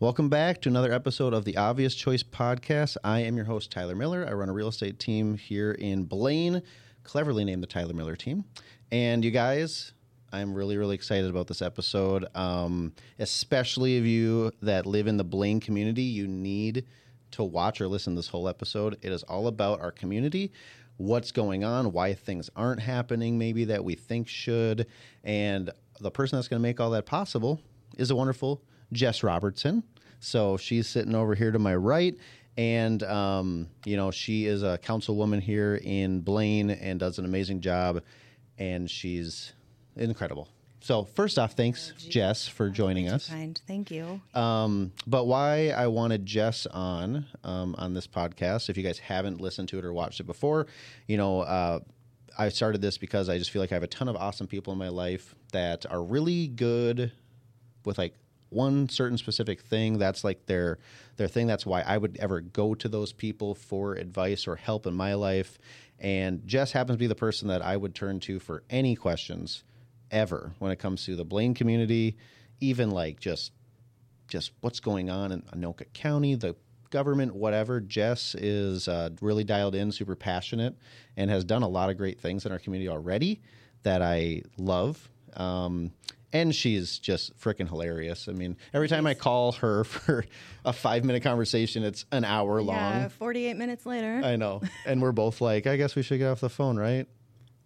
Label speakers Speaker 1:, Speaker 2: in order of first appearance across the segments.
Speaker 1: Welcome back to another episode of the Obvious Choice Podcast. I am your host, Tyler Miller. I run a real estate team here in Blaine, cleverly named the Tyler Miller team. And you guys, I'm really, really excited about this episode. Um, especially if you that live in the Blaine community, you need to watch or listen to this whole episode. It is all about our community, what's going on, why things aren't happening, maybe that we think should. And the person that's going to make all that possible is a wonderful Jess Robertson. So she's sitting over here to my right. And, um, you know, she is a councilwoman here in Blaine and does an amazing job. And she's incredible. So, first off, thanks, Jess, for joining us.
Speaker 2: Kind. Thank you.
Speaker 1: Um, but why I wanted Jess on um, on this podcast, if you guys haven't listened to it or watched it before, you know, uh, I started this because I just feel like I have a ton of awesome people in my life that are really good with like one certain specific thing that's like their their thing that's why I would ever go to those people for advice or help in my life and Jess happens to be the person that I would turn to for any questions ever when it comes to the Blaine community even like just just what's going on in Anoka County, the government, whatever. Jess is uh, really dialed in, super passionate, and has done a lot of great things in our community already that I love. Um, and she's just freaking hilarious. I mean, every time I call her for a five minute conversation, it's an hour
Speaker 2: Yeah,
Speaker 1: long.
Speaker 2: 48 minutes later.
Speaker 1: I know. And we're both like, I guess we should get off the phone, right?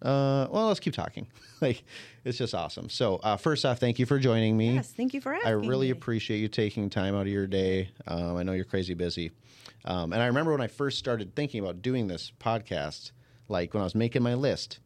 Speaker 1: Uh, well, let's keep talking. like, it's just awesome. So, uh, first off, thank you for joining me.
Speaker 2: yes, thank you for
Speaker 1: I
Speaker 2: asking.
Speaker 1: really
Speaker 2: me.
Speaker 1: appreciate you taking time out of your day. Um, I know you're crazy busy. Um, and I remember when I first started thinking about doing this podcast, like when I was making my list,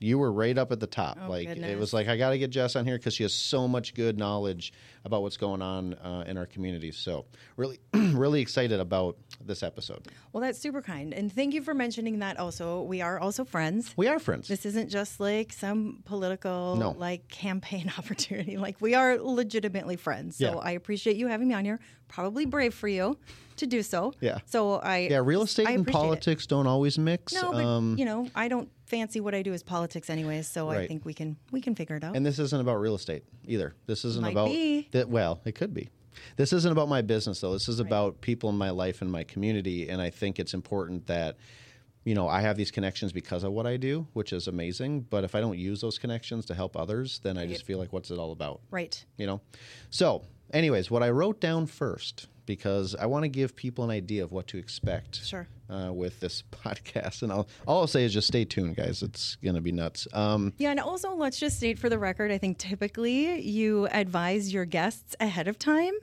Speaker 1: you were right up at the top.
Speaker 2: Oh,
Speaker 1: like it
Speaker 2: goodness.
Speaker 1: was like, I got to get Jess on here because she has so much good knowledge about what's going on uh, in our community. So, really, really excited about this episode.
Speaker 2: Well, that's super kind. And thank you for mentioning that also. We are also friends.
Speaker 1: We are friends.
Speaker 2: This isn't just like some political
Speaker 1: No.
Speaker 2: like campaign opportunity. Like we are legitimately friends. So
Speaker 1: Yeah.
Speaker 2: I appreciate you having me on here. Probably brave for you to do so.
Speaker 1: Yeah.
Speaker 2: So I
Speaker 1: yeah, real estate
Speaker 2: I
Speaker 1: and
Speaker 2: appreciate it.
Speaker 1: politics don't always mix.
Speaker 2: No, but you know, I don't fancy what I do as politics anyways, so I
Speaker 1: Right.
Speaker 2: think we can we can figure it out.
Speaker 1: And this isn't about real estate either. This isn't
Speaker 2: Might
Speaker 1: about
Speaker 2: be.
Speaker 1: that. Well, it could be. This isn't about my business though. This is about people in my life and my community. And I think it's important that you know I have these connections because of what I do, which is amazing. But if I don't use those connections to help others, then I just feel like what's it all about?
Speaker 2: right.
Speaker 1: you know so anyways what i wrote down first because i want to give people an idea of what to expect
Speaker 2: Sure.
Speaker 1: uh, with this podcast and I'll, all i'll say is just stay tuned guys it's gonna be nuts um,
Speaker 2: Yeah, and also let's just state for the record, I think typically you advise your guests ahead of time.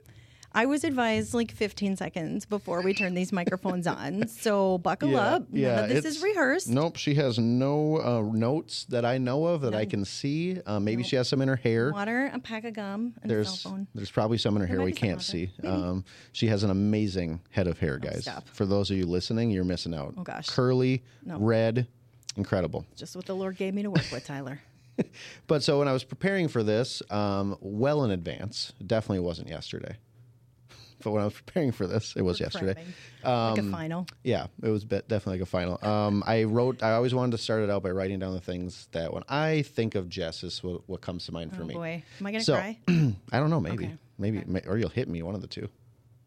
Speaker 2: I was advised like 15 seconds before we turn these microphones on. So buckle up. None of this
Speaker 1: it's-
Speaker 2: is rehearsed.
Speaker 1: Nope, she has no uh, notes that I know of that I can see. Uh, maybe she has some in her hair.
Speaker 2: Water, a pack of gum, and a
Speaker 1: There's
Speaker 2: cell phone.
Speaker 1: there's probably some in her hair
Speaker 2: might
Speaker 1: we
Speaker 2: be some
Speaker 1: can't
Speaker 2: out
Speaker 1: see. Um, she has an amazing head of hair, guys.
Speaker 2: Oh, stop.
Speaker 1: For those of you listening, you're missing out. Oh
Speaker 2: gosh.
Speaker 1: curly, red, incredible.
Speaker 2: Just what the Lord gave me to work with, Tyler.
Speaker 1: But so when I was preparing for this, um, well in advance, definitely wasn't yesterday. But when I was preparing for this, it was yesterday.
Speaker 2: Prepping. like a final.
Speaker 1: Yeah, it was be- definitely like a final. Um, I wrote. I always wanted to start it out by writing down the things that when I think of Jess is what, what comes to mind for
Speaker 2: Oh
Speaker 1: me.
Speaker 2: boy. Am I going to
Speaker 1: So
Speaker 2: cry?
Speaker 1: I don't know. Maybe,
Speaker 2: Okay.
Speaker 1: maybe, may- or you'll hit me. One of the two.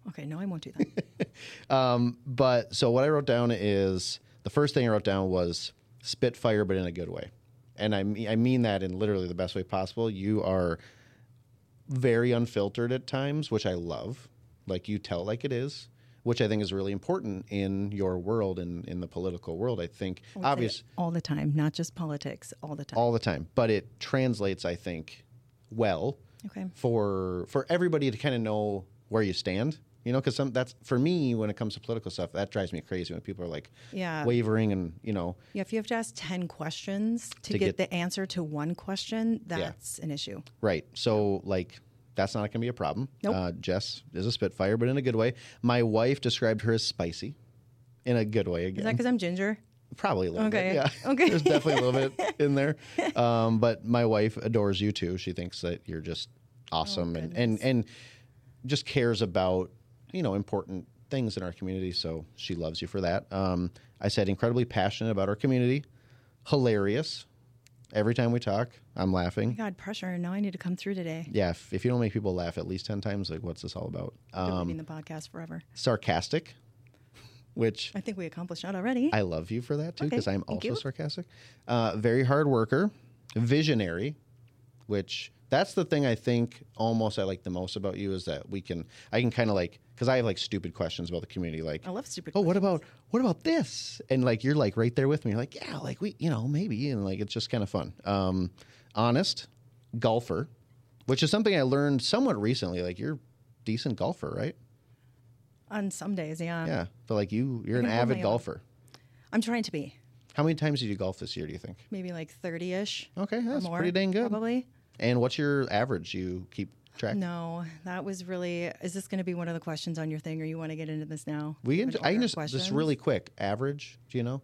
Speaker 2: Okay, no, I won't do that.
Speaker 1: But so what I wrote down is the first thing I wrote down was Spitfire, but in a good way, and I mean, I mean that in literally the best way possible. You are very unfiltered at times, which I love. Like you tell like it is, which I think is really important in your world and in the political world. I think obvious
Speaker 2: all the time, not just politics, all the time.
Speaker 1: all the time, but it translates, I think, well
Speaker 2: okay.
Speaker 1: for for everybody to kind of know where you stand. You know, because some that's for me when it comes to political stuff, that drives me crazy when people are like
Speaker 2: Yeah.
Speaker 1: wavering and you know
Speaker 2: Yeah, if you have to ask 10 questions to,
Speaker 1: To get-
Speaker 2: get, the answer to one question, that's an issue.
Speaker 1: right. So like that's not going to be a problem.
Speaker 2: Nope.
Speaker 1: Uh, Jess is a spitfire, but in a good way. My wife described her as spicy, in a good way
Speaker 2: Is
Speaker 1: again.
Speaker 2: that because I'm ginger?
Speaker 1: Probably a little
Speaker 2: Okay.
Speaker 1: bit. Yeah.
Speaker 2: Okay.
Speaker 1: There's definitely a little bit in there. Um, but my wife adores you too. She thinks that you're just
Speaker 2: Oh,
Speaker 1: awesome and, and, and just cares about, you know, important things in our community. So she loves you for that. Um, I said incredibly passionate about our community, hilarious. Every time we talk, I'm laughing.
Speaker 2: God, pressure. Now I need to come through today.
Speaker 1: Yeah, if, if you don't make people laugh at least 10 times, like, what's this all about? Um,
Speaker 2: Deleting the podcast forever.
Speaker 1: sarcastic, which
Speaker 2: I think we accomplished that already.
Speaker 1: I love you for that too,
Speaker 2: Okay,
Speaker 1: because I'm
Speaker 2: thank
Speaker 1: also
Speaker 2: you.
Speaker 1: sarcastic. Uh, very hard worker, visionary, which that's the thing I think almost I like the most about you is that we can I can kind of like because I have like stupid questions about the community, like
Speaker 2: I love stupid.
Speaker 1: oh what about what about this and like you're like right there with me, you're like yeah like we you know maybe and like it's just kind of fun. Um, honest, golfer, which is something I learned somewhat recently. Like you're a decent golfer, right?
Speaker 2: on some days, yeah.
Speaker 1: Yeah, but like you you're an
Speaker 2: can hold my
Speaker 1: avid
Speaker 2: own.
Speaker 1: golfer.
Speaker 2: I'm trying to be
Speaker 1: How many times did you golf this year? Do you think?
Speaker 2: maybe like 30 ish.
Speaker 1: Okay,
Speaker 2: or
Speaker 1: Oh, that's
Speaker 2: more,
Speaker 1: pretty dang good.
Speaker 2: Probably.
Speaker 1: And what's your average? You keep track.
Speaker 2: No, that was really. Is this going to be one of the questions on your thing, or you want to get into this now?
Speaker 1: We can.
Speaker 2: Much
Speaker 1: I can
Speaker 2: harder
Speaker 1: just
Speaker 2: questions.
Speaker 1: just really quick. Average? Do you know?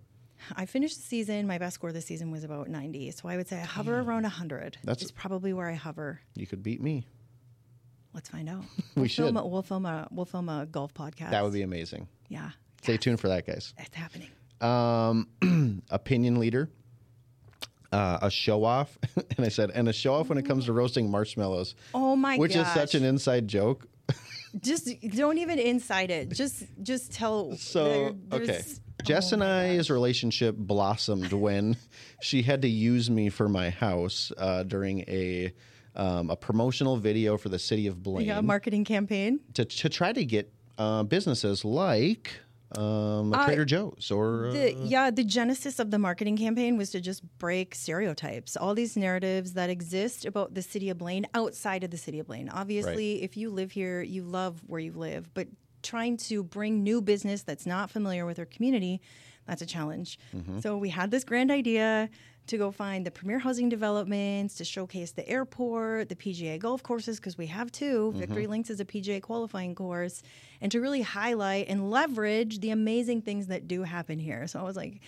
Speaker 2: I finished the season. My best score this season was about 90, so I would say I hover around 100.
Speaker 1: That's-
Speaker 2: That's probably where I hover.
Speaker 1: You could beat me.
Speaker 2: Let's find out.
Speaker 1: We
Speaker 2: We'll Film
Speaker 1: should.
Speaker 2: a, we'll film a we'll film a golf podcast.
Speaker 1: That would be amazing.
Speaker 2: yeah.
Speaker 1: Stay tuned for that, guys.
Speaker 2: That's happening.
Speaker 1: Um, opinion leader. Uh, a show off, and I said, and a show off when it comes to roasting marshmallows,
Speaker 2: Oh my
Speaker 1: which
Speaker 2: gosh.
Speaker 1: is such an inside joke.
Speaker 2: just don't even incite it. Just just tell.
Speaker 1: So
Speaker 2: there- there's-
Speaker 1: okay, Jess
Speaker 2: Oh
Speaker 1: and
Speaker 2: my
Speaker 1: I's relationship blossomed when she had to use me for my house uh, during a um, a promotional video for the city of Blaine
Speaker 2: Yeah, marketing campaign.
Speaker 1: to to try to get uh, businesses like um,
Speaker 2: Uh,
Speaker 1: Trader Joe's or uh,
Speaker 2: The, yeah, the genesis of the marketing campaign was to just break stereotypes, all these narratives that exist about the city of Blaine outside of the city of Blaine. Obviously, if you live here, you love where you live, but trying to bring new business that's not familiar with our community, that's a challenge.
Speaker 1: Mm-hmm.
Speaker 2: So we had this grand idea to go find the premier housing developments, to showcase the airport, the PGA golf courses, because we have 2 Victory Links is a PGA qualifying course, and to really highlight and leverage the amazing things that do happen here. So I was like,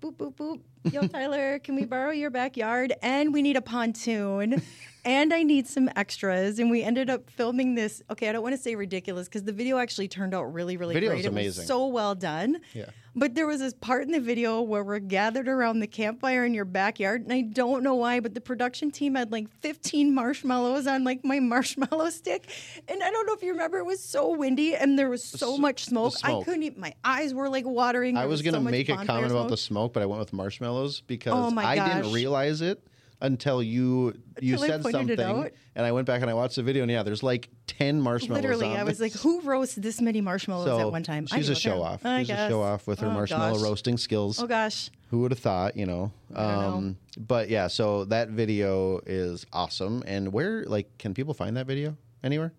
Speaker 2: boop, boop, boop. Yo, Tyler, can we borrow your backyard? And we need a pontoon. And I need some extras. And we ended up filming this. Okay, I don't want to say ridiculous because the video actually turned out really, really
Speaker 1: Video's
Speaker 2: great. It
Speaker 1: amazing.
Speaker 2: was so well done.
Speaker 1: Yeah.
Speaker 2: But there was this part in the video where we're gathered around the campfire in your backyard, and I don't know why, but the production team had like 15 marshmallows on like my marshmallow stick, and I don't know if you remember, it was so windy and there was so much smoke,
Speaker 1: smoke.
Speaker 2: I couldn't. Even, my eyes were like watering.
Speaker 1: I
Speaker 2: There
Speaker 1: was
Speaker 2: so
Speaker 1: gonna
Speaker 2: much
Speaker 1: make a
Speaker 2: bonfire
Speaker 1: comment about
Speaker 2: smoke.
Speaker 1: the smoke, but I went with marshmallows because
Speaker 2: Oh my
Speaker 1: I didn't
Speaker 2: gosh.
Speaker 1: realize it until you you
Speaker 2: Until I
Speaker 1: said
Speaker 2: pointed it
Speaker 1: something,
Speaker 2: out.
Speaker 1: and I went back and I watched the video, and yeah, there's like ten marshmallows.
Speaker 2: Literally,
Speaker 1: on
Speaker 2: I was
Speaker 1: this.
Speaker 2: like, "Who roasts this many marshmallows at one time?" I
Speaker 1: She's a
Speaker 2: do, okay.
Speaker 1: show off.
Speaker 2: I
Speaker 1: she's a
Speaker 2: guess.
Speaker 1: show off with her
Speaker 2: Oh,
Speaker 1: marshmallow
Speaker 2: gosh.
Speaker 1: roasting skills.
Speaker 2: Oh gosh,
Speaker 1: Who would have thought, you know?
Speaker 2: don't
Speaker 1: Um, But yeah, so that video is awesome. And where, like, can people find that video anywhere?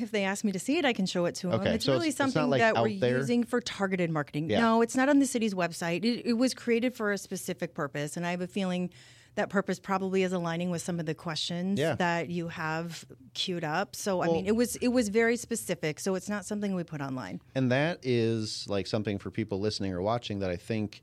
Speaker 2: if they ask me to see it, I can show it to them.
Speaker 1: Okay,
Speaker 2: it's
Speaker 1: so
Speaker 2: really
Speaker 1: it's- it's not,
Speaker 2: something
Speaker 1: like,
Speaker 2: that we're
Speaker 1: out there?
Speaker 2: using for targeted marketing.
Speaker 1: Yeah.
Speaker 2: No, it's not on the city's website. It, it was created for a specific purpose, and I have a feeling that purpose probably is aligning with some of the questions
Speaker 1: Yeah.
Speaker 2: that you have queued up. So I mean, it was it was very specific. So it's not something we put online.
Speaker 1: And that is like something for people listening or watching that I think,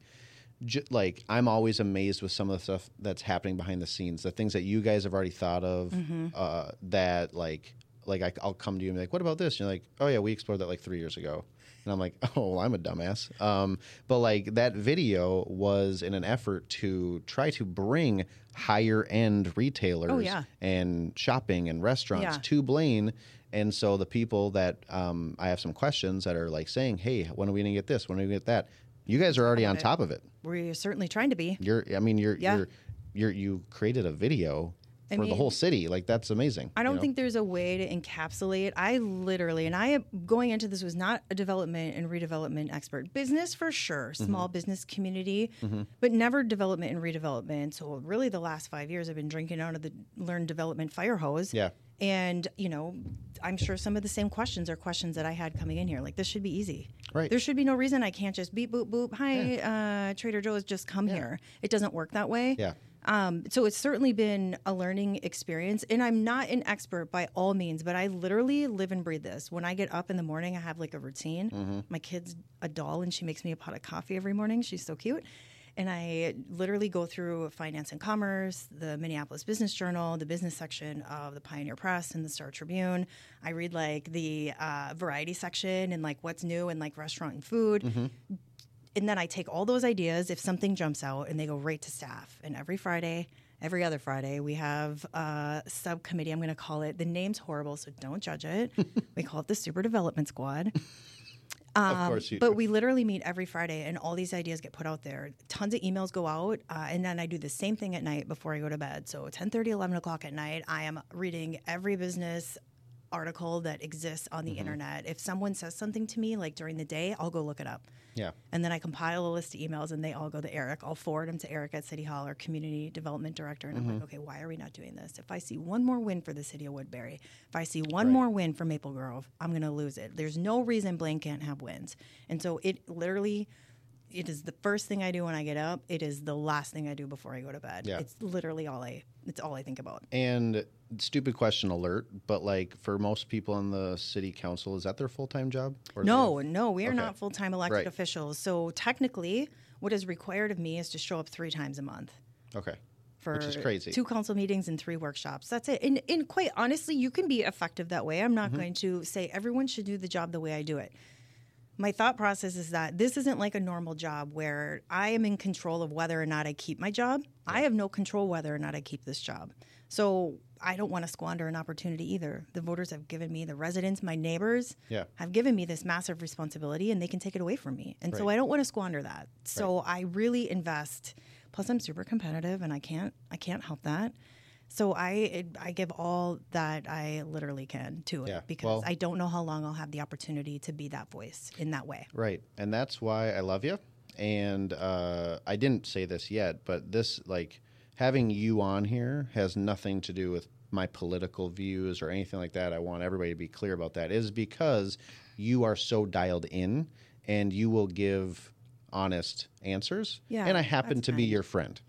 Speaker 1: j- like, I'm always amazed with some of the stuff that's happening behind the scenes. The things that you guys have already thought of uh, that, like, like I, I'll come to you and be like, "What about this?" And you're like, "Oh yeah, we explored that like three years ago." And I'm like, "Oh, well, I'm a dumbass." Um, but like that video was in an effort to try to bring higher end retailers
Speaker 2: yeah.
Speaker 1: and shopping and restaurants
Speaker 2: Yeah.
Speaker 1: to Blaine. And so the people that um, I have some questions that are like saying, "Hey, when are we gonna get this? When are we gonna get that?" You guys are already on top of it.
Speaker 2: We're certainly trying to be.
Speaker 1: You're, I mean, you're,
Speaker 2: Yeah.
Speaker 1: you're, you're, you created a video
Speaker 2: I
Speaker 1: for the
Speaker 2: mean,
Speaker 1: whole city. Like that's amazing.
Speaker 2: I
Speaker 1: you
Speaker 2: don't
Speaker 1: know?
Speaker 2: think there's a way to encapsulate. I literally, and I am going into this was not a development and redevelopment expert. Business for sure,
Speaker 1: Mm-hmm.
Speaker 2: small business community, but never development and redevelopment. So really, the last five years, I've been drinking out of the Learn Development fire hose.
Speaker 1: Yeah.
Speaker 2: And you know, I'm sure some of the same questions are questions that I had coming in here. Like this should be easy.
Speaker 1: Right.
Speaker 2: There should be no reason I can't just beep boop boop. Hi, uh, Trader Joe's, just come here. It doesn't work that way.
Speaker 1: Yeah.
Speaker 2: Um, so it's certainly been a learning experience, and I'm not an expert by all means, but I literally live and breathe this. When I get up in the morning, I have like a routine. My kid's a doll, and she makes me a pot of coffee every morning. She's so cute. And I literally go through finance and commerce, the Minneapolis Business Journal, the business section of the Pioneer Press and the Star Tribune. I read like the uh, variety section and like what's new and like restaurant and food and then I take all those ideas if something jumps out and they go right to staff. And every Friday Every other Friday, we have a subcommittee. I'm going to call it, the name's horrible, so don't judge it. we call it the Super Development Squad.
Speaker 1: of course you
Speaker 2: Um, But we literally meet every Friday, and all these ideas get put out there. Tons of emails go out, uh, and then I do the same thing at night before I go to bed. So 10:30, 11 o'clock at night, I am reading every business article that exists on the internet. If someone says something to me, like during the day, I'll go look it up.
Speaker 1: yeah.
Speaker 2: And then I compile a list of emails and they all go to Eric. I'll forward them to Eric at City Hall, our community development director. And I'm
Speaker 1: Mm-hmm.
Speaker 2: like, okay, why are we not doing this? If I see one more win for the city of Woodbury, if I see one more win for Maple Grove, I'm going to lose it. There's no reason Blaine can't have wins. And so it literally, it is the first thing I do when I get up. It is the last thing I do before I go to bed.
Speaker 1: Yeah.
Speaker 2: It's literally all I, it's all I think about.
Speaker 1: And stupid question alert, but like for most people on the city council, is that their full time job? Or do
Speaker 2: No, no, we are
Speaker 1: Okay.
Speaker 2: not full time elected
Speaker 1: Right.
Speaker 2: officials. So technically, what is required of me is to show up three times a month.
Speaker 1: they- okay.
Speaker 2: for
Speaker 1: Which is crazy.
Speaker 2: two council meetings and three workshops. That's it. And, and quite honestly, you can be effective that way. I'm
Speaker 1: Mm-hmm.
Speaker 2: not going to say everyone should do the job the way I do it. My thought process is that this isn't like a normal job where I am in control of whether or not I keep my job. I have no control whether or not I keep this job. So I don't want to squander an opportunity either. The voters have given me, the residents, my neighbors
Speaker 1: Yeah.
Speaker 2: have given me this massive responsibility and they can take it away from me. And so I don't want to squander that. So I really invest. Plus I'm super competitive and I can't I can't help that. So I it, I give all that I literally can to it
Speaker 1: Yeah,
Speaker 2: because
Speaker 1: well-
Speaker 2: I don't know how long I'll have the opportunity to be that voice in that way.
Speaker 1: Right. And that's why I love you. And uh, I didn't say this yet, but this, like, having you on here has nothing to do with my political views or anything like that. I want everybody to be clear about that. It is because you are so dialed in and you will give honest answers.
Speaker 2: Yeah,
Speaker 1: And I happen
Speaker 2: that's
Speaker 1: to be
Speaker 2: kind.
Speaker 1: your friend.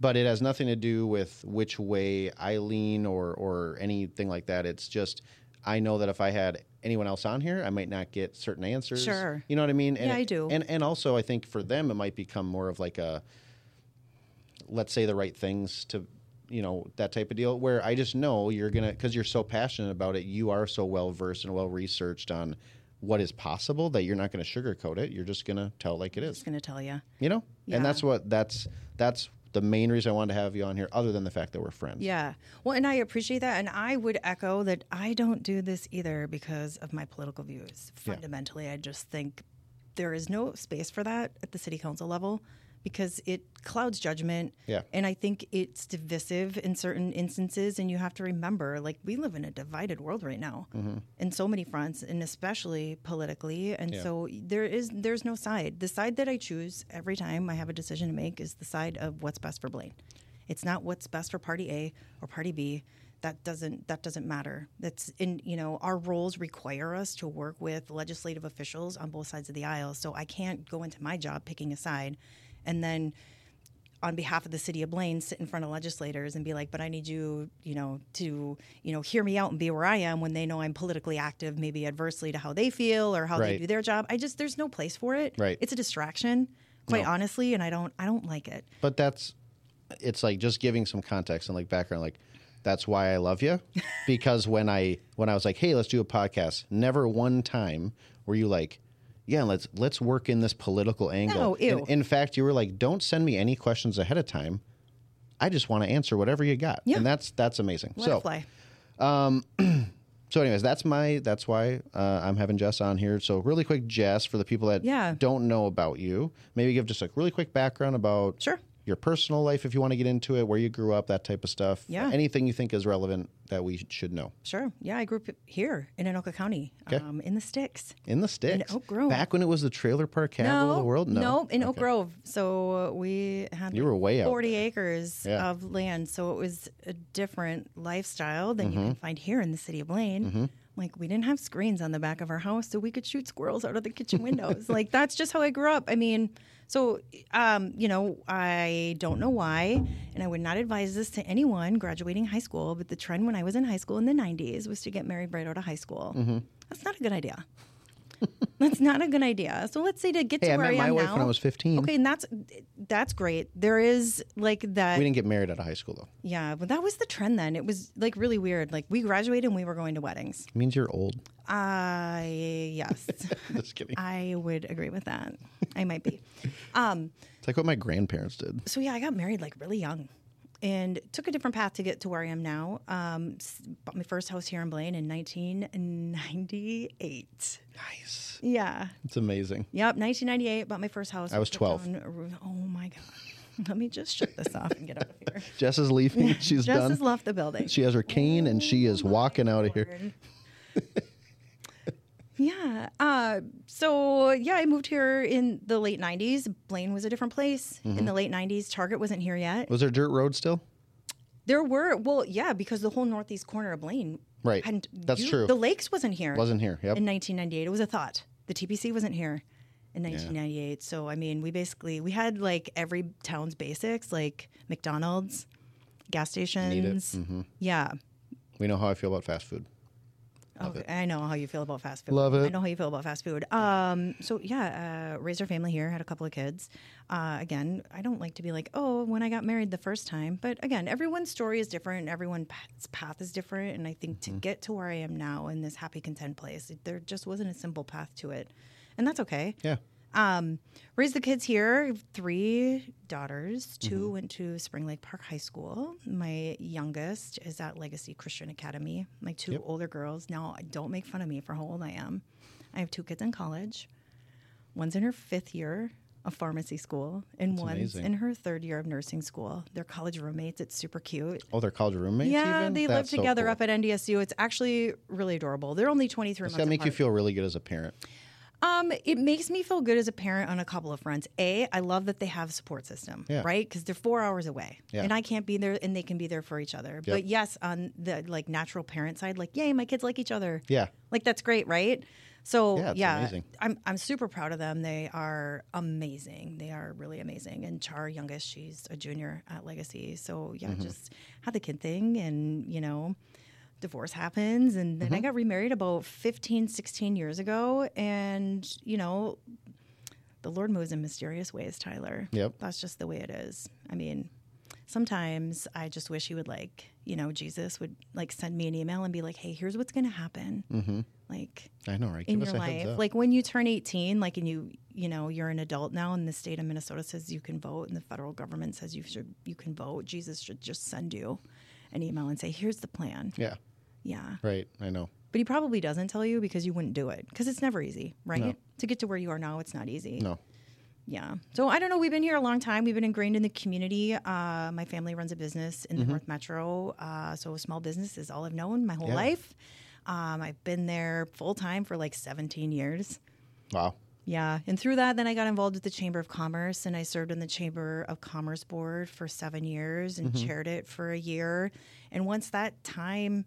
Speaker 1: But it has nothing to do with which way I lean or, or anything like that. It's just, I know that if I had anyone else on here, I might not get certain answers.
Speaker 2: Sure.
Speaker 1: You know what I mean? And
Speaker 2: Yeah,
Speaker 1: it-
Speaker 2: I do.
Speaker 1: And and also, I think for them, it might become more of like a let's say the right things to you know that type of deal. Where I just know you're gonna because you're so passionate about it, you are so well versed and well researched on what is possible that you're not going to sugarcoat it. You're just going to tell like it is.
Speaker 2: Just going to tell you.
Speaker 1: You know,
Speaker 2: Yeah.
Speaker 1: and that's what that's that's the main reason I wanted to have you on here, other than the fact that we're friends.
Speaker 2: Yeah. Well, and I appreciate that. And I would echo that I don't do this either because of my political views. Fundamentally, I just think there is no space for that at the city council level because it clouds judgment.
Speaker 1: Yeah.
Speaker 2: And I think it's divisive in certain instances. And you have to remember, like, we live in a divided world right now in so many fronts, and especially politically. And so there is there's no side. The side that I choose every time I have a decision to make is the side of what's best for Blaine. It's not what's best for party A or party B. That doesn't that doesn't matter. That's in you know our roles require us to work with legislative officials on both sides of the aisle. So I can't go into my job picking a side, and then on behalf of the city of Blaine sit in front of legislators and be like, "But I need you, you know, to you know hear me out and be where I am." When they know I'm politically active, maybe adversely to how they feel or how they
Speaker 1: Right.
Speaker 2: do their job. I just there's no place for it.
Speaker 1: Right.
Speaker 2: It's a distraction, quite honestly, and I don't I don't like it.
Speaker 1: But that's it's like just giving some context and like background like that's why I love you because when I when I was like, "Hey, let's do a podcast." Never one time were you like, "Yeah, let's let's work in this political angle."
Speaker 2: No, ew.
Speaker 1: In, in fact, you were like, "Don't send me any questions ahead of time. I just want to answer whatever you got."
Speaker 2: Yeah.
Speaker 1: And that's that's amazing.
Speaker 2: Let
Speaker 1: so
Speaker 2: it fly.
Speaker 1: so anyways, that's my that's why uh, I'm having Jess on here. So really quick, Jess, for the people that
Speaker 2: Yeah.
Speaker 1: don't know about you, maybe give just a really quick background about
Speaker 2: Sure.
Speaker 1: your personal life if you want to get into it, where you grew up, that type of stuff.
Speaker 2: Yeah.
Speaker 1: Anything you think is relevant that we should know.
Speaker 2: Sure. Yeah, I grew up here in Anoka County, um, in the sticks.
Speaker 1: In the sticks.
Speaker 2: Oak Grove.
Speaker 1: Back when it was the trailer park capital of the world? No.
Speaker 2: in Oak Grove. So uh, we had
Speaker 1: You were way out
Speaker 2: 40 acres
Speaker 1: Yeah.
Speaker 2: of land. So it was a different lifestyle than you can
Speaker 1: Mm-hmm.
Speaker 2: find here in the city of Blaine. Like we didn't have screens on the back of our house, so we could shoot squirrels out of the kitchen windows. like that's just how I grew up. I mean, so um, you know, I don't know why, and I would not advise this to anyone graduating high school. But the trend when I was in high school in the '90s was to get married right out of high school.
Speaker 1: Mm-hmm.
Speaker 2: That's not a good idea. that's not a good idea. So let's say to get
Speaker 1: Hey,
Speaker 2: to
Speaker 1: I
Speaker 2: where
Speaker 1: met
Speaker 2: I
Speaker 1: my
Speaker 2: am
Speaker 1: wife
Speaker 2: now.
Speaker 1: when I was 15.
Speaker 2: Okay, and that's that's great. There is like that.
Speaker 1: We didn't get married out of high school, though.
Speaker 2: yeah, but that was the trend then. It was like really weird. Like we graduated and we were going to weddings.
Speaker 1: It means you're old.
Speaker 2: Uh yes.
Speaker 1: Just kidding.
Speaker 2: I would agree with that. I might be.
Speaker 1: It's like what my grandparents did.
Speaker 2: So yeah, I got married like really young. and took a different path to get to where I am now. Um, s- bought my first house here in Blaine in 1998.
Speaker 1: Nice.
Speaker 2: Yeah.
Speaker 1: It's amazing.
Speaker 2: Yep. 1998. Bought my first house.
Speaker 1: I was 12.
Speaker 2: down- oh my God. Let me just shut this off and get out of here.
Speaker 1: Jess is leaving. She's
Speaker 2: Jess
Speaker 1: done.
Speaker 2: has left the building.
Speaker 1: she has her cane and she is walking out of here.
Speaker 2: yeah. Uh, so yeah, I moved here in the late '90s. Blaine was a different place in
Speaker 1: Mm-hmm.
Speaker 2: the late '90s. Target wasn't here yet.
Speaker 1: Was there dirt road still?
Speaker 2: There were well, yeah, because the whole northeast corner of Blaine,
Speaker 1: Right.
Speaker 2: hadn't-
Speaker 1: That's true.
Speaker 2: The lakes wasn't here
Speaker 1: Wasn't here. Yep.
Speaker 2: in 1998. It was a thought. The TPC wasn't here in 1998. So I mean, we basically we had like every town's basics, like McDonald's, gas stations. Yeah.
Speaker 1: We know how I feel about fast food.
Speaker 2: Okay, I know how you feel about fast food.
Speaker 1: Love
Speaker 2: I
Speaker 1: it.
Speaker 2: know how you feel about fast food. Um, so yeah, uh, raised our family here, had a couple of kids. Uh, again, I don't like to be like, oh, when I got married the first time, but again, everyone's story is different, everyone's path is different, and I think
Speaker 1: Mm-hmm.
Speaker 2: to get to where I am now in this happy, content place, there just wasn't a simple path to it, and that's okay.
Speaker 1: Yeah.
Speaker 2: Um, raised the kids here. Three daughters. 2
Speaker 1: Mm-hmm.
Speaker 2: went to Spring Lake Park High School. My youngest is at Legacy Christian Academy. My two older girls. Now, don't make fun of me for how old I am. I have two kids in college. One's in her fifth year of pharmacy school, and one's
Speaker 1: amazing.
Speaker 2: in her third year of nursing school. They're college roommates. It's super cute.
Speaker 1: Oh, they're college roommates.
Speaker 2: yeah,
Speaker 1: even?
Speaker 2: they
Speaker 1: That's so
Speaker 2: live together
Speaker 1: cool.
Speaker 2: up at NDSU. It's actually really adorable. They're only twenty three
Speaker 1: It's
Speaker 2: months
Speaker 1: gotta make
Speaker 2: apart.
Speaker 1: you feel really good as a parent.
Speaker 2: Um, it makes me feel good as a parent on a couple of fronts. A, I love that they have a support system,
Speaker 1: Yeah.
Speaker 2: right? Because they're four hours away,
Speaker 1: Yeah.
Speaker 2: and I can't be there, and they can be there for each other. But yes, on the like natural parent side, like, yay, my kids like each other.
Speaker 1: Yeah.
Speaker 2: Like that's great, right? So
Speaker 1: Yeah,
Speaker 2: yeah,
Speaker 1: it's amazing.
Speaker 2: I'm I'm super proud of them. They are amazing. They are really amazing. And Char, youngest, she's a junior at Legacy. So yeah,
Speaker 1: Mm-hmm.
Speaker 2: just had the kid thing, and you know, divorce happens, and then I
Speaker 1: Mm-hmm.
Speaker 2: got remarried about 15, 16 years ago, and you know, the Lord moves in mysterious ways, Tyler.
Speaker 1: Yep.
Speaker 2: that's just the way it is. I mean. Sometimes I just wish he would like, you know, Jesus would like send me an email and be like, "Hey, here's what's going to happen." Like,
Speaker 1: I know, right? Mm-hmm.
Speaker 2: in
Speaker 1: Give us
Speaker 2: your
Speaker 1: a heads
Speaker 2: life
Speaker 1: up.
Speaker 2: like when you turn 18 like and you you know you're an adult now and the state of minnesota says you can vote and the federal government says you should you can vote jesus should just send you an email and say here's the plan
Speaker 1: yeah.
Speaker 2: yeah
Speaker 1: Right. I know.
Speaker 2: but he probably doesn't tell you because you wouldn't do it because it's never easy right to get to where you are now it's not easy
Speaker 1: No.
Speaker 2: yeah. So I don't know. We've been here a long time. We've been ingrained in the community. Uh, my family runs a business in the North Metro. Uh, so small business is all I've known my whole
Speaker 1: Yeah.
Speaker 2: life. Um, I've been there full time for like 17 years.
Speaker 1: Wow.
Speaker 2: Yeah. And through that, then I got involved with the Chamber of Commerce and I served on the Chamber of Commerce Board for seven years and chaired it for a year. And once that time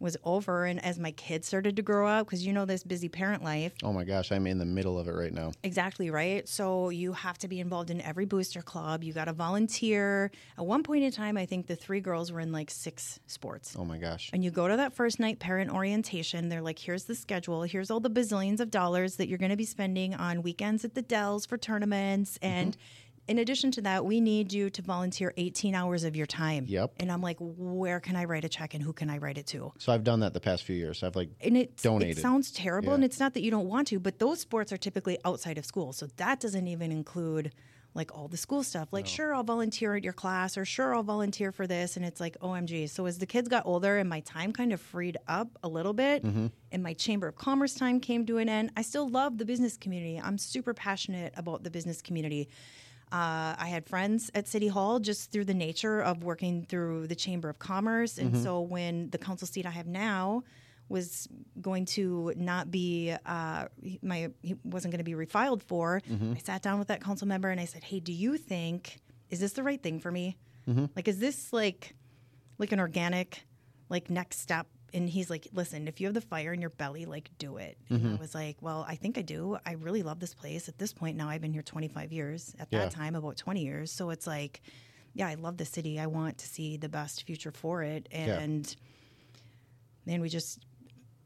Speaker 2: was over, and as my kids started to grow up, because you know this busy parent life,
Speaker 1: Oh my gosh, I'm in the middle of it right now.
Speaker 2: Exactly right. So you have to be involved in every booster club. You got to volunteer. At one point in time, I think the three girls were in like six sports.
Speaker 1: Oh my gosh.
Speaker 2: And you go to that first night parent orientation. They're like, here's the schedule. Here's all the bazillions of dollars that you're going to be spending on weekends at the Dells for tournaments. And in addition to that, we need you to volunteer 18 hours of your time.
Speaker 1: Yep.
Speaker 2: And I'm like, where can I write a check and who can I write it to?
Speaker 1: So I've done that the past few years. I've like
Speaker 2: and it's,
Speaker 1: Donated.
Speaker 2: it sounds terrible
Speaker 1: Yeah.
Speaker 2: and it's not that you don't want to but those sports are typically outside of school so that doesn't even include like all the school stuff like sure i'll volunteer at your class or sure i'll volunteer for this and it's like omg so as the kids got older and my time kind of freed up a little bit
Speaker 1: Mm-hmm.
Speaker 2: and my chamber of commerce time came to an end i still love the business community i'm super passionate about the business community uh, I had friends at City Hall just through the nature of working through the Chamber of Commerce.
Speaker 1: Mm-hmm.
Speaker 2: And so when the council seat I have now was going to not be, uh, he- my, he wasn't going to be refiled for, I sat down with that council member and I said, Hey, do you think, is this the right thing for me? Like, is this like, like an organic like next step and he's like listen if you have the fire in your belly like do it and i was like well i think i do i really love this place at this point now i've been here 25 years at
Speaker 1: Yeah.
Speaker 2: that time about 20 years so it's like yeah i love the city i want to see the best future for it and then we just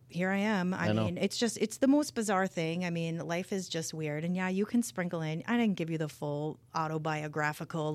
Speaker 2: here I am. I,
Speaker 1: I know.
Speaker 2: mean, it's just it's the most bizarre thing. I mean, life is just weird. And yeah, you can sprinkle in. I didn't give you the full autobiographical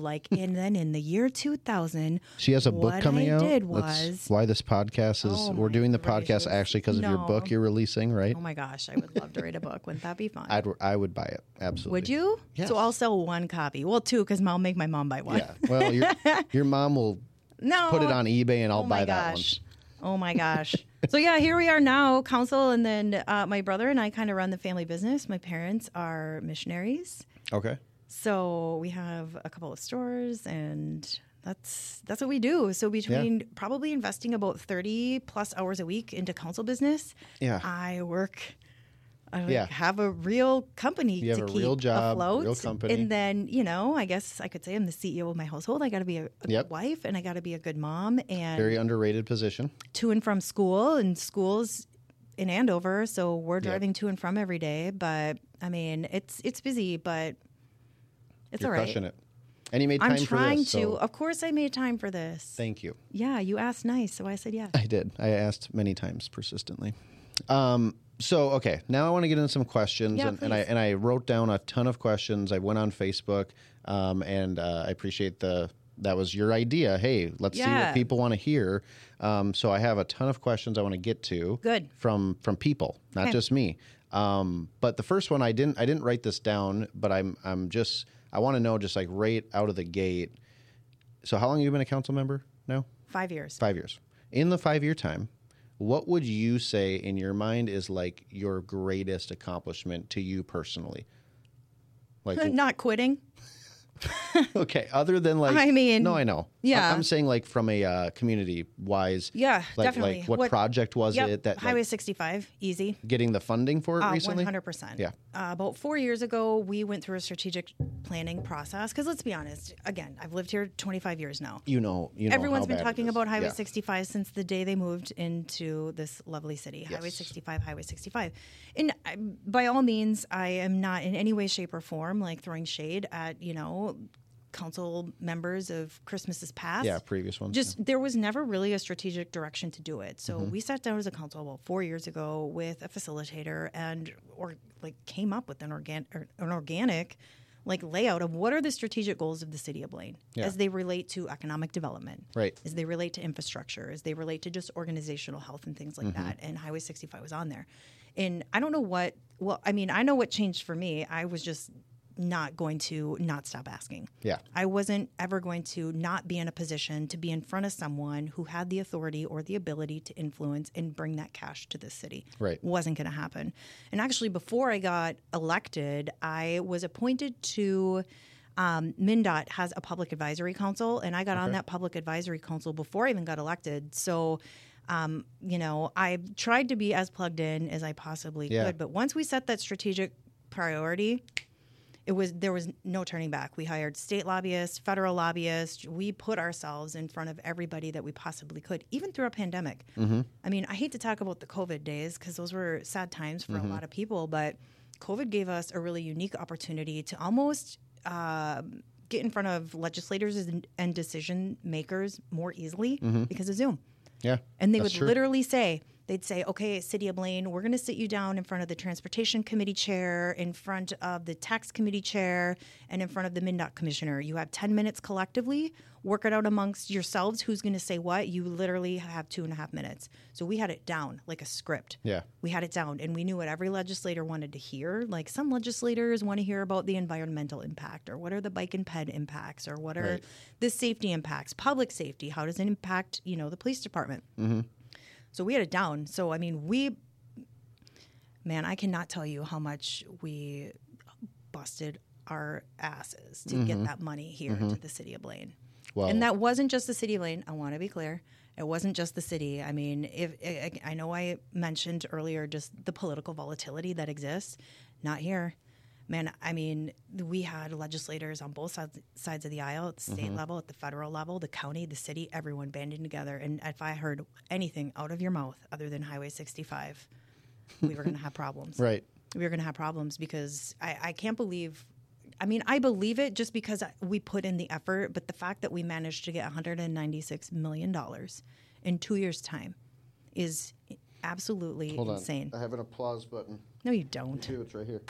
Speaker 2: like. and then in the year 2000,
Speaker 1: she has a book
Speaker 2: what
Speaker 1: coming
Speaker 2: I
Speaker 1: out.
Speaker 2: did
Speaker 1: That's
Speaker 2: was-
Speaker 1: why this podcast is
Speaker 2: Oh
Speaker 1: we're
Speaker 2: my
Speaker 1: doing the
Speaker 2: gracious.
Speaker 1: podcast actually because of your
Speaker 2: No.
Speaker 1: book you're releasing, right?
Speaker 2: oh my gosh, I would love to read a book. Wouldn't that be fun?
Speaker 1: I'd I would buy it. Absolutely.
Speaker 2: Would you?
Speaker 1: Yes.
Speaker 2: So I'll sell one copy. Well, two, because I'll make my mom buy one.
Speaker 1: Yeah. Well, your your mom will
Speaker 2: No.
Speaker 1: Put it on eBay and I'll
Speaker 2: oh
Speaker 1: buy
Speaker 2: my
Speaker 1: that one.
Speaker 2: gosh. Oh my gosh. so yeah, here we are now, council, and then uh, my brother and I kind of run the family business. My parents are missionaries,
Speaker 1: Okay.
Speaker 2: so we have a couple of stores, and that's that's what we do. So between probably investing about thirty plus hours a week into council business,
Speaker 1: Yeah.
Speaker 2: I work. I like,
Speaker 1: Yeah.
Speaker 2: have a real company
Speaker 1: You have
Speaker 2: to
Speaker 1: a
Speaker 2: keep
Speaker 1: real job,
Speaker 2: afloat.
Speaker 1: real company.
Speaker 2: And then, you know, I guess I could say I'm the CEO of my household. I got to be a, a
Speaker 1: Yep.
Speaker 2: good wife and I got to be a good mom and
Speaker 1: Very underrated position.
Speaker 2: to and from school, and school's in Andover, so we're driving to and from every day. But I mean, it's it's busy, but it's
Speaker 1: You're
Speaker 2: all right.
Speaker 1: crushing it. And you made time
Speaker 2: I'm trying
Speaker 1: for this.
Speaker 2: to. uh,
Speaker 1: so
Speaker 2: Of course, I made time for this.
Speaker 1: thank you.
Speaker 2: yeah, you asked nice, so I said yeah.
Speaker 1: I did. I asked many times persistently. Um, so okay, now I want to get into some questions,
Speaker 2: Yeah,
Speaker 1: and, and I
Speaker 2: please.
Speaker 1: and I wrote down a ton of questions. I went on Facebook, um, and uh, I appreciate the that was your idea. Hey, let's see
Speaker 2: Yeah.
Speaker 1: what people want to hear. Um, so I have a ton of questions I want to get to.
Speaker 2: Good.
Speaker 1: from from people, not
Speaker 2: Okay.
Speaker 1: just me. Um, but the first one I didn't I didn't write this down, but I'm I'm just I want to know just like right out of the gate. So how long have you been a council member now?
Speaker 2: Five years.
Speaker 1: Five years. In the five year time, what would you say in your mind is like your greatest accomplishment to you personally? Like,
Speaker 2: Not quitting.
Speaker 1: okay, other than like,
Speaker 2: I mean,
Speaker 1: no, I know.
Speaker 2: yeah.
Speaker 1: I- I'm saying like from a uh, community wise,
Speaker 2: Yeah,
Speaker 1: like,
Speaker 2: definitely.
Speaker 1: like what, project was it that like,
Speaker 2: Highway 65, easy. Uh,
Speaker 1: getting the funding for it recently?
Speaker 2: One hundred percent. Uh,
Speaker 1: Yeah.
Speaker 2: about four years ago, we went through a strategic planning process. Because let's be honest, again, I've lived here twenty five years now.
Speaker 1: You know, you know,
Speaker 2: Everyone's
Speaker 1: how
Speaker 2: been
Speaker 1: bad it
Speaker 2: talking
Speaker 1: is.
Speaker 2: about Highway
Speaker 1: Yeah.
Speaker 2: 65 since the day they moved into this lovely city. Highway
Speaker 1: Yes.
Speaker 2: 65, Highway 65. And I, by all means, I am not in any way, shape, or form like throwing shade at, you know, council members of Christmases past.
Speaker 1: Yeah, previous ones.
Speaker 2: Just there was never really a strategic direction to do it.
Speaker 1: Mm-hmm.
Speaker 2: So we sat down as a council about four years ago with a facilitator and or like came up with an organic or an organic like layout of what are the strategic goals of the city of Blaine
Speaker 1: Yeah.
Speaker 2: as they relate to economic development,
Speaker 1: Right.
Speaker 2: As they relate to infrastructure, as they relate to just organizational health and things
Speaker 1: Mm-hmm.
Speaker 2: like that. And Highway 65 was on there, and I don't know what. Well, I mean, I know what changed for me. I was just not going to not stop asking.
Speaker 1: yeah.
Speaker 2: I wasn't ever going to not be in a position to be in front of someone who had the authority or the ability to influence and bring that cash to the city.
Speaker 1: Right.
Speaker 2: Wasn't going to happen. And actually, before I got elected, I was appointed to. Um, MnDOT has a public advisory council, and I got on that public advisory council before I even got elected. So, um, you know, I tried to be as plugged in as I possibly
Speaker 1: Yeah.
Speaker 2: could. But once we set that strategic priority, it was there was no turning back. We hired state lobbyists, federal lobbyists. We put ourselves in front of everybody that we possibly could, even through a pandemic. I mean, I hate to talk about the COVID days because those were sad times for a lot of people, but COVID gave us a really unique opportunity to almost um get in front of legislators and, and decision makers more easily because of Zoom.
Speaker 1: Yeah.
Speaker 2: And they
Speaker 1: That's
Speaker 2: would
Speaker 1: true.
Speaker 2: literally say, they'd say, okay, City of Blaine, we're going to sit you down in front of the Transportation Committee Chair, in front of the Tax Committee Chair, and in front of the MnDOT Commissioner. You have 10 minutes collectively. Work it out amongst yourselves who's going to say what. You literally have two and a half minutes. So we had it down like a script
Speaker 1: Yeah.
Speaker 2: we had it down and we knew what every legislator wanted to hear like some legislators want to hear about the environmental impact or what are the bike and ped impacts or what are
Speaker 1: Right.
Speaker 2: the safety impacts public safety how does it impact you know the police department so we had it down so i mean we man i cannot tell you how much we busted our asses to get that money here to the city of blaine
Speaker 1: Well,
Speaker 2: and that wasn't just the city of Lane. I want to be clear. It wasn't just the city. I mean, if I, I know I mentioned earlier just the political volatility that exists, not here. Man, I mean, we had legislators on both sides, sides of the aisle, at the state level, at the federal level, the county, the city, everyone banding together. And if I heard anything out of your mouth other than Highway 65, we were going to have problems
Speaker 1: right.
Speaker 2: we were going to have problems because I, I can't believe. I mean, I believe it just because we put in the effort, but the fact that we managed to get $196 million in two years' time is absolutely insane.
Speaker 1: I have an applause button.
Speaker 2: No, you don't.
Speaker 1: It's right here.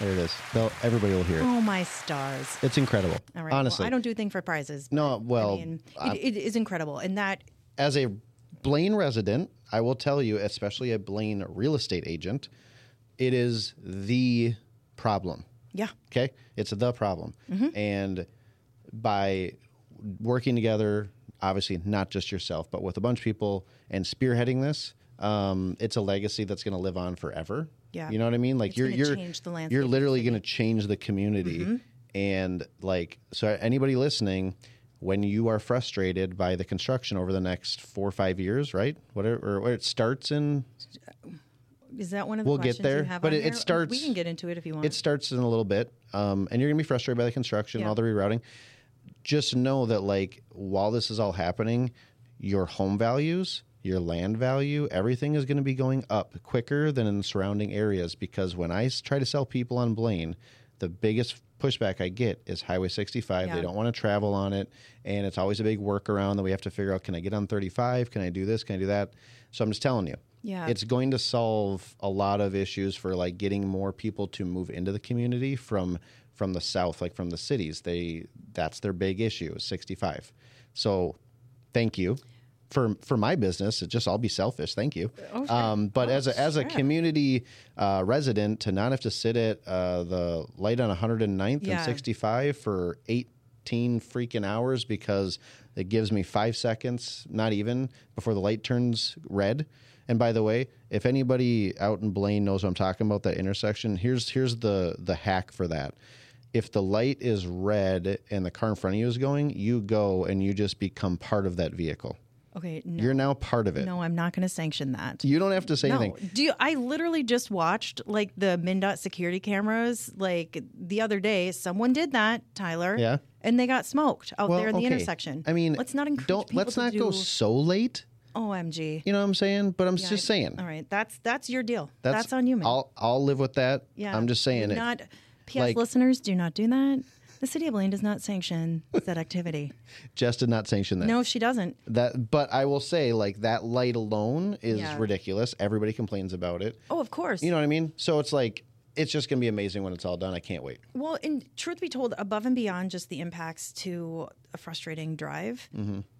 Speaker 1: There it is. They'll, everybody will hear it.
Speaker 2: Oh, my stars.
Speaker 1: It's incredible.
Speaker 2: All right. well,
Speaker 1: Honestly.
Speaker 2: I don't do thing for prizes.
Speaker 1: no, well,
Speaker 2: and it, it is incredible. And that,
Speaker 1: as a Blaine resident, I will tell you, especially a Blaine real estate agent, it is the problem.
Speaker 2: yeah. Mm-hmm.
Speaker 1: Okay? It's the problem. And by working together, obviously not just yourself, but with a bunch of people and spearheading this, um, it's a legacy that's going to live on forever.
Speaker 2: Yeah.
Speaker 1: you know what I mean. Like
Speaker 2: It's
Speaker 1: you're
Speaker 2: gonna
Speaker 1: you're
Speaker 2: change the Mm-hmm. landscape
Speaker 1: you're
Speaker 2: of
Speaker 1: literally going to change the community. And like, so anybody listening, when you are frustrated by the construction over the next four or five years, right? Whatever, or, or it starts in
Speaker 2: Is that one of the
Speaker 1: We'll get
Speaker 2: questions
Speaker 1: there,
Speaker 2: you have?
Speaker 1: but
Speaker 2: on
Speaker 1: it- it
Speaker 2: there?
Speaker 1: starts-
Speaker 2: We can get into it if you want.
Speaker 1: it starts in a little bit, um, and you're gonna be frustrated by the construction,
Speaker 2: Yeah.
Speaker 1: all the rerouting. Just know that, like, while this is all happening, your home values, your land value, everything is gonna be going up quicker than in the surrounding areas. Because when I s- try to sell people on Blaine, the biggest pushback I get is Highway 65. They
Speaker 2: Yeah.
Speaker 1: don't want to travel on it, and it's always a big workaround that we have to figure out: Can I get on 35? Can I do this? Can I do that? So I'm just telling you,
Speaker 2: Yeah.
Speaker 1: it's going to solve a lot of issues for like getting more people to move into the community from from the south like from the cities they that's their big issue is 65 so thank you for for my business it just i'll be selfish thank you
Speaker 2: Oh, sure.
Speaker 1: um, but
Speaker 2: Oh,
Speaker 1: as a as a
Speaker 2: sure.
Speaker 1: community uh, resident to not have to sit at uh, the light on 109th and
Speaker 2: Yeah.
Speaker 1: 65 for 18 freaking hours because it gives me five seconds, not even, before the light turns red. And by the way, if anybody out in Blaine knows what I'm talking about, that intersection, here's here's the the hack for that. If the light is red and the car in front of you is going, you go and you just become part of that vehicle.
Speaker 2: okay, no,
Speaker 1: You're now part of it.
Speaker 2: no, I'm not going to sanction that.
Speaker 1: You don't have to say anything.
Speaker 2: No, do you, I literally just watched like the MnDOT security cameras like the other day? Someone did that, Tyler.
Speaker 1: Yeah.
Speaker 2: and they got smoked out there in the
Speaker 1: okay.
Speaker 2: intersection.
Speaker 1: I mean,
Speaker 2: let's not encourage
Speaker 1: Don't
Speaker 2: people
Speaker 1: let's
Speaker 2: to
Speaker 1: not
Speaker 2: do,
Speaker 1: go so late.
Speaker 2: Omg.
Speaker 1: You know what I'm saying? But I'm just saying
Speaker 2: All right, that's that's your deal. That's, on you, man.
Speaker 1: I'll I'll live with that.
Speaker 2: yeah,
Speaker 1: I'm just saying
Speaker 2: Do
Speaker 1: it.
Speaker 2: Not PS
Speaker 1: like-
Speaker 2: listeners, do not do that. The city of Blaine does not sanction that activity.
Speaker 1: Jess did not sanction that.
Speaker 2: No, she doesn't.
Speaker 1: That, but I will say, like that light alone is
Speaker 2: Yeah.
Speaker 1: ridiculous. Everybody complains about it.
Speaker 2: Oh, of course.
Speaker 1: You know what I mean? So it's like it's just gonna be amazing when it's all done. I can't wait.
Speaker 2: Well, and truth be told, above and beyond just the impacts to a frustrating drive,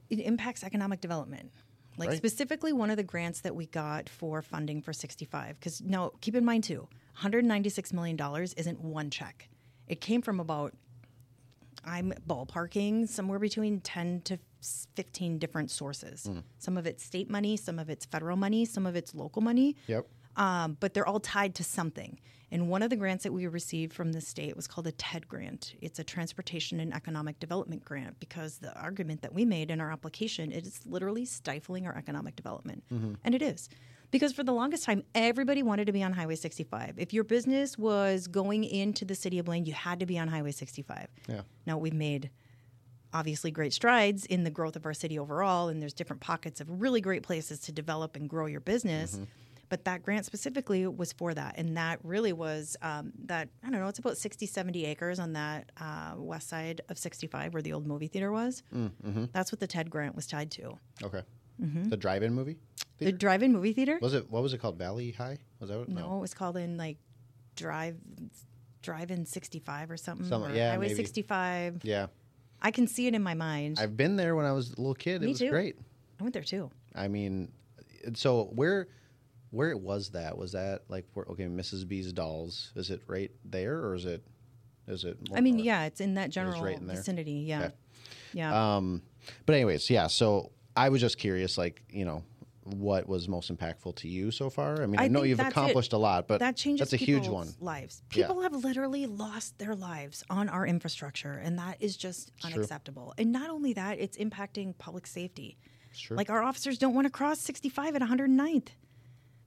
Speaker 2: it impacts economic development. Like
Speaker 1: Right.
Speaker 2: specifically one of the grants that we got for funding for 65. Because now keep in mind too, $196 million isn't one check. It came from about, I'm ballparking somewhere between 10 to 15 different sources. Some of it's state money, some of it's federal money, some of it's local money
Speaker 1: Yep.
Speaker 2: um, but they're all tied to something. And one of the grants that we received from the state was called a TED grant. It's a Transportation and Economic Development grant because the argument that we made in our application it is literally stifling our economic development, and it is. Because for the longest time, everybody wanted to be on Highway 65. If your business was going into the city of Blaine, you had to be on Highway 65.
Speaker 1: Yeah.
Speaker 2: Now we've made obviously great strides in the growth of our city overall and there's different pockets of really great places to develop and grow your business but that grant specifically was for that and that really was um, that i don't know it's about 60 70 acres on that uh, west side of 65 where the old movie theater was that's what the ted grant was tied to
Speaker 1: Okay. The drive-in movie
Speaker 2: Mm-hmm. the drive-in movie theater
Speaker 1: was it? What was it called? Valley High? Was that what?
Speaker 2: no it was called in like drive drive-in 65 or something
Speaker 1: Some-
Speaker 2: or
Speaker 1: yeah,
Speaker 2: highway
Speaker 1: maybe.
Speaker 2: 65
Speaker 1: Yeah,
Speaker 2: i can see it in my mind i,
Speaker 1: I've been there when I was a little kid. It
Speaker 2: Me
Speaker 1: was
Speaker 2: too.
Speaker 1: great.
Speaker 2: went there too
Speaker 1: I mean, so where where was that? Was that like where, okay, Mrs. B's dolls? Is it right there, or is it is uh, it? More
Speaker 2: i mean
Speaker 1: north?
Speaker 2: yeah it's in that general
Speaker 1: right in there.
Speaker 2: vicinity yeah
Speaker 1: Yeah.
Speaker 2: yeah
Speaker 1: Um, but anyways, yeah. So I was just curious, like you know, what was most impactful to you so far? I mean, I,
Speaker 2: I
Speaker 1: know
Speaker 2: think
Speaker 1: you've
Speaker 2: that's it.
Speaker 1: accomplished a lot, but
Speaker 2: that changes
Speaker 1: that's a huge one.
Speaker 2: people's lives.
Speaker 1: Yeah.
Speaker 2: People have literally lost their lives on our infrastructure, and that is just unacceptable. And not only that, it's impacting public safety.
Speaker 1: Sure.
Speaker 2: Like our officers don't want to cross 65 at 109th.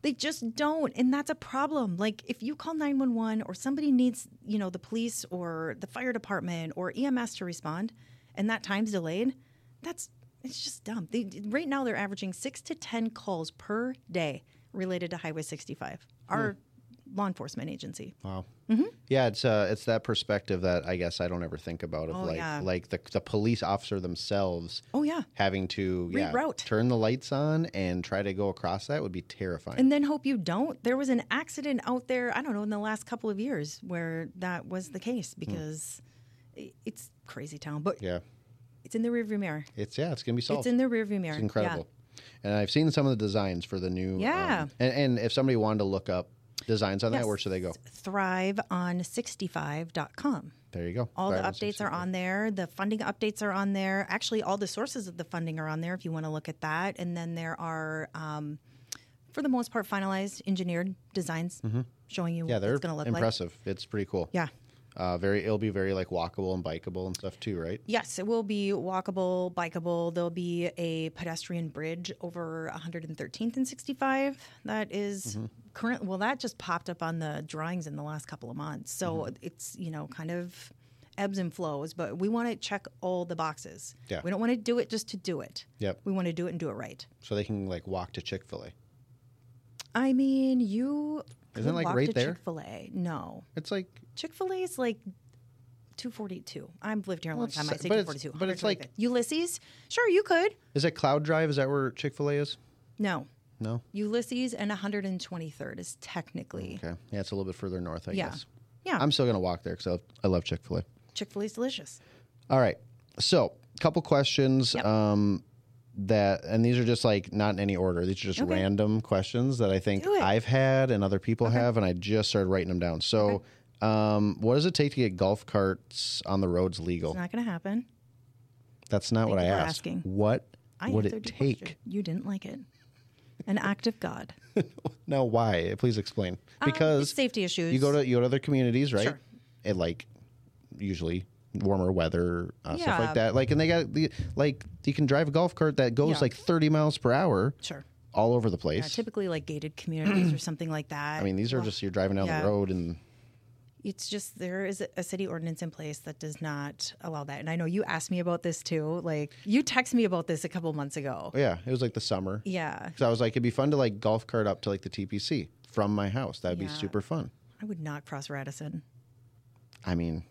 Speaker 2: They just don't, and that's a problem. Like if you call 911 or somebody needs, you know, the police or the fire department or EMS to respond, and that time's delayed, that's it's just dumb. They, right now they're averaging 6 to 10 calls per day related to Highway 65. Our law enforcement agency.
Speaker 1: Wow.
Speaker 2: Mm-hmm.
Speaker 1: Yeah, it's uh, it's that perspective that I guess I don't ever think about of
Speaker 2: Oh,
Speaker 1: like
Speaker 2: yeah.
Speaker 1: like the the police officer themselves
Speaker 2: Oh yeah.
Speaker 1: having to yeah,
Speaker 2: Reroute.
Speaker 1: turn the lights on and try to go across that would be terrifying.
Speaker 2: And then hope you don't. There was an accident out there, I don't know, in the last couple of years where that was the case because i- it's crazy town, but
Speaker 1: yeah,
Speaker 2: it's in the rearview mirror.
Speaker 1: it's yeah, it's gonna be solved.
Speaker 2: It's in the rearview mirror.
Speaker 1: It's incredible. And I've seen some of the designs for the new. um,
Speaker 2: Yeah.
Speaker 1: and, and if somebody wanted to look up designs on that?
Speaker 2: Yes.
Speaker 1: Where should they go?
Speaker 2: thriveon65.com.
Speaker 1: There you go.
Speaker 2: All
Speaker 1: Thrive on
Speaker 2: the updates are
Speaker 1: 65.
Speaker 2: on there. The funding updates are on there. Actually, all the sources of the funding are on there if you want to look at that. And then there are, um, for the most part, finalized engineered designs showing you
Speaker 1: Mm-hmm. Yeah,
Speaker 2: what
Speaker 1: they're
Speaker 2: it's going to look like.
Speaker 1: impressive. It's pretty cool.
Speaker 2: Yeah.
Speaker 1: Uh, very. It'll be very like walkable and bikeable and stuff too, right?
Speaker 2: Yes, it will be walkable, bikeable. There'll be a pedestrian bridge over 113th and 65. That is
Speaker 1: Mm-hmm.
Speaker 2: current. Well, that just popped up on the drawings in the last couple of months. So
Speaker 1: Mm-hmm.
Speaker 2: it's you know kind of ebbs and flows, but we want to check all the boxes.
Speaker 1: Yeah.
Speaker 2: We don't want to do it just to do it.
Speaker 1: Yep.
Speaker 2: We want to do it and do it right.
Speaker 1: So they can like walk to Chick Fil A.
Speaker 2: I mean, you
Speaker 1: Isn't it, like, right there?
Speaker 2: Chick Fil A? No,
Speaker 1: It's like,
Speaker 2: Chick Fil A is like. 242. I've lived here a long
Speaker 1: it's-
Speaker 2: time. I say
Speaker 1: but it's-
Speaker 2: 242.
Speaker 1: but it's like-
Speaker 2: 125th. Ulysses. Sure, you could.
Speaker 1: is it Cloud Drive? Is that where Chick Fil A is?
Speaker 2: No.
Speaker 1: No.
Speaker 2: Ulysses and 123rd is technically.
Speaker 1: Okay. Yeah, it's a little bit further north, I
Speaker 2: Yeah.
Speaker 1: guess.
Speaker 2: Yeah.
Speaker 1: I'm still gonna walk there because I love Chick Fil A.
Speaker 2: Chick fil A's delicious.
Speaker 1: All right. So, couple questions.
Speaker 2: Yep.
Speaker 1: Um, that and these are just like not in any order. These are just
Speaker 2: Okay.
Speaker 1: random questions that I think
Speaker 2: Do it.
Speaker 1: I've had and other people have, and I just started writing them down. So, um, what does it take to get golf carts on the roads legal?
Speaker 2: It's not going to happen.
Speaker 1: That's not what I
Speaker 2: you for
Speaker 1: asked.
Speaker 2: asking.
Speaker 1: What
Speaker 2: I
Speaker 1: would
Speaker 2: answered
Speaker 1: it
Speaker 2: your
Speaker 1: take?
Speaker 2: question. You didn't like it. An act of God.
Speaker 1: Now, why? Please explain.
Speaker 2: Um,
Speaker 1: Because
Speaker 2: safety issues.
Speaker 1: you go to you go to other communities, right?
Speaker 2: Sure.
Speaker 1: And like usually warmer weather uh, stuff
Speaker 2: Yeah.
Speaker 1: like that. Like, and they got the like you can drive a golf cart that goes
Speaker 2: Yeah.
Speaker 1: like 30 miles per hour
Speaker 2: Sure.
Speaker 1: all over the
Speaker 2: Uh,
Speaker 1: place.
Speaker 2: typically, like gated communities or something like that.
Speaker 1: I mean, these are just you're driving down
Speaker 2: yeah.
Speaker 1: the road and
Speaker 2: It's just there is a city ordinance in place that does not allow that. And I know you asked me about this too. Like, you texted me about this a couple months ago.
Speaker 1: oh, yeah, it was like the summer.
Speaker 2: Yeah.
Speaker 1: So I was like, it'd be fun to like golf cart up to like the TPC from my house. That'd be
Speaker 2: Yeah.
Speaker 1: super fun.
Speaker 2: I would not cross Radisson.
Speaker 1: I mean,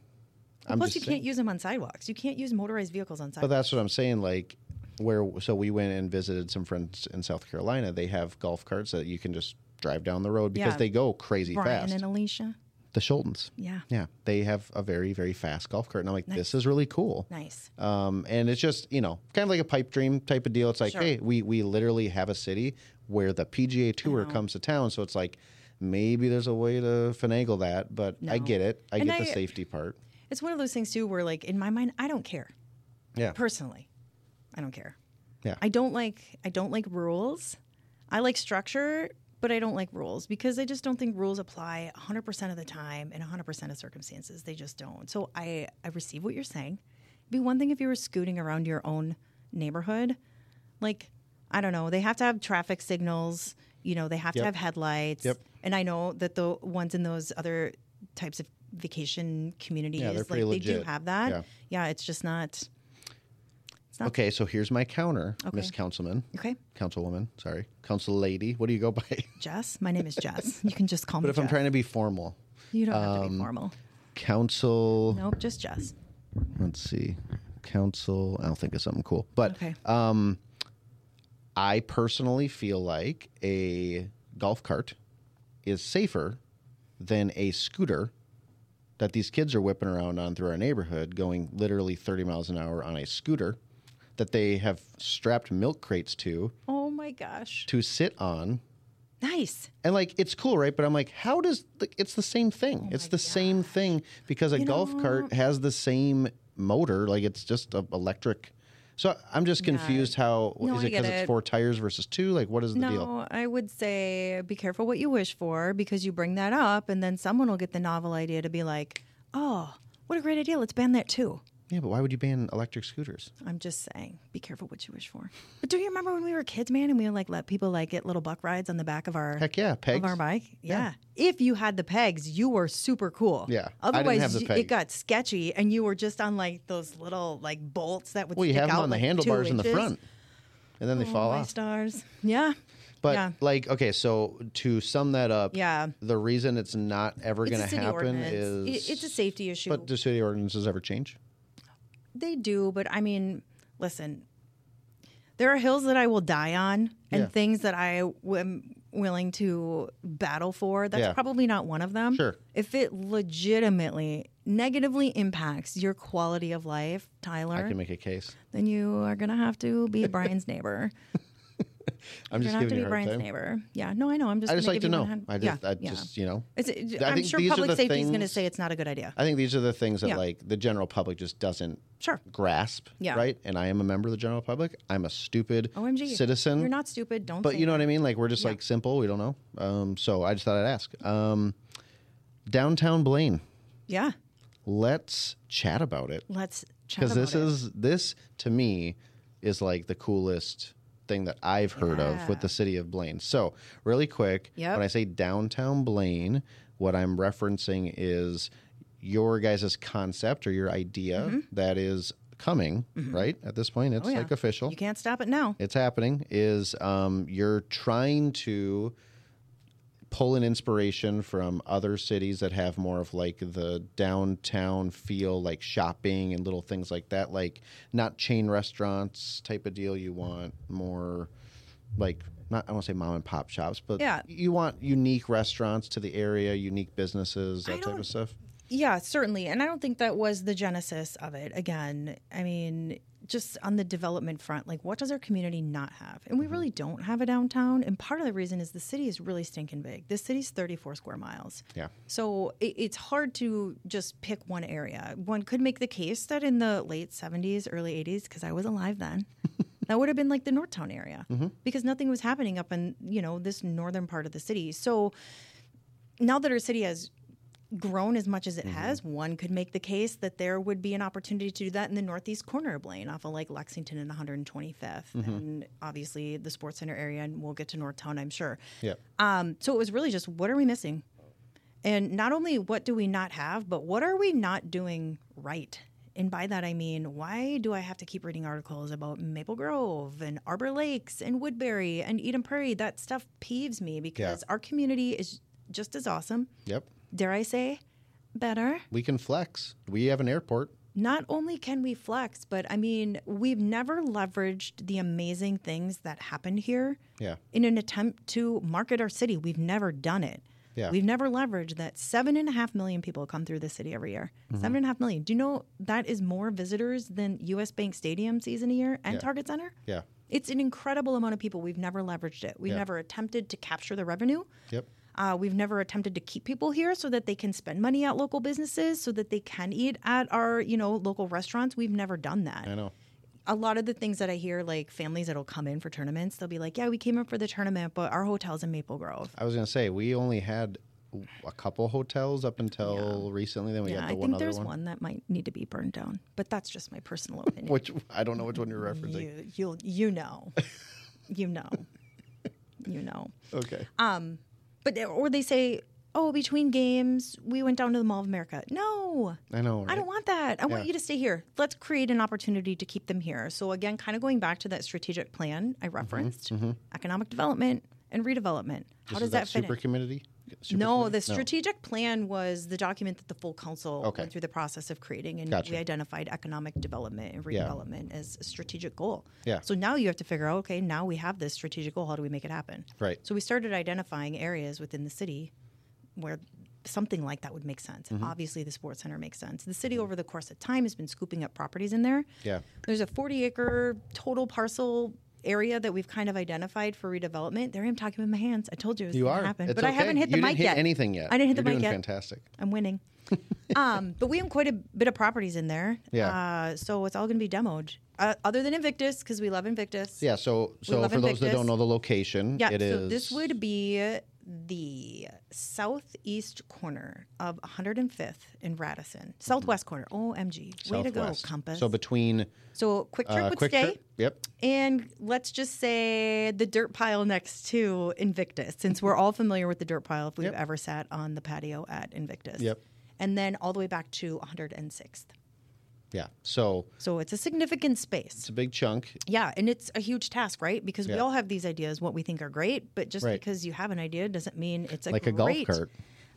Speaker 1: I'm
Speaker 2: Plus,
Speaker 1: just
Speaker 2: you
Speaker 1: saying-
Speaker 2: can't use them on sidewalks. You can't use motorized vehicles on
Speaker 1: But
Speaker 2: sidewalks.
Speaker 1: that's what I'm saying. Like, where so we went and visited some friends in South Carolina. They have golf carts that you can just drive down the road because
Speaker 2: Yeah.
Speaker 1: they go crazy
Speaker 2: Brian
Speaker 1: fast.
Speaker 2: and Alicia.
Speaker 1: the Schultons,
Speaker 2: Yeah.
Speaker 1: yeah, they have a very very fast golf cart, and I'm like, this is really cool.
Speaker 2: Nice.
Speaker 1: Um, and it's just you know kind of like a pipe dream type of deal. It's like,
Speaker 2: Sure.
Speaker 1: hey, we we literally have a city where the PGA Tour comes to town, so it's like maybe there's a way to finagle that. But I
Speaker 2: No.
Speaker 1: get it. I
Speaker 2: And
Speaker 1: get the
Speaker 2: I-
Speaker 1: safety part.
Speaker 2: It's one of those things too where like in my mind I don't care.
Speaker 1: Yeah.
Speaker 2: Personally. I don't care.
Speaker 1: Yeah.
Speaker 2: I don't like I don't like rules. I like structure, but I don't like rules because I just don't think rules apply 100% of the time in 100% of circumstances. They just don't. So I I receive what you're saying. It'd be one thing if you were scooting around your own neighborhood. Like I don't know, they have to have traffic signals, you know, they have
Speaker 1: Yep.
Speaker 2: to have headlights.
Speaker 1: Yep.
Speaker 2: And I know that the ones in those other types of vacation communities
Speaker 1: they're
Speaker 2: like
Speaker 1: pretty
Speaker 2: they do
Speaker 1: legit.
Speaker 2: have that.
Speaker 1: Yeah.
Speaker 2: Yeah. it's just not
Speaker 1: Okay, so here's my counter,
Speaker 2: Okay.
Speaker 1: Miss Councilman.
Speaker 2: okay.
Speaker 1: councilwoman, sorry, council lady. What do you go by?
Speaker 2: Jess, my name is Jess. You can just call me.
Speaker 1: but if I'm Um,
Speaker 2: Jess.
Speaker 1: trying to be formal,
Speaker 2: you don't have to be formal.
Speaker 1: council.
Speaker 2: Nope, just Jess.
Speaker 1: Let's see, council. I'll think of something cool. But
Speaker 2: Okay.
Speaker 1: um, I personally feel like a golf cart is safer than a scooter that these kids are whipping around on through our neighborhood, going literally 30 miles an hour on a scooter that they have strapped milk crates to
Speaker 2: Oh my gosh,
Speaker 1: to sit on
Speaker 2: nice.
Speaker 1: And like it's cool, right? But I'm like, how does the, it's the same thing?
Speaker 2: Oh
Speaker 1: it's the same thing because a golf cart has the same motor. Like it's just a electric. So I'm just confused. How is
Speaker 2: No, I
Speaker 1: it
Speaker 2: get
Speaker 1: because it's
Speaker 2: it.
Speaker 1: four tires versus two? Like what is the
Speaker 2: no,
Speaker 1: deal?
Speaker 2: I would say be careful what you wish for because you bring that up, and then someone will get the novel idea to be like, "Oh, what a great idea! Let's ban that too."
Speaker 1: Yeah, but why would you ban electric scooters?
Speaker 2: I'm just saying, be careful what you wish for. But do you remember when we were kids, man, and we would like let people like get little buck rides on the back of our
Speaker 1: Heck yeah, pegs.
Speaker 2: of our bike? Yeah. If you had the pegs, you were super cool.
Speaker 1: Yeah. I didn't
Speaker 2: Otherwise,
Speaker 1: have the
Speaker 2: you-
Speaker 1: peg.
Speaker 2: it got sketchy, and you were just on like those little like bolts that would.
Speaker 1: Well, you
Speaker 2: stick
Speaker 1: have them
Speaker 2: out,
Speaker 1: on the
Speaker 2: like, two
Speaker 1: handlebars in the
Speaker 2: inches.
Speaker 1: front, and then they
Speaker 2: Oh,
Speaker 1: fall
Speaker 2: my
Speaker 1: off.
Speaker 2: stars. Yeah.
Speaker 1: But
Speaker 2: yeah.
Speaker 1: like, okay, so to sum that up,
Speaker 2: Yeah.
Speaker 1: the reason it's not ever
Speaker 2: It's
Speaker 1: going
Speaker 2: a
Speaker 1: to
Speaker 2: city
Speaker 1: happen
Speaker 2: ordinance.
Speaker 1: is
Speaker 2: It- it's a safety issue.
Speaker 1: But do city ordinances ever change?
Speaker 2: They do, but I mean, listen, there are hills that I will die on and
Speaker 1: Yeah.
Speaker 2: things that I w- am willing to battle for. That's
Speaker 1: Yeah.
Speaker 2: probably not one of them.
Speaker 1: Sure.
Speaker 2: If it legitimately negatively impacts your quality of life,
Speaker 1: I
Speaker 2: Tyler,
Speaker 1: can make a case.
Speaker 2: then you are going to have to be Brian's neighbor.
Speaker 1: I'm
Speaker 2: You're
Speaker 1: just
Speaker 2: not to
Speaker 1: giving
Speaker 2: be
Speaker 1: you a hard
Speaker 2: Brian's
Speaker 1: time.
Speaker 2: neighbor. Yeah. No, I know. I'm just.
Speaker 1: I just
Speaker 2: gonna
Speaker 1: like
Speaker 2: give
Speaker 1: to
Speaker 2: you
Speaker 1: know.
Speaker 2: 100
Speaker 1: I just,
Speaker 2: yeah,
Speaker 1: I
Speaker 2: yeah.
Speaker 1: just, you know,
Speaker 2: It's, it,
Speaker 1: I
Speaker 2: I'm
Speaker 1: think
Speaker 2: sure
Speaker 1: these are
Speaker 2: public
Speaker 1: the
Speaker 2: safety is going to
Speaker 1: things-
Speaker 2: say it's not a good idea.
Speaker 1: I think these are the things that
Speaker 2: Yeah.
Speaker 1: like the general public just doesn't
Speaker 2: Sure.
Speaker 1: grasp.
Speaker 2: Yeah.
Speaker 1: Right. And I am a member of the general public. I'm a stupid
Speaker 2: OMG.
Speaker 1: citizen.
Speaker 2: You're not stupid. Don't.
Speaker 1: But
Speaker 2: say
Speaker 1: you know
Speaker 2: it.
Speaker 1: what I mean? Like we're just like simple. We don't know. Um, so I just thought I'd ask. Um, downtown Blaine.
Speaker 2: Yeah.
Speaker 1: Let's chat about it
Speaker 2: Let's. chat
Speaker 1: because this
Speaker 2: about it.
Speaker 1: is this to me is like the coolest thing that I've heard of with
Speaker 2: Yeah.
Speaker 1: the city of Blaine. So really quick,
Speaker 2: Yep.
Speaker 1: when I say downtown Blaine, what I'm referencing is your guys' concept or your idea that is coming right at this point. It's
Speaker 2: Mm-hmm. Oh, yeah.
Speaker 1: like official
Speaker 2: You can't stop it now.
Speaker 1: it's happening is um, you're trying to pull an inspiration from other cities that have more of like the downtown feel like shopping and little things like that like not chain restaurants type of deal you want more like not i don't want to say mom and pop shops but
Speaker 2: Yeah.
Speaker 1: you want unique restaurants to the area unique businesses
Speaker 2: I
Speaker 1: that type
Speaker 2: don't-
Speaker 1: of stuff
Speaker 2: Yeah, certainly. And I don't think that was the genesis of it. Again, I mean, just on the development front, like what does our community not have? And we really don't have a downtown. And part of the reason is the city is really stinking big. This city's 34 square miles.
Speaker 1: yeah
Speaker 2: So it, it's hard to just pick one area. One could make the case that in the late 70s, early 80s, because I was alive then, that would have been like the Northtown area because nothing was happening up in, you know, this northern part of the city. So now that our city has grown as much as it has, one could make the case that there would be an opportunity to do that in the northeast corner of Blaine off of like Lexington and 125th. And obviously the Sports Center area, and we'll get to Northtown, I'm sure.
Speaker 1: yeah
Speaker 2: Um, so it was really just what are we missing? And not only what do we not have, but what are we not doing right? And by that I mean, why do I have to keep reading articles about Maple Grove and Arbor Lakes and Woodbury and Eden Prairie? That stuff peeves me because our community is just as awesome,
Speaker 1: yep
Speaker 2: dare I say, better
Speaker 1: we can flex we have an airport
Speaker 2: not only can we flex, but I mean, we've never leveraged the amazing things that happen here
Speaker 1: yeah
Speaker 2: in an attempt to market our city. We've never done it.
Speaker 1: Yeah.
Speaker 2: We've never leveraged that seven and a half million people come through the city every year.
Speaker 1: Mm-hmm.
Speaker 2: Seven and a half million. Do you know that is more visitors than US Bank Stadium season a year and Target Center?
Speaker 1: yeah
Speaker 2: It's an incredible amount of people. We've never leveraged it. We've
Speaker 1: Yeah.
Speaker 2: never attempted to capture the revenue.
Speaker 1: yep
Speaker 2: Uh, we've never attempted to keep people here so that they can spend money at local businesses, so that they can eat at our, you know, local restaurants. We've never done that.
Speaker 1: i know
Speaker 2: A lot of the things that I hear, like families that'll come in for tournaments, they'll be like, "Yeah, we came in for the tournament, but our hotel's in Maple Grove."
Speaker 1: I was gonna say we only had a couple hotels up until recently. Then we
Speaker 2: yeah,
Speaker 1: had
Speaker 2: I
Speaker 1: the
Speaker 2: think
Speaker 1: one other
Speaker 2: there's
Speaker 1: one,
Speaker 2: one. that might need to be burned down, but that's just my personal opinion.
Speaker 1: which I don't know which one you're referencing.
Speaker 2: you, you'll, you know, you know, you know.
Speaker 1: Okay,
Speaker 2: Um, But they- or they say, "Oh, between games, we went down to the Mall of America." No,
Speaker 1: I know. Right?
Speaker 2: I don't want that. I want
Speaker 1: Yeah.
Speaker 2: you to stay here. Let's create an opportunity to keep them here. So, again, kind of going back to that strategic plan
Speaker 1: Mm-hmm.
Speaker 2: I referenced economic development and redevelopment.
Speaker 1: This
Speaker 2: How does
Speaker 1: is
Speaker 2: that, fit
Speaker 1: super
Speaker 2: in?
Speaker 1: community? Super
Speaker 2: No,
Speaker 1: community?
Speaker 2: the strategic plan was the document that the full council
Speaker 1: Okay.
Speaker 2: went through the process of creating, and
Speaker 1: Gotcha.
Speaker 2: we identified economic development and
Speaker 1: Yeah.
Speaker 2: redevelopment as a strategic goal.
Speaker 1: Yeah.
Speaker 2: So now you have to figure out, okay, now we have this strategic goal. How do we make it happen?
Speaker 1: Right.
Speaker 2: So we started identifying areas within the city where something like that would make sense.
Speaker 1: Mm-hmm.
Speaker 2: Obviously, the sports center makes sense. The city, over the course of time, has been scooping up properties in there.
Speaker 1: Yeah.
Speaker 2: There's a 40 acre total parcel area that we've kind of identified for redevelopment. There I am talking with my hands. I told you it was
Speaker 1: You
Speaker 2: gonna
Speaker 1: are,
Speaker 2: happen,
Speaker 1: It's
Speaker 2: but I
Speaker 1: okay.
Speaker 2: haven't hit the
Speaker 1: you
Speaker 2: mic
Speaker 1: didn't hit
Speaker 2: yet.
Speaker 1: Anything yet?
Speaker 2: I didn't hit the
Speaker 1: You're
Speaker 2: mic
Speaker 1: doing
Speaker 2: yet.
Speaker 1: Fantastic.
Speaker 2: I'm winning. um, but we have quite a bit of properties in there.
Speaker 1: Yeah.
Speaker 2: Uh, so it's all going to be demoed. Uh, other than Invictus, because we love Invictus.
Speaker 1: Yeah. So, so
Speaker 2: love
Speaker 1: for those that
Speaker 2: Invictus.
Speaker 1: don't know the location,
Speaker 2: Yeah,
Speaker 1: it
Speaker 2: so
Speaker 1: is
Speaker 2: this would be the southeast corner of 105th in Radisson. Southwest corner. OMG. Way to go,
Speaker 1: Southwest.
Speaker 2: Compass.
Speaker 1: So between
Speaker 2: So Quick Trip
Speaker 1: uh,
Speaker 2: would
Speaker 1: Quick
Speaker 2: stay.
Speaker 1: Trip- Yep.
Speaker 2: And let's just say the dirt pile next to Invictus, since we're all familiar with the dirt pile if we've
Speaker 1: Yep.
Speaker 2: ever sat on the patio at Invictus.
Speaker 1: Yep.
Speaker 2: And then all the way back to 106th.
Speaker 1: Yeah. So
Speaker 2: So it's a significant space.
Speaker 1: it's a big chunk.
Speaker 2: Yeah, and it's a huge task, right? Because we
Speaker 1: Yeah.
Speaker 2: all have these ideas, what we think are great, but just
Speaker 1: Right.
Speaker 2: because you have an idea doesn't mean it's a
Speaker 1: Like a golf
Speaker 2: great
Speaker 1: cart.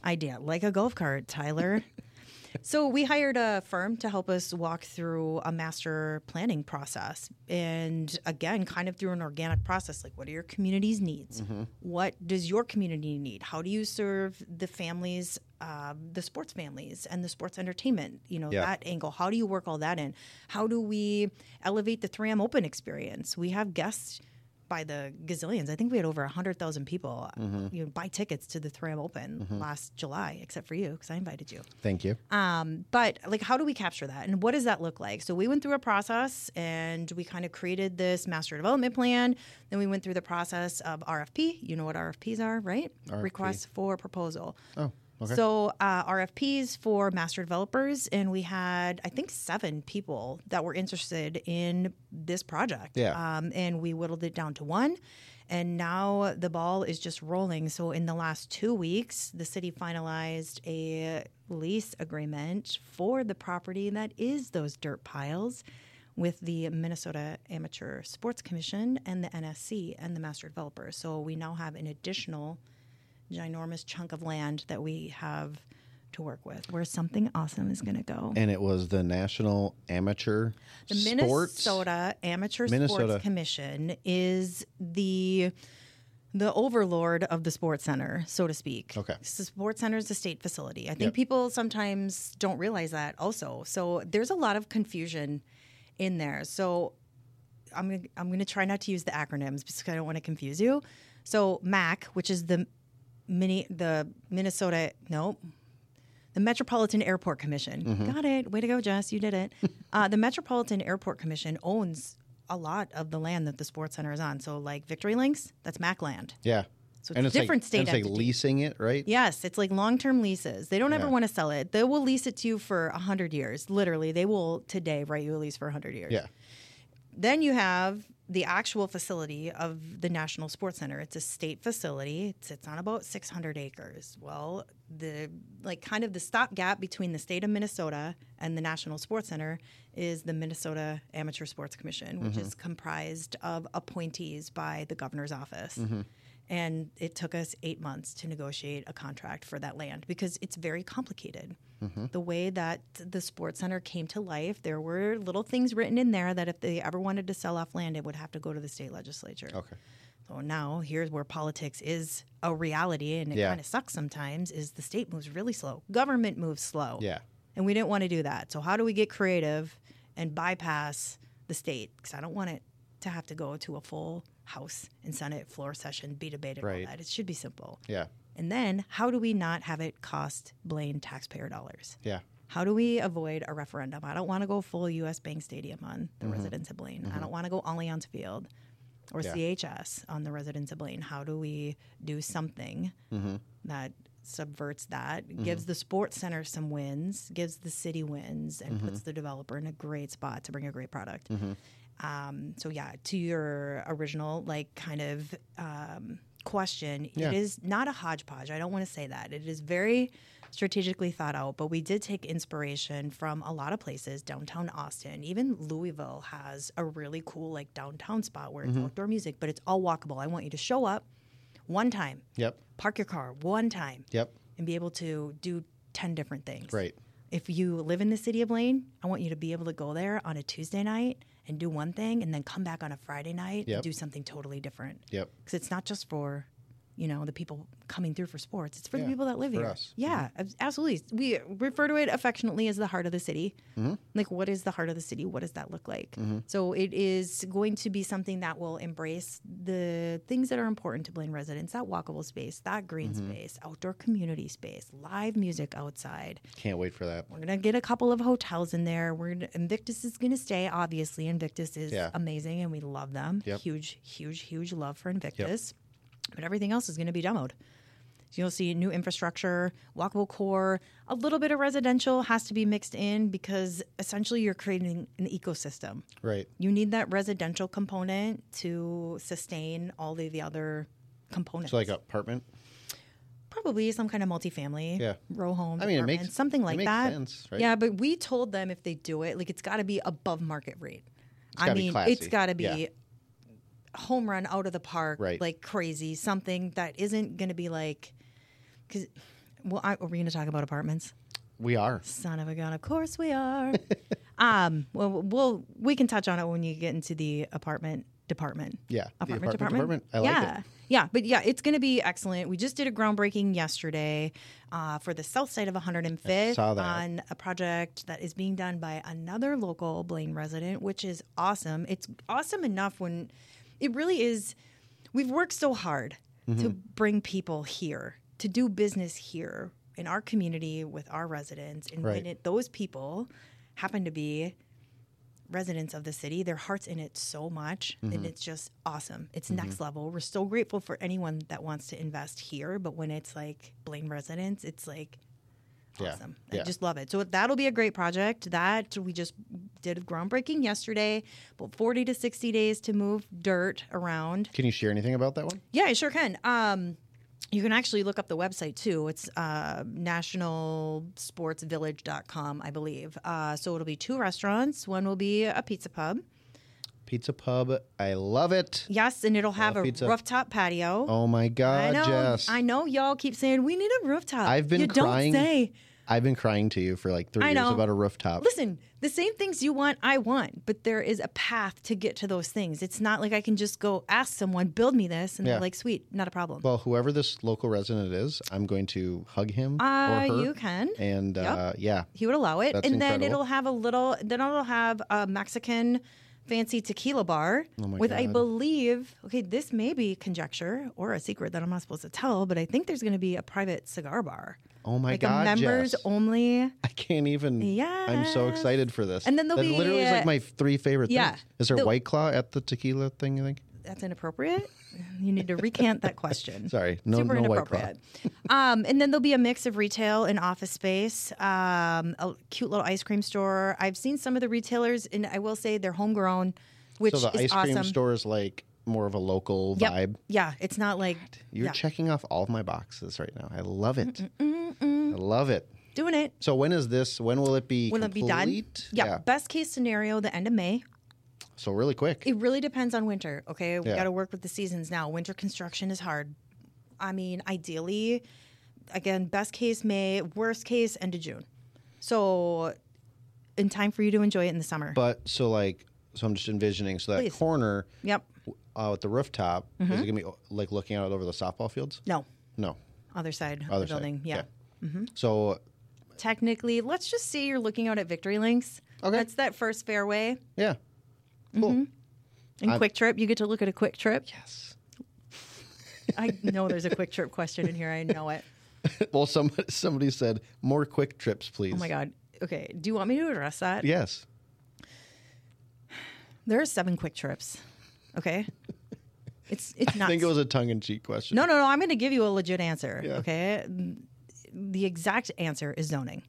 Speaker 2: idea, like a golf cart, Tyler. so we hired a firm to help us walk through a master planning process, and again, kind of through an organic process, like what are your community's needs? What does your community need? How do you serve the families, uh, the sports families, and the sports entertainment? You know,
Speaker 1: Yeah.
Speaker 2: that angle? How do you work all that in? How do we elevate the 3M Open experience? We have guests by the gazillions. I think we had over 100,000 people uh you know, buy tickets to the 3M Open last July, except for you, because I invited you.
Speaker 1: Thank you.
Speaker 2: Um, but like, how do we capture that, and what does that look like? So we went through a process, and we kind of created this master development plan. Then we went through the process of RFP. You know what RFPs are, right? Requests for proposal.
Speaker 1: Oh, okay.
Speaker 2: So uh, RFPs for master developers, and we had I think seven people that were interested in this project.
Speaker 1: Yeah.
Speaker 2: Um, and we whittled it down to one, and now the ball is just rolling. So in the last two weeks, the city finalized a lease agreement for the property that is those dirt piles. With the Minnesota Amateur Sports Commission and the NSC and the master developers. So we now have an additional ginormous chunk of land that we have to work with where something awesome is going to go.
Speaker 1: And it was the National Amateur
Speaker 2: The
Speaker 1: Sports.
Speaker 2: Minnesota Amateur
Speaker 1: Minnesota.
Speaker 2: Sports Commission is the the overlord of the sports center, so to speak.
Speaker 1: Okay.
Speaker 2: S- The sports center is a state facility. I think
Speaker 1: Yep.
Speaker 2: people sometimes don't realize that also. So there's a lot of confusion in there. So I'm gonna, I'm going to try not to use the acronyms because I don't want to confuse you. So MAC, which is the mini the Minnesota no, the Metropolitan Airport Commission. Got it. Way to go, Jess. You did it. uh, the Metropolitan Airport Commission owns a lot of the land that the sports center is on. So like Victory Links, that's MAC land.
Speaker 1: Yeah.
Speaker 2: So
Speaker 1: and
Speaker 2: it's
Speaker 1: it's
Speaker 2: different
Speaker 1: like,
Speaker 2: state
Speaker 1: and it's like
Speaker 2: entity.
Speaker 1: leasing it, right?
Speaker 2: Yes, it's like long-term leases. They don't ever
Speaker 1: Yeah.
Speaker 2: want to sell it. They will lease it to you for 100 years. Literally, they will today write you a lease for 100 years.
Speaker 1: Yeah.
Speaker 2: Then you have the actual facility of the National Sports Center. It's a state facility. It sits on about 600 acres. Well, the like kind of the stopgap between the state of Minnesota and the National Sports Center is the Minnesota Amateur Sports Commission, which is comprised of appointees by the governor's office. And it took us eight months to negotiate a contract for that land because it's very complicated.
Speaker 1: Mm-hmm.
Speaker 2: The way that the sports center came to life, there were little things written in there that if they ever wanted to sell off land, it would have to go to the state legislature.
Speaker 1: Okay.
Speaker 2: So now here's where politics is a reality and it
Speaker 1: Yeah.
Speaker 2: kind of sucks sometimes is the state moves really slow. Government moves slow.
Speaker 1: Yeah.
Speaker 2: And we didn't want to do that. So how do we get creative and bypass the state? Because I don't want it to have to go to a full House and Senate floor session, be debated,
Speaker 1: Right.
Speaker 2: all that. It should be simple.
Speaker 1: Yeah.
Speaker 2: And then how do we not have it cost Blaine taxpayer dollars?
Speaker 1: Yeah.
Speaker 2: How do we avoid a referendum? I don't want to go full U.S. Bank Stadium on the residents of Blaine. I don't want to go Allianz Field or
Speaker 1: Mm-hmm. Yeah.
Speaker 2: CHS on the residents of Blaine. How do we do something
Speaker 1: Mm-hmm.
Speaker 2: that subverts that, gives the sports center some wins, gives the city wins, and puts the developer in a great spot to bring a great product? Um, so yeah, to your original like kind of um, question,
Speaker 1: Yeah.
Speaker 2: it is not a hodgepodge. I don't want to say that. It is very strategically thought out, but we did take inspiration from a lot of places, downtown Austin, even Louisville has a really cool like downtown spot where it's outdoor music, but it's all walkable. I want you to show up one time,
Speaker 1: Yep.
Speaker 2: park your car one time,
Speaker 1: Yep.
Speaker 2: and be able to do ten different things.
Speaker 1: Right.
Speaker 2: If you live in the city of Blaine, I want you to be able to go there on a Tuesday night and do one thing and then come back on a Friday night
Speaker 1: Yep.
Speaker 2: and do something totally different.
Speaker 1: Yep.
Speaker 2: Because it's not just for, you know, the people coming through for sports. It's for
Speaker 1: Yeah,
Speaker 2: the people that live
Speaker 1: for
Speaker 2: here.
Speaker 1: us. Mm-hmm.
Speaker 2: Yeah, ab- absolutely. We refer to it affectionately as the heart of the city.
Speaker 1: Mm-hmm.
Speaker 2: Like, what is the heart of the city? What does that look like? So it is going to be something that will embrace the things that are important to Blaine residents: that walkable space, that green
Speaker 1: Mm-hmm.
Speaker 2: space, outdoor community space, live music outside.
Speaker 1: Can't wait for that.
Speaker 2: We're gonna get a couple of hotels in there. We're gonna, Invictus is gonna stay. Obviously, Invictus is
Speaker 1: Yeah.
Speaker 2: amazing, and we love them.
Speaker 1: Yep.
Speaker 2: Huge, huge, huge love for Invictus. But everything else is gonna be demoed. So you'll see new infrastructure, walkable core, a little bit of residential has to be mixed in because essentially you're creating an ecosystem.
Speaker 1: Right.
Speaker 2: You need that residential component to sustain all of the other components.
Speaker 1: So like apartment.
Speaker 2: Probably some kind of multifamily,
Speaker 1: Yeah.
Speaker 2: row home.
Speaker 1: I mean, it
Speaker 2: apartments,
Speaker 1: makes
Speaker 2: something
Speaker 1: it
Speaker 2: like
Speaker 1: makes
Speaker 2: that.
Speaker 1: Sense, right?
Speaker 2: Yeah, but we told them if they do it, like it's got to be above market rate. I
Speaker 1: gotta be
Speaker 2: mean,
Speaker 1: classy.
Speaker 2: it's got to be
Speaker 1: Yeah.
Speaker 2: home run out of the park,
Speaker 1: Right.
Speaker 2: like crazy, something that isn't going to be like, because, well, I, are we going to talk about apartments?
Speaker 1: We are.
Speaker 2: Son of a gun, of course we are. um, well, we'll we can touch on it when you get into the apartment department
Speaker 1: Yeah. The
Speaker 2: apartment,
Speaker 1: department.
Speaker 2: department.
Speaker 1: I like
Speaker 2: yeah.
Speaker 1: it.
Speaker 2: Yeah, but yeah, it's going to be excellent. We just did a groundbreaking yesterday uh, for the south side of 105th
Speaker 1: saw that.
Speaker 2: on a project that is being done by another local Blaine resident, which is awesome. It's awesome enough when it really is. We've worked so hard to
Speaker 1: Mm-hmm.
Speaker 2: bring people here, to do business here in our community with our residents, and
Speaker 1: Right.
Speaker 2: when it, those people happen to be residents of the city, their hearts in it so much,
Speaker 1: Mm-hmm.
Speaker 2: and it's just awesome. It's next level. We're so grateful for anyone that wants to invest here, but when it's like Blaine residents, it's like
Speaker 1: Yeah.
Speaker 2: awesome.
Speaker 1: Yeah.
Speaker 2: I just love it. So that'll be a great project. That we just did groundbreaking yesterday, but 40 to 60 days to move dirt around.
Speaker 1: Can you share anything about that one?
Speaker 2: Yeah, I sure can. Um, you can actually look up the website too. It's uh, nationalsportsvillage.com, I believe. Uh, so it'll be two restaurants. One will be a pizza pub.
Speaker 1: Pizza Pub. I love it.
Speaker 2: Yes, and it'll have a
Speaker 1: pizza.
Speaker 2: rooftop patio.
Speaker 1: Oh my God,
Speaker 2: I know.
Speaker 1: Jess.
Speaker 2: I know y'all keep saying we need a rooftop.
Speaker 1: I've been
Speaker 2: you
Speaker 1: crying-
Speaker 2: Don't say.
Speaker 1: I've been crying to you for like three
Speaker 2: I
Speaker 1: years
Speaker 2: know.
Speaker 1: about a rooftop.
Speaker 2: Listen, the same things you want, I want, but there is a path to get to those things. It's not like I can just go ask someone, build me this, and
Speaker 1: Yeah.
Speaker 2: they're like, sweet, not a problem.
Speaker 1: Well, whoever this local resident is, I'm going to hug him
Speaker 2: uh,
Speaker 1: or her.
Speaker 2: you can.
Speaker 1: And
Speaker 2: Yep.
Speaker 1: uh, yeah,
Speaker 2: He would allow it.
Speaker 1: That's
Speaker 2: and
Speaker 1: incredible.
Speaker 2: then it'll have a little, then it'll have a Mexican fancy tequila bar
Speaker 1: Oh my
Speaker 2: with, I
Speaker 1: God.
Speaker 2: believe, okay, this may be conjecture or a secret that I'm not supposed to tell, but I think there's going to be a private cigar bar.
Speaker 1: Oh my
Speaker 2: like
Speaker 1: God,
Speaker 2: a members
Speaker 1: Jess.
Speaker 2: only.
Speaker 1: I can't even. I'm so
Speaker 2: Yes.
Speaker 1: excited for this.
Speaker 2: And then
Speaker 1: that
Speaker 2: there'll be,
Speaker 1: literally is like
Speaker 2: uh,
Speaker 1: my three favorite
Speaker 2: yeah.
Speaker 1: things. Is there
Speaker 2: The-
Speaker 1: White Claw at the tequila thing? You think?
Speaker 2: That's inappropriate. You need to recant that question.
Speaker 1: Sorry, no,
Speaker 2: super
Speaker 1: no White Claw.
Speaker 2: inappropriate. um, and then there'll be a mix of retail and office space, um, a cute little ice cream store. I've seen some of the retailers, and I will say they're homegrown, which
Speaker 1: So the ice
Speaker 2: is
Speaker 1: cream
Speaker 2: awesome.
Speaker 1: store is like more of a local
Speaker 2: Yep.
Speaker 1: vibe.
Speaker 2: Yeah, it's not like
Speaker 1: You're
Speaker 2: yeah,
Speaker 1: checking off all of my boxes right now. I love it. I love it.
Speaker 2: doing it.
Speaker 1: So when is this? When will it be?
Speaker 2: When it'll be
Speaker 1: complete?
Speaker 2: done. Yeah,
Speaker 1: yeah.
Speaker 2: best case scenario, the end of May.
Speaker 1: So really quick.
Speaker 2: It really depends on winter. Okay, we
Speaker 1: Yeah.
Speaker 2: got to work with the seasons now. Winter construction is hard. I mean, ideally, again, best case May, worst case end of June. So, in time for you to enjoy it in the summer.
Speaker 1: But so like, so I'm just envisioning. So that
Speaker 2: Please. Mm-hmm.
Speaker 1: corner
Speaker 2: yep.
Speaker 1: uh, at the rooftop is it gonna be like looking out over the softball fields?
Speaker 2: No,
Speaker 1: No.
Speaker 2: other side
Speaker 1: Other
Speaker 2: of the building.
Speaker 1: Side.
Speaker 2: Yeah. Mm-hmm.
Speaker 1: So
Speaker 2: Technically, let's just say you're looking out at Victory Links.
Speaker 1: Okay.
Speaker 2: That's that first fairway.
Speaker 1: yeah.
Speaker 2: Mm-hmm.
Speaker 1: Cool.
Speaker 2: And Quick Trip, you get to look at a Quick Trip.
Speaker 1: Yes.
Speaker 2: I know there's a Quick Trip question in here. I know it.
Speaker 1: well, somebody somebody said more quick trips, please.
Speaker 2: Oh my God. Okay. Do you want me to address that?
Speaker 1: Yes.
Speaker 2: There are seven Quick Trips. Okay. It's it's
Speaker 1: I
Speaker 2: not.
Speaker 1: think it was a tongue in cheek question.
Speaker 2: no, no, no. I'm going to give you a legit answer.
Speaker 1: Yeah.
Speaker 2: Okay. The exact answer is zoning.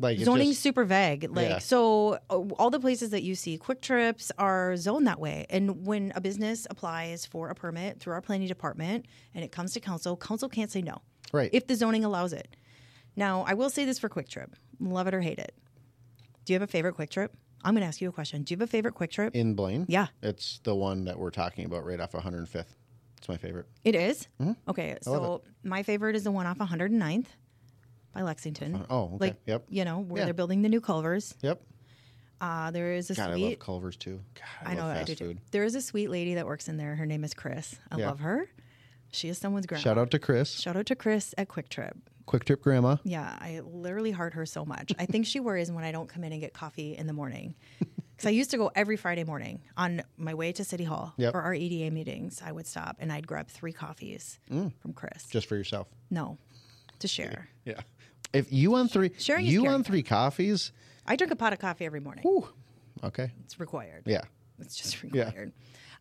Speaker 1: Like it
Speaker 2: zoning's
Speaker 1: just-
Speaker 2: super vague like
Speaker 1: Yeah.
Speaker 2: so uh, all the places that you see quick trips are zoned that way and when a business applies for a permit through our planning department and it comes to council council can't say no
Speaker 1: right.
Speaker 2: if the zoning allows it now i will say this for quick trip love it or hate it do you have a favorite quick trip i'm going to ask you a question do you have a favorite quick trip
Speaker 1: in Blaine.
Speaker 2: yeah
Speaker 1: It's the one that we're talking about right off 105th. It's my favorite.
Speaker 2: it is?
Speaker 1: Mm-hmm.
Speaker 2: okay so my favorite is the one off 109th by lexington
Speaker 1: Oh, okay.
Speaker 2: like
Speaker 1: yep.
Speaker 2: you know where
Speaker 1: Yeah.
Speaker 2: they're building the new culvers
Speaker 1: Yep.
Speaker 2: uh, there is a
Speaker 1: God, I
Speaker 2: suite
Speaker 1: love Culver's too. God, I,
Speaker 2: I know
Speaker 1: love
Speaker 2: I
Speaker 1: fast
Speaker 2: do too.
Speaker 1: food.
Speaker 2: There is a sweet lady that works in there. Her name is Chris. I
Speaker 1: Yeah.
Speaker 2: love her. She is someone's grandma.
Speaker 1: Shout out to Chris,
Speaker 2: Shout out to Chris at Quick Trip.
Speaker 1: Quick Trip Grandma.
Speaker 2: Yeah, I literally heart her so much. I think she worries when I don't come in and get coffee in the morning. Because I used to go every Friday morning on my way to City Hall
Speaker 1: Yep.
Speaker 2: for our EDA meetings. I would stop and I'd grab three coffees from Chris.
Speaker 1: Just for yourself.
Speaker 2: no, to share.
Speaker 1: Yeah. If you on three,
Speaker 2: Sharing is
Speaker 1: you
Speaker 2: caring.
Speaker 1: on three coffees.
Speaker 2: I drink a pot of coffee every morning.
Speaker 1: Whew, okay.
Speaker 2: It's required.
Speaker 1: Yeah.
Speaker 2: It's just required.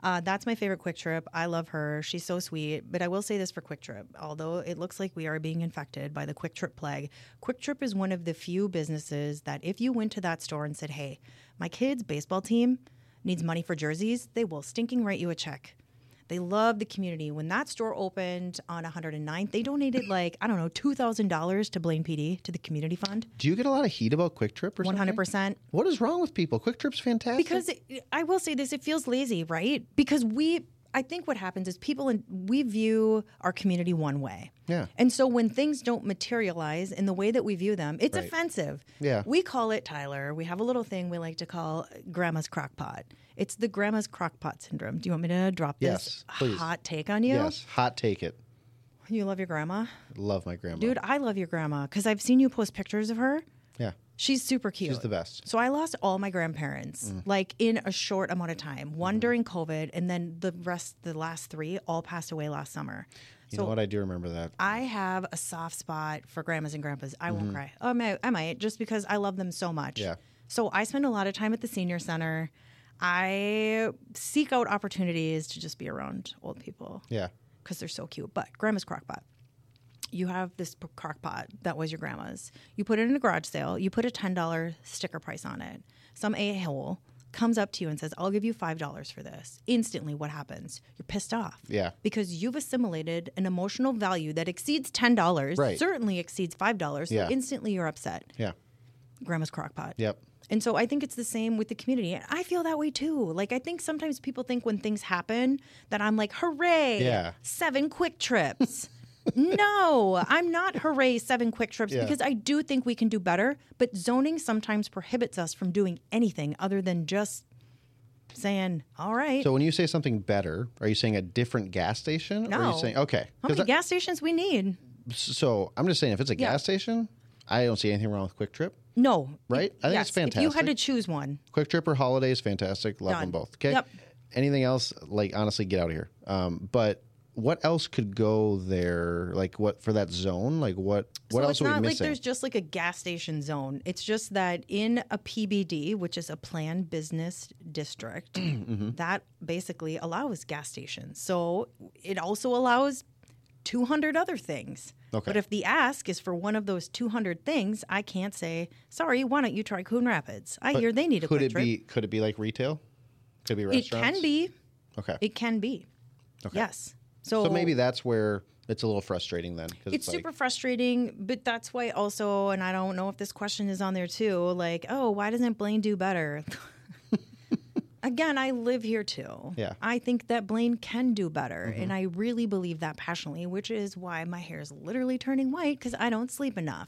Speaker 2: Uh, that's my favorite Quick Trip. I love her. She's so sweet. But I will say this for Quick Trip. Although it looks like we are being infected by the Quick Trip plague, Quick Trip is one of the few businesses that if you went to that store and said, hey, my kid's baseball team needs money for jerseys, they will stinking write you a check. They love the community. When that store opened on 109th, they donated like, I don't know, $2,000 to Blaine PD to the community fund.
Speaker 1: Do you get a lot of heat about Quick Trip or something?
Speaker 2: 100%.
Speaker 1: What is wrong with people? Quick Trip's fantastic.
Speaker 2: because it, I will say this, it feels lazy, right? Because we, I think what happens is people and we view our community one way.
Speaker 1: Yeah.
Speaker 2: And so when things don't materialize in the way that we view them, it's offensive.
Speaker 1: Yeah.
Speaker 2: We call it Tyler. We have a little thing we like to call grandma's crock pot. It's the grandma's crock pot syndrome. Do you want me to drop
Speaker 1: Yes,
Speaker 2: this
Speaker 1: please.
Speaker 2: hot take on you?
Speaker 1: yes, hot take it.
Speaker 2: You love your grandma?
Speaker 1: Love my grandma.
Speaker 2: Dude, I love your grandma because I've seen you post pictures of her.
Speaker 1: Yeah.
Speaker 2: She's super cute.
Speaker 1: She's the best.
Speaker 2: So I lost all my grandparents
Speaker 1: Mm.
Speaker 2: like in a short amount of time. One
Speaker 1: Mm-hmm.
Speaker 2: during COVID, and then the rest, the last three, all passed away last summer.
Speaker 1: You
Speaker 2: so
Speaker 1: know what? I do remember that.
Speaker 2: I have a soft spot for grandmas and grandpas. I won't cry. Oh, I might, I might, just because I love them so much.
Speaker 1: Mm-hmm. Yeah.
Speaker 2: So I spend a lot of time at the senior center. I seek out opportunities to just be around old people
Speaker 1: Yeah.
Speaker 2: because they're so cute. But grandma's crock pot. You have this p- crock pot that was your grandma's. You put it in a garage sale. You put a $10 sticker price on it. Some a hole comes up to you and says, I'll give you $5 for this. Instantly, what happens? You're pissed off.
Speaker 1: Yeah.
Speaker 2: Because you've assimilated an emotional value that exceeds $10,
Speaker 1: Right.
Speaker 2: certainly exceeds $5. So
Speaker 1: Yeah.
Speaker 2: instantly you're upset.
Speaker 1: Yeah.
Speaker 2: Grandma's crock pot.
Speaker 1: Yep.
Speaker 2: And so I think it's the same with the community. And I feel that way too. Like I think sometimes people think when things happen that I'm like, hooray,
Speaker 1: Yeah.
Speaker 2: seven quick trips. no, I'm not hooray seven quick trips
Speaker 1: Yeah.
Speaker 2: because I do think we can do better, but zoning sometimes prohibits us from doing anything other than just saying, All right,
Speaker 1: So when you say something better, are you saying a different gas station? Or are
Speaker 2: No.
Speaker 1: you saying okay?
Speaker 2: how
Speaker 1: 'Cause
Speaker 2: many gas stations we need?
Speaker 1: I- so I'm just saying if it's a
Speaker 2: Yeah.
Speaker 1: gas station, I don't see anything wrong with Quick Trip.
Speaker 2: No.
Speaker 1: Right? I think it's
Speaker 2: If you had to
Speaker 1: fantastic.
Speaker 2: choose one.
Speaker 1: Quick Trip or Holiday is fantastic. Love
Speaker 2: Done.
Speaker 1: them both. Okay.
Speaker 2: Yep.
Speaker 1: Anything else? Like honestly, get out of here. Um, but what else could go there? Like what for that zone? Like what? What
Speaker 2: so
Speaker 1: else
Speaker 2: it's
Speaker 1: are we
Speaker 2: not like
Speaker 1: missing?
Speaker 2: there's just like a gas station zone. It's just that in a PBD, which is a planned business district,
Speaker 1: Mm-hmm.
Speaker 2: that basically allows gas stations. So it also allows 200 other things.
Speaker 1: Okay.
Speaker 2: But if the ask is for one of those 200 things, I can't say, sorry, why don't you try Coon Rapids? I hear they need a
Speaker 1: could
Speaker 2: quick
Speaker 1: it
Speaker 2: trip.
Speaker 1: be? Could it be like retail? Could it be
Speaker 2: it
Speaker 1: restaurants?
Speaker 2: can be.
Speaker 1: Okay.
Speaker 2: It can be.
Speaker 1: Okay.
Speaker 2: Yes. So,
Speaker 1: so maybe that's where it's a little frustrating then. 'cause
Speaker 2: it's
Speaker 1: like,
Speaker 2: super frustrating but that's why also and i don't know if this question is on there too like oh why doesn't blaine do better again i live here too
Speaker 1: Yeah. Mm-hmm.
Speaker 2: i think that blaine can do better and i really believe that passionately which is why my hair is literally turning white because i don't sleep enough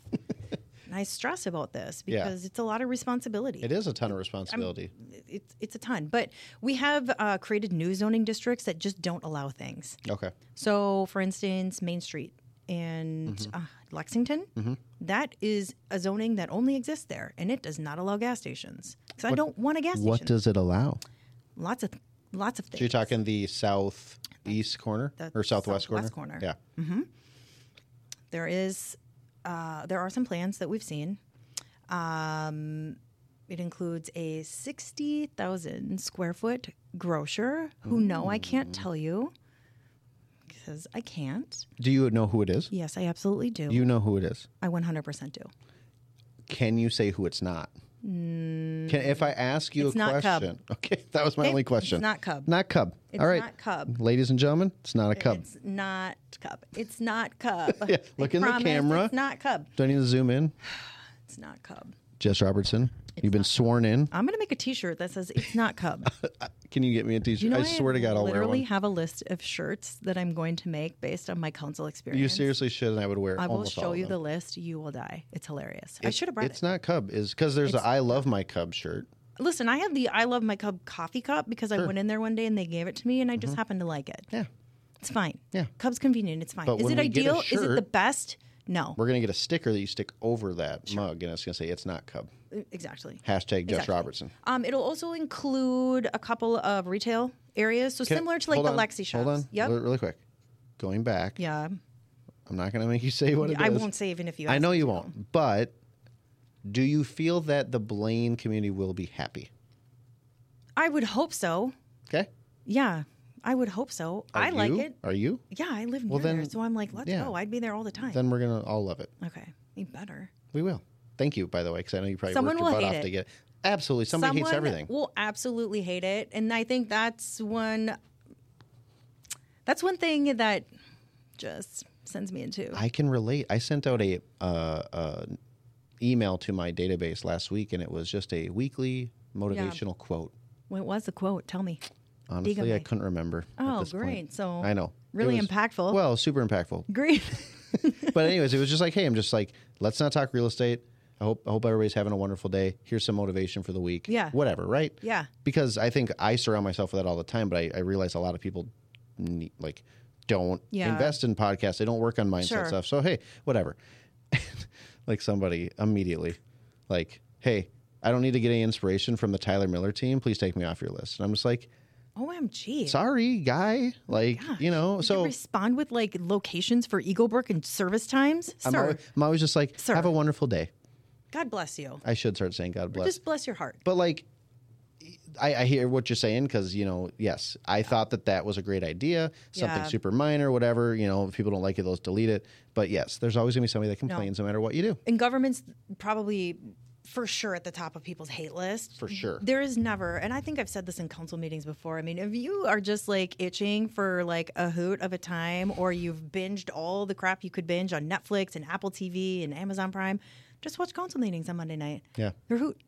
Speaker 2: and i stress about this
Speaker 1: Yeah.
Speaker 2: because it's a lot of responsibility
Speaker 1: It is a ton of responsibility.
Speaker 2: it's, it's a ton but we have uh, created new zoning districts that just don't allow things
Speaker 1: okay.
Speaker 2: so, for instance, Main Street and
Speaker 1: Mm-hmm.
Speaker 2: uh, Lexington, that is a zoning that only exists there, and it does not allow gas stations. So I don't want a gas station.
Speaker 1: does it allow?
Speaker 2: lots of lots of
Speaker 1: So you're
Speaker 2: things.
Speaker 1: talking the southeast corner
Speaker 2: The
Speaker 1: or southwest,
Speaker 2: southwest
Speaker 1: corner?
Speaker 2: corner. Mm-hmm.
Speaker 1: Yeah.
Speaker 2: There is uh, there are some plans that we've seen. Um, it includes a sixty thousand square foot grocer who no, I can't tell you because I can't.
Speaker 1: Do you know who it is?
Speaker 2: Yes, I absolutely do.
Speaker 1: You know who it is.
Speaker 2: I one hundred percent do.
Speaker 1: Can you say who it's not? Can, if I ask you
Speaker 2: Mm. It's
Speaker 1: a
Speaker 2: not Cub.
Speaker 1: question, okay, that was my only question.
Speaker 2: It's not Cub.
Speaker 1: Not Cub.
Speaker 2: It's
Speaker 1: All right,
Speaker 2: not Cub.
Speaker 1: ladies and gentlemen, it's not a Cub.
Speaker 2: It's not Cub. It's not Cub.
Speaker 1: Yeah,
Speaker 2: I
Speaker 1: look in the
Speaker 2: promise
Speaker 1: camera.
Speaker 2: It's not Cub.
Speaker 1: Do I need to zoom in?
Speaker 2: It's not Cub.
Speaker 1: Jess Robertson, you've been sworn in.
Speaker 2: I'm gonna make a T-shirt that says "It's not Cub."
Speaker 1: Can you get me a T-shirt?
Speaker 2: You know,
Speaker 1: I swear to God, I'll wear
Speaker 2: literally
Speaker 1: one.
Speaker 2: have a list of shirts that I'm going to make based on my council experience.
Speaker 1: You seriously should, and I would wear.
Speaker 2: I will
Speaker 1: almost all
Speaker 2: show
Speaker 1: of
Speaker 2: you
Speaker 1: them.
Speaker 2: the list. You will die. It's hilarious. I should have brought
Speaker 1: It's
Speaker 2: it.
Speaker 1: not Cub, is because there's a I love my Cub shirt.
Speaker 2: Listen, I have the "I love my Cub" coffee cup because I went in there one day and they gave it to me, and I just happened to like it.
Speaker 1: Yeah,
Speaker 2: It's fine.
Speaker 1: Mm-hmm. Yeah.
Speaker 2: Cub's convenient. It's fine.
Speaker 1: But
Speaker 2: Is
Speaker 1: when
Speaker 2: it
Speaker 1: we get a
Speaker 2: ideal? Is it the
Speaker 1: shirt-
Speaker 2: best? No.
Speaker 1: we're gonna get a sticker that you stick over that mug, and it's gonna say it's not Cub.
Speaker 2: Exactly.
Speaker 1: Hashtag Jess
Speaker 2: Exactly.
Speaker 1: Robertson.
Speaker 2: Um, it'll also include a couple of retail areas, so
Speaker 1: Can I-
Speaker 2: similar to like
Speaker 1: hold
Speaker 2: the
Speaker 1: on,
Speaker 2: Lexi shops.
Speaker 1: Hold on,
Speaker 2: Yep.
Speaker 1: re- really quick. Going back,
Speaker 2: yeah.
Speaker 1: I'm not going to make you say what it is.
Speaker 2: I won't say even if you. Ask
Speaker 1: I know you won't, but do you feel that the Blaine community will be happy?
Speaker 2: I would hope so.
Speaker 1: Okay.
Speaker 2: Yeah, I would hope so.
Speaker 1: Are
Speaker 2: I like
Speaker 1: you?
Speaker 2: it.
Speaker 1: Are you?
Speaker 2: Yeah, I live near there,
Speaker 1: then-
Speaker 2: so I'm like, let's
Speaker 1: yeah.
Speaker 2: go. I'd be there all the time.
Speaker 1: Then we're going to all love it.
Speaker 2: okay, you better.
Speaker 1: We will. Thank you, by the way, because I know you probably
Speaker 2: Someone
Speaker 1: worked your
Speaker 2: will
Speaker 1: butt
Speaker 2: hate
Speaker 1: off
Speaker 2: it.
Speaker 1: to get it. Absolutely. Somebody hates everything.
Speaker 2: Will absolutely hate it, and I think that's one. That's one thing that just sends me into.
Speaker 1: I can relate. I sent out a uh, uh, email to my database last week, and it was just a weekly motivational quote.
Speaker 2: what was the quote? Tell me.
Speaker 1: Honestly, I
Speaker 2: Digamite.
Speaker 1: couldn't remember. at
Speaker 2: Oh,
Speaker 1: this point.
Speaker 2: great. So
Speaker 1: I know. It
Speaker 2: really
Speaker 1: was-
Speaker 2: impactful.
Speaker 1: Well, super impactful.
Speaker 2: Great.
Speaker 1: but anyways, it was just like, hey, I'm just like, let's not talk real estate. I hope I hope everybody's having a wonderful day. Here's some motivation for the week.
Speaker 2: Yeah.
Speaker 1: Whatever, right?
Speaker 2: Yeah.
Speaker 1: Because I think I surround myself with that all the time, but I, I realize a lot of people need, like don't
Speaker 2: Yeah.
Speaker 1: invest in podcasts. They don't work on mindset
Speaker 2: Sure.
Speaker 1: stuff. So hey, whatever. like somebody immediately. like, hey, I don't need to get any inspiration from the Tyler Miller team. Please take me off your list. And I'm just like,
Speaker 2: Oh, OMG.
Speaker 1: sorry, guy. Like, you know,
Speaker 2: Did
Speaker 1: so
Speaker 2: respond with like locations for Eaglebrook and service times.
Speaker 1: I'm
Speaker 2: Sir,
Speaker 1: always, I'm always just like,
Speaker 2: Sir.
Speaker 1: have a wonderful day.
Speaker 2: God bless you.
Speaker 1: I should start saying God bless.
Speaker 2: Just bless your heart.
Speaker 1: but like, I, I hear what you're saying because you know, yes, I thought that that was a great idea. Something
Speaker 2: Yeah.
Speaker 1: super minor, whatever. You know, if people don't like it, they'll just delete it. But yes, there's always gonna be somebody that complains no, matter what you do.
Speaker 2: And government's probably for sure at the top of people's hate list.
Speaker 1: For sure.
Speaker 2: There is never, and I think I've said this in council meetings before. I mean, if you are just like itching for like a hoot of a time, or you've binged all the crap you could binge on Netflix and Apple TV and Amazon Prime, just watch council meetings on Monday night.
Speaker 1: Yeah.
Speaker 2: They're hoot.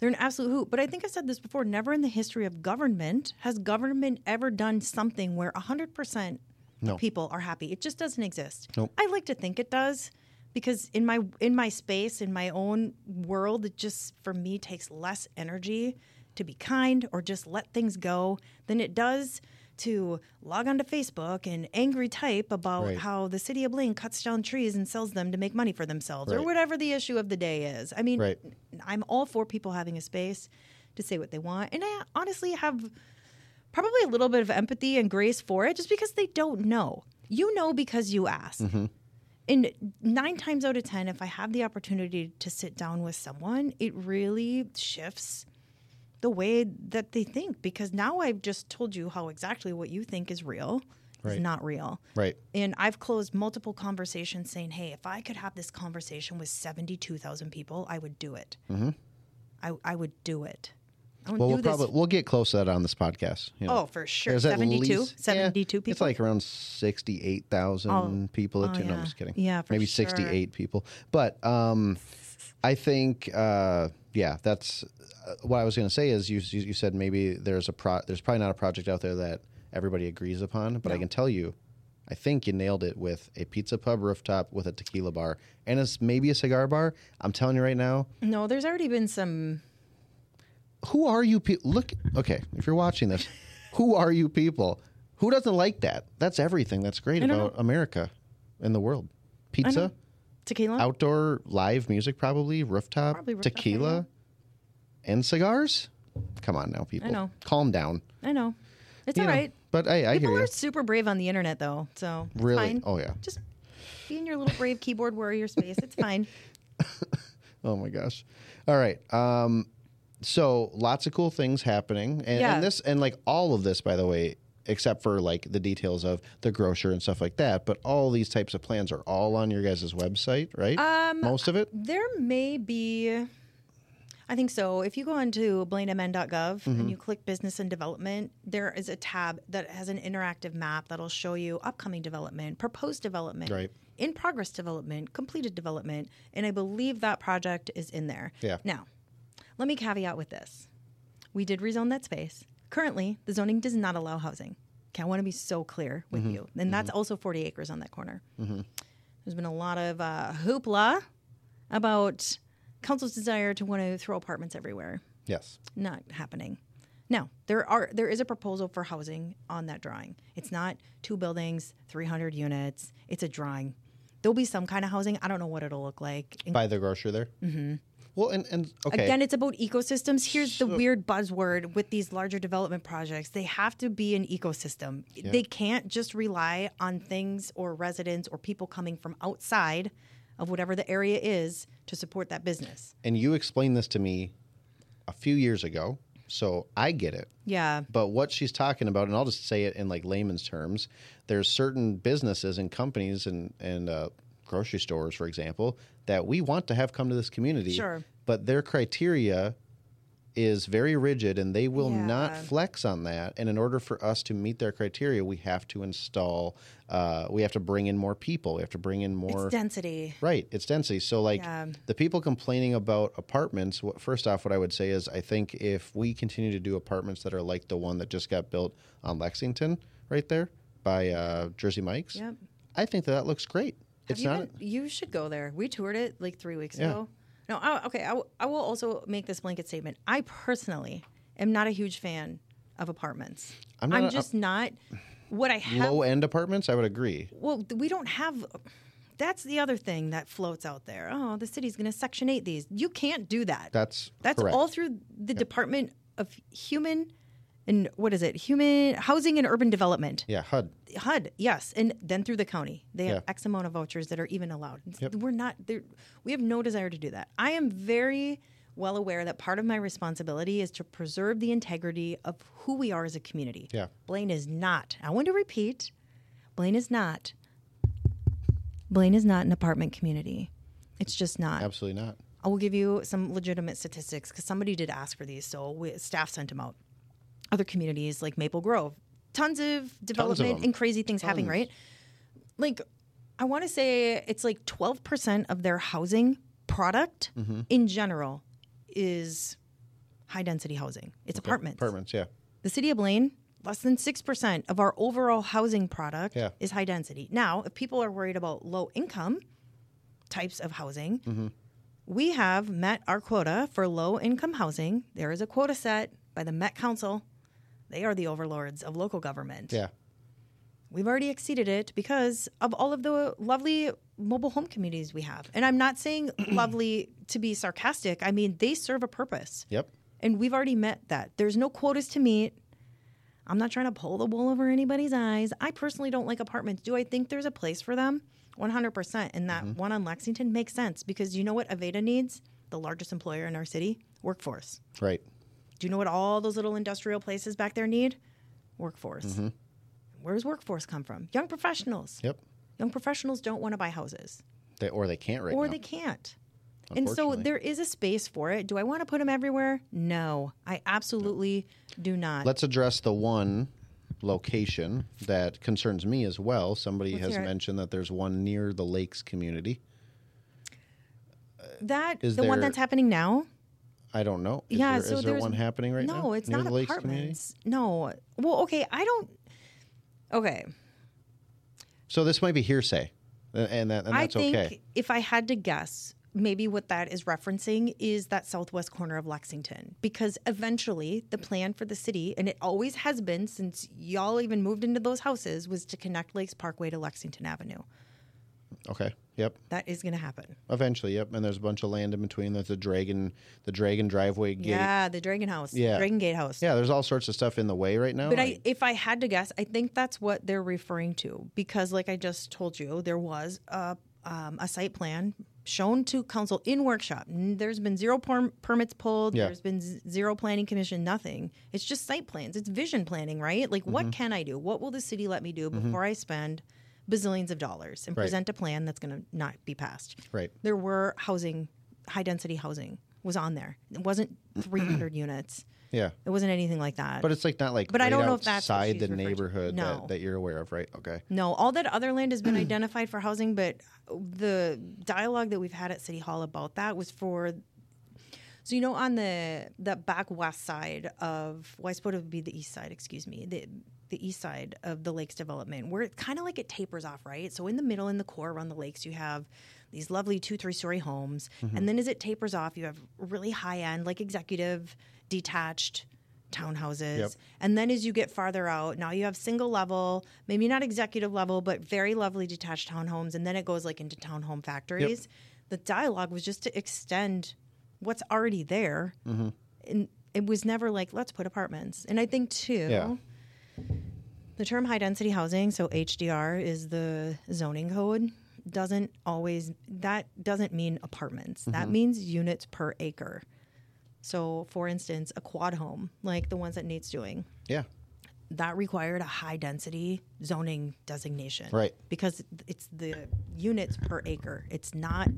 Speaker 2: They're an absolute hoot. But I think I said this before never in the history of government has government ever done something where 100%
Speaker 1: No.
Speaker 2: of people are happy. It just doesn't exist.
Speaker 1: Nope.
Speaker 2: I like to think it does because in my in my space in my own world it just for me takes less energy to be kind or just let things go than it does to log onto Facebook and angry type about
Speaker 1: Right.
Speaker 2: how the city of Blaine cuts down trees and sells them to make money for themselves or
Speaker 1: Right.
Speaker 2: whatever the issue of the day is. I mean,
Speaker 1: Right.
Speaker 2: I'm all for people having a space to say what they want. And I honestly have probably a little bit of empathy and grace for it just because they don't know. You know because you ask.
Speaker 1: Mm-hmm.
Speaker 2: And nine times out of 10, if I have the opportunity to sit down with someone, it really shifts the way that they think because now I've just told you how exactly what you think is real
Speaker 1: Right.
Speaker 2: is not real.
Speaker 1: Right.
Speaker 2: And I've closed multiple conversations saying, hey, if I could have this conversation with 72,000 people, I would do it. I, I would do it. I would
Speaker 1: Mm-hmm. Well,
Speaker 2: do
Speaker 1: we'll
Speaker 2: this.
Speaker 1: probably we'll get close to that on this podcast. You know.
Speaker 2: oh, for sure.
Speaker 1: There's at
Speaker 2: 72?
Speaker 1: least- yeah,
Speaker 2: 72
Speaker 1: It's
Speaker 2: people?
Speaker 1: like around sixty-eight thousand people. At
Speaker 2: oh,
Speaker 1: two. No, I'm
Speaker 2: yeah.
Speaker 1: just kidding.
Speaker 2: Yeah, for
Speaker 1: maybe
Speaker 2: sure.
Speaker 1: sixty-eight people. But um, I think uh, yeah, that's uh, what I was going to say. Is you, you you said maybe there's a pro there's probably not a project out there that everybody agrees upon, but I can tell you. I think you nailed it with a pizza pub rooftop with a tequila bar and it's maybe a cigar bar. I'm telling you right now,
Speaker 2: no, there's already been some.
Speaker 1: who are you people? Look, okay, if you're watching this, who are you people? Who doesn't like that? That's everything that's great
Speaker 2: I don't
Speaker 1: about America and the world. Pizza,
Speaker 2: Tequila?
Speaker 1: outdoor live music, probably rooftop,
Speaker 2: Probably rooftop,
Speaker 1: tequila, and cigars. Come on now, people.
Speaker 2: know.
Speaker 1: Calm down.
Speaker 2: I know. It's
Speaker 1: You
Speaker 2: all
Speaker 1: know,
Speaker 2: right.
Speaker 1: But hey, I
Speaker 2: People
Speaker 1: hear
Speaker 2: are
Speaker 1: you.
Speaker 2: super brave on the internet, though. So it's
Speaker 1: Really?
Speaker 2: fine.
Speaker 1: Oh, yeah.
Speaker 2: Just be in your little brave keyboard warrior space. It's fine.
Speaker 1: Oh my gosh. All right. Um, so lots of cool things happening, and,
Speaker 2: Yeah.
Speaker 1: and this and like all of this, by the way, except for like the details of the grocer and stuff like that. But all these types of plans are all on your guys' website, right? Um, Most of it.
Speaker 2: There may be. I think so. If you go onto blainmn.gov and you click business and development, there is a tab that has an interactive map that'll show you upcoming development, proposed development,
Speaker 1: Right.
Speaker 2: in progress development, completed development, and I believe that project is in there.
Speaker 1: Yeah.
Speaker 2: Now, let me caveat with this. We did rezone that space. Currently, the zoning does not allow housing. Okay, I want to be so clear with you. And that's also 40 acres on that corner. There's been a lot of uh, hoopla about council's desire to want to throw apartments everywhere.
Speaker 1: Yes.
Speaker 2: Not happening. Now there are there is a proposal for housing on that drawing. It's not two buildings, 300 units. It's a drawing. There'll be some kind of housing. I don't know what it'll look like. And
Speaker 1: By the grocer there. Mm-hmm. Well, and and okay.
Speaker 2: Again, it's about ecosystems. Here's the weird buzzword with these larger development projects. They have to be an ecosystem. They can't just rely on things or residents or people coming from outside of whatever the area is to support that business.
Speaker 1: and you explained this to me a few years ago, so I get it.
Speaker 2: Yeah.
Speaker 1: But what she's talking about, and I'll just say it in like layman's terms, there's certain businesses and companies and and uh, grocery stores, for example, that we want to have come to this community.
Speaker 2: Sure.
Speaker 1: But their criteria is very rigid, and they will not
Speaker 2: Yeah.
Speaker 1: flex on that. And in order for us to meet their criteria, we have to install, uh, we have to bring in more people, we have to bring in more.
Speaker 2: It's density.
Speaker 1: Right, it's density. So like
Speaker 2: Yeah.
Speaker 1: the people complaining about apartments, what, first off, what I would say is I think if we continue to do apartments that are like the one that just got built on Lexington, right there by uh, Jersey Mike's,
Speaker 2: Yep.
Speaker 1: I think that, that looks great.
Speaker 2: Have
Speaker 1: it's
Speaker 2: you
Speaker 1: not.
Speaker 2: been- you should go there. We toured it like three weeks
Speaker 1: Yeah.
Speaker 2: ago. No, I, okay. I, w- I will also make this blanket statement. I personally am not a huge fan of apartments.
Speaker 1: I'm
Speaker 2: I'm,
Speaker 1: not a-
Speaker 2: just not. What I have
Speaker 1: Low end apartments, I would agree.
Speaker 2: well, th- we don't have. That's the other thing that floats out there. Oh, the city's going to Section 8 these. You can't do that.
Speaker 1: That's
Speaker 2: That's
Speaker 1: correct.
Speaker 2: all through the Department of Human and what is it? Human Housing and Urban Development.
Speaker 1: Yeah, HUD.
Speaker 2: HUD, yes, and then through the county, they have
Speaker 1: Yeah.
Speaker 2: X amount of vouchers that are even allowed. It's-
Speaker 1: Yep.
Speaker 2: We're not there. We have no desire to do that. I am very well aware that part of my responsibility is to preserve the integrity of who we are as a community.
Speaker 1: Yeah.
Speaker 2: Blaine is not. I want to repeat. Blaine is not. Blaine is not an apartment community. It's just not.
Speaker 1: Absolutely not.
Speaker 2: I will give you some legitimate statistics because somebody did ask for these, so we, staff sent them out. Other communities like Maple Grove, tons of development
Speaker 1: them.
Speaker 2: and crazy things happening,
Speaker 1: Tons.
Speaker 2: right? Like, I want to say it's like twelve percent of their housing product in general is high density housing. It's apartments.
Speaker 1: Apartments, yeah.
Speaker 2: The city of Blaine, less than 6% of our overall housing product
Speaker 1: Yeah.
Speaker 2: is high density. Now, if people are worried about low income types of housing,
Speaker 1: Mm-hmm.
Speaker 2: we have met our quota for low income housing. There is a quota set by the Met Council. They are the overlords of local government.
Speaker 1: Yeah.
Speaker 2: We've already exceeded it because of all of the lovely mobile home communities we have. And I'm not saying lovely to be sarcastic, I mean, they serve a purpose
Speaker 1: Yep.
Speaker 2: and we've already met that. There's no quotas to meet. I'm not trying to pull the wool over anybody's eyes. I personally don't like apartments. Do I think there's a place for them? 100%. And that one on Lexington makes sense because you know what Aveda needs? The largest employer in our city? Workforce.
Speaker 1: Right.
Speaker 2: Do you know what all those little industrial places back there need? Workforce. Where does workforce come from? Young professionals.
Speaker 1: Yep.
Speaker 2: Young professionals don't want to buy houses
Speaker 1: They, or they can't right
Speaker 2: or
Speaker 1: now.
Speaker 2: they can't. And so
Speaker 1: unfortunately.
Speaker 2: there is a space for it. Do I want to put them everywhere? No, I absolutely do not.
Speaker 1: Let's address the one location that concerns me as well. Somebody
Speaker 2: Let's
Speaker 1: has
Speaker 2: hear it.
Speaker 1: mentioned that there's one near the lakes community.
Speaker 2: that the
Speaker 1: is
Speaker 2: one
Speaker 1: there-
Speaker 2: that's happening now.
Speaker 1: I don't know. Is
Speaker 2: Yeah,
Speaker 1: there,
Speaker 2: so
Speaker 1: is there
Speaker 2: there's-
Speaker 1: one happening right now?
Speaker 2: no, it's
Speaker 1: near
Speaker 2: not
Speaker 1: the lakes community?
Speaker 2: apartments. No. Well, okay, I don't. Okay,
Speaker 1: So this might be hearsay, a- and that and
Speaker 2: I
Speaker 1: that's
Speaker 2: think
Speaker 1: okay.
Speaker 2: if I had to guess, maybe what that is referencing is that southwest corner of Lexington, because eventually the plan for the city, and it always has been since y'all even moved into those houses, was to connect Lakes Parkway to Lexington Avenue.
Speaker 1: Okay. Yep.
Speaker 2: That is going to happen.
Speaker 1: Eventually. Yep. And there's a bunch of land in between. There's the dragon, the dragon driveway gate.
Speaker 2: Yeah, the Dragon House.
Speaker 1: Yeah.
Speaker 2: Dragon Gate House.
Speaker 1: Yeah, There's all sorts of stuff in the way right now.
Speaker 2: But I,
Speaker 1: like-
Speaker 2: if I had to guess, I think that's what they're referring to because, like I just told you, there was a um, a site plan shown to council in workshop. N- There's been zero perm- permits pulled.
Speaker 1: Yeah.
Speaker 2: There's been z- zero planning commission. Nothing. It's just site plans. It's vision planning, right? Like,
Speaker 1: Mm-hmm.
Speaker 2: what can I do? What will the city let me do before I spend bazillions of dollars and
Speaker 1: Right.
Speaker 2: present a plan that's going to not be passed?
Speaker 1: right.
Speaker 2: there were housing, high density housing was on there. It wasn't 300 units.
Speaker 1: Yeah.
Speaker 2: It wasn't anything like that.
Speaker 1: But it's like not like
Speaker 2: But I
Speaker 1: right
Speaker 2: don't know if that's what
Speaker 1: outside
Speaker 2: she's
Speaker 1: the
Speaker 2: referring to.
Speaker 1: neighborhood
Speaker 2: No.
Speaker 1: that, that you're aware of, right? Okay.
Speaker 2: No, all that other land has been identified for housing, but the dialogue that we've had at City Hall about that was for. So you know, on the the back west side of well, I suppose it would be the east side. Excuse me, the the east side of the lakes development, where it kind of like it tapers off, right? So in the middle, in the core around the lakes, you have these lovely two three story homes,
Speaker 1: Mm-hmm.
Speaker 2: and then as it tapers off, you have really high end, like executive detached townhouses.
Speaker 1: Yep.
Speaker 2: And then as you get farther out, now you have single level, maybe not executive level, but very lovely detached townhomes. And then it goes like into townhome factories. The dialogue was just to extend what's already there. And it was never like, let's put apartments. And I think, too,
Speaker 1: Yeah.
Speaker 2: the term high density housing, so HDR is the zoning code, doesn't always, that doesn't mean apartments. That means units per acre. So, for instance, a quad home, like the ones that Nate's doing,
Speaker 1: Yeah.
Speaker 2: that required a high density zoning designation.
Speaker 1: Right.
Speaker 2: Because it's the units per acre. It's not,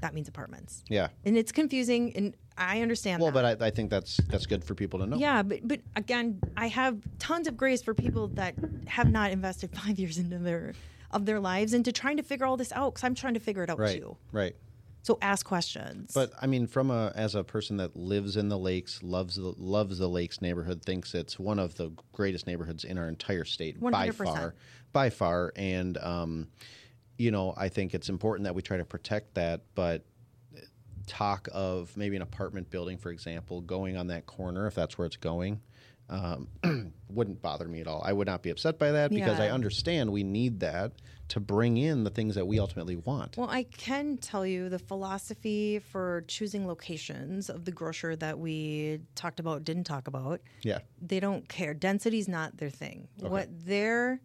Speaker 2: that means apartments.
Speaker 1: Yeah.
Speaker 2: And it's confusing, and I understand
Speaker 1: Well,
Speaker 2: that.
Speaker 1: but I, I think that's that's good for people to know.
Speaker 2: Yeah, but but again, I have tons of grace for people that have not invested five years into their of their lives into trying to figure all this out because I'm trying to figure it out
Speaker 1: Right.
Speaker 2: too.
Speaker 1: Right.
Speaker 2: So ask questions.
Speaker 1: But I mean, from a as a person that lives in the lakes, loves the, loves the lakes neighborhood, thinks it's one of the greatest neighborhoods in our entire state by
Speaker 2: 100%.
Speaker 1: far, by far. And um, you know, I think it's important that we try to protect that. But talk of maybe an apartment building, for example, going on that corner if that's where it's going. um, wouldn't bother me at all. I would not be upset by that because I
Speaker 2: Yeah.
Speaker 1: understand we need that to bring in the things that we ultimately want.
Speaker 2: Well, I can tell you the philosophy for choosing locations of the grocer that we talked about, didn't talk about.
Speaker 1: yeah.
Speaker 2: They don't care. Density's not their thing. What their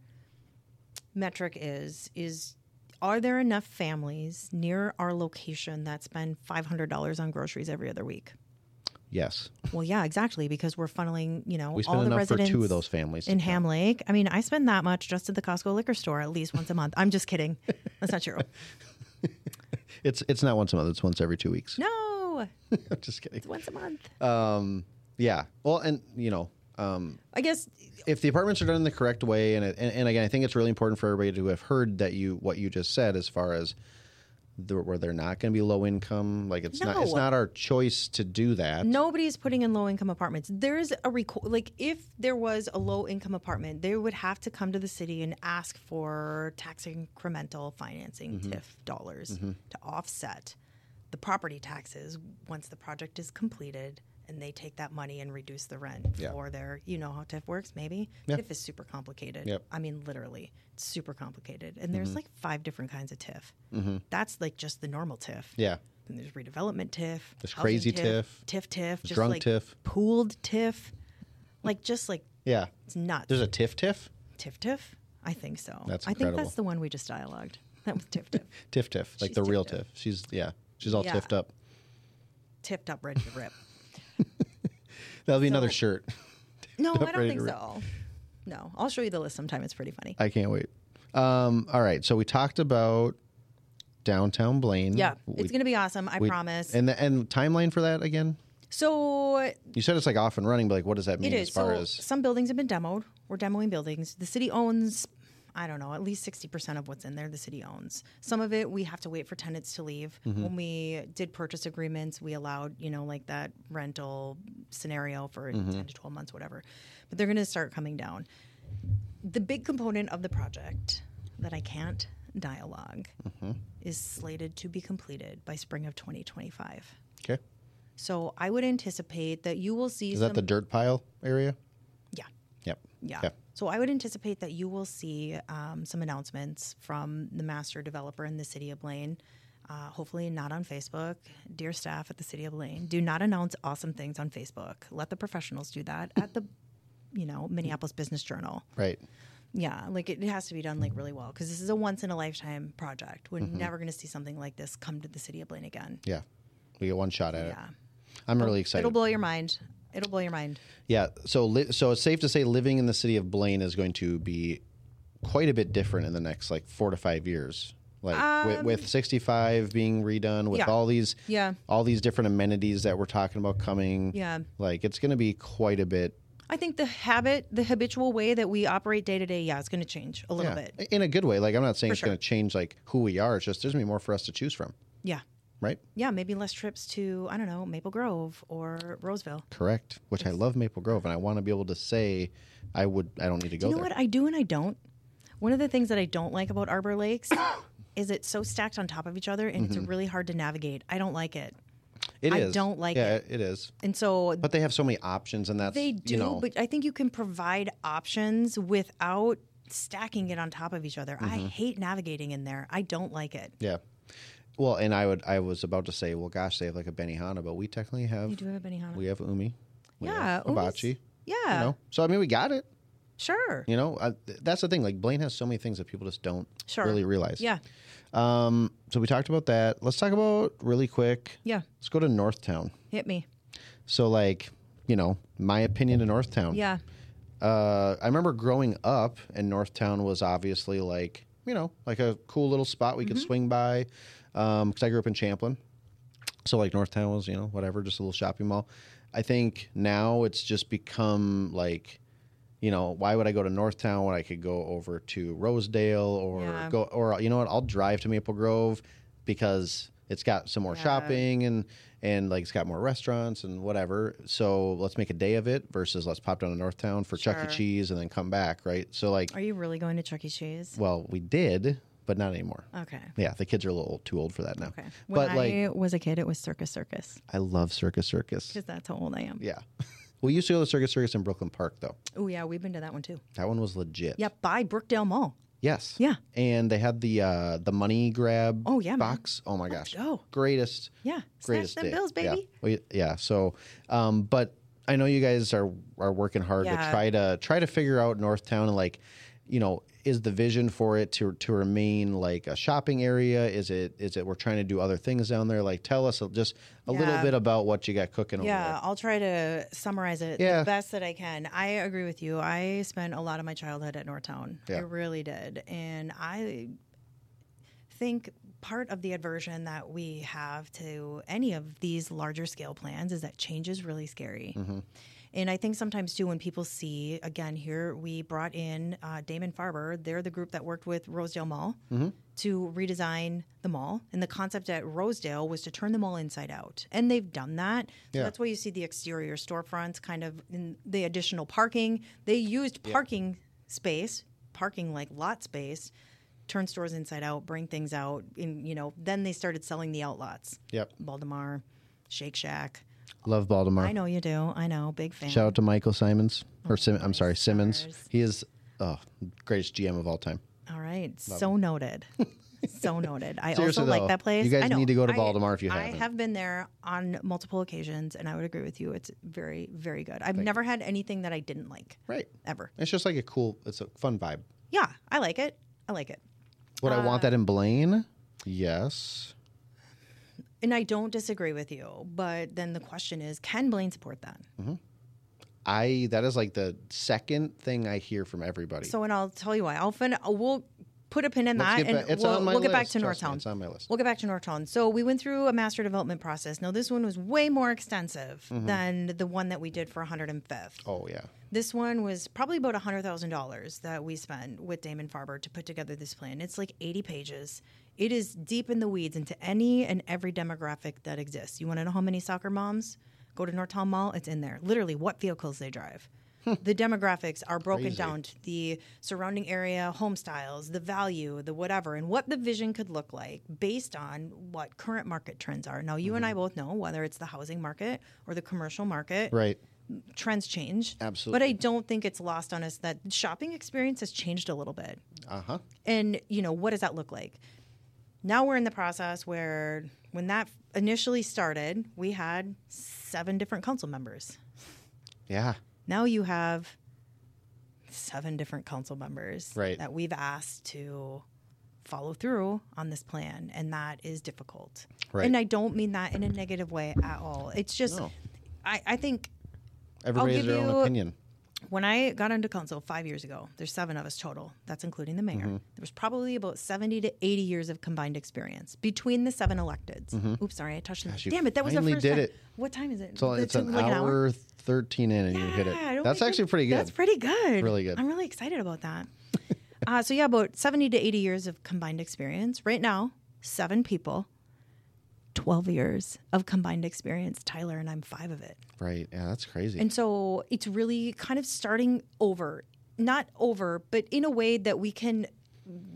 Speaker 2: metric is is are there enough families near our location that spend $500 on groceries every other week?
Speaker 1: Yes.
Speaker 2: Well, yeah, exactly, because we're funneling, you know,
Speaker 1: We
Speaker 2: all
Speaker 1: spend
Speaker 2: the
Speaker 1: enough for
Speaker 2: residents
Speaker 1: two of those families.
Speaker 2: in Ham Lake. I mean, I spend that much just at the Costco liquor store at least once a month. I'm just kidding. That's not true.
Speaker 1: it's it's not once a month. It's once every two weeks.
Speaker 2: No,
Speaker 1: I'm just kidding.
Speaker 2: it's once a month.
Speaker 1: Um, yeah. Well, and you know, um,
Speaker 2: I guess
Speaker 1: if the apartments are done in the correct way, and, it, and and again, I think it's really important for everybody to have heard that you what you just said as far as the, where they're not going to be low income. Like it's not it's
Speaker 2: No.
Speaker 1: not our choice to do that.
Speaker 2: nobody's putting in low income apartments. There is a reco- like if there was a low income apartment, they would have to come to the city and ask for tax incremental financing
Speaker 1: Mm-hmm.
Speaker 2: TIF dollars to offset the property taxes once the project is completed and they take that money and reduce the rent
Speaker 1: Yeah.
Speaker 2: for their you know how TIF works maybe.
Speaker 1: Yeah.
Speaker 2: TIF is super complicated.
Speaker 1: Yep. Mm-hmm.
Speaker 2: I mean literally it's super complicated. And there's like five different kinds of TIF. That's like just the normal TIF.
Speaker 1: Yeah.
Speaker 2: Then there's redevelopment TIF.
Speaker 1: There's
Speaker 2: housing
Speaker 1: crazy TIF,
Speaker 2: TIF TIF, just
Speaker 1: drunk
Speaker 2: like
Speaker 1: TIF.
Speaker 2: pooled TIF, like just like
Speaker 1: Yeah.
Speaker 2: it's nuts.
Speaker 1: There's a tiff tiff.
Speaker 2: TIF TIF. I think so.
Speaker 1: That's
Speaker 2: I think
Speaker 1: incredible.
Speaker 2: that's the one we just dialogued. That was TIF TIF.
Speaker 1: Tiff tiff. Like
Speaker 2: She's
Speaker 1: the real
Speaker 2: tiff-tiff.
Speaker 1: tiff. She's yeah. She's all
Speaker 2: Yeah.
Speaker 1: tiffed up.
Speaker 2: Tipped up, ready to rip.
Speaker 1: That'll be another
Speaker 2: So-
Speaker 1: shirt.
Speaker 2: No,
Speaker 1: Up,
Speaker 2: I don't
Speaker 1: ready
Speaker 2: think
Speaker 1: to rip.
Speaker 2: so. No, I'll show you the list sometime. It's pretty funny.
Speaker 1: I can't wait. Um, all right. So we talked about downtown Blaine.
Speaker 2: Yeah,
Speaker 1: We-
Speaker 2: it's gonna be awesome. I
Speaker 1: we-
Speaker 2: promise.
Speaker 1: And the and timeline for that again?
Speaker 2: so
Speaker 1: You said it's like off and running, but like what does that mean
Speaker 2: It is.
Speaker 1: as far
Speaker 2: so
Speaker 1: as
Speaker 2: some buildings have been demoed. We're demoing buildings. The city owns, I don't know, at least sixty percent of what's in there. The city owns some of it. We have to wait for tenants to leave.
Speaker 1: Mm-hmm.
Speaker 2: When we did purchase agreements, we allowed you know like that rental scenario for
Speaker 1: Mm-hmm.
Speaker 2: ten to twelve months, whatever. But they're going to start coming down. The big component of the project that I can't dialog
Speaker 1: Mm-hmm.
Speaker 2: is slated to be completed by spring of 2025.
Speaker 1: okay?
Speaker 2: So I would anticipate that you will see
Speaker 1: Is
Speaker 2: some
Speaker 1: that the dirt pile area?
Speaker 2: yeah.
Speaker 1: Yep.
Speaker 2: Yeah.
Speaker 1: Okay.
Speaker 2: So I would anticipate that you will see um, some announcements from the master developer in the city of Blaine. Uh, hopefully, not on Facebook. Dear staff at the city of Blaine, do not announce awesome things on Facebook. Let the professionals do that at the, you know, Minneapolis Business Journal.
Speaker 1: Right.
Speaker 2: Yeah, like it has to be done like really well because this is a once in a lifetime project. We're never going to see something like this come to the city of Blaine again.
Speaker 1: Yeah. We get one shot at it.
Speaker 2: Yeah.
Speaker 1: I'm really
Speaker 2: It'll
Speaker 1: excited.
Speaker 2: blow your mind. It'll blow your mind.
Speaker 1: yeah. So li- so it's safe to say living in the city of Blaine is going to be quite a bit different in the next like 4 to 5 years. Like with, with 65 being redone with
Speaker 2: Um, Yeah.
Speaker 1: all these
Speaker 2: Yeah.
Speaker 1: all these different amenities that we're talking about coming.
Speaker 2: Yeah.
Speaker 1: Like it's going to be quite a bit
Speaker 2: I think the habit, the habitual way that we operate day to day, yeah, it's going to change a little
Speaker 1: yeah,
Speaker 2: bit.
Speaker 1: in a good way. Like I'm not saying it's
Speaker 2: sure.
Speaker 1: going to change like who we are. It's just there's going to be more for us to choose from,
Speaker 2: Yeah.
Speaker 1: right?
Speaker 2: Yeah. Maybe less trips to, I don't know, Maple Grove or Roseville.
Speaker 1: Correct. Which I love Maple Grove, and I want to be able to say I would. I don't need to go
Speaker 2: You know
Speaker 1: there.
Speaker 2: what I do and I don't? One of the things that I don't like about Arbor Lakes is it's so stacked on top of each other and
Speaker 1: Mm-hmm.
Speaker 2: it's really hard to navigate. I don't like it.
Speaker 1: It
Speaker 2: I
Speaker 1: is.
Speaker 2: don't like
Speaker 1: yeah, it is.
Speaker 2: And so
Speaker 1: But they have so many options, and that's
Speaker 2: they do,
Speaker 1: You know,
Speaker 2: but I think you can provide options without stacking it on top of each other. I
Speaker 1: Mm-hmm.
Speaker 2: hate navigating in there. I don't like it.
Speaker 1: yeah. Well, and I would. I was about to say, well, gosh, they have like a Benihana, but we technically have.
Speaker 2: You do have a Benihana.
Speaker 1: We have Umi. We
Speaker 2: Yeah,
Speaker 1: Have
Speaker 2: Umi's-
Speaker 1: hibachi.
Speaker 2: yeah.
Speaker 1: You know. So I mean, we got it.
Speaker 2: Sure.
Speaker 1: You know, I, th- that's the thing. Like Blaine has so many things that people just don't
Speaker 2: Sure.
Speaker 1: really realize.
Speaker 2: Yeah.
Speaker 1: Um. So we talked about that. Let's talk about really quick.
Speaker 2: Yeah.
Speaker 1: Let's go to Northtown.
Speaker 2: Hit me.
Speaker 1: So, like, you know, my opinion of Northtown.
Speaker 2: Yeah.
Speaker 1: Uh, I remember growing up, and Northtown was obviously like, you know, like a cool little spot we could
Speaker 2: Mm-hmm.
Speaker 1: swing by. Because I grew up in Champlin. So, like, Northtown was, you know, whatever, just a little shopping mall. I think now it's just become like, you know, why would I go to Northtown when I could go over to Rosedale or
Speaker 2: Yeah.
Speaker 1: go, or, you know what, I'll drive to Maple Grove because it's got some more
Speaker 2: Yeah.
Speaker 1: shopping and, and like it's got more restaurants and whatever. So let's make a day of it versus let's pop down to Northtown for Chuck E.
Speaker 2: Sure.
Speaker 1: Cheese and then come back, right? So, like,
Speaker 2: Uh-huh. Are you really going to Chuck E. Cheese?
Speaker 1: well, we did, but not anymore.
Speaker 2: Okay.
Speaker 1: Yeah, the kids are a little too old for that now.
Speaker 2: Okay. When
Speaker 1: But, like,
Speaker 2: I was a kid, it was Circus Circus
Speaker 1: I love Circus Circus.
Speaker 2: because that's how old I am.
Speaker 1: Yeah. We used to go to the Circus Circus in Brooklyn Park, though.
Speaker 2: Oh yeah, we've been to that one too.
Speaker 1: That one was legit.
Speaker 2: Yeah, by Brookdale Mall.
Speaker 1: Yes.
Speaker 2: Yeah.
Speaker 1: And they had the uh, the money grab.
Speaker 2: Oh, yeah, man.
Speaker 1: box. Oh my gosh.
Speaker 2: go.
Speaker 1: Greatest.
Speaker 2: Yeah,
Speaker 1: Greatest
Speaker 2: snatch
Speaker 1: day.
Speaker 2: them bills, baby.
Speaker 1: Yeah. We, yeah. So, um, but I know you guys are are working hard to
Speaker 2: Yeah.
Speaker 1: try to try to figure out Northtown and like, you know, is the vision for it to to remain like a shopping area? Is it is it we're trying to do other things down there? Like, tell us just a little
Speaker 2: Yeah.
Speaker 1: bit about what you got cooking over
Speaker 2: Yeah,
Speaker 1: there.
Speaker 2: I'll try to summarize it
Speaker 1: Yeah.
Speaker 2: the best that I can. I agree with you. I spent a lot of my childhood at Northtown.
Speaker 1: Yeah.
Speaker 2: I really did. And I think part of the aversion that we have to any of these larger scale plans is that change is really scary.
Speaker 1: Mm-hmm.
Speaker 2: And I think sometimes too, when people see, again, here we brought in uh, Damon Farber. They're the group that worked with Rosedale Mall
Speaker 1: Mm-hmm.
Speaker 2: to redesign the mall. And the concept at Rosedale was to turn the mall inside out. And they've done that. So
Speaker 1: Yeah.
Speaker 2: that's why you see the exterior storefronts, kind of in the additional parking. They used parking space, parking like lot space, turn stores inside out, bring things out. And, you know, then they started selling the outlots.
Speaker 1: Yep.
Speaker 2: Baldemar, Shake Shack.
Speaker 1: Love Baltimore.
Speaker 2: I know you do. I know. Big fan.
Speaker 1: Shout out to Michael Simons or Sim- I'm sorry, Simmons. He is oh, greatest GM of all time.
Speaker 2: All right. so noted. so noted. I
Speaker 1: Seriously,
Speaker 2: also
Speaker 1: though,
Speaker 2: like that place.
Speaker 1: you guys
Speaker 2: I know.
Speaker 1: need to go to
Speaker 2: I-
Speaker 1: Baltimore if you
Speaker 2: I
Speaker 1: haven't.
Speaker 2: have been there on multiple occasions, and I would agree with you. It's very, very good. I've never had anything that I didn't like
Speaker 1: Right.
Speaker 2: ever.
Speaker 1: It's just like a cool. It's a fun vibe.
Speaker 2: Yeah, I like it. I like it.
Speaker 1: Would I
Speaker 2: Uh,
Speaker 1: want that in Blaine? Yes.
Speaker 2: And I don't disagree with you, but then the question is, can Blaine support that?
Speaker 1: Mm. I that is like the second thing I hear from everybody.
Speaker 2: So, and I'll tell you why. I'll fin- we'll put a pin in
Speaker 1: Let's
Speaker 2: that,
Speaker 1: get
Speaker 2: and
Speaker 1: back- it's
Speaker 2: we'll,
Speaker 1: on my
Speaker 2: we'll get back
Speaker 1: list,
Speaker 2: to
Speaker 1: trust me,
Speaker 2: Northtown.
Speaker 1: It's on my list.
Speaker 2: We'll get back to Norton. So we went through a master development process. Now this one was way more extensive than the one that we did for 105th.
Speaker 1: Oh yeah.
Speaker 2: This one was probably about $100,000 that we spent with Damon Farber to put together this plan. It's like 80 pages. It is deep in the weeds into any and every demographic that exists. You want to know how many soccer moms go to Norton Mall? It's in there. Literally, what vehicles they drive. the demographics are broken down to the surrounding area, home styles, the value, the whatever, and what the vision could look like based on what current market trends are. Now, you and I both know whether it's the housing market or the commercial market
Speaker 1: Right.
Speaker 2: trends change.
Speaker 1: Absolutely.
Speaker 2: But I don't think it's lost on us that shopping experience has changed a little bit.
Speaker 1: Uh huh.
Speaker 2: And, you know, what does that look like? Now we're in the process where when that initially started, we had seven different council members.
Speaker 1: Yeah.
Speaker 2: Now you have seven different council members
Speaker 1: Right.
Speaker 2: that we've asked to follow through on this plan and that is difficult
Speaker 1: Right.
Speaker 2: and i don't mean that in a negative way at all it's just
Speaker 1: No.
Speaker 2: I, I think
Speaker 1: Everybody has
Speaker 2: give
Speaker 1: their own
Speaker 2: you-
Speaker 1: opinion.
Speaker 2: when I got into council five years ago, there's seven of us total. That's including the mayor.
Speaker 1: Mm-hmm.
Speaker 2: There was probably about 70 to 80 years of combined experience between the seven electeds. Oops, sorry, I touched the
Speaker 1: Mm-hmm. Gosh, you
Speaker 2: Damn it, that was the
Speaker 1: finally
Speaker 2: first
Speaker 1: did
Speaker 2: time.
Speaker 1: it.
Speaker 2: What time is it?
Speaker 1: So
Speaker 2: It
Speaker 1: it's
Speaker 2: took
Speaker 1: an
Speaker 2: like
Speaker 1: hour thirteen in, and you hit
Speaker 2: Yeah, I
Speaker 1: it.
Speaker 2: don't
Speaker 1: That's
Speaker 2: think
Speaker 1: actually
Speaker 2: it-
Speaker 1: pretty good.
Speaker 2: That's pretty good.
Speaker 1: Really good.
Speaker 2: I'm really excited about that. uh, so yeah, about 70 to 80 years of combined experience. Right now, seven people, 12 years of combined experience. Tyler and I'm five of it.
Speaker 1: right. Yeah. That's crazy.
Speaker 2: And so it's really kind of starting over, not over, but in a way that we can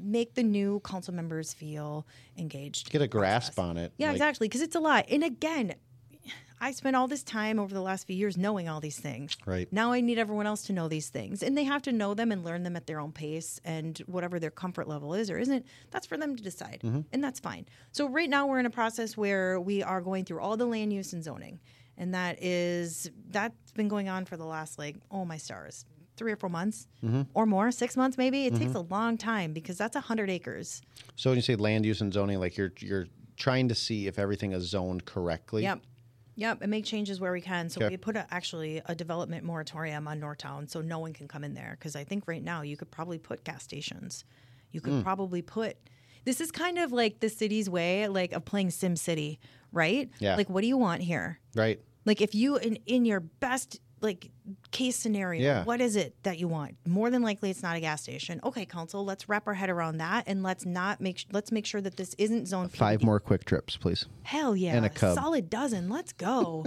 Speaker 2: make the new council members feel engaged.
Speaker 1: Get a grasp on it.
Speaker 2: Yeah,
Speaker 1: Like,
Speaker 2: exactly. Because it's a lot. And again, I spent all this time over the last few years knowing all these things.
Speaker 1: Right.
Speaker 2: Now I need everyone else to know these things. And they have to know them and learn them at their own pace and whatever their comfort level is or isn't. That's for them to decide. And that's fine. So right now we're in a process where we are going through all the land use and zoning. And that is, that's been going on for the last, like, oh my stars, three or four months or more, six months maybe. It takes a long time because that's 100 acres.
Speaker 1: So when you say land use and zoning, like you're you're trying to see if everything is zoned correctly.
Speaker 2: Yep. Yep, and make changes where we can. So
Speaker 1: Okay.
Speaker 2: we put a, actually a development moratorium on Northtown, so no one can come in there. Because I think right now you could probably put gas stations. You
Speaker 1: Hmm.
Speaker 2: could probably put. This is kind of like the city's way, like of playing Sim City, right?
Speaker 1: Yeah.
Speaker 2: Like, what do you want here?
Speaker 1: Right.
Speaker 2: Like, if you in in your best like case scenario,
Speaker 1: Yeah.
Speaker 2: what is it that you want? More than likely, it's not a gas station. Okay, council, let's wrap our head around that, and let's not make sh- let's make sure that this isn't zone
Speaker 1: Five more quick trips, please.
Speaker 2: Hell yeah,
Speaker 1: and a cub.
Speaker 2: solid dozen. Let's go.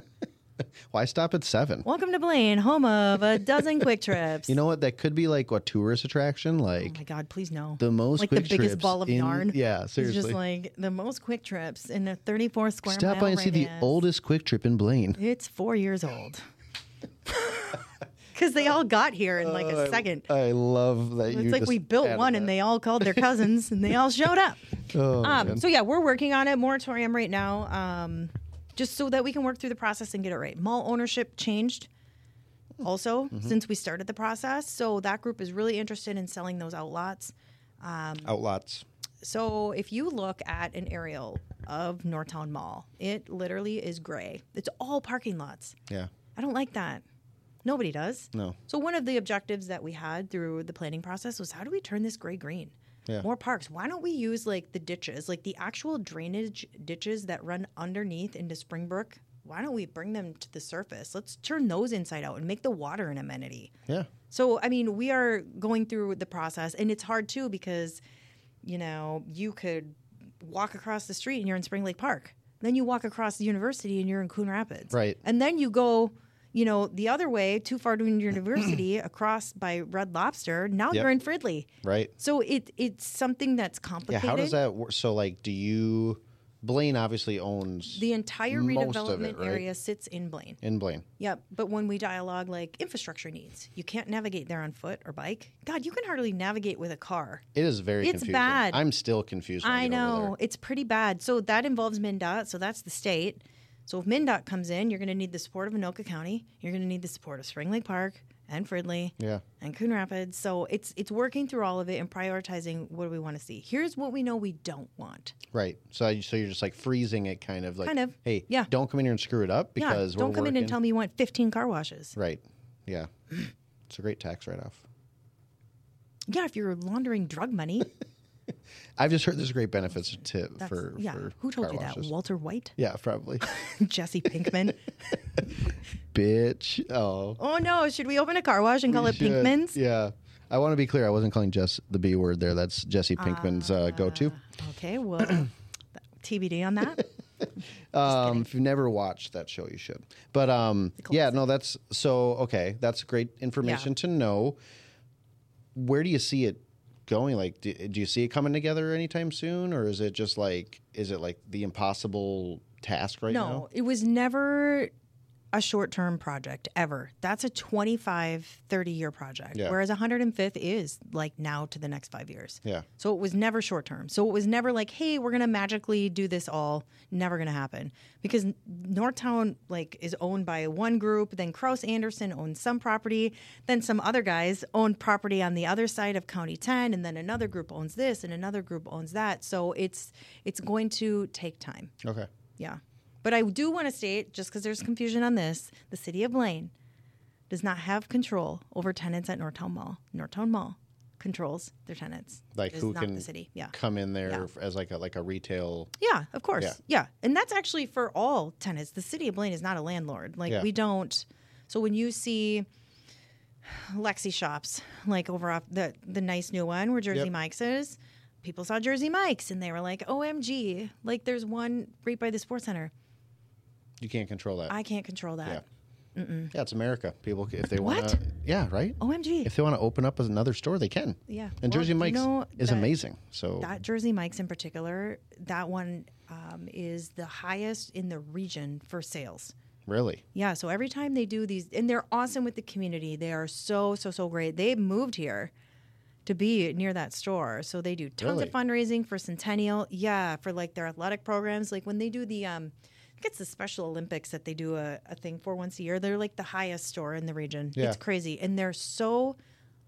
Speaker 1: Why stop at seven?
Speaker 2: Welcome to Blaine, home of a dozen quick trips.
Speaker 1: You know what? That could be like a tourist attraction. Like
Speaker 2: oh my God, please no.
Speaker 1: the most
Speaker 2: like
Speaker 1: quick
Speaker 2: the biggest
Speaker 1: trips
Speaker 2: ball of
Speaker 1: in-
Speaker 2: yarn.
Speaker 1: Yeah,
Speaker 2: It's
Speaker 1: seriously.
Speaker 2: just like the most quick trips in a 34 square
Speaker 1: Stop
Speaker 2: mile
Speaker 1: by and see the
Speaker 2: radius.
Speaker 1: oldest quick trip in Blaine.
Speaker 2: It's four years old. because they all got here in like
Speaker 1: Oh, I-
Speaker 2: a second.
Speaker 1: I love that you.
Speaker 2: It's like
Speaker 1: just
Speaker 2: we built
Speaker 1: added
Speaker 2: one and
Speaker 1: that.
Speaker 2: they all called their cousins and they all showed up.
Speaker 1: Oh,
Speaker 2: Um,
Speaker 1: man.
Speaker 2: so yeah, we're working on it. Moratorium right now, um, just so that we can work through the process and get it right. Mall ownership changed, also
Speaker 1: Mm-hmm.
Speaker 2: since we started the process. So that group is really interested in selling those out lots.
Speaker 1: outlots.
Speaker 2: So if you look at an aerial of Northtown Mall, it literally is gray. It's all parking lots.
Speaker 1: Yeah.
Speaker 2: I don't like that. Nobody does.
Speaker 1: No.
Speaker 2: So one of the objectives that we had through the planning process was how do we turn this gray green?
Speaker 1: Yeah.
Speaker 2: More parks. Why don't we use like the ditches, like the actual drainage ditches that run underneath into Springbrook? Why don't we bring them to the surface? Let's turn those inside out and make the water an amenity.
Speaker 1: Yeah.
Speaker 2: So, I mean, we are going through the process, and it's hard too because, you know, you could walk across the street and you're in Spring Lake Park. Then you walk across the university and you're in Coon Rapids.
Speaker 1: Right.
Speaker 2: And then you go, you know, the other way too far to university across by Red Lobster. Now
Speaker 1: Yep.
Speaker 2: you're in Fridley.
Speaker 1: Right.
Speaker 2: So it it's something that's
Speaker 1: Yeah.
Speaker 2: complicated.
Speaker 1: How does that work? So like, do you? Blaine obviously owns
Speaker 2: the entire
Speaker 1: Most of it,
Speaker 2: redevelopment
Speaker 1: right?
Speaker 2: area sits in Blaine.
Speaker 1: in Blaine.
Speaker 2: Yep. But when we dialogue like infrastructure needs, you can't navigate there on foot or bike. God, you can hardly navigate with a car.
Speaker 1: It is very.
Speaker 2: It's
Speaker 1: confusing.
Speaker 2: bad.
Speaker 1: I'm still confused. When I,
Speaker 2: I
Speaker 1: get over
Speaker 2: know. It's pretty bad. So that involves MnDOT. So that's the state. So if MnDOT comes in, you're going to need the support of Anoka County. You're going to need the support of Spring Lake Park and Fridley
Speaker 1: there. Yeah.
Speaker 2: and Coon Rapids. So it's it's working through all of it and prioritizing what do we want to see. Here's what we know we don't want.
Speaker 1: Right. So so you're just like freezing it, kind of like.
Speaker 2: Kind of.
Speaker 1: Hey.
Speaker 2: Yeah.
Speaker 1: Don't come in here and screw it up because
Speaker 2: yeah, don't
Speaker 1: we're
Speaker 2: come
Speaker 1: working.
Speaker 2: in and tell me you want 15 car washes.
Speaker 1: Right. Yeah. It's a great tax write-off.
Speaker 2: Yeah, if you're laundering drug money.
Speaker 1: I've just heard there's great benefits to
Speaker 2: That's,
Speaker 1: for
Speaker 2: yeah.
Speaker 1: for
Speaker 2: Who told
Speaker 1: car
Speaker 2: you
Speaker 1: washes.
Speaker 2: that? Walter White,
Speaker 1: Yeah, probably.
Speaker 2: Jesse Pinkman.
Speaker 1: Bitch. Oh.
Speaker 2: oh no, should we open a car wash and call
Speaker 1: We
Speaker 2: it
Speaker 1: should.
Speaker 2: Pinkman's?
Speaker 1: Yeah. I want to be clear. I wasn't calling Jess the B word there. That's Jesse Pinkman's
Speaker 2: Ah.
Speaker 1: uh, go-to.
Speaker 2: Okay, well, th- TBD on that.
Speaker 1: Um, if you've never watched that show, you should. But um, yeah, no, that's so okay. That's great information to know. Where do you see it going? Like, do, do you see it coming together anytime soon, or is it just like, is it like the impossible task right
Speaker 2: no,
Speaker 1: now?
Speaker 2: it was never a short term project ever. That's a 25, 30 year project,
Speaker 1: Yeah.
Speaker 2: whereas 105th is like now to the next five years.
Speaker 1: Yeah,
Speaker 2: So it was never short term. So it was never like, hey, we're going to magically do this all. Never going to happen because N- Northtown like is owned by one group. Then Kraus Anderson owns some property. Then some other guys own property on the other side of County 10, and then another group owns this, and another group owns that. So it's it's going to take time.
Speaker 1: okay.
Speaker 2: Yeah. But I do want to state, just because there's confusion on this, the city of Blaine does not have control over tenants at Northtown Mall. Northtown Mall controls their tenants.
Speaker 1: Like
Speaker 2: It is
Speaker 1: who
Speaker 2: not
Speaker 1: can
Speaker 2: the city. Yeah.
Speaker 1: come in there as like a like a retail?
Speaker 2: Yeah, of course.
Speaker 1: Yeah.
Speaker 2: Yeah. And that's actually for all tenants. The city of Blaine is not a landlord. Like
Speaker 1: Yeah.
Speaker 2: we don't so when you see Lexi shops, like over off the the nice new one where Jersey
Speaker 1: Yep.
Speaker 2: Mike's is, people saw Jersey Mike's and they were like, OMG. Like there's one right by the sports center.
Speaker 1: You can't control that.
Speaker 2: I can't control that.
Speaker 1: Yeah. yeah, it's America. People, if they want to,
Speaker 2: What?
Speaker 1: yeah, right.
Speaker 2: OMG.
Speaker 1: If they want to open up another store, they can.
Speaker 2: Yeah.
Speaker 1: And
Speaker 2: Well,
Speaker 1: Jersey
Speaker 2: you
Speaker 1: Mike's
Speaker 2: know
Speaker 1: is
Speaker 2: that-
Speaker 1: amazing. So
Speaker 2: That Jersey Mike's in particular, that one um, is the highest in the region for sales.
Speaker 1: really,
Speaker 2: Yeah, so every time they do these, and they're awesome with the community. They are so, so, so great. They moved here to be near that store. So they do tons of fundraising for Centennial. Yeah, for like their athletic programs. Like when they do the, um, I think it's the Special Olympics that they do a, a thing for once a year. They're like the highest store in the region.
Speaker 1: Yeah.
Speaker 2: It's crazy. And they're so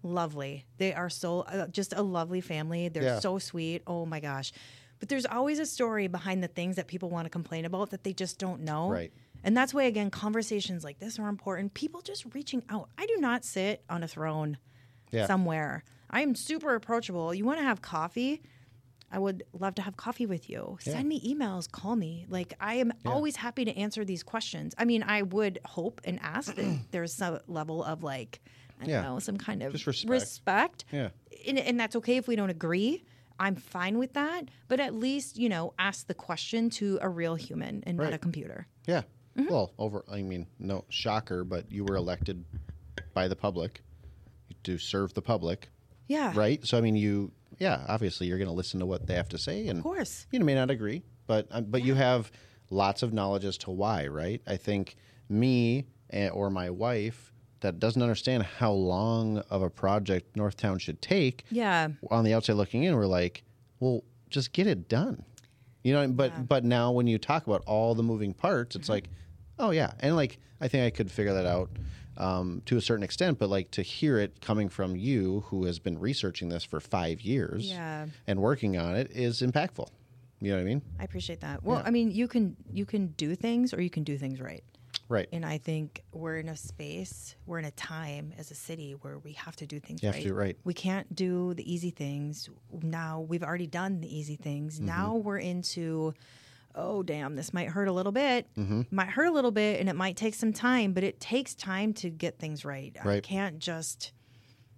Speaker 2: lovely. They are so, uh, just a lovely family. They're
Speaker 1: Yeah.
Speaker 2: so sweet. Oh my gosh. But there's always a story behind the things that people want to complain about that they just don't know.
Speaker 1: Right.
Speaker 2: And that's why, again, conversations like this are important. People just reaching out. I do not sit on a throne
Speaker 1: Yeah.
Speaker 2: somewhere. I am super approachable. You want to have coffee? I would love to have coffee with you. Send me emails, call me. Like, I am always happy to answer these questions. I mean, I would hope and ask that there's some level of like, I
Speaker 1: Yeah.
Speaker 2: don't know, some kind of
Speaker 1: Just respect.
Speaker 2: respect
Speaker 1: yeah,
Speaker 2: and, and that's okay if we don't agree. I'm fine with that, but at least you know, ask the question to a real human and
Speaker 1: Right.
Speaker 2: not a computer.
Speaker 1: yeah.
Speaker 2: Mm-hmm.
Speaker 1: Well, over. I mean, no shocker, but you were elected by the public to serve the public,
Speaker 2: Yeah,
Speaker 1: right? So I mean, you, yeah, obviously you're going to listen to what they have to say, and
Speaker 2: Of course.
Speaker 1: you may not agree, but um, but you have lots of knowledge as to why, right? I think me eh, or my wife that doesn't understand how long of a project Northtown should take,
Speaker 2: Yeah.
Speaker 1: on the outside looking in, we're like, well, just get it done. You know, but but now when you talk about all the moving parts, it's like, oh yeah, and like I think I could figure that out um, to a certain extent, but like to hear it coming from you, who has been researching this for five years
Speaker 2: Yeah.
Speaker 1: and working on it, is impactful. You know what I mean?
Speaker 2: I appreciate that. Well, I mean, you can you can do things or you can do things right.
Speaker 1: Right.
Speaker 2: And I think we're in a space, we're in a time as a city where we have to do things
Speaker 1: You
Speaker 2: right.
Speaker 1: have to do it right.
Speaker 2: We can't do the easy things now. We've already done the easy things.
Speaker 1: Mm-hmm.
Speaker 2: Now we're into, oh damn, this might hurt a little bit.
Speaker 1: Mm-hmm.
Speaker 2: Might hurt a little bit, and it might take some time. But it takes time to get things right. I
Speaker 1: Right.
Speaker 2: can't just,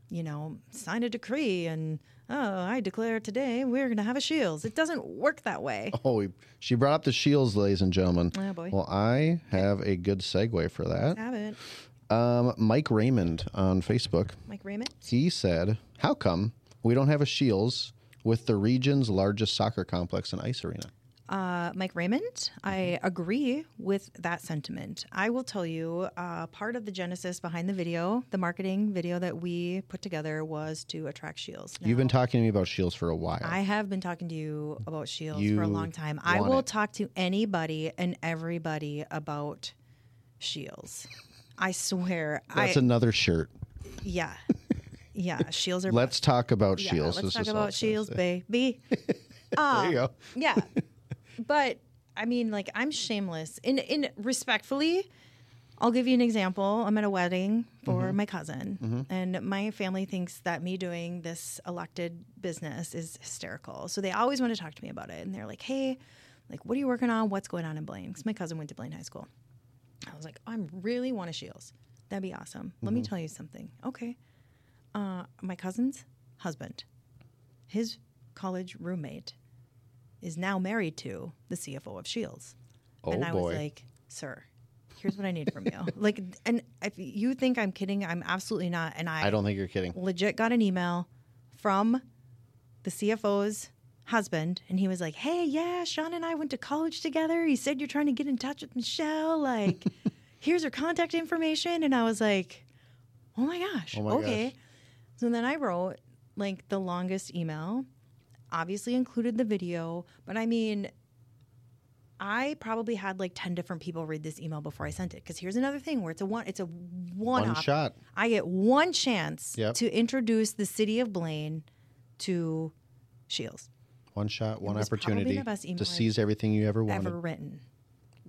Speaker 2: you know, sign a decree and oh, I declare today we're going to have a shields. It doesn't work that way.
Speaker 1: Oh, we- she brought up the shields, ladies and gentlemen.
Speaker 2: Oh, boy.
Speaker 1: Well, I have a good segue for that.
Speaker 2: Have it,
Speaker 1: Um, Mike Raymond on Facebook.
Speaker 2: Mike Raymond.
Speaker 1: he said, How come we don't have a Shields with the region's largest soccer complex and ice arena?
Speaker 2: uh, Mike Raymond. I
Speaker 1: Mm-hmm.
Speaker 2: agree with that sentiment. I will tell you, uh, part of the genesis behind the video, the marketing video that we put together, was to attract Shields.
Speaker 1: You've been talking to me about Shields for a while.
Speaker 2: I have been talking to you about Shields for a
Speaker 1: You
Speaker 2: long time. I
Speaker 1: want
Speaker 2: will
Speaker 1: it.
Speaker 2: talk to anybody and everybody about Shields. I swear.
Speaker 1: That's
Speaker 2: I
Speaker 1: another shirt.
Speaker 2: yeah, yeah. Shields are.
Speaker 1: Let's talk about
Speaker 2: yeah,
Speaker 1: Shields.
Speaker 2: Let's
Speaker 1: This
Speaker 2: talk
Speaker 1: is all it
Speaker 2: about
Speaker 1: says.
Speaker 2: Shields,
Speaker 1: eh?
Speaker 2: Ah. baby.
Speaker 1: There you go.
Speaker 2: Yeah. but I mean, like, I'm shameless. In in respectfully, I'll give you an example. I'm at a wedding for
Speaker 1: Mm-hmm.
Speaker 2: my cousin, and my family thinks that me doing this elected business is hysterical. So they always want to talk to me about it, and they're like, "Hey, like, what are you working on? What's going on in Blaine?" Because my cousin went to Blaine High School. I was like, "I am really want a Shields. That'd be awesome. Let me
Speaker 1: Mm-hmm.
Speaker 2: tell you something." Okay, uh, my cousin's husband, his college roommate, is now married to the CFO of Shields.
Speaker 1: Oh,
Speaker 2: and I was
Speaker 1: boy.
Speaker 2: like, sir, here's what I need from you. like, and if you think I'm kidding, I'm absolutely not. And I,
Speaker 1: I don't think you're kidding.
Speaker 2: legit got an email from the CFO's husband, and he was like, hey, yeah, Sean and I went to college together. He said you're trying to get in touch with Michelle. Like, here's her contact information. And I was like, oh my gosh.
Speaker 1: Oh my
Speaker 2: okay.
Speaker 1: gosh.
Speaker 2: So then I wrote like the longest email, obviously included the video, but I mean, I probably had like 10 different people read this email before I sent it. Cause here's another thing where it's a one, it's a one,
Speaker 1: One
Speaker 2: off.
Speaker 1: shot.
Speaker 2: I get one chance
Speaker 1: Yep.
Speaker 2: to introduce the city of Blaine to Shields
Speaker 1: One shot, one
Speaker 2: was probably
Speaker 1: opportunity
Speaker 2: the best email
Speaker 1: to
Speaker 2: I've
Speaker 1: seize everything you ever wanted.
Speaker 2: ever written.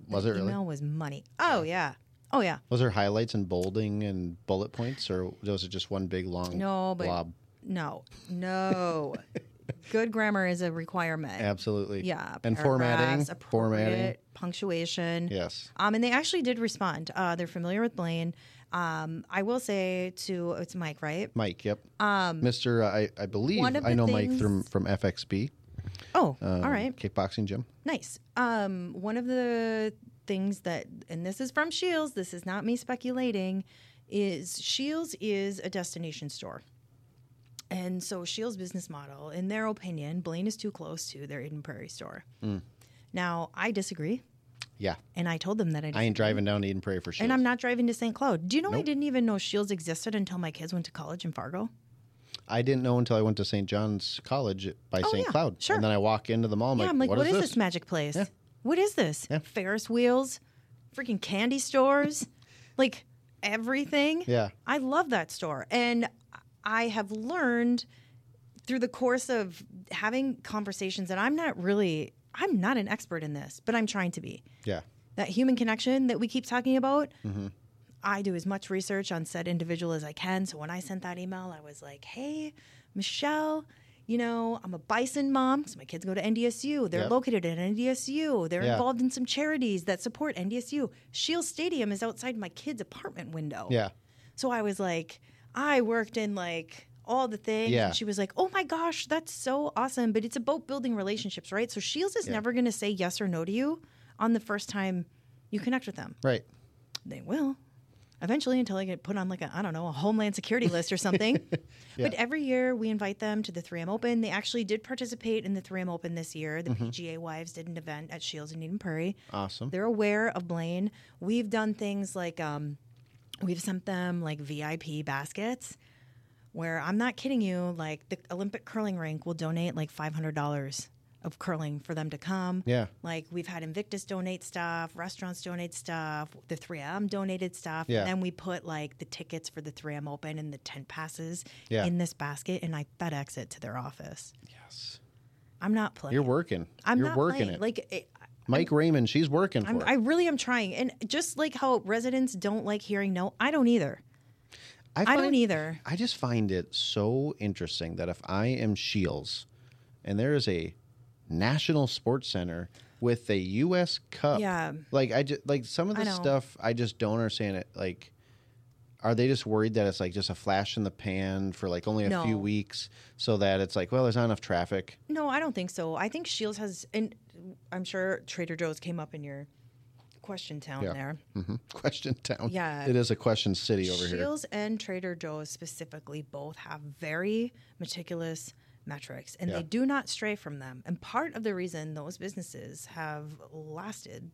Speaker 1: was it really?
Speaker 2: Email was money. Oh yeah. Oh yeah.
Speaker 1: Was there highlights and bolding and bullet points, or was it just one big long
Speaker 2: No, but
Speaker 1: blob?
Speaker 2: no, no. Good grammar is a requirement.
Speaker 1: Absolutely.
Speaker 2: Yeah.
Speaker 1: And formatting.
Speaker 2: paragraphs, appropriate
Speaker 1: Formatting.
Speaker 2: Punctuation.
Speaker 1: Yes.
Speaker 2: Um, and they actually did respond. Uh, they're familiar with Blaine. Um, I will say to it's Mike, right?
Speaker 1: Mike. Yep. Um, Mr. uh, I, I believe
Speaker 2: one of
Speaker 1: I
Speaker 2: the
Speaker 1: know Mike
Speaker 2: things-
Speaker 1: from from FXB.
Speaker 2: Oh,
Speaker 1: um,
Speaker 2: all right.
Speaker 1: Kickboxing gym.
Speaker 2: Nice. Um, one of the things that, and this is from Shields, this is not me speculating, is Shields is a destination store. And so Shields' business model, in their opinion, Blaine is too close to their Eden Prairie store. Now, I disagree,
Speaker 1: Yeah.
Speaker 2: and I told them that I
Speaker 1: I
Speaker 2: disagree.
Speaker 1: ain't driving down to Eden Prairie for sure.
Speaker 2: and I'm not driving to St. Cloud. Do you know I
Speaker 1: Nope.
Speaker 2: didn't even know Shields existed until my kids went to college in Fargo?
Speaker 1: I didn't know until I went to St. John's College by St.
Speaker 2: Oh, yeah,
Speaker 1: Cloud.
Speaker 2: sure.
Speaker 1: And then I walk into the mall. I'm
Speaker 2: Yeah,
Speaker 1: like,
Speaker 2: I'm like,
Speaker 1: what is, this?
Speaker 2: magic place? What is this?
Speaker 1: Yeah.
Speaker 2: Ferris wheels, freaking candy stores, like everything.
Speaker 1: Yeah.
Speaker 2: I love that store. And I have learned through the course of having conversations that I'm not really, I'm not an expert in this, but I'm trying to be.
Speaker 1: Yeah.
Speaker 2: That human connection that we keep talking about,
Speaker 1: Mm-hmm.
Speaker 2: I do as much research on said individual as I can. So when I sent that email, I was like, hey, Michelle, you know, I'm a bison mom because my kids go to NDSU. They're
Speaker 1: Yep.
Speaker 2: located at NDSU. They're
Speaker 1: Yeah.
Speaker 2: involved in some charities that support NDSU. Shield Stadium is outside my kid's apartment window.
Speaker 1: Yeah.
Speaker 2: So I was like, I worked in like all the things.
Speaker 1: Yeah.
Speaker 2: And she was like, oh my gosh, that's so awesome. But it's about building relationships, right? So Shields is never going to say yes or no to you on the first time you connect with them.
Speaker 1: Right.
Speaker 2: They will eventually until I get put on like a, I don't know, a Homeland Security list or something. But every year we invite them to the 3M Open. They actually did participate in the 3M Open this year. The PGA Wives did an event at Shields in Eden Prairie.
Speaker 1: Awesome.
Speaker 2: They're aware of Blaine. We've done things like um, We've sent them like VIP baskets where I'm not kidding you, like the Olympic curling rink will donate like $500 of curling for them to come.
Speaker 1: Yeah.
Speaker 2: Like we've had Invictus donate stuff, restaurants donate stuff, the 3M donated stuff.
Speaker 1: Yeah.
Speaker 2: And then we put like the tickets for the 3M Open and the tent passes
Speaker 1: Yeah.
Speaker 2: in this basket and I FedEx it to their office.
Speaker 1: Yes.
Speaker 2: I'm not playing.
Speaker 1: You're working.
Speaker 2: I'm
Speaker 1: You're
Speaker 2: not
Speaker 1: working
Speaker 2: playing.
Speaker 1: it.
Speaker 2: Like it,
Speaker 1: Mike Raymond, she's working
Speaker 2: I'm,
Speaker 1: for
Speaker 2: I
Speaker 1: it.
Speaker 2: really am trying. And just like how residents don't like hearing no, I don't either. I don't
Speaker 1: find-
Speaker 2: either.
Speaker 1: I just find it so interesting that if I am Shields and there is a national sports center with a U.S. Cup,
Speaker 2: Yeah.
Speaker 1: like I just like some of
Speaker 2: I
Speaker 1: the
Speaker 2: know.
Speaker 1: stuff I just don't understand it. Like, are they just worried that it's like just a flash in the pan for like only a few
Speaker 2: No.
Speaker 1: weeks, so that it's like, well, there's not enough traffic.
Speaker 2: No, I don't think so. I think Shields has, and I'm sure Trader Joe's came up in your question town
Speaker 1: Yeah.
Speaker 2: there.
Speaker 1: hmm Question town.
Speaker 2: Yeah.
Speaker 1: it is a question city over here.
Speaker 2: Shields and Trader Joe's specifically both have very meticulous metrics and
Speaker 1: Yeah.
Speaker 2: they do not stray from them. And part of the reason those businesses have lasted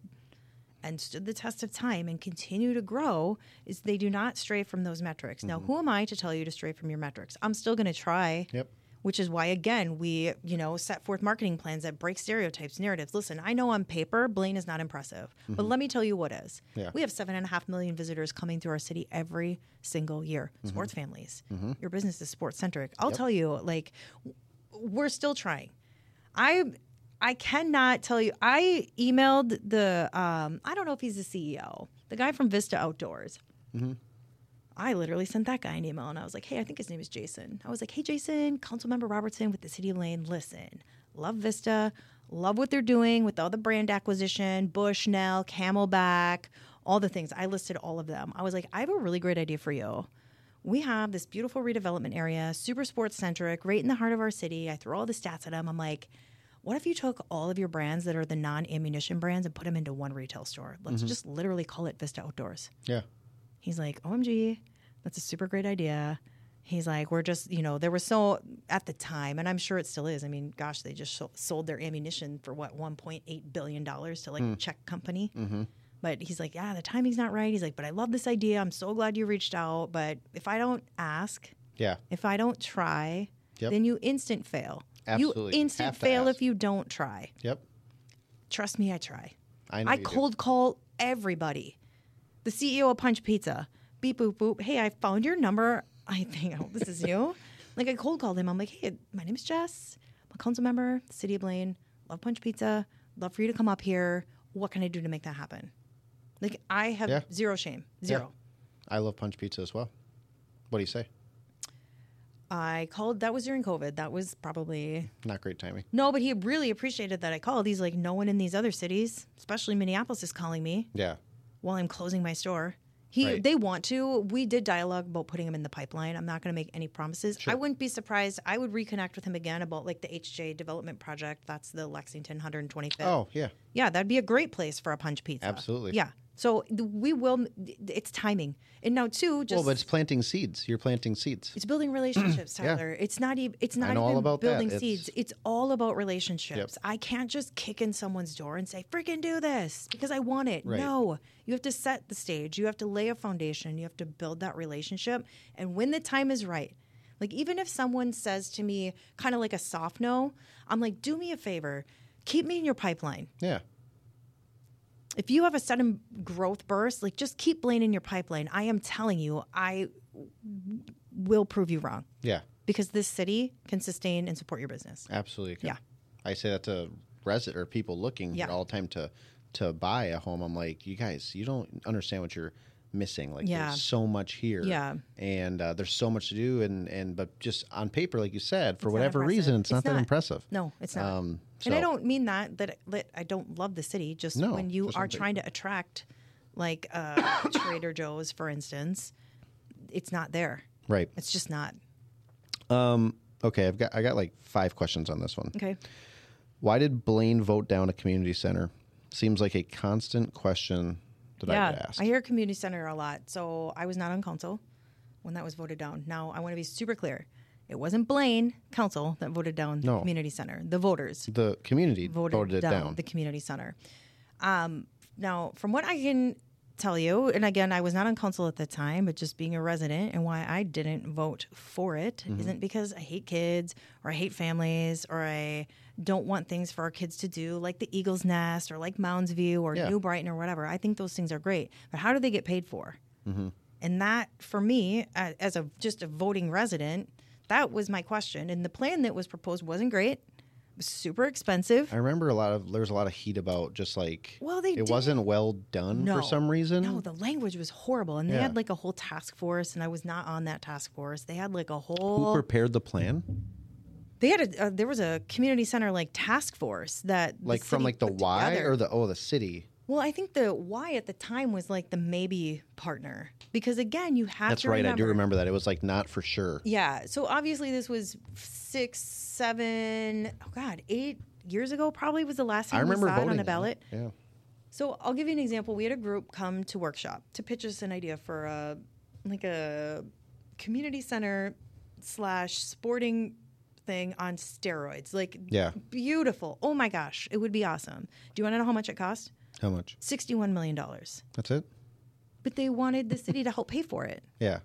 Speaker 2: and stood the test of time and continue to grow is they do not stray from those metrics.
Speaker 1: Mm-hmm.
Speaker 2: Now, who am I to tell you to stray from your metrics? I'm still going to try.
Speaker 1: Yep.
Speaker 2: Which is why, again, we you know set forth marketing plans that break stereotypes, narratives. Listen, I know on paper Blaine is not impressive, but let me tell you what is.
Speaker 1: Yeah.
Speaker 2: We have seven and a half million visitors coming through our city every single year. Sports families. Your business is sports centric. I'll tell you, like, w- we're still trying. I I cannot tell you. I emailed the um, I don't know if he's the CEO, the guy from Vista Outdoors. I literally sent that guy an email and I was like, hey, I think his name is Jason. I was like, hey, Jason, Councilmember Robertson with the City of Lane, listen, love Vista, love what they're doing with all the brand acquisition, Bushnell, Camelback, all the things. I listed all of them. I was like, I have a really great idea for you. We have this beautiful redevelopment area, super sports centric, right in the heart of our city. I throw all the stats at him. I'm like, what if you took all of your brands that are the non ammunition brands and put them into one retail store? Let's just literally call it Vista Outdoors.
Speaker 1: Yeah.
Speaker 2: He's like, OMG, that's a super great idea. He's like, we're just, you know, there was so at the time, and I'm sure it still is. I mean, gosh, they just so- sold their ammunition for what, $1.8 billion to
Speaker 1: Hmm.
Speaker 2: like a Czech company.
Speaker 1: Mm-hmm.
Speaker 2: But he's like, yeah, the timing's not right. He's like, but I love this idea. I'm so glad you reached out. But if I don't ask,
Speaker 1: Yeah.
Speaker 2: if I don't try,
Speaker 1: Yep.
Speaker 2: then you instant fail.
Speaker 1: Absolutely.
Speaker 2: You
Speaker 1: You
Speaker 2: instant
Speaker 1: have to
Speaker 2: fail
Speaker 1: ask.
Speaker 2: if you don't try.
Speaker 1: Yep.
Speaker 2: Trust me, I try.
Speaker 1: I know.
Speaker 2: I
Speaker 1: you do.
Speaker 2: cold call everybody. The CEO of Punch Pizza. Beep boop boop. Hey, I found your number. I think oh, this is new. like I cold called him. I'm like, hey, my name is Jess. I'm a council member, City of Blaine. Love Punch Pizza. Love for you to come up here. What can I do to make that happen? Like I have
Speaker 1: Yeah.
Speaker 2: zero shame. Zero.
Speaker 1: I love punch pizza as well. What do you say?
Speaker 2: I called. That was during COVID. That was probably
Speaker 1: Not great timing.
Speaker 2: no, but he really appreciated that I called. He's like, no one in these other cities, especially Minneapolis, is calling me.
Speaker 1: Yeah.
Speaker 2: while I'm closing my store. He,
Speaker 1: Right.
Speaker 2: they want to. We did dialogue about putting him in the pipeline. I'm not going to make any promises. I wouldn't be surprised. I would reconnect with him again about like the HJ development project. That's the Lexington 125th.
Speaker 1: Oh yeah.
Speaker 2: Yeah, that'd be a great place for a punch pizza.
Speaker 1: Absolutely.
Speaker 2: Yeah. So th- we will. It's timing, and now too, just
Speaker 1: well, but it's planting seeds. You're planting seeds.
Speaker 2: it's building relationships,
Speaker 1: Mm. Yeah.
Speaker 2: Tyler. It's not even it's not
Speaker 1: know all
Speaker 2: even
Speaker 1: about that.
Speaker 2: building
Speaker 1: It's-
Speaker 2: seeds. It's all about relationships. I can't just kick in someone's door and say, "Freaking do this," because I want it.
Speaker 1: Right.
Speaker 2: No. You have to set the stage. You have to lay a foundation. You have to build that relationship. And when the time is right, like even if someone says to me kind of like a soft no, I'm like, "Do me a favor. Keep me in your pipeline."
Speaker 1: Yeah.
Speaker 2: if you have a sudden growth burst, like just keep Blaine in your pipeline. I am telling you, I w- will prove you wrong
Speaker 1: Yeah.
Speaker 2: because this city can sustain and support your business.
Speaker 1: Absolutely. okay.
Speaker 2: Yeah.
Speaker 1: I say that to resident or people looking
Speaker 2: Yeah.
Speaker 1: at all the time to to buy a home. I'm like, you guys, you don't understand what you're missing. Like,
Speaker 2: Yeah.
Speaker 1: there's so much here.
Speaker 2: Yeah.
Speaker 1: And uh, there's so much to do. And and but just on paper, like you said, for
Speaker 2: not
Speaker 1: whatever
Speaker 2: impressive.
Speaker 1: reason, it's,
Speaker 2: It's
Speaker 1: not, that
Speaker 2: not.
Speaker 1: impressive.
Speaker 2: No, it's not.
Speaker 1: Um. So,
Speaker 2: and I don't mean that that, that I don't love the city. Just
Speaker 1: No,
Speaker 2: when you
Speaker 1: just
Speaker 2: are
Speaker 1: on paper.
Speaker 2: trying to attract, like uh, Trader Joe's, for instance, it's not there.
Speaker 1: Right. Um,
Speaker 2: It's just not.
Speaker 1: Okay. I've got I got like five questions on this one.
Speaker 2: Okay.
Speaker 1: Why did Blaine vote down a community center? Seems like a constant question that I
Speaker 2: yeah,
Speaker 1: would ask.
Speaker 2: I hear community center a lot. So I was not on council when that was voted down. Now I want to be super clear. It wasn't Blaine Council that voted down
Speaker 1: No.
Speaker 2: community center. The voters
Speaker 1: the community
Speaker 2: voted,
Speaker 1: voted, it down.
Speaker 2: the community center. Um, now, from what I can tell you, and again, I was not on council at the time, but just being a resident and why I didn't vote for it
Speaker 1: Mm-hmm.
Speaker 2: not because I hate kids or I hate families or I don't want things for our kids to do, like the Eagle's Nest or like Mounds View or
Speaker 1: Yeah.
Speaker 2: New Brighton or whatever. I think those things are great, but how do they get paid for?
Speaker 1: Mm-hmm.
Speaker 2: And that, for me, a- as a just a voting resident, that was my question. And the plan that was proposed wasn't great. It was super expensive.
Speaker 1: I remember a lot of there was a lot of heat about just like
Speaker 2: Well, they
Speaker 1: it
Speaker 2: did-
Speaker 1: wasn't well done
Speaker 2: No.
Speaker 1: for some reason.
Speaker 2: No, the language was horrible, and they
Speaker 1: Mm. Yeah.
Speaker 2: had like a whole task force, and I was not on that task force. They had like a
Speaker 1: Who
Speaker 2: whole.
Speaker 1: prepared the plan?
Speaker 2: they had a uh, there was a community center like task force that the
Speaker 1: Like from
Speaker 2: city
Speaker 1: like the
Speaker 2: put
Speaker 1: Y
Speaker 2: together.
Speaker 1: or the oh the city.
Speaker 2: well, I think the why at the time was like the maybe partner because again you have
Speaker 1: That's
Speaker 2: to
Speaker 1: right. I do remember that it was like not for sure.
Speaker 2: Yeah. So obviously this was six, seven, oh God, eight years ago probably was the last time
Speaker 1: I remember
Speaker 2: we saw it
Speaker 1: voting
Speaker 2: on
Speaker 1: on
Speaker 2: the
Speaker 1: it.
Speaker 2: ballot.
Speaker 1: Yeah.
Speaker 2: So I'll give you an example. We had a group come to workshop to pitch us an idea for a like a community center slash sporting thing on steroids. Like
Speaker 1: Yeah.
Speaker 2: beautiful. Oh my gosh, it would be awesome. Do you want to know how much it cost?
Speaker 1: How much?
Speaker 2: Sixty one million dollars.
Speaker 1: That's it.
Speaker 2: But they wanted the city to help pay for it
Speaker 1: Yeah.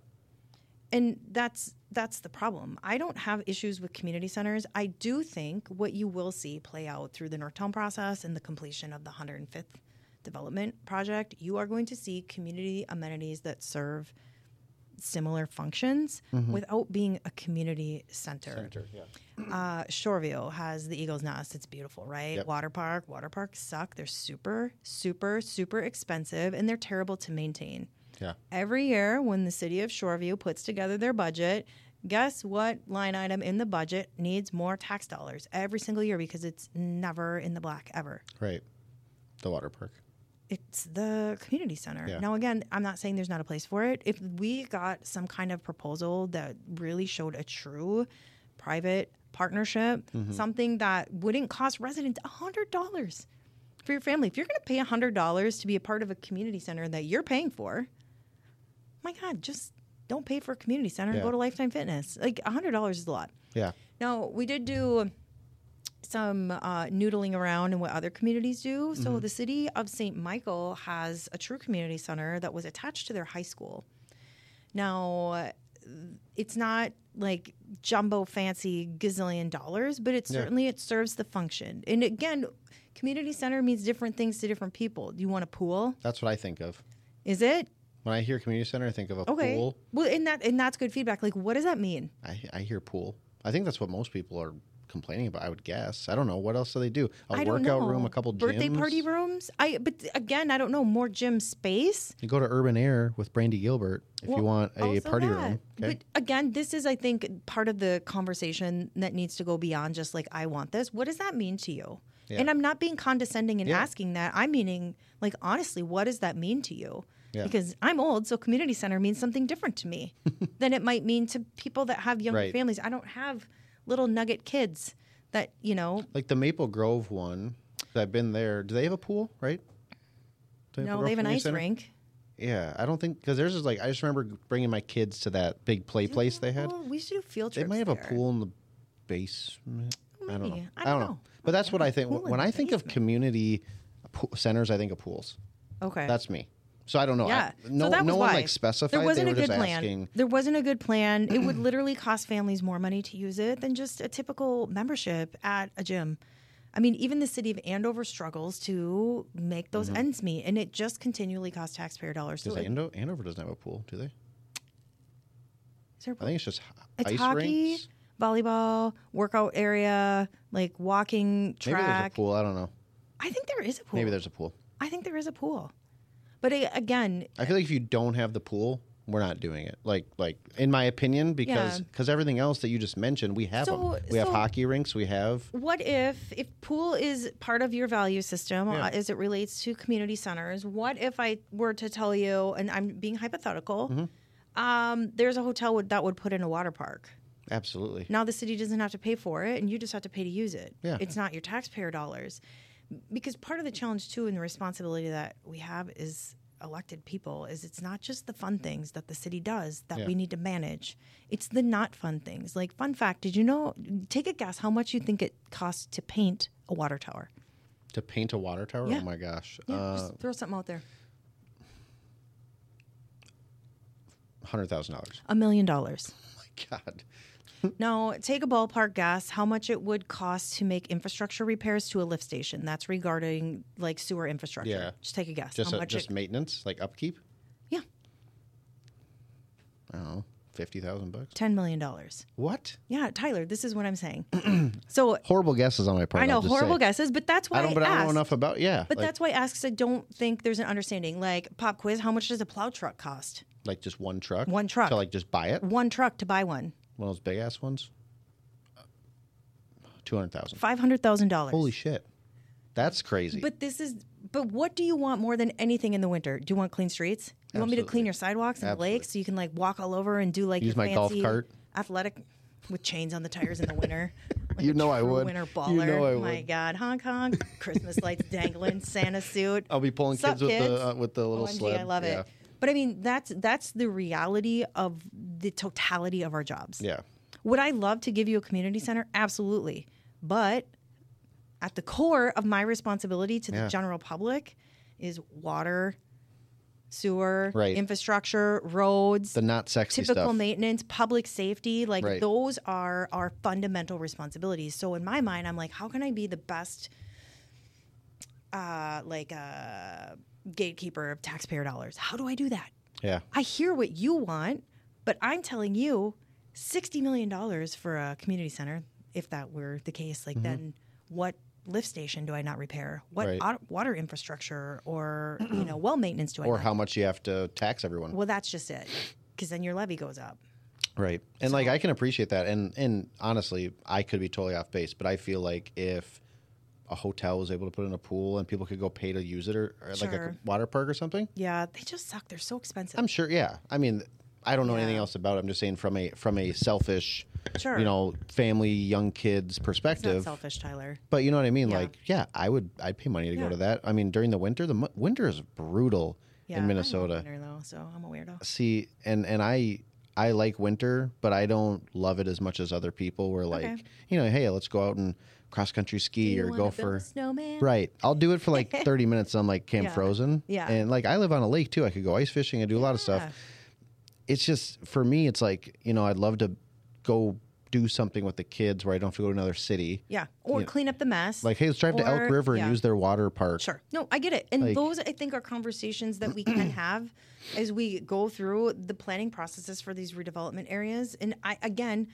Speaker 2: and that's that's the problem. I don't have issues with community centers. I do think what you will see play out through the Northtown process and the completion of the 105th development project, you are going to see community amenities that serve similar functions without being a community center.
Speaker 1: Yeah.
Speaker 2: Uh, Shoreview has the Eagles Nest. It's beautiful, right?
Speaker 1: Yep.
Speaker 2: Water park. Water parks suck. They're super, super, super expensive, and they're terrible to maintain
Speaker 1: Yeah.
Speaker 2: every year when the city of Shoreview puts together their budget, guess what line item in the budget needs more tax dollars every single year because it's never in the black ever.
Speaker 1: Right. The water park.
Speaker 2: It's the community center.
Speaker 1: Yeah.
Speaker 2: Now again, I'm not saying there's not a place for it. If we got some kind of proposal that really showed a true private partnership,
Speaker 1: Mm-hmm.
Speaker 2: something that wouldn't cost residents $100 for your family. If you're going to pay $100 to be a part of a community center that you're paying for, my God, just don't pay for a community center and
Speaker 1: Yeah.
Speaker 2: go to Lifetime Fitness. Like $100 is a lot.
Speaker 1: Yeah.
Speaker 2: Now, we did do some uh, noodling around and what other communities do. So,
Speaker 1: Mm-hmm.
Speaker 2: the city of St. Michael has a true community center that was attached to their high school. Now, it's not like jumbo fancy gazillion dollars, but it
Speaker 1: Yeah.
Speaker 2: certainly it serves the function. And again, community center means different things to different people. Do you want a pool?
Speaker 1: That's what I think of.
Speaker 2: Is it?
Speaker 1: When I hear community center, I think of a
Speaker 2: Okay.
Speaker 1: pool.
Speaker 2: Well, and that and that's good feedback. Like what does that mean?
Speaker 1: I, I hear pool. I think that's what most people are complaining about. I would guess. I don't know what else do they do. A
Speaker 2: I don't
Speaker 1: workout
Speaker 2: know.
Speaker 1: room, a couple gyms.
Speaker 2: birthday party rooms. I but again, I don't know more gym space.
Speaker 1: You go to Urban Air with Brandy Gilbert if
Speaker 2: Well,
Speaker 1: you want a
Speaker 2: also
Speaker 1: party
Speaker 2: that.
Speaker 1: room. Okay.
Speaker 2: But again, this is I think part of the conversation that needs to go beyond just like I want this. What does that mean to you?
Speaker 1: Yeah.
Speaker 2: And I'm not being condescending and
Speaker 1: Yeah.
Speaker 2: asking that. I'm meaning like honestly, what does that mean to you?
Speaker 1: Yeah.
Speaker 2: Because I'm old, so community center means something different to me than it might mean to people that have younger
Speaker 1: Right.
Speaker 2: families. I don't have little nugget kids that, you know,
Speaker 1: like the Maple Grove one, 'cause I've been there. Do they have a pool, right? Do Maple
Speaker 2: no,
Speaker 1: Grove
Speaker 2: they have an
Speaker 1: Community
Speaker 2: ice
Speaker 1: Center?
Speaker 2: rink.
Speaker 1: Yeah, I don't think because theirs is like I just remember bringing my kids to that big play place they had.
Speaker 2: Well, we should do field
Speaker 1: They
Speaker 2: trips.
Speaker 1: might have a
Speaker 2: there.
Speaker 1: pool in the basement. I don't know.
Speaker 2: Maybe.
Speaker 1: I don't know. But that's what I think
Speaker 2: Pool in
Speaker 1: when
Speaker 2: the
Speaker 1: I think of
Speaker 2: basement.
Speaker 1: community po- centers. I think of pools.
Speaker 2: Okay.
Speaker 1: That's me. So I don't know. I-
Speaker 2: Yeah.
Speaker 1: no,
Speaker 2: so that
Speaker 1: no
Speaker 2: was
Speaker 1: one
Speaker 2: why.
Speaker 1: like specified.
Speaker 2: There wasn't
Speaker 1: they were
Speaker 2: a good
Speaker 1: just
Speaker 2: plan.
Speaker 1: asking. Mm-hmm.
Speaker 2: There wasn't a good plan. It would literally cost families more money to use it than just a typical membership at a gym. I mean, even the city of Andover struggles to make those
Speaker 1: Mm-hmm.
Speaker 2: ends meet, and it just continually costs taxpayer dollars.
Speaker 1: Does
Speaker 2: So, like,
Speaker 1: Ando- Andover doesn't have a pool, do they?
Speaker 2: is there-
Speaker 1: I think it's just h-
Speaker 2: it's
Speaker 1: ice
Speaker 2: hockey,
Speaker 1: rinks.
Speaker 2: volleyball, workout area, like walking
Speaker 1: Maybe there's a
Speaker 2: track.
Speaker 1: pool. I don't know.
Speaker 2: I think there is a pool.
Speaker 1: Maybe there's a pool.
Speaker 2: I think there is a pool, but a- again,
Speaker 1: I feel like if you don't have the pool, we're not doing it. Like like in my opinion, because
Speaker 2: Yeah.
Speaker 1: because everything else that you just mentioned, we have
Speaker 2: So-
Speaker 1: 'em. We have
Speaker 2: so-
Speaker 1: hockey rinks. We have
Speaker 2: what if if pool is part of your value system
Speaker 1: Yeah.
Speaker 2: uh, as it relates to community centers what if i were to tell you and i'm being hypothetical um, there's a hotel would, that would put in a water park
Speaker 1: absolutely
Speaker 2: now the city doesn't have to pay for it and you just have to pay to use it
Speaker 1: Yeah.
Speaker 2: it's not your taxpayer dollars because part of the challenge too and the responsibility that we have is elected people is it's not just the fun things that the city does that
Speaker 1: Yeah.
Speaker 2: we need to manage it's the not fun things like fun fact did you know take a guess how much you think it costs to paint a water tower
Speaker 1: to paint a water tower.
Speaker 2: Yeah.
Speaker 1: Oh my gosh,
Speaker 2: yeah,
Speaker 1: uh,
Speaker 2: just throw something out there
Speaker 1: hundred thousand dollars. Oh
Speaker 2: A million dollars.
Speaker 1: My God,
Speaker 2: Now, take a ballpark guess how much it would cost to make infrastructure repairs to a lift station. That's regarding like sewer infrastructure.
Speaker 1: Yeah.
Speaker 2: Just take a guess.
Speaker 1: just
Speaker 2: how
Speaker 1: a,
Speaker 2: much
Speaker 1: just
Speaker 2: it,
Speaker 1: maintenance, like upkeep.
Speaker 2: Yeah.
Speaker 1: I don't know, fifty thousand bucks.
Speaker 2: $10 million. dollars.
Speaker 1: What?
Speaker 2: Yeah, Tyler, this is what I'm saying. so
Speaker 1: Horrible guesses on my part.
Speaker 2: I know
Speaker 1: I'll just
Speaker 2: horrible
Speaker 1: say.
Speaker 2: guesses, but that's why
Speaker 1: I don't, but
Speaker 2: asked.
Speaker 1: I don't know enough about. Yeah,
Speaker 2: But
Speaker 1: like,
Speaker 2: that's why I asked 'cause I don't think there's an understanding. Like pop quiz, how much does a plow truck cost?
Speaker 1: like just one truck.
Speaker 2: One truck.
Speaker 1: To like just buy it,
Speaker 2: One truck to buy one.
Speaker 1: one of those big ass ones. Two hundred thousand.
Speaker 2: Five hundred thousand dollars.
Speaker 1: Holy shit, that's crazy.
Speaker 2: But this is. But what do you want more than anything in the winter? Do you want clean streets? You want me to
Speaker 1: Absolutely.
Speaker 2: clean your sidewalks and
Speaker 1: Absolutely.
Speaker 2: lakes so you can like walk all over and do like
Speaker 1: Use
Speaker 2: your
Speaker 1: my golf
Speaker 2: fancy
Speaker 1: cart.
Speaker 2: athletic with chains on the tires in the winter. Like
Speaker 1: You
Speaker 2: a
Speaker 1: know I
Speaker 2: true
Speaker 1: would.
Speaker 2: Winter
Speaker 1: You
Speaker 2: baller.
Speaker 1: know I
Speaker 2: My
Speaker 1: would.
Speaker 2: God, Hong Kong Christmas lights dangling, Santa suit.
Speaker 1: I'll be pulling
Speaker 2: Sup,
Speaker 1: kids with
Speaker 2: kids?
Speaker 1: the uh, with the little
Speaker 2: OMG,
Speaker 1: sled.
Speaker 2: I love
Speaker 1: yeah.
Speaker 2: it. But I mean, that's that's the reality of the totality of our jobs.
Speaker 1: Yeah,
Speaker 2: Would I love to give you a community center? Absolutely. But at the core of my responsibility to the
Speaker 1: Yeah.
Speaker 2: general public is water, sewer,
Speaker 1: Right.
Speaker 2: infrastructure, roads,
Speaker 1: the not sexy
Speaker 2: typical
Speaker 1: stuff.
Speaker 2: maintenance, public safety. Like
Speaker 1: Right.
Speaker 2: those are our fundamental responsibilities. So in my mind, I'm like, how can I be the best, uh, like uh, gatekeeper of taxpayer dollars? How do I do that?
Speaker 1: yeah,
Speaker 2: I hear what you want, but I'm telling you, sixty million dollars for a community center. If that were the case, like then what lift station do I not repair? What
Speaker 1: Mm-hmm. Right.
Speaker 2: au- water infrastructure or you know well maintenance do I?
Speaker 1: or
Speaker 2: not?
Speaker 1: how much you have to tax everyone.
Speaker 2: well, that's just it, because then your levy goes up.
Speaker 1: Right. And like I can appreciate that. And and honestly, I could be totally off base, but I feel like if a hotel was able to put in a pool and people could go pay to use it or, or like a
Speaker 2: Sure.
Speaker 1: water park or something,
Speaker 2: Yeah, they just suck. They're so expensive.
Speaker 1: I'm sure yeah. I mean, I don't know anything
Speaker 2: Yeah.
Speaker 1: else about it. I'm just saying from a from a selfish
Speaker 2: Sure.
Speaker 1: you know, family, young kids
Speaker 2: it's not
Speaker 1: perspective.
Speaker 2: selfish, Tyler.
Speaker 1: But you know what I mean?
Speaker 2: Yeah.
Speaker 1: Like, yeah, I would I'd pay money to go
Speaker 2: Yeah.
Speaker 1: to that. I mean, during the winter, the mu- winter is brutal
Speaker 2: Yeah,
Speaker 1: in
Speaker 2: I'm a
Speaker 1: Minnesota.
Speaker 2: winner, though, so I'm a weirdo.
Speaker 1: see and and i i like winter but i don't love it as much as other people where like
Speaker 2: Okay.
Speaker 1: you know hey let's go out and cross country ski
Speaker 2: You
Speaker 1: or
Speaker 2: wanna
Speaker 1: go
Speaker 2: build
Speaker 1: for
Speaker 2: a snowman?
Speaker 1: right i'll do it for like 30 minutes i'm like okay, I'm
Speaker 2: Yeah.
Speaker 1: frozen
Speaker 2: Yeah.
Speaker 1: and like i live on a lake too i could go ice fishing i do a lot of
Speaker 2: Yeah.
Speaker 1: stuff it's just for me it's like you know i'd love to go do something with the kids where i don't have to go to another city
Speaker 2: Yeah, or clean up the mess.
Speaker 1: like hey let's drive to elk
Speaker 2: Or-
Speaker 1: river and
Speaker 2: yeah.
Speaker 1: use their water park
Speaker 2: Sure. No, I get it. And
Speaker 1: Like-
Speaker 2: those, I think, are conversations that we can have as we go through the planning processes for these redevelopment areas. And I, again,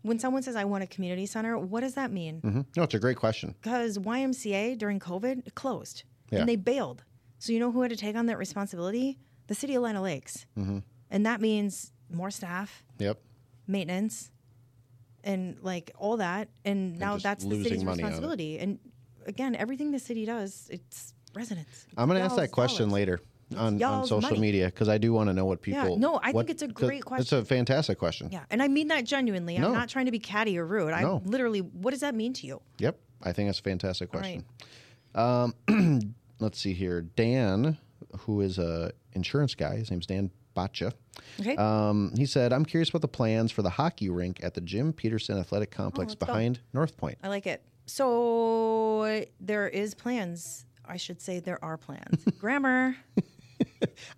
Speaker 2: when someone says, I want a community center, what does that mean?
Speaker 1: Mhm. no it's a great question
Speaker 2: Because YMCA during COVID closed
Speaker 1: Yeah.
Speaker 2: and they bailed. So you know who had to take on that responsibility? The city of Lina Lakes.
Speaker 1: Mm-hmm.
Speaker 2: And that means more staff,
Speaker 1: yep maintenance.
Speaker 2: maintenance and like all that and, now
Speaker 1: just
Speaker 2: that's the
Speaker 1: losing
Speaker 2: city's
Speaker 1: money on it.
Speaker 2: responsibility and again everything the city does it's residents
Speaker 1: I'm gonna ask
Speaker 2: Y'all's
Speaker 1: that question
Speaker 2: dollars.
Speaker 1: later on, on
Speaker 2: y'all's
Speaker 1: social
Speaker 2: money.
Speaker 1: media because I do want to know what people.
Speaker 2: no, I think
Speaker 1: what-
Speaker 2: it's a
Speaker 1: 'cause
Speaker 2: great
Speaker 1: It's a fantastic question.
Speaker 2: yeah and i mean that genuinely
Speaker 1: No.
Speaker 2: i'm not trying to be catty or rude i
Speaker 1: No.
Speaker 2: literally what does that mean to you
Speaker 1: Yep, I think that's a fantastic
Speaker 2: right.
Speaker 1: question. Um, let's see here, Dan, who is a insurance guy. His name's Dan Bacha.
Speaker 2: okay
Speaker 1: Um, he said, "I'm curious about the plans for the hockey rink at the Jim Peterson Athletic Complex
Speaker 2: Oh, let's go.
Speaker 1: behind North Point."
Speaker 2: i like it so there is plans i should say there are plans grammar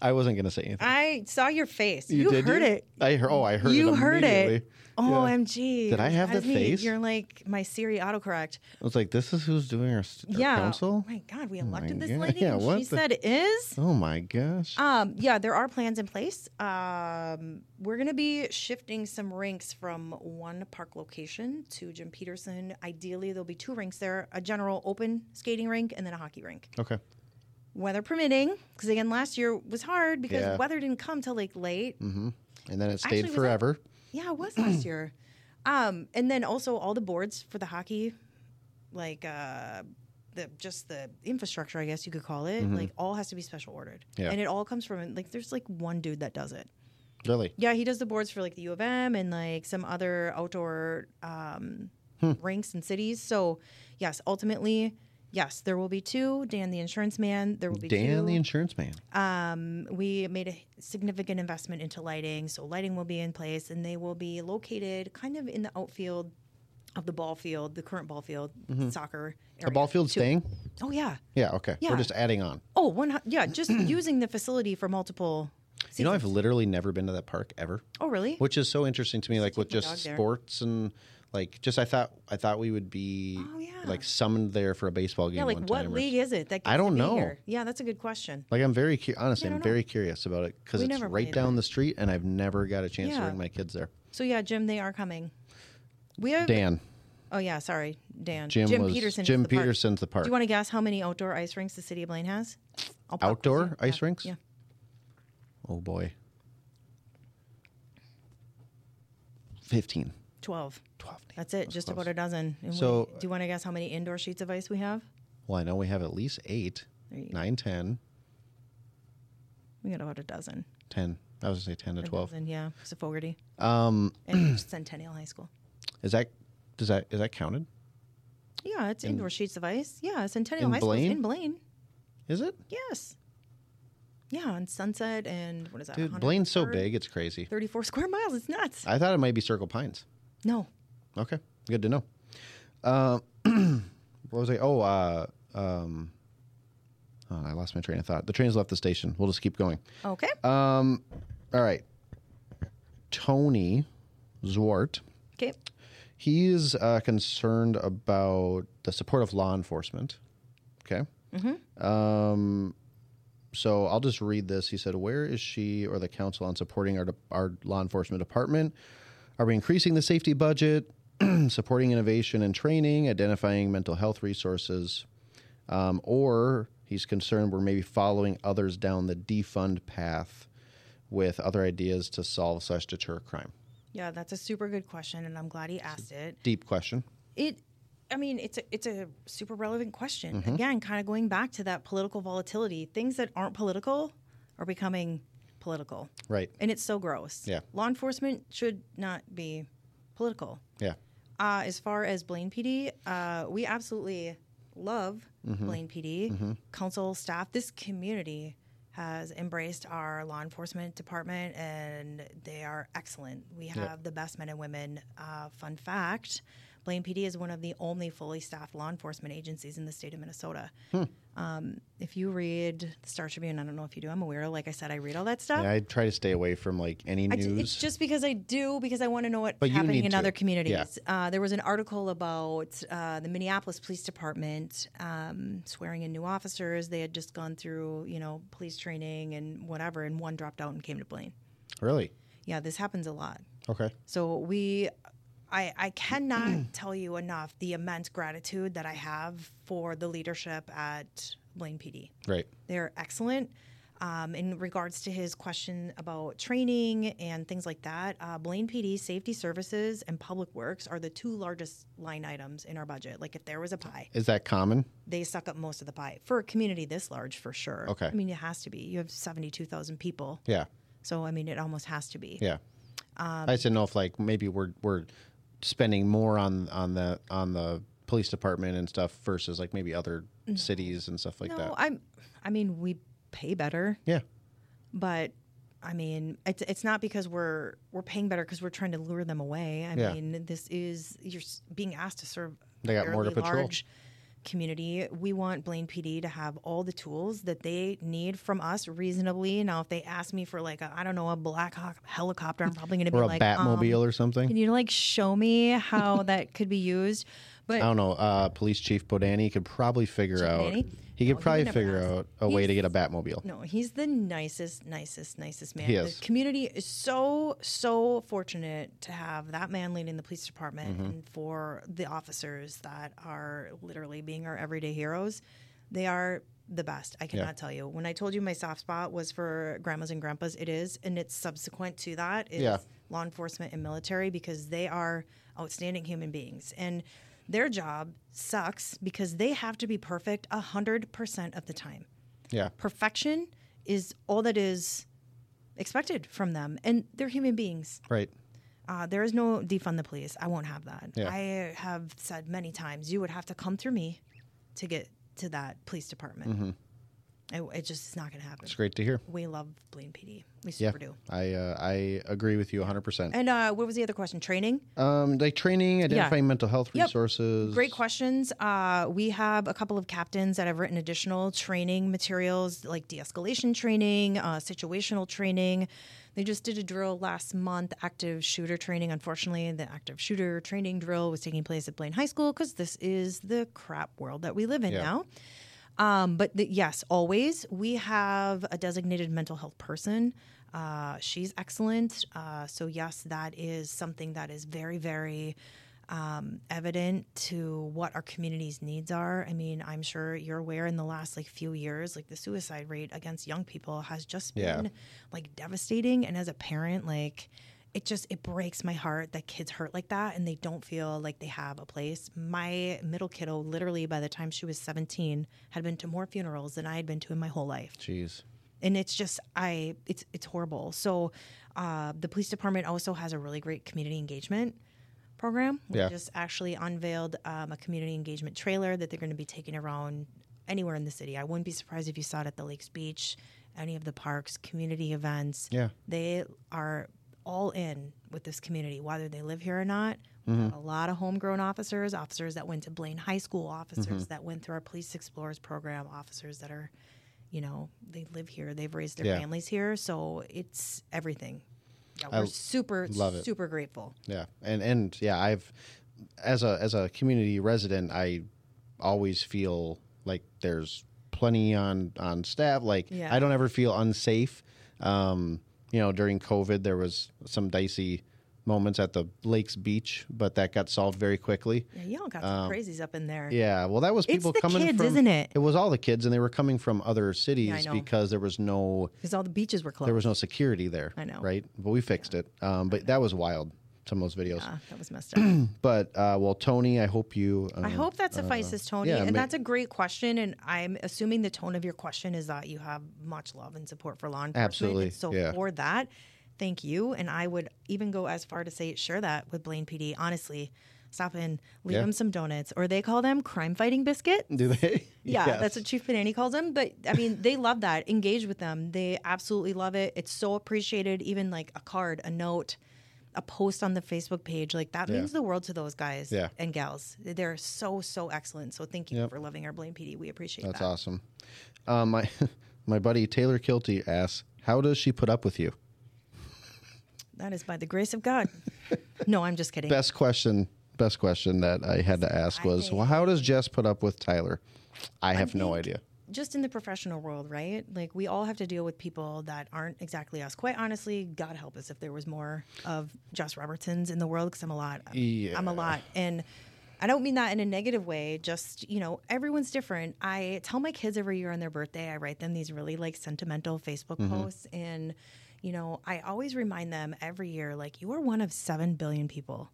Speaker 1: I wasn't gonna say anything.
Speaker 2: i saw your face you, heard it
Speaker 1: I heard. Oh, I heard.
Speaker 2: you
Speaker 1: it
Speaker 2: heard it
Speaker 1: immediately. Yeah.
Speaker 2: OMG.
Speaker 1: Did I have
Speaker 2: That
Speaker 1: that
Speaker 2: is me.
Speaker 1: face?
Speaker 2: You're like my Siri autocorrect.
Speaker 1: I was like, "This is who's doing our, s- our
Speaker 2: yeah.
Speaker 1: council."
Speaker 2: Oh my God, we elected this
Speaker 1: God.
Speaker 2: lady.
Speaker 1: Yeah,
Speaker 2: and
Speaker 1: what
Speaker 2: she
Speaker 1: the-
Speaker 2: said is.
Speaker 1: Oh my gosh.
Speaker 2: Um, yeah, there are plans in place. Um, we're going to be shifting some rinks from one park location to Jim Peterson. Ideally, there'll be two rinks there a general open skating rink and then a hockey rink.
Speaker 1: Okay.
Speaker 2: Weather permitting, because again, last year was hard because
Speaker 1: Yeah.
Speaker 2: weather didn't come till like late.
Speaker 1: Mm-hmm. And then it
Speaker 2: Actually,
Speaker 1: stayed
Speaker 2: was that-
Speaker 1: forever.
Speaker 2: Yeah, it was last year. Um, and then also all the boards for the hockey, like uh, the just the infrastructure, I guess you could call it, like all has to be special ordered.
Speaker 1: Mm-hmm. Yeah.
Speaker 2: And it all comes from like there's like one dude that does it.
Speaker 1: Really?
Speaker 2: Yeah, he does the boards for like the U of M and like some other outdoor um,
Speaker 1: Hmm.
Speaker 2: rinks and cities. So yes, ultimately. Yes, there will be two. Dan the insurance man. There will be
Speaker 1: Dan,
Speaker 2: two.
Speaker 1: the insurance man.
Speaker 2: Um, we made a significant investment into lighting, so lighting will be in place, and they will be located kind of in the outfield of the ball field, the current ball field, soccer. Area.
Speaker 1: The Mm-hmm. ball field staying?
Speaker 2: Oh yeah.
Speaker 1: Yeah, okay.
Speaker 2: Yeah.
Speaker 1: We're just adding on.
Speaker 2: Oh one. hu- Yeah, just using the facility for multiple
Speaker 1: You know, I've literally never been to that park ever,
Speaker 2: Oh, really?
Speaker 1: which is so interesting to me. Like with
Speaker 2: take my
Speaker 1: just
Speaker 2: dog there.
Speaker 1: sports and like just I thought I thought we would be
Speaker 2: Oh, yeah.
Speaker 1: like summoned there for a baseball game.
Speaker 2: yeah, like
Speaker 1: one
Speaker 2: what
Speaker 1: time or-
Speaker 2: league is it that?
Speaker 1: I
Speaker 2: gets to
Speaker 1: don't
Speaker 2: be
Speaker 1: know.
Speaker 2: here? Yeah, that's a good question.
Speaker 1: Like I'm very cu- honestly,
Speaker 2: Yeah, I
Speaker 1: I'm
Speaker 2: don't know.
Speaker 1: very curious about it because
Speaker 2: We
Speaker 1: it's
Speaker 2: never
Speaker 1: right
Speaker 2: played
Speaker 1: down the street, and I've never got a chance to
Speaker 2: Yeah.
Speaker 1: bring my kids there.
Speaker 2: So yeah, Jim, they are coming. We have.
Speaker 1: Dan,
Speaker 2: Oh yeah, sorry, Dan.
Speaker 1: Jim, was
Speaker 2: Peterson. is
Speaker 1: Jim
Speaker 2: the park.
Speaker 1: Peterson's the park.
Speaker 2: Do you want to guess how many outdoor ice rinks the city of Blaine has? I'll pop quiz
Speaker 1: Outdoor
Speaker 2: you.
Speaker 1: ice
Speaker 2: Yeah.
Speaker 1: rinks?
Speaker 2: Yeah.
Speaker 1: oh boy, fifteen.
Speaker 2: 12.
Speaker 1: 12
Speaker 2: That's it. Just about a dozen. And we-
Speaker 1: So-
Speaker 2: do you want to guess how many indoor sheets of ice we have?
Speaker 1: Well, I know we have at least eight,
Speaker 2: There you go.
Speaker 1: nine, ten,
Speaker 2: We got about a dozen.
Speaker 1: ten. I was gonna say ten to
Speaker 2: A
Speaker 1: twelve.
Speaker 2: dozen, yeah. It's a Fogarty.
Speaker 1: Um,
Speaker 2: And Centennial High School.
Speaker 1: is that does that is that counted?
Speaker 2: Yeah, it's indoor sheets of ice. Yeah, Centennial
Speaker 1: in
Speaker 2: High School
Speaker 1: Blaine?
Speaker 2: in Blaine.
Speaker 1: Is it,
Speaker 2: Yes. Yeah, on Sunset and what is that?
Speaker 1: dude? Blaine's so
Speaker 2: 103rd?
Speaker 1: big, Uh, it's crazy.
Speaker 2: 34 square miles. It's nuts.
Speaker 1: I thought it might be Circle Pines.
Speaker 2: No.
Speaker 1: Okay, good to know. Uh, what was I? Oh, uh, um, oh, I lost my train of thought. The train's left the station. We'll just keep going.
Speaker 2: Okay.
Speaker 1: Um, all right. Tony Zwart.
Speaker 2: Okay.
Speaker 1: He is uh, concerned about the support of law enforcement. Okay. Um, so I'll just read this. He said, Where is she or the council on supporting our, our law enforcement department? Are we increasing the safety budget, supporting innovation and training, identifying mental health resources? Um, or he's concerned we're maybe following others down the defund path with other ideas to solve slash deter crime.
Speaker 2: Yeah, that's a super good question, and I'm glad he asked it.
Speaker 1: Deep question.
Speaker 2: it i mean it's a it's a super relevant question again kind of going back to that political volatility things that aren't political are becoming political
Speaker 1: Right.
Speaker 2: and it's so gross
Speaker 1: Yeah.
Speaker 2: law enforcement should not be political
Speaker 1: Yeah.
Speaker 2: uh, as far as blaine pd uh, we absolutely love blaine pd council staff this community has embraced our law enforcement department and they are excellent. We have the best men and women. Uh, fun fact Blaine PD is one of the only fully staffed law enforcement agencies in the state of Minnesota. Um, if you read the Star Tribune, I don't know if you do, I'm aware. Like I said, I read all that stuff.
Speaker 1: Yeah, I try to stay away from like any
Speaker 2: I ju-
Speaker 1: news.
Speaker 2: it's just because I do because I want to know what's
Speaker 1: you
Speaker 2: happening
Speaker 1: need
Speaker 2: in
Speaker 1: to.
Speaker 2: other communities. Uh, there was an article about uh, the Minneapolis Police Department um, swearing in new officers. They had just gone through you know police training and whatever, and one dropped out and came to Blaine.
Speaker 1: really?
Speaker 2: Yeah, this happens a lot.
Speaker 1: Okay.
Speaker 2: So we, I, I cannot tell you enough the immense gratitude that I have for the leadership at Blaine PD.
Speaker 1: Right.
Speaker 2: They're excellent. Um, in regards to his question about training and things like that, uh, Blaine PD, Safety Services, and Public Works are the two largest line items in our budget. Like, if there was a pie,
Speaker 1: Is that common?
Speaker 2: they suck up most of the pie for a community this large, for sure.
Speaker 1: Okay.
Speaker 2: I mean, it has to be. You have 72,000 people.
Speaker 1: Yeah.
Speaker 2: So, I mean, it almost has to be.
Speaker 1: Yeah.
Speaker 2: Um,
Speaker 1: I just didn't know if like maybe we're we're spending more on on the on the police department and stuff versus like maybe other cities and stuff like
Speaker 2: No,
Speaker 1: that.
Speaker 2: I'm, I mean, we pay better.
Speaker 1: Yeah.
Speaker 2: but I mean, it's it's not because we're we're paying better because we're trying to lure them away. I
Speaker 1: Yeah.
Speaker 2: mean, this is you're s- being asked to serve.
Speaker 1: They got more to
Speaker 2: fairly
Speaker 1: patrol.
Speaker 2: large Community, we want Blaine PD to have all the tools that they need from us reasonably. Now, if they ask me for like a, I don't know a Black Hawk helicopter, I'm probably going to be
Speaker 1: Or a
Speaker 2: like,
Speaker 1: Batmobile
Speaker 2: um,
Speaker 1: or something.
Speaker 2: can you like show me how that could be used? But
Speaker 1: I don't know. Uh, Police Chief Bodani could probably figure out.
Speaker 2: Bodani?
Speaker 1: He could probably
Speaker 2: never
Speaker 1: figure
Speaker 2: asked.
Speaker 1: out a way to get a Batmobile.
Speaker 2: No, he's the nicest, nicest, nicest man.
Speaker 1: He
Speaker 2: the
Speaker 1: is.
Speaker 2: community is so, so fortunate to have that man leading the police department
Speaker 1: Mm-hmm.
Speaker 2: and for the officers that are literally being our everyday heroes. They are the best. I cannot tell you. When I told you my soft spot was for grandmas and grandpas, it is, and it's subsequent to that is
Speaker 1: Yeah.
Speaker 2: law enforcement and military because they are outstanding human beings and their job sucks because they have to be perfect 100% of the time
Speaker 1: Yeah.
Speaker 2: perfection is all that is expected from them and they're human beings
Speaker 1: Right.
Speaker 2: uh, there is no defund the police i won't have that
Speaker 1: Yeah.
Speaker 2: i have said many times you would have to come through me to get to that police department
Speaker 1: Mm-hmm.
Speaker 2: I, it just is not going to happen.
Speaker 1: It's great to hear.
Speaker 2: We love Blaine PD. We
Speaker 1: Yeah,
Speaker 2: super do.
Speaker 1: I uh, I agree with you 100. percent
Speaker 2: And uh, what was the other question? Training.
Speaker 1: Um, like training, identifying mental health
Speaker 2: Yep.
Speaker 1: resources.
Speaker 2: Great questions. Uh, we have a couple of captains that have written additional training materials like de escalation training, uh, situational training. They just did a drill last month, active shooter training. Unfortunately, the active shooter training drill was taking place at Blaine High School because this is the crap world that we live in
Speaker 1: Yeah.
Speaker 2: now. Um, but the, yes, always we have a designated mental health person. Uh, she's excellent. Uh, so yes, that is something that is very, very um, evident to what our community's needs are. I mean, I'm sure you're aware in the last like few years, like the suicide rate against young people has just
Speaker 1: Yeah.
Speaker 2: been like devastating. And as a parent, like it just it breaks my heart that kids hurt like that and they don't feel like they have a place. My middle kiddo, literally by the time she was 17, had been to more funerals than I had been to in my whole life
Speaker 1: Jeez.
Speaker 2: and it's just I it's it's horrible. So uh, the police department also has a really great community engagement program. We
Speaker 1: Yeah.
Speaker 2: just actually unveiled um, a community engagement trailer that they're going to be taking around anywhere in the city. I wouldn't be surprised if you saw it at the Lakes Beach, any of the parks, community events.
Speaker 1: Yeah.
Speaker 2: They are all in with this community, whether they live here or not. We
Speaker 1: Mm-hmm.
Speaker 2: have a lot of homegrown officers, officers that went to Blaine High School, officers
Speaker 1: Mm-hmm.
Speaker 2: that went through our Police Explorers program, officers that are, you know, they live here, they've raised their
Speaker 1: Yeah.
Speaker 2: families here. So it's everything. Yeah,
Speaker 1: I
Speaker 2: we're super,
Speaker 1: love it.
Speaker 2: super grateful.
Speaker 1: Yeah, and and yeah, I've as a as a community resident, I always feel like there's plenty on on staff. Like
Speaker 2: Yeah.
Speaker 1: I don't ever feel unsafe. Um, you know, during COVID, there was some dicey moments at the Lakes Beach, but that got solved very quickly.
Speaker 2: Yeah, y'all got some crazies up in there.
Speaker 1: Um, Yeah, well, that was
Speaker 2: It's
Speaker 1: people
Speaker 2: the
Speaker 1: coming
Speaker 2: kids,
Speaker 1: from.
Speaker 2: isn't it?
Speaker 1: It was all the kids, and they were coming from other cities
Speaker 2: know.
Speaker 1: because there was no
Speaker 2: Because all the beaches were closed.
Speaker 1: there was no security there.
Speaker 2: I know.
Speaker 1: right? But we fixed it. Um, but that was wild. Some of those videos.
Speaker 2: Ah, that was messed up.
Speaker 1: But uh, well, Tony, I hope you. um,
Speaker 2: I hope that suffices, Tony.
Speaker 1: yeah,
Speaker 2: and
Speaker 1: ma-
Speaker 2: that's a great question. And I'm assuming the tone of your question is that you have much love and support for law enforcement.
Speaker 1: Absolutely,
Speaker 2: And so
Speaker 1: yeah.
Speaker 2: for that, thank you. And I would even go as far to say share that with Blaine PD. Honestly, stop in, leave
Speaker 1: Yeah.
Speaker 2: them some donuts, or they call them crime fighting biscuit.
Speaker 1: Do they?
Speaker 2: Yeah,
Speaker 1: Yes.
Speaker 2: that's what Chief Panani calls them. But I mean, they love that. Engage with them. They absolutely love it. It's so appreciated. Even like a card, a note, a post on the Facebook page, like that means the world to those guys
Speaker 1: Yeah.
Speaker 2: and gals. They're so so excellent. So thank you
Speaker 1: Yep.
Speaker 2: for loving our Blaine PD. We appreciate
Speaker 1: That's
Speaker 2: that.
Speaker 1: awesome. Um, my my buddy Taylor Kilty asks, "How does she put up with you?"
Speaker 2: That is by the grace of God. no, I'm just kidding.
Speaker 1: Best question. Best question that I had to ask was, "Well, how does Jess put up with Tyler?" I have no idea.
Speaker 2: just in the professional world, right? Like we all have to deal with people that aren't exactly us. Quite honestly, God help us if there was more of Josh Robertsons in the world because I'm a lot. I'm a lot, and I don't mean that in a negative way. Just you know, everyone's different. I tell my kids every year on their birthday, I write them these really like sentimental Facebook posts, and you know, I always remind them every year, like you are one of seven billion people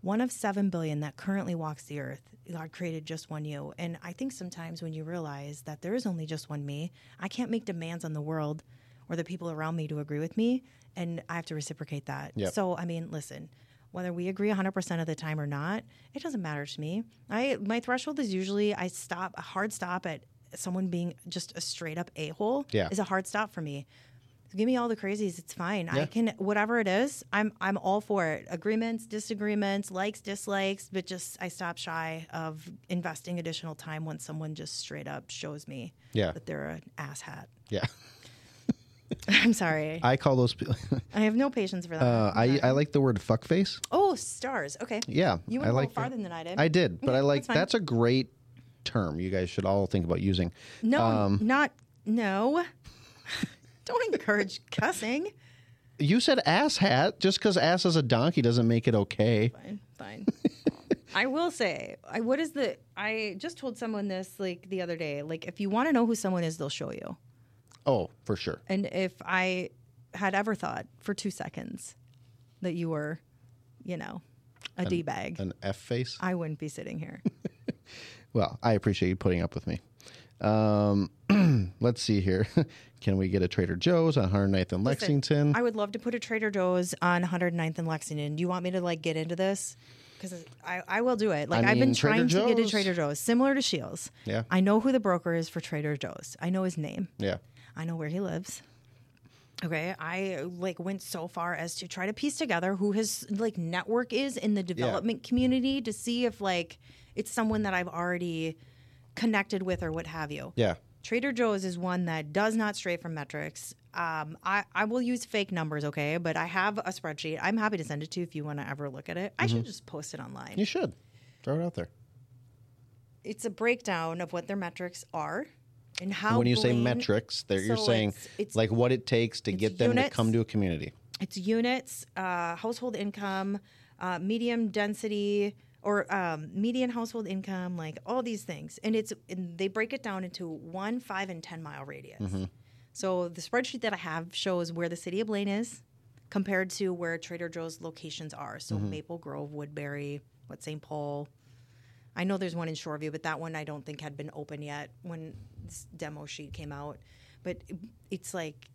Speaker 2: one of seven billion that currently walks the earth. God created just one you. And I think sometimes when you realize that there is only just one me, I can't make demands on the world or the people around me to agree with me. And I have to reciprocate that.
Speaker 1: Yep.
Speaker 2: So, I mean, listen, whether we agree 100% of the time or not, it doesn't matter to me. I My threshold is usually I stop, a hard stop at someone being just a straight up a hole
Speaker 1: Yeah.
Speaker 2: is a hard stop for me. Give me all the crazies. It's fine.
Speaker 1: Yeah.
Speaker 2: I can whatever it is. I'm I'm all for it. Agreements, disagreements, likes, dislikes, but just I stop shy of investing additional time when someone just straight up shows me
Speaker 1: Yeah.
Speaker 2: that they're an asshat.
Speaker 1: Yeah,
Speaker 2: I'm sorry. I,
Speaker 1: I call those. pe-
Speaker 2: have no patience for that.
Speaker 1: Uh, I I like the word "fuckface."
Speaker 2: oh, stars. Okay.
Speaker 1: Yeah,
Speaker 2: You
Speaker 1: I
Speaker 2: went a
Speaker 1: like
Speaker 2: little farther than I did.
Speaker 1: I did, but
Speaker 2: Okay,
Speaker 1: I like
Speaker 2: that's fine.
Speaker 1: that's a great term. You guys should all think about using.
Speaker 2: no,
Speaker 1: um,
Speaker 2: not no. Don't encourage cussing.
Speaker 1: You said ass hat. Just because ass is a donkey doesn't make it okay.
Speaker 2: fine, fine. I will say, I what is the? I just told someone this like the other day. Like, if you want to know who someone is, they'll show you.
Speaker 1: Oh, for sure.
Speaker 2: And if I had ever thought for two seconds that you were, you know, a d bag,
Speaker 1: An F face.
Speaker 2: I wouldn't be sitting here.
Speaker 1: Well, I appreciate you putting up with me. Um, let's see here. Can we get a Trader Joe's on 109th and Lexington?
Speaker 2: I would love to put a Trader Joe's on 109th and Lexington. Do you want me to like get into this? because I, I will do it. Like
Speaker 1: I
Speaker 2: I've been
Speaker 1: mean, Trader
Speaker 2: trying to get
Speaker 1: Joe's.
Speaker 2: to Trader Joe's, similar to Shields.
Speaker 1: Yeah.
Speaker 2: I know who the broker is for Trader Joe's. I know his name.
Speaker 1: Yeah.
Speaker 2: I know where he lives. Okay, I like went so far as to try to piece together who his like network is in the development community to see if like it's someone that I've already connected with or what have you.
Speaker 1: Yeah.
Speaker 2: Trader Joe's is one that does not stray from metrics. Um, I, I will use fake numbers, okay? But I have a spreadsheet. I'm happy to send it to you if you want to ever look at it. I should just post it online.
Speaker 1: You should throw it out there.
Speaker 2: It's a breakdown of what their metrics are and how.
Speaker 1: when you say
Speaker 2: Blaine-
Speaker 1: metrics, there you're
Speaker 2: so
Speaker 1: saying
Speaker 2: it's- it's-
Speaker 1: like what it takes to get them
Speaker 2: units.
Speaker 1: to come to a community.
Speaker 2: it's units, uh, household income, uh, medium density, or um, median household income, like all these things. And it's and they break it down into one, five, and ten mile radius. So the spreadsheet that I have shows where the city of Blaine is compared to where Trader Joe's locations are. So Maple Grove, Woodbury, what St. Paul. I know there's one in Shoreview, but that one I don't think had been open yet when this demo sheet came out. But it- it's like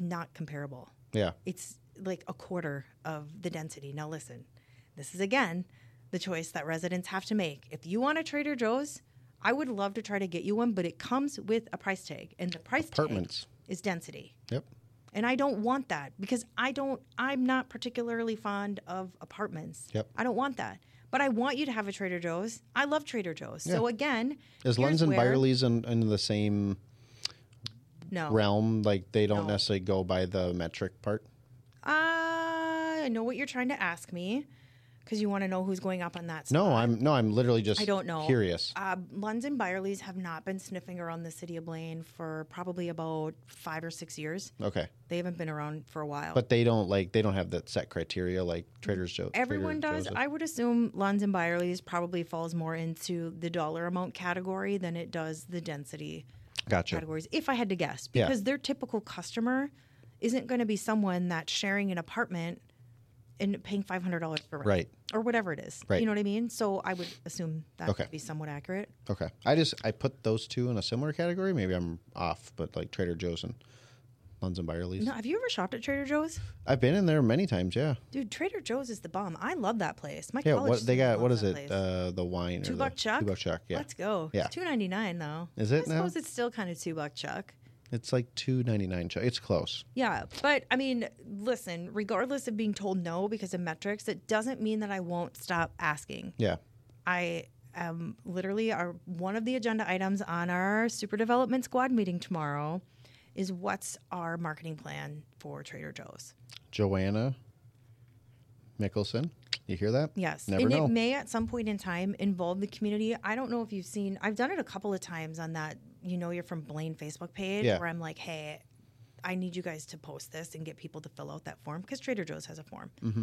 Speaker 2: not comparable
Speaker 1: Yeah.
Speaker 2: it's like a quarter of the density. Now, listen, this is again the choice that residents have to make. If you want a Trader Joe's, I would love to try to get you one, but it comes with a price tag, and the price
Speaker 1: Apartments.
Speaker 2: tag is density.
Speaker 1: Yep.
Speaker 2: And I don't want that because I don't, I'm not particularly fond of apartments.
Speaker 1: Yep.
Speaker 2: I don't want that. But I want you to have a Trader Joe's. I love Trader Joe's. So again,
Speaker 1: Is
Speaker 2: here's
Speaker 1: Lens and
Speaker 2: where-
Speaker 1: Byerly's in, in the same
Speaker 2: No.
Speaker 1: realm? Like they don't
Speaker 2: Oh. No.
Speaker 1: necessarily go by the metric part.
Speaker 2: Uh, I know what you're trying to ask me because you want to know who's going up on that.
Speaker 1: No, I'm no, I'm literally just
Speaker 2: I don't know.
Speaker 1: curious.
Speaker 2: Uh, Lunds and Byerly's have not been sniffing around the city of Blaine for probably about five or six years.
Speaker 1: Okay.
Speaker 2: They haven't been around for a while.
Speaker 1: But they don't like they don't have that set criteria like Trader's Joe.
Speaker 2: Everyone
Speaker 1: Trader
Speaker 2: does.
Speaker 1: Joe's.
Speaker 2: I would assume Lunds and Byerly's probably falls more into the dollar amount category than it does the density
Speaker 1: Gotcha.
Speaker 2: categories, if I had to guess,
Speaker 1: Yeah.
Speaker 2: because their typical customer isn't going to be someone that's sharing an apartment and paying $500 for rent.
Speaker 1: Right.
Speaker 2: Or whatever it is.
Speaker 1: Right.
Speaker 2: You know what I mean? So I would assume that
Speaker 1: Okay.
Speaker 2: would be somewhat accurate.
Speaker 1: Okay. I just I put those two in a similar category. Maybe I'm off, but like Trader Joe's and Lunds and Byerly's.
Speaker 2: No, have you ever shopped at Trader Joe's?
Speaker 1: I've been in there many times. Yeah.
Speaker 2: Dude, Trader Joe's is the bomb. I love that place. My
Speaker 1: Yeah.
Speaker 2: college
Speaker 1: What they
Speaker 2: student
Speaker 1: got? What
Speaker 2: loves
Speaker 1: is
Speaker 2: that
Speaker 1: it?
Speaker 2: place.
Speaker 1: Uh, the wine. or
Speaker 2: two
Speaker 1: the-
Speaker 2: buck chuck.
Speaker 1: Two buck chuck. Yeah.
Speaker 2: Let's go.
Speaker 1: Yeah.
Speaker 2: It's two ninety nine though.
Speaker 1: Is
Speaker 2: I
Speaker 1: it now?
Speaker 2: suppose it's still kind of two buck chuck.
Speaker 1: It's like two ninety nine. It's close.
Speaker 2: Yeah, but I mean, listen. Regardless of being told no because of metrics, it doesn't mean that I won't stop asking.
Speaker 1: Yeah.
Speaker 2: I am literally our one of the agenda items on our super development squad meeting tomorrow is what's our marketing plan for Trader Joe's.
Speaker 1: Joanna Mickelson. You hear that?
Speaker 2: Yes.
Speaker 1: Never
Speaker 2: and
Speaker 1: know.
Speaker 2: it may at some point in time involve the community. I don't know if you've seen, I've done it a couple of times on that, you know, you're from Blaine Facebook page
Speaker 1: Yeah.
Speaker 2: where I'm like, hey, I need you guys to post this and get people to fill out that form because Trader Joe's has a form.
Speaker 1: Mm-hmm.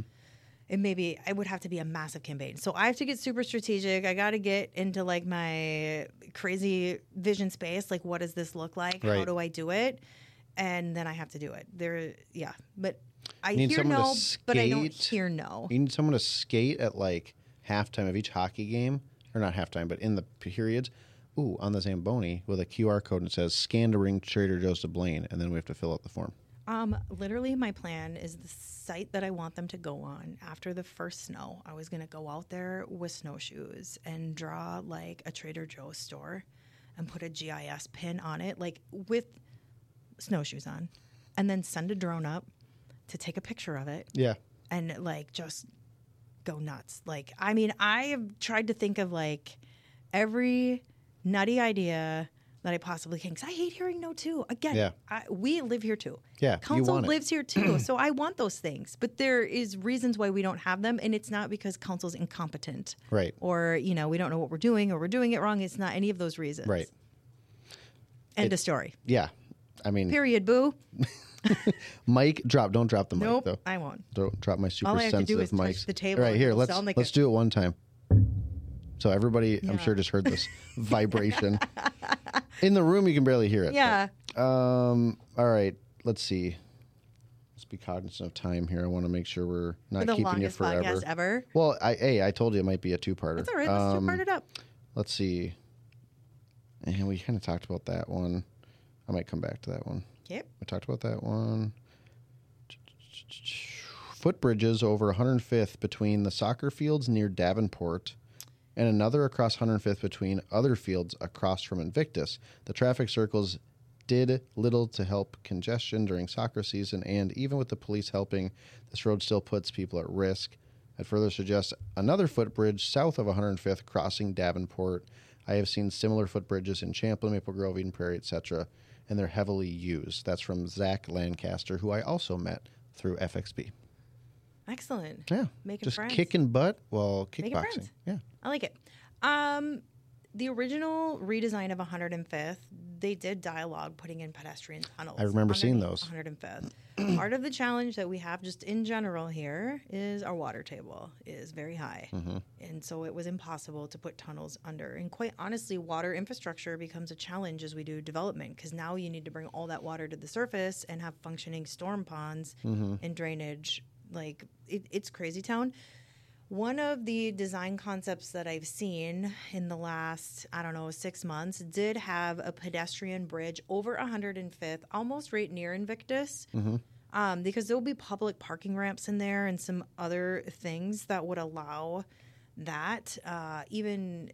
Speaker 2: And maybe it would have to be a massive campaign. So I have to get super strategic. I got to get into like my crazy vision space. Like, what does this look like? How
Speaker 1: Right.
Speaker 2: do I do it? And then I have to do it. There, yeah. But I
Speaker 1: need
Speaker 2: hear
Speaker 1: someone to
Speaker 2: no, but I don't
Speaker 1: skate.
Speaker 2: hear no.
Speaker 1: You need someone to skate at like halftime of each hockey game, or not halftime, but in the periods. Ooh, on the Zamboni with a QR code and it says scan to ring Trader Joe's to Blaine, and then we have to fill out the form.
Speaker 2: Um, literally, my plan is the site that I want them to go on after the first snow. I was gonna go out there with snowshoes and draw like a Trader Joe's store, and put a GIS pin on it, like with snowshoes on, and then send a drone up to take a picture of it
Speaker 1: Yeah,
Speaker 2: and like just go nuts. Like, I mean, I have tried to think of like every nutty idea that I possibly can because I hate hearing no too. Again,
Speaker 1: Yeah.
Speaker 2: I, we live here too.
Speaker 1: Yeah, you
Speaker 2: council
Speaker 1: want it.
Speaker 2: lives here too, so I want those things. But there is reasons why we don't have them, and it's not because council's incompetent
Speaker 1: right,
Speaker 2: or you know we don't know what we're doing or we're doing it wrong. It's not any of those reasons.
Speaker 1: right.
Speaker 2: End of story.
Speaker 1: Yeah, I mean,
Speaker 2: Period. Boo.
Speaker 1: Mike, drop. Don't drop the mic
Speaker 2: Nope.
Speaker 1: though.
Speaker 2: I won't.
Speaker 1: Don't drop my super
Speaker 2: All I have to do
Speaker 1: sensitive
Speaker 2: is touch
Speaker 1: mics.
Speaker 2: the table
Speaker 1: All right,
Speaker 2: and
Speaker 1: here,
Speaker 2: it'll
Speaker 1: let's
Speaker 2: sound like
Speaker 1: let's
Speaker 2: a-
Speaker 1: do it one time. So everybody, I'm
Speaker 2: Yeah.
Speaker 1: sure just heard this vibration. In the room, you can barely hear it. but-
Speaker 2: Yeah.
Speaker 1: Um. All right. Let's see. Let's be cognizant of time here. I want to make sure we're not
Speaker 2: For the
Speaker 1: keeping you
Speaker 2: longest
Speaker 1: forever.
Speaker 2: podcast ever.
Speaker 1: Well, I, hey, I told you it might be a two-parter.
Speaker 2: It's all right. Let's
Speaker 1: Um,
Speaker 2: two part it up.
Speaker 1: Let's see. And we kind of talked about that one. I might come back to that one.
Speaker 2: Yep.
Speaker 1: We talked about that one. footbridges over 105th between the soccer fields near Davenport and another across 105th between other fields across from Invictus. The traffic circles did little to help congestion during soccer season, and even with the police helping, this road still puts people at risk. I'd further suggest another footbridge south of 105th crossing Davenport. I have seen similar footbridges in Champlin, Maple Grove, Eden Prairie, etc., and they're heavily used. That's from Zach Lancaster, who I also met through FXB.
Speaker 2: Excellent.
Speaker 1: Yeah,
Speaker 2: Making
Speaker 1: just
Speaker 2: friends.
Speaker 1: kicking butt while
Speaker 2: Making
Speaker 1: kickboxing.
Speaker 2: friends.
Speaker 1: Yeah,
Speaker 2: I like it. Um, the original redesign of 105th, they did dialogue putting in pedestrian tunnels.
Speaker 1: I remember seeing
Speaker 2: underneath 105th. Part of the challenge that we have just in general here is our water table is very high.
Speaker 1: Mm-hmm.
Speaker 2: And so it was impossible to put tunnels under. And quite honestly, water infrastructure becomes a challenge as we do development because now you need to bring all that water to the surface and have functioning storm ponds
Speaker 1: Mm-hmm.
Speaker 2: and drainage. Like it, it's crazy town. One of the design concepts that I've seen in the last, I don't know, six months did have a pedestrian bridge over 105th, almost right near Invictus, um, because there'll be public parking ramps in there and some other things that would allow that. Uh, even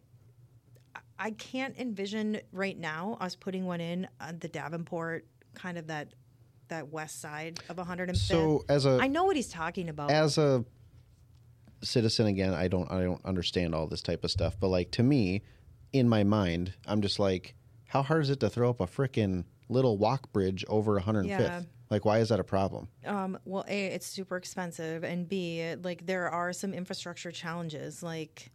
Speaker 2: I- I can't envision right now us putting one in on the Davenport, kind of that that west side of 105th.
Speaker 1: So uh, as a
Speaker 2: I know what he's talking about.
Speaker 1: as a citizen again i don't i don't understand all this type of stuff but like to me in my mind i'm just like how hard is it to throw up a freaking little walk bridge over 105th
Speaker 2: Yeah.
Speaker 1: like why is that a problem
Speaker 2: Um, well, A, it's super expensive, and B, like there are some infrastructure challenges. Like,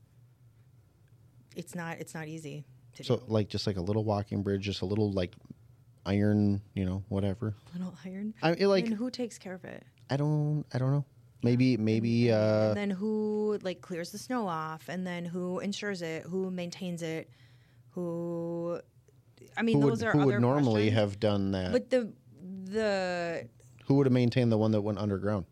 Speaker 2: it's not it's not easy to
Speaker 1: so
Speaker 2: do.
Speaker 1: like just like a little walking bridge just a little like iron you know whatever
Speaker 2: Little iron.
Speaker 1: i it, like
Speaker 2: and who takes care of it?
Speaker 1: i don't i don't know maybe maybe uh
Speaker 2: and then who like clears the snow off? And then who insures it? Who maintains it? Who? I mean,
Speaker 1: who would,
Speaker 2: those are
Speaker 1: who
Speaker 2: other
Speaker 1: would normally
Speaker 2: questions.
Speaker 1: have done that
Speaker 2: But the the
Speaker 1: who would have maintained the one that went underground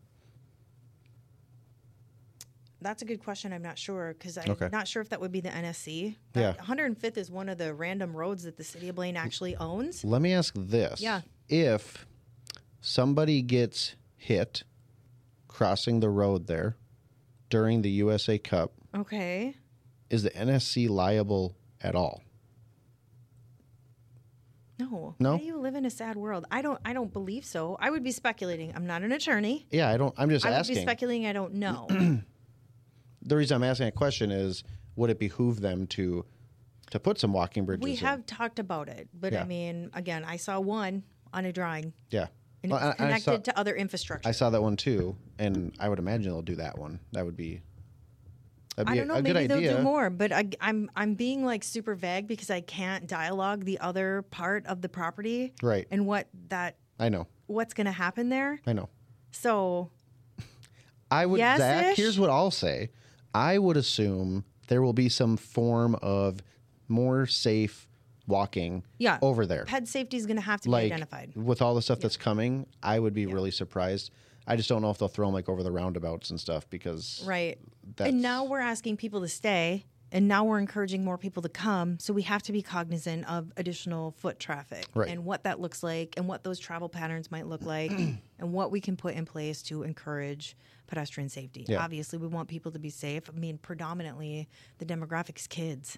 Speaker 2: That's a good question. I'm not sure because I'm
Speaker 1: Okay.
Speaker 2: not sure if that would be the NSC.
Speaker 1: Yeah.
Speaker 2: That 105th is one of the random roads that the city of Blaine actually owns.
Speaker 1: Let me ask this.
Speaker 2: Yeah.
Speaker 1: If somebody gets hit crossing the road there during the USA Cup,
Speaker 2: Okay.
Speaker 1: is the NSC liable at all?
Speaker 2: No.
Speaker 1: No?
Speaker 2: Why do you live in a sad world? I don't. I don't believe so. I would be speculating. I'm not an attorney.
Speaker 1: Yeah, I don't I'm just
Speaker 2: I would be
Speaker 1: asking.
Speaker 2: speculating. I don't know.
Speaker 1: the reason I'm asking that question is would it behoove them to to put some walking bridges
Speaker 2: we
Speaker 1: in?
Speaker 2: have talked about it, but
Speaker 1: Yeah.
Speaker 2: I mean, again, I saw one on a drawing,
Speaker 1: Yeah.
Speaker 2: and
Speaker 1: Well,
Speaker 2: it's
Speaker 1: I- I
Speaker 2: connected
Speaker 1: saw-
Speaker 2: to other infrastructure.
Speaker 1: I saw that one too, and I would imagine they'll do that one. That would be that'd
Speaker 2: I
Speaker 1: be
Speaker 2: don't know.
Speaker 1: a good
Speaker 2: Maybe
Speaker 1: idea.
Speaker 2: they'll do more, but I, I'm I'm being like super vague because I can't dialogue the other part of the property
Speaker 1: Right.
Speaker 2: and what that
Speaker 1: I know.
Speaker 2: what's going to happen there.
Speaker 1: I know.
Speaker 2: So
Speaker 1: I would
Speaker 2: Yes-ish?
Speaker 1: Zach, here's what I'll say. I would assume there will be some form of more safe walking
Speaker 2: Yeah.
Speaker 1: over there.
Speaker 2: ped safety is going to have to
Speaker 1: like
Speaker 2: be identified.
Speaker 1: with all the stuff that's coming, I would be really surprised. I just don't know if they'll throw them like over the roundabouts and stuff because
Speaker 2: Right.
Speaker 1: that's-
Speaker 2: And now we're asking people to stay, and now we're encouraging more people to come. So we have to be cognizant of additional foot traffic
Speaker 1: Right.
Speaker 2: and what that looks like, and what those travel patterns might look like, and what we can put in place to encourage pedestrian safety.
Speaker 1: Yeah.
Speaker 2: Obviously, we want people to be safe. I mean, predominantly the demographics kids.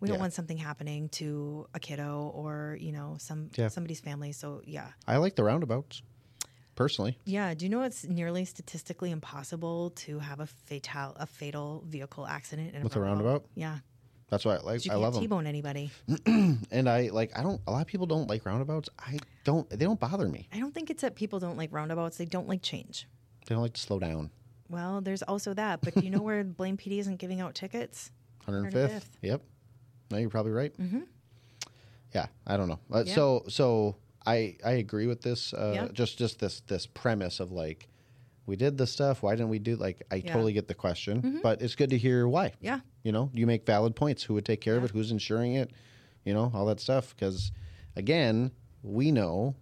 Speaker 2: We don't
Speaker 1: Yeah.
Speaker 2: want something happening to a kiddo or you know some
Speaker 1: Yeah.
Speaker 2: somebody's family. So yeah.
Speaker 1: I like the roundabouts personally.
Speaker 2: Yeah, do you know it's nearly statistically impossible to have a fatal a fatal vehicle accident in
Speaker 1: With a roundabout?
Speaker 2: Yeah,
Speaker 1: That's why I like.
Speaker 2: 'cause Uh-huh. you
Speaker 1: I
Speaker 2: can't
Speaker 1: love them,
Speaker 2: T-bone anybody.
Speaker 1: and I like. I don't. A lot of people don't like roundabouts. I don't. They don't bother me.
Speaker 2: I don't think it's that people don't like roundabouts; they don't like change.
Speaker 1: They don't like to slow down.
Speaker 2: Well, there's also that, but do you know where Blaine PD isn't giving out tickets?
Speaker 1: 105th.
Speaker 2: 105th.
Speaker 1: Yep. No, you're probably right. Mm-hmm. Yeah, I don't know. Uh,
Speaker 2: Yeah.
Speaker 1: So, so I I agree with this. Uh,
Speaker 2: Yeah.
Speaker 1: Just just this this premise of like, we did this stuff. Why didn't we do like? I
Speaker 2: Yeah. Mm-hmm.
Speaker 1: totally get the question, but it's good to hear why.
Speaker 2: Yeah,
Speaker 1: You know, you make valid points. Who would take care of it? Who's insuring it? You know, all that stuff. Because again, we know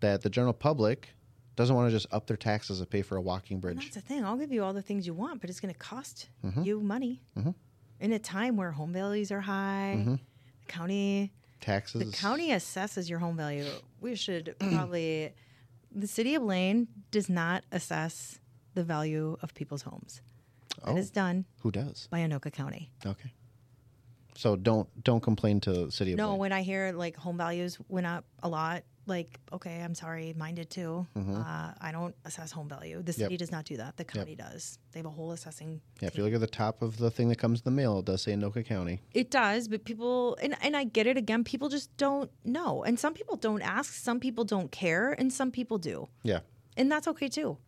Speaker 1: that the general public doesn't want to just up their taxes to pay for a walking
Speaker 2: and
Speaker 1: bridge.
Speaker 2: that's the thing. I'll give you all the things you want, but it's going to cost
Speaker 1: Mm-hmm.
Speaker 2: you money in a time where home values are high.
Speaker 1: Mm-hmm.
Speaker 2: The county
Speaker 1: Taxes.
Speaker 2: The county assesses your home value. We should probably. The city of Lane does not assess the value of people's homes.
Speaker 1: Oh.
Speaker 2: That is done
Speaker 1: Who does?
Speaker 2: by Anoka County.
Speaker 1: Okay. So don't don't complain to the city of
Speaker 2: No,
Speaker 1: Blaine.
Speaker 2: when I hear like home values went up a lot, like okay, I'm sorry, mine did too. Uh, I don't assess home value. The city does not do that. The county does. They have a whole assessing.
Speaker 1: Yeah, if you look at the top of the thing that comes in the mail, it does say Anoka County.
Speaker 2: It does, but people and and I get it. Again, people just don't know, and some people don't ask. Some people don't care, and some people do.
Speaker 1: Yeah.
Speaker 2: and that's okay too.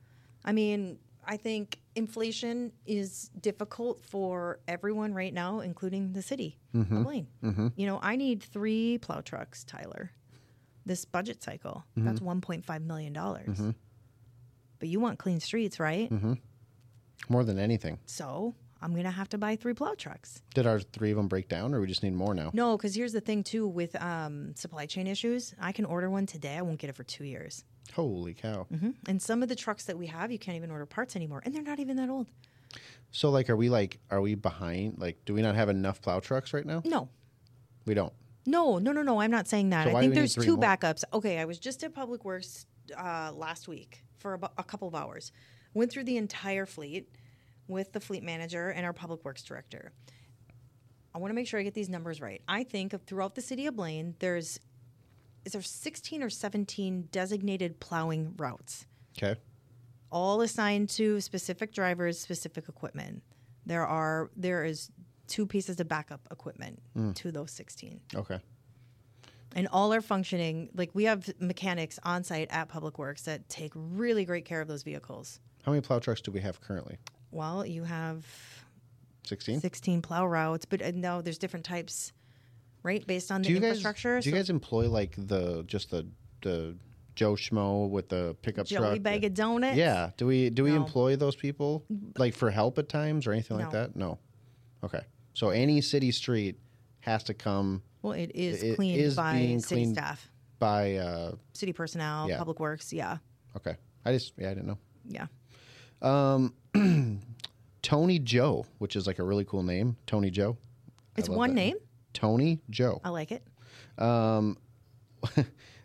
Speaker 2: I mean, I think inflation is difficult for everyone right now, including the city of Blaine. You know, I need three plow trucks, Tyler. This budget cycle, that's one point five million dollars. But you want clean streets, right?
Speaker 1: More than anything.
Speaker 2: So I'm gonna have to buy three plow trucks.
Speaker 1: Did our three of them break down or we just need more now?
Speaker 2: No, because here's the thing too with um, supply chain issues. I can order one today. I won't get it for two years.
Speaker 1: Holy cow.
Speaker 2: And some of the trucks that we have, you can't even order parts anymore, and they're not even that old.
Speaker 1: So like are we like are we behind? Like do we not have enough plow trucks right now?
Speaker 2: No,
Speaker 1: We don't.
Speaker 2: No, no, no, no. I'm not saying that.
Speaker 1: So why
Speaker 2: I
Speaker 1: do we
Speaker 2: think
Speaker 1: need
Speaker 2: there's
Speaker 1: three
Speaker 2: two
Speaker 1: more?
Speaker 2: backups. Okay, I was just at Public Works uh, last week for about a couple of hours. Went through the entire fleet with the fleet manager and our Public Works director. I want to make sure I get these numbers right. I think of throughout the city of Blaine, there's is there 16 or 17 designated plowing routes
Speaker 1: Okay.
Speaker 2: all assigned to specific drivers, specific equipment. There are there is two pieces of backup equipment
Speaker 1: Hmm.
Speaker 2: to those 16
Speaker 1: Okay.
Speaker 2: and all are functioning. Like we have mechanics on site at Public Works that take really great care of those vehicles.
Speaker 1: How many plow trucks do we have currently?
Speaker 2: Well, you have
Speaker 1: 16?
Speaker 2: 16 plow routes, but uh, no, there's different types, right? Based on the
Speaker 1: Do you guys
Speaker 2: infrastructure.
Speaker 1: Do you guys employ like the just the the Joe Schmo with the pickup
Speaker 2: Joey
Speaker 1: truck?
Speaker 2: bag of donuts.
Speaker 1: Yeah. Do we do we
Speaker 2: No.
Speaker 1: employ those people like for help at times or anything like
Speaker 2: No.
Speaker 1: that? No. Okay. So any city street has to come
Speaker 2: Well, it is
Speaker 1: It
Speaker 2: cleaned
Speaker 1: is
Speaker 2: by
Speaker 1: being
Speaker 2: city
Speaker 1: cleaned-
Speaker 2: staff,
Speaker 1: by. uh
Speaker 2: city personnel,
Speaker 1: Yeah.
Speaker 2: Public Works. Yeah,
Speaker 1: Okay. I just yeah I didn't know.
Speaker 2: yeah.
Speaker 1: Tony Joe, which is like a really cool name. Tony Joe. I
Speaker 2: It's
Speaker 1: love
Speaker 2: one
Speaker 1: that
Speaker 2: name.
Speaker 1: Tony Joe.
Speaker 2: I like it.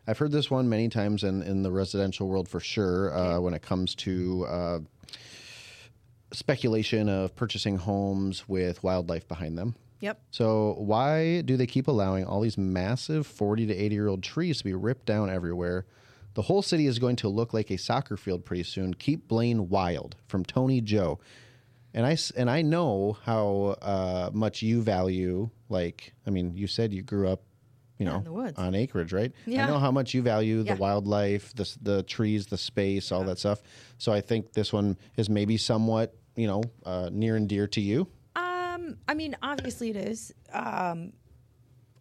Speaker 1: I've heard this one many times in, in the residential world for sure uh, when it comes to uh, speculation of purchasing homes with wildlife behind them.
Speaker 2: Yep.
Speaker 1: So, why do they keep allowing all these massive 40 to 80 year old trees to be ripped down everywhere? The whole city is going to look like a soccer field pretty soon. Keep Blaine wild from Tony Joe. And I, s- and I know how uh, much you value, like, I mean, you said you grew up, you know,
Speaker 2: in the woods.
Speaker 1: on acreage, right? I
Speaker 2: Yeah.
Speaker 1: know how much you value the
Speaker 2: Yeah.
Speaker 1: wildlife, the, s- the trees, the space, all that stuff. So I think this one is maybe somewhat, you know, uh, near and dear to you.
Speaker 2: Um, I mean, obviously it is. Um,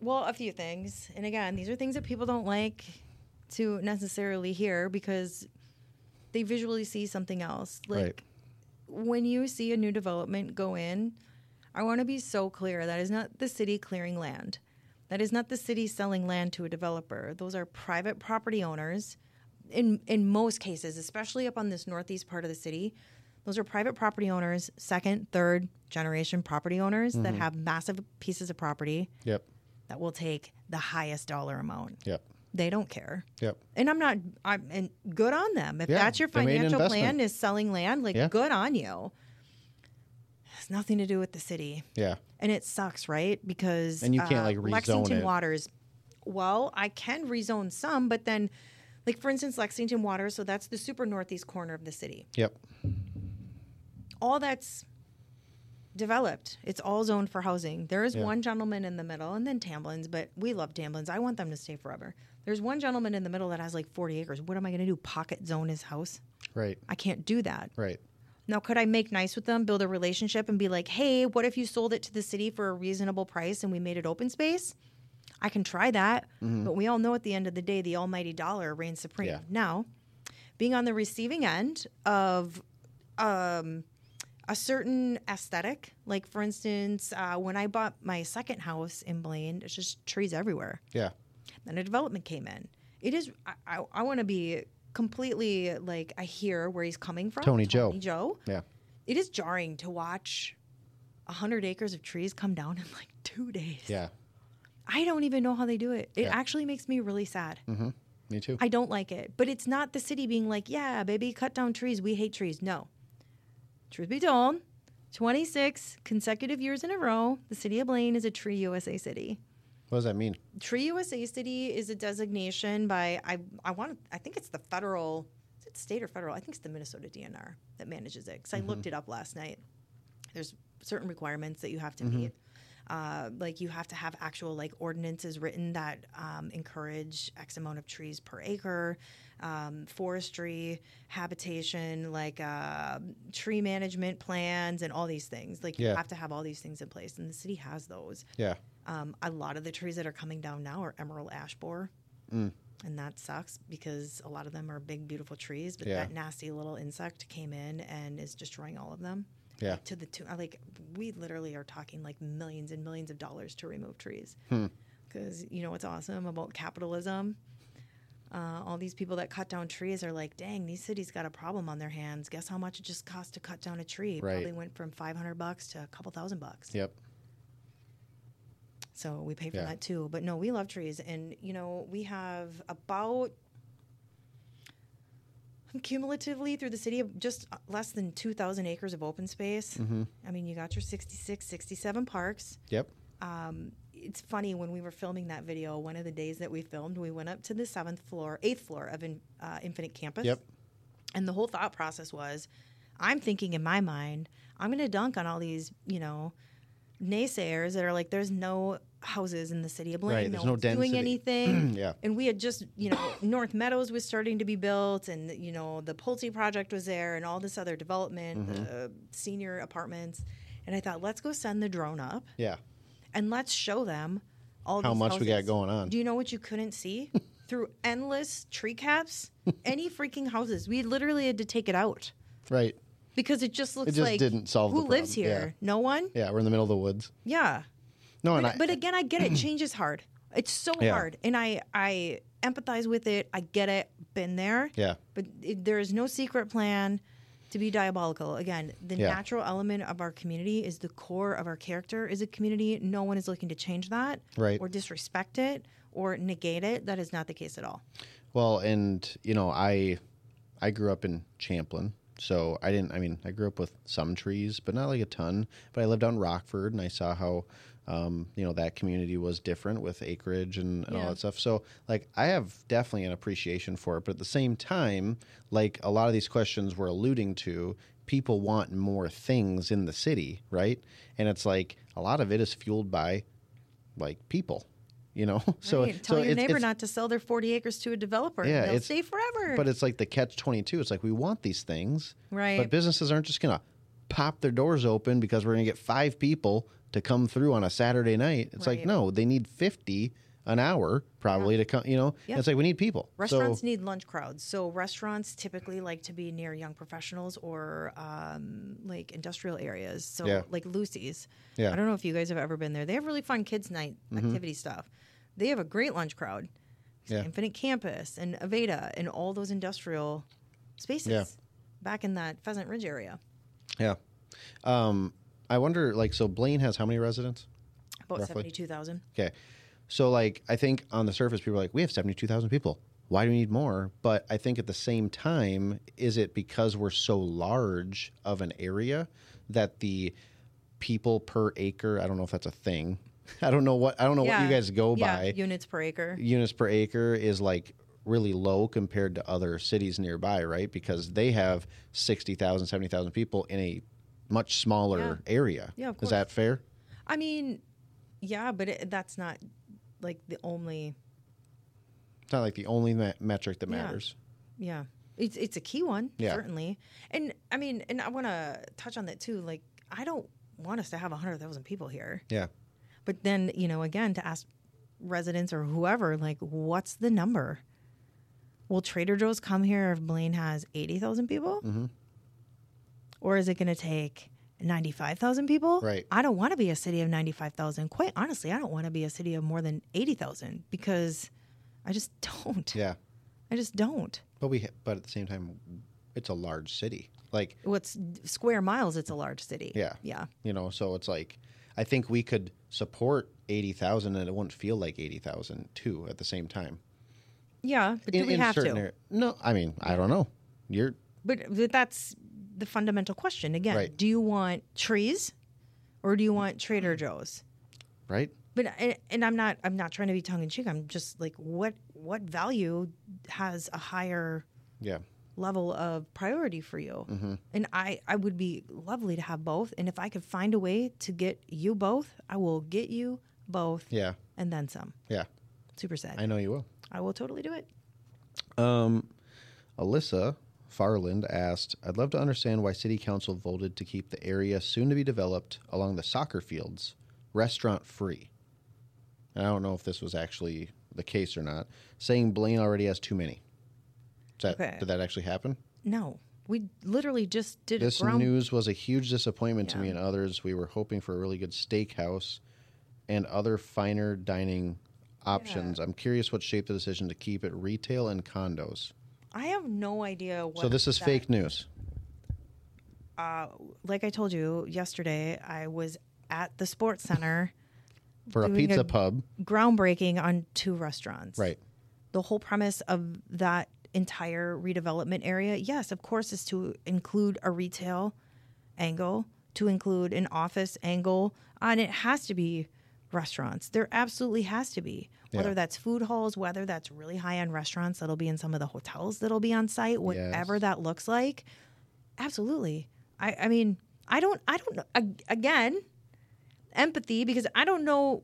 Speaker 2: well, a few things, and again, these are things that people don't like to necessarily hear because they visually see something else. Like
Speaker 1: Right.
Speaker 2: when you see a new development go in, I want to be so clear that is not the city clearing land. That is not the city selling land to a developer. Those are private property owners. In in most cases, especially up on this northeast part of the city, those are private property owners, second, third generation property owners that have massive pieces of property
Speaker 1: Yep.
Speaker 2: that will take the highest dollar amount.
Speaker 1: Yep.
Speaker 2: They don't care.
Speaker 1: Yep.
Speaker 2: And I'm not I'm and good on them. If
Speaker 1: Yeah,
Speaker 2: that's your
Speaker 1: they made an
Speaker 2: financial
Speaker 1: investment.
Speaker 2: plan is selling land, like
Speaker 1: Yeah.
Speaker 2: good on you. It has nothing to do with the city.
Speaker 1: Yeah.
Speaker 2: And it sucks, right? Because uh,
Speaker 1: And you can't, like, rezone
Speaker 2: Lexington
Speaker 1: it.
Speaker 2: Waters. Well, I can rezone some, but then like for instance Lexington Waters, so that's the super northeast corner of the city.
Speaker 1: Yep.
Speaker 2: All that's developed. It's all zoned for housing. There is
Speaker 1: Yeah.
Speaker 2: one gentleman in the middle and then Tamblins, but we love Tamblins. I want them to stay forever. There's one gentleman in the middle that has like 40 acres. What am I going to do? Pocket zone his house?
Speaker 1: Right.
Speaker 2: I can't do that.
Speaker 1: Right.
Speaker 2: Now, could I make nice with them, build a relationship, and be like, hey, what if you sold it to the city for a reasonable price and we made it open space? I can try that. But we all know at the end of the day, the almighty dollar reigns supreme.
Speaker 1: Mm-hmm. Yeah.
Speaker 2: Now, being on the receiving end of um, a certain aesthetic, like for instance, uh, when I bought my second house in Blaine, it's just trees everywhere
Speaker 1: Yeah.
Speaker 2: then a development came in. It is. I, I, I want to be completely like I hear where he's coming from.
Speaker 1: Tony Joe.
Speaker 2: Joe.
Speaker 1: Yeah.
Speaker 2: It is jarring to watch a hundred acres of trees come down in like two days.
Speaker 1: Yeah.
Speaker 2: I don't even know how they do it. It
Speaker 1: Yeah. Mm-hmm.
Speaker 2: actually makes me really sad.
Speaker 1: Me too.
Speaker 2: I don't like it, but it's not the city being like, "Yeah, baby, cut down trees. We hate trees." No, truth be told, 26 consecutive years in a row, the city of Blaine is a Tree USA city.
Speaker 1: What does that mean?
Speaker 2: Tree USA city is a designation by I I want I think it's the federal is it state or federal? I think it's the Minnesota DNR that manages it because I looked it up last night. There's certain requirements that you have to meet. Uh, like you have to have actual like ordinances written that um, encourage X amount of trees per acre, um, forestry, habitation, like uh, tree management plans, and all these things. Like you
Speaker 1: Yeah.
Speaker 2: have to have all these things in place, and the city has those.
Speaker 1: Yeah.
Speaker 2: Um, a lot of the trees that are coming down now are emerald ash borer.
Speaker 1: Mm.
Speaker 2: And that sucks because a lot of them are big, beautiful trees, but
Speaker 1: Yeah.
Speaker 2: that nasty little insect came in and is destroying all of them.
Speaker 1: Yeah.
Speaker 2: To the two, like we literally are talking like millions and millions of dollars to remove trees.
Speaker 1: Hmm.
Speaker 2: Because you know what's awesome about capitalism? Uh, all these people that cut down trees are like, dang, these cities got a problem on their hands. Guess how much it just cost to cut down a tree? It
Speaker 1: Right.
Speaker 2: Probably went from five hundred bucks to a couple thousand bucks.
Speaker 1: Yep.
Speaker 2: So we pay for
Speaker 1: Yeah.
Speaker 2: that too. But no, we love trees. And, you know, we have about cumulatively through the city of just less than 2,000 acres of open space. I mean, you got your 66, 67 parks.
Speaker 1: Yep.
Speaker 2: It's funny when we were filming that video, one of the days that we filmed, we went up to the seventh floor, eighth floor of in, uh, Infinite Campus.
Speaker 1: Yep.
Speaker 2: And the whole thought process was I'm thinking in my mind, I'm going to dunk on all these, you know, naysayers that are like, there's no houses in the city of Blaine.
Speaker 1: Right, there's no
Speaker 2: one's doing
Speaker 1: density."
Speaker 2: anything.
Speaker 1: Yeah.
Speaker 2: And we had just, you know, North Meadows was starting to be built and, you know, the Pulte project was there and all this other development,
Speaker 1: Mm-hmm.
Speaker 2: uh, senior apartments. And I thought, let's go send the drone up
Speaker 1: Yeah.
Speaker 2: and let's show them all
Speaker 1: How
Speaker 2: these
Speaker 1: much we got
Speaker 2: houses.
Speaker 1: going on.
Speaker 2: Do you know what you couldn't see through endless tree caps? any freaking houses. We literally had to take it out
Speaker 1: Right.
Speaker 2: because it just looks
Speaker 1: just
Speaker 2: like
Speaker 1: didn't solve the
Speaker 2: who lives
Speaker 1: problem.
Speaker 2: here. No one.
Speaker 1: Yeah. We're in the middle of the woods.
Speaker 2: Yeah.
Speaker 1: No, and
Speaker 2: But,
Speaker 1: I.
Speaker 2: but again, I get it. Change is hard. It's so
Speaker 1: Yeah.
Speaker 2: hard, and I I empathize with it. I get it. Been there.
Speaker 1: yeah.
Speaker 2: But it, there is no secret plan to be diabolical. Again, the
Speaker 1: Yeah.
Speaker 2: natural element of our community is the core of our character is a community. No one is looking to change that
Speaker 1: Right.
Speaker 2: or disrespect it or negate it. That is not the case at all.
Speaker 1: Well, and you know, I I grew up in Champlin, so I didn't. I mean, I grew up with some trees, but not like a ton. But I lived on Rockford, and I saw how um, you know that community was different with acreage and, and all
Speaker 2: Yeah.
Speaker 1: that stuff. So, like, I have definitely an appreciation for it. But at the same time, like a lot of these questions were alluding to, people want more things in the city, right? And it's like a lot of it is fueled by like people. You know, so
Speaker 2: Right. tell
Speaker 1: so
Speaker 2: your
Speaker 1: it's-
Speaker 2: neighbor
Speaker 1: it's-
Speaker 2: not to sell their 40 acres to a developer.
Speaker 1: Yeah,
Speaker 2: They'll
Speaker 1: it's-
Speaker 2: stay forever.
Speaker 1: but it's like the catch 22. It's like we want these things.
Speaker 2: Right.
Speaker 1: But businesses aren't just going to pop their doors open because we're going to get five people to come through on a Saturday night. It's like,
Speaker 2: Right.
Speaker 1: no, they need 50 an hour probably to come, you know?
Speaker 2: Yeah.
Speaker 1: It's like we need people.
Speaker 2: Restaurants
Speaker 1: So,
Speaker 2: need lunch crowds. So restaurants typically like to be near young professionals or um, like industrial areas. So
Speaker 1: Yeah.
Speaker 2: like Lucy's.
Speaker 1: Yeah. Mm-hmm.
Speaker 2: I don't know if you guys have ever been there. They have really fun kids night activity stuff. They have a great lunch crowd. It's
Speaker 1: Yeah.
Speaker 2: Infinite Campus and Aveda and all those industrial spaces
Speaker 1: Yeah.
Speaker 2: back in that Pheasant Ridge area.
Speaker 1: yeah. Um, I wonder, like, so Blaine has how many residents?
Speaker 2: About
Speaker 1: Roughly.
Speaker 2: 72,000.
Speaker 1: Okay. So, like, I think on the surface, people are like, we have 72,000 people. Why do we need more? But I think at the same time, is it because we're so large of an area that the people per acre, I don't know if that's a thing. I don't know what, I don't know what you guys go
Speaker 2: Yeah,
Speaker 1: by.
Speaker 2: Units per acre.
Speaker 1: Units per acre is like really low compared to other cities nearby, right? Because they have 60,000, 70,000 people in a much smaller area.
Speaker 2: Yeah, of
Speaker 1: is that fair?
Speaker 2: I mean, yeah, but it, that's not like the only
Speaker 1: It's not like the only me- metric that
Speaker 2: Yeah.
Speaker 1: matters.
Speaker 2: Yeah. It's it's a key one,
Speaker 1: Yeah.
Speaker 2: certainly. And I mean, and I want to touch on that too. Like, I don't want us to have 100,000 people here.
Speaker 1: Yeah.
Speaker 2: But then, you know, again, to ask residents or whoever, like, what's the number? Will Trader Joe's come here if Blaine has 80,000 people?
Speaker 1: Mm-hmm.
Speaker 2: Or is it going to take 95,000 people?
Speaker 1: Right.
Speaker 2: I don't want to be a city of 95,000. Quite honestly, I don't want to be a city of more than 80,000 because I just don't.
Speaker 1: Yeah.
Speaker 2: I just don't.
Speaker 1: But we, but at the same time, it's a large city. Like
Speaker 2: what's square miles it's a large city
Speaker 1: Yeah.
Speaker 2: yeah
Speaker 1: you know, so it's like I think we could support eighty thousand, and it wouldn't feel like eighty thousand too. At the same time,
Speaker 2: yeah but do we have to
Speaker 1: area- no, I mean I don't know. You're
Speaker 2: but, but that's the fundamental question again.
Speaker 1: Right.
Speaker 2: Do you want trees or do you want Trader Joe's?
Speaker 1: right?
Speaker 2: But and, and I'm not I'm not trying to be tongue in cheek. I'm just like what what value has a higher
Speaker 1: Yeah.
Speaker 2: level of priority for you.
Speaker 1: Mm-hmm.
Speaker 2: And I, I would be lovely to have both. And if I could find a way to get you both, I will get you both
Speaker 1: Yeah.
Speaker 2: and then some.
Speaker 1: Yeah.
Speaker 2: Super sad.
Speaker 1: I know you will.
Speaker 2: I will totally do it.
Speaker 1: Um, Alyssa Farland asked, I'd love to understand why city council voted to keep the area soon to be developed along the soccer fields restaurant free. And I don't know if this was actually the case or not, saying Blaine already has too many. Is that,
Speaker 2: Okay.
Speaker 1: Did that actually happen?
Speaker 2: No, we literally just did
Speaker 1: This
Speaker 2: a ground.
Speaker 1: news was a huge disappointment to
Speaker 2: Yeah.
Speaker 1: me and others. We were hoping for a really good steakhouse and other finer dining options. I'm curious what shaped the decision to keep it retail and condos.
Speaker 2: I have no idea what.
Speaker 1: so this is
Speaker 2: that-
Speaker 1: fake news.
Speaker 2: Uh, like I told you yesterday, I was at the sports center
Speaker 1: For a
Speaker 2: Doing a-
Speaker 1: pizza pub,
Speaker 2: groundbreaking on two restaurants.
Speaker 1: right?
Speaker 2: the whole premise of that entire redevelopment area, yes, of course, is to include a retail angle, to include an office angle, uh, and it has to be restaurants. There absolutely has to be. Whether
Speaker 1: Yeah.
Speaker 2: that's food halls, whether that's really high end restaurants that'll be in some of the hotels that'll be on site, whatever
Speaker 1: Yes.
Speaker 2: that looks like. Absolutely. I, I mean, I don't, I don't know. Ag- Again, empathy because I don't know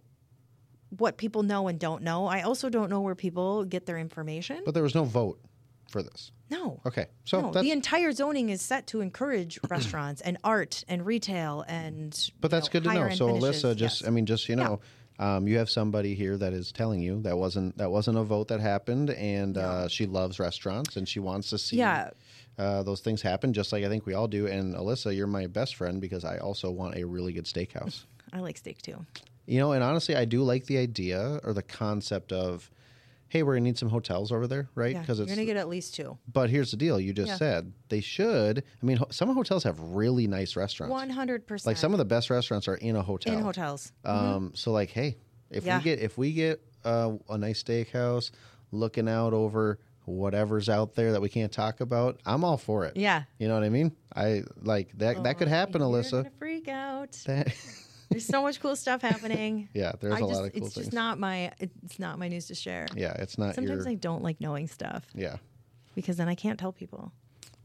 Speaker 2: what people know and don't know. I also don't know where people get their information.
Speaker 1: But there was no vote for this.
Speaker 2: no.
Speaker 1: Okay, so
Speaker 2: no,
Speaker 1: that's
Speaker 2: the entire zoning is set to encourage restaurants and art and retail and.
Speaker 1: but that's
Speaker 2: you
Speaker 1: good to know.
Speaker 2: higher-end
Speaker 1: So
Speaker 2: finishes.
Speaker 1: Alyssa, just
Speaker 2: Yes.
Speaker 1: I mean, just you know, um, you have somebody here that is telling you that wasn't that wasn't a vote that happened, and uh, she loves restaurants and she wants to see
Speaker 2: Yeah.
Speaker 1: uh, those things happen, just like I think we all do. And Alyssa, you're my best friend because I also want a really good steakhouse.
Speaker 2: I like steak too.
Speaker 1: You know, and honestly, I do like the idea or the concept of, hey, we're gonna need some hotels over there, right?
Speaker 2: Yeah,
Speaker 1: Because
Speaker 2: you're
Speaker 1: it's
Speaker 2: gonna get at least two.
Speaker 1: But here's the deal. You just
Speaker 2: Yeah.
Speaker 1: said they should. I mean, ho- some hotels have really nice restaurants.
Speaker 2: One hundred percent.
Speaker 1: Like some of the best restaurants are in a hotel.
Speaker 2: in hotels.
Speaker 1: Um, so like, hey, if
Speaker 2: Yeah.
Speaker 1: we get if we get uh, a nice steakhouse, looking out over whatever's out there that we can't talk about, I'm all for it.
Speaker 2: Yeah. Oh,
Speaker 1: You know what I mean? I like that. that could happen,
Speaker 2: You're
Speaker 1: Alyssa.
Speaker 2: gonna freak out.
Speaker 1: That,
Speaker 2: There's so much cool stuff happening.
Speaker 1: yeah, there's
Speaker 2: I
Speaker 1: a
Speaker 2: just,
Speaker 1: lot of cool
Speaker 2: it's
Speaker 1: things.
Speaker 2: just not my it's not my news to share.
Speaker 1: yeah, it's not
Speaker 2: Sometimes
Speaker 1: your.
Speaker 2: I don't like knowing stuff
Speaker 1: yeah.
Speaker 2: because then I can't tell people.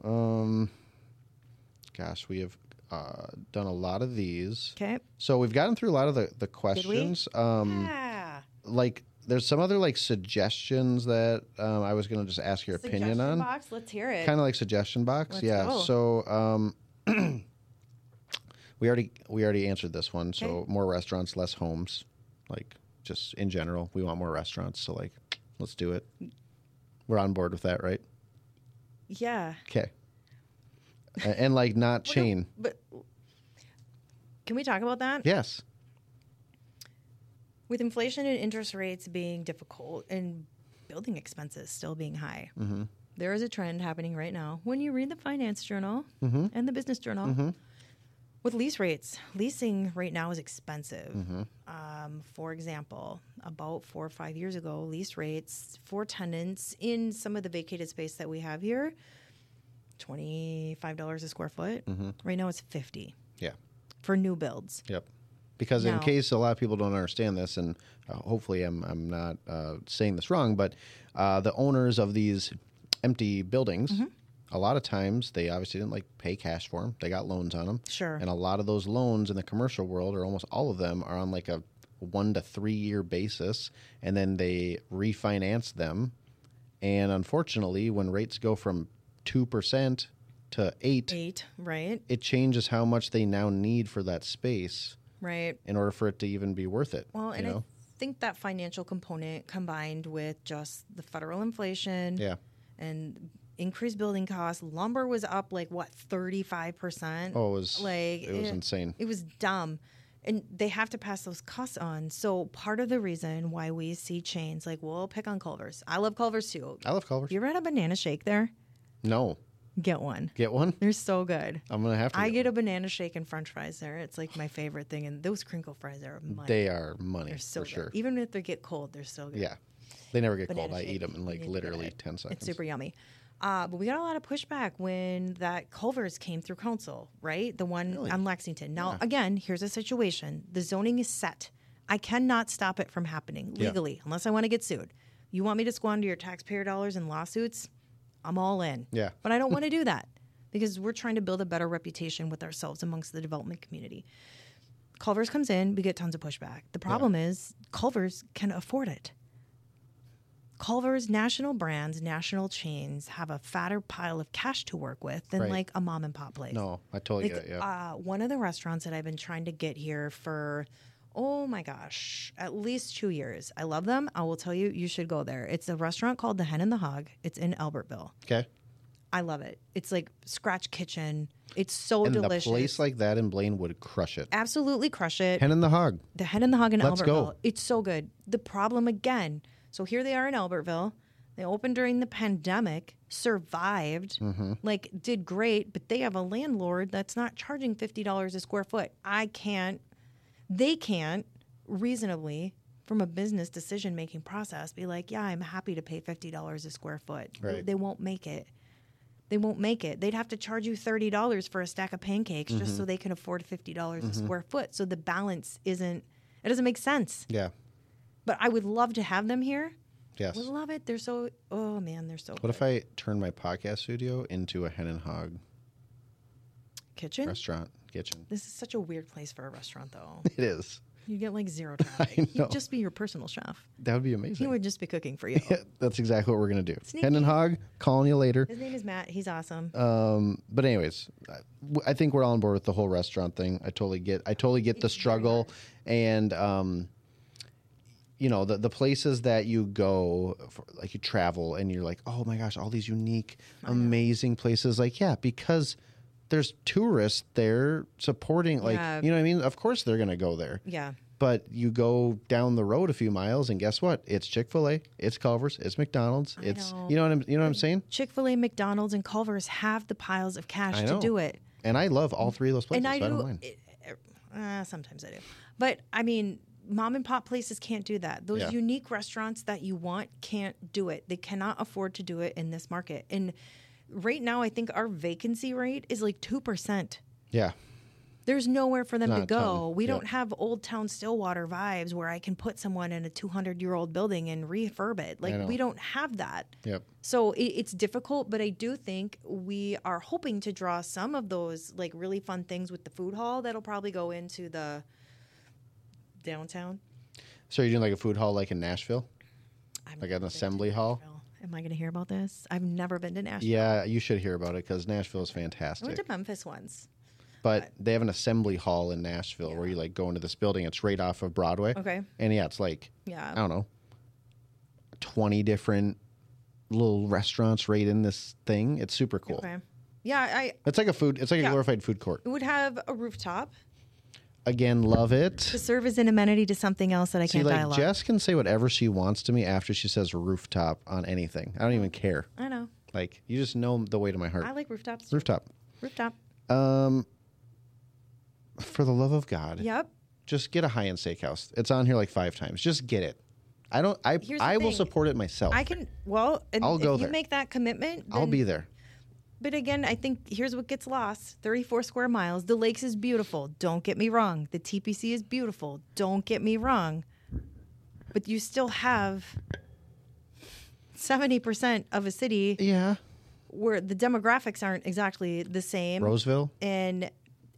Speaker 1: Um. Gosh, we have uh, done a lot of these.
Speaker 2: Okay.
Speaker 1: So we've gotten through a lot of the the
Speaker 2: we?
Speaker 1: questions. Um.
Speaker 2: yeah.
Speaker 1: like there's some other like suggestions that um, I was gonna just ask your opinion on,
Speaker 2: box. Let's hear it.
Speaker 1: kind of like suggestion box.
Speaker 2: Let's
Speaker 1: yeah.
Speaker 2: go.
Speaker 1: So um, we already we already answered this one. So
Speaker 2: Okay.
Speaker 1: more restaurants, less homes. Like just in general, we want more restaurants. So like, let's do it. We're on board with that, right?
Speaker 2: yeah.
Speaker 1: Okay. and like not chain.
Speaker 2: But can we talk about that?
Speaker 1: Yes.
Speaker 2: With inflation and interest rates being difficult and building expenses still being high,
Speaker 1: Mm-hmm.
Speaker 2: there is a trend happening right now. When you read the finance journal
Speaker 1: Mm-hmm.
Speaker 2: and the business journal, with lease rates, leasing right now is expensive.
Speaker 1: Mm-hmm.
Speaker 2: Um, for example, about four or five years ago, lease rates for tenants in some of the vacated space that we have here, twenty-five dollars a square foot.
Speaker 1: Mm-hmm.
Speaker 2: Right now, it's fifty
Speaker 1: Yeah.
Speaker 2: for new builds.
Speaker 1: Yep. Because in
Speaker 2: No.
Speaker 1: case a lot of people don't understand this, and uh, hopefully I'm, I'm not uh, saying this wrong, but uh, the owners of these empty buildings,
Speaker 2: Mm-hmm.
Speaker 1: a lot of times they obviously didn't like pay cash for them. They got loans on them.
Speaker 2: Sure.
Speaker 1: And a lot of those loans in the commercial world, or almost all of them, are on like a one to three year basis, and then they refinance them. And unfortunately, when rates go from two percent to eight,
Speaker 2: Eight, right?
Speaker 1: it changes how much they now need for that space
Speaker 2: Right.
Speaker 1: in order for it to even be worth it.
Speaker 2: Well,
Speaker 1: you
Speaker 2: and I
Speaker 1: know?
Speaker 2: think that financial component combined with just the federal inflation
Speaker 1: yeah.
Speaker 2: and increased building costs, lumber was up like what thirty five percent.
Speaker 1: Oh, it was
Speaker 2: like
Speaker 1: it was
Speaker 2: eh,
Speaker 1: insane.
Speaker 2: It was dumb. And they have to pass those costs on. So part of the reason why we see chains like we'll pick on Culver's. I love Culver's too.
Speaker 1: I love Culver's.
Speaker 2: You ever had a banana shake there?
Speaker 1: No,
Speaker 2: Get one.
Speaker 1: get one.
Speaker 2: They're so good.
Speaker 1: I'm gonna have to.
Speaker 2: I
Speaker 1: get
Speaker 2: get a banana shake and French fries there. It's like my favorite thing. And those crinkle fries are my
Speaker 1: one. They are money
Speaker 2: They're so
Speaker 1: for
Speaker 2: good.
Speaker 1: sure.
Speaker 2: Even if they get cold, they're still good.
Speaker 1: Yeah, they never get
Speaker 2: Banana
Speaker 1: cold. I eat
Speaker 2: shake.
Speaker 1: them in like
Speaker 2: You need to get
Speaker 1: literally
Speaker 2: it.
Speaker 1: ten seconds.
Speaker 2: It's super yummy. Uh, but we got a lot of pushback when that Culver's came through council, right? The one
Speaker 1: Really?
Speaker 2: on Lexington. Now, again, here's a situation the zoning is set. I cannot stop it from happening
Speaker 1: Yeah.
Speaker 2: legally unless I want to get sued. You want me to squander your taxpayer dollars in lawsuits? I'm all in.
Speaker 1: Yeah.
Speaker 2: But I don't want to do that because we're trying to build a better reputation with ourselves amongst the development community. Culver's comes in, we get tons of pushback. The problem is Culver's can afford it. Culver's national brands, national chains have a fatter pile of cash to work with than
Speaker 1: Right.
Speaker 2: like a mom and pop place.
Speaker 1: No, I totally
Speaker 2: Like,
Speaker 1: get it. Yeah.
Speaker 2: uh, one of the restaurants that I've been trying to get here for, oh my gosh, at least two years. I love them. I will tell you, you should go there. It's a restaurant called The Hen and the Hog. It's in Albertville.
Speaker 1: okay.
Speaker 2: I love it. It's like scratch kitchen. It's so
Speaker 1: And
Speaker 2: delicious.
Speaker 1: a place like that in Blaine would crush it.
Speaker 2: Absolutely crush it.
Speaker 1: Hen and the Hog.
Speaker 2: The Hen and the Hog in
Speaker 1: Let's
Speaker 2: Albertville.
Speaker 1: go.
Speaker 2: It's so good. The problem again. So here they are in Albertville. They opened during the pandemic, survived,
Speaker 1: Mm-hmm.
Speaker 2: like did great, but they have a landlord that's not charging fifty dollars a square foot. I can't. They can't reasonably, from a business decision making process, be like, yeah, I'm happy to pay fifty dollars a square foot. They-
Speaker 1: Right.
Speaker 2: they won't make it they won't make it. They'd have to charge you thirty dollars for a stack of pancakes just so
Speaker 1: Mm-hmm.
Speaker 2: they can afford fifty dollars a square foot. So the balance isn't it doesn't make sense.
Speaker 1: Yeah.
Speaker 2: But I would love to have them here.
Speaker 1: Yes.
Speaker 2: Would love it. They're so oh man, they're so
Speaker 1: What if I turn my podcast studio into a Hen and Hog
Speaker 2: Mm-hmm. kitchen?
Speaker 1: restaurant kitchen?
Speaker 2: This is such a weird place for a restaurant though.
Speaker 1: It is.
Speaker 2: You get like zero traffic.
Speaker 1: know.
Speaker 2: You'd just be your personal chef.
Speaker 1: That would be
Speaker 2: He
Speaker 1: amazing.
Speaker 2: would just be cooking for you.
Speaker 1: That's exactly what we're gonna do.
Speaker 2: Sneaky.
Speaker 1: Hen and Hog, calling you later.
Speaker 2: His name is Matt. He's awesome.
Speaker 1: Um, but anyways, I- w- I think we're all on board with the whole restaurant thing. I totally get. I totally get the struggle, and um, you know the the places that you go, for, like you travel, and you're like, oh my gosh, all these unique, amazing places. Like yeah, because there's tourists there supporting. Like
Speaker 2: Yeah.
Speaker 1: you know what I mean. Of course they're gonna go there.
Speaker 2: yeah.
Speaker 1: But you go down the road a few miles, and guess what? It's Chick Fil A, it's Culver's, it's McDonald's, it's
Speaker 2: know.
Speaker 1: you know what I'm you know what I'm saying.
Speaker 2: Chick-fil-A, McDonald's, and Culver's have the piles of cash
Speaker 1: I
Speaker 2: to
Speaker 1: know.
Speaker 2: do it.
Speaker 1: And I love all three of those places.
Speaker 2: and I
Speaker 1: so I
Speaker 2: do.
Speaker 1: don't mind.
Speaker 2: it- it- uh, sometimes I do, but I mean, mom and pop places can't do that. Those
Speaker 1: Yeah.
Speaker 2: unique restaurants that you want can't do it. They cannot afford to do it in this market. And right now, I think our vacancy rate is like two percent.
Speaker 1: Yeah.
Speaker 2: There's nowhere for them
Speaker 1: Not
Speaker 2: to
Speaker 1: a
Speaker 2: go.
Speaker 1: ton.
Speaker 2: We
Speaker 1: Yeah.
Speaker 2: don't have old town Stillwater vibes where I can put someone in a 200 year old building and refurb it.
Speaker 1: I
Speaker 2: Like
Speaker 1: know.
Speaker 2: we don't have that.
Speaker 1: Yep.
Speaker 2: So it, it's difficult, but I do think we are hoping to draw some of those like really fun things with the food hall that'll probably go into the downtown.
Speaker 1: So you're doing like a food hall like in Nashville?
Speaker 2: I'm
Speaker 1: Like an assembly hall?
Speaker 2: Am I going to hear about this? I've never been to Nashville.
Speaker 1: Yeah, you should hear about it because Nashville is
Speaker 2: I went
Speaker 1: fantastic.
Speaker 2: to Memphis once.
Speaker 1: But they have an assembly hall in Nashville where you like go into this building. It's right off of Broadway.
Speaker 2: Okay.
Speaker 1: And yeah, it's like, I
Speaker 2: Yeah.
Speaker 1: don't know, 20 different little restaurants right in this thing. It's super cool.
Speaker 2: Okay. Yeah, I
Speaker 1: It's like a food, it's like a
Speaker 2: Yeah.
Speaker 1: glorified food court.
Speaker 2: it would have a rooftop
Speaker 1: Again, love it.
Speaker 2: to serve as an amenity to something else that I
Speaker 1: See,
Speaker 2: can't
Speaker 1: like
Speaker 2: dialogue.
Speaker 1: Jess can say whatever she wants to me after she says rooftop on anything. I don't even care.
Speaker 2: I know.
Speaker 1: Like, you just know the way to my heart.
Speaker 2: I like rooftops.
Speaker 1: rooftop.
Speaker 2: Rooftop.
Speaker 1: Um, for the love of God,
Speaker 2: Yep.
Speaker 1: just get a high end steakhouse. It's on here like five times. Just get it. I don't. I
Speaker 2: Here's the
Speaker 1: I will
Speaker 2: thing.
Speaker 1: support it myself.
Speaker 2: I can. Well, and
Speaker 1: I'll
Speaker 2: if
Speaker 1: go
Speaker 2: you
Speaker 1: there.
Speaker 2: make that commitment,
Speaker 1: I'll
Speaker 2: then-
Speaker 1: be there.
Speaker 2: But again, I think here's what gets lost 34 square miles. The lakes is beautiful. Don't get me wrong. The TPC is beautiful. Don't get me wrong. But you still have 70% of a city
Speaker 1: Yeah,
Speaker 2: where the demographics aren't exactly the same.
Speaker 1: Roseville,
Speaker 2: And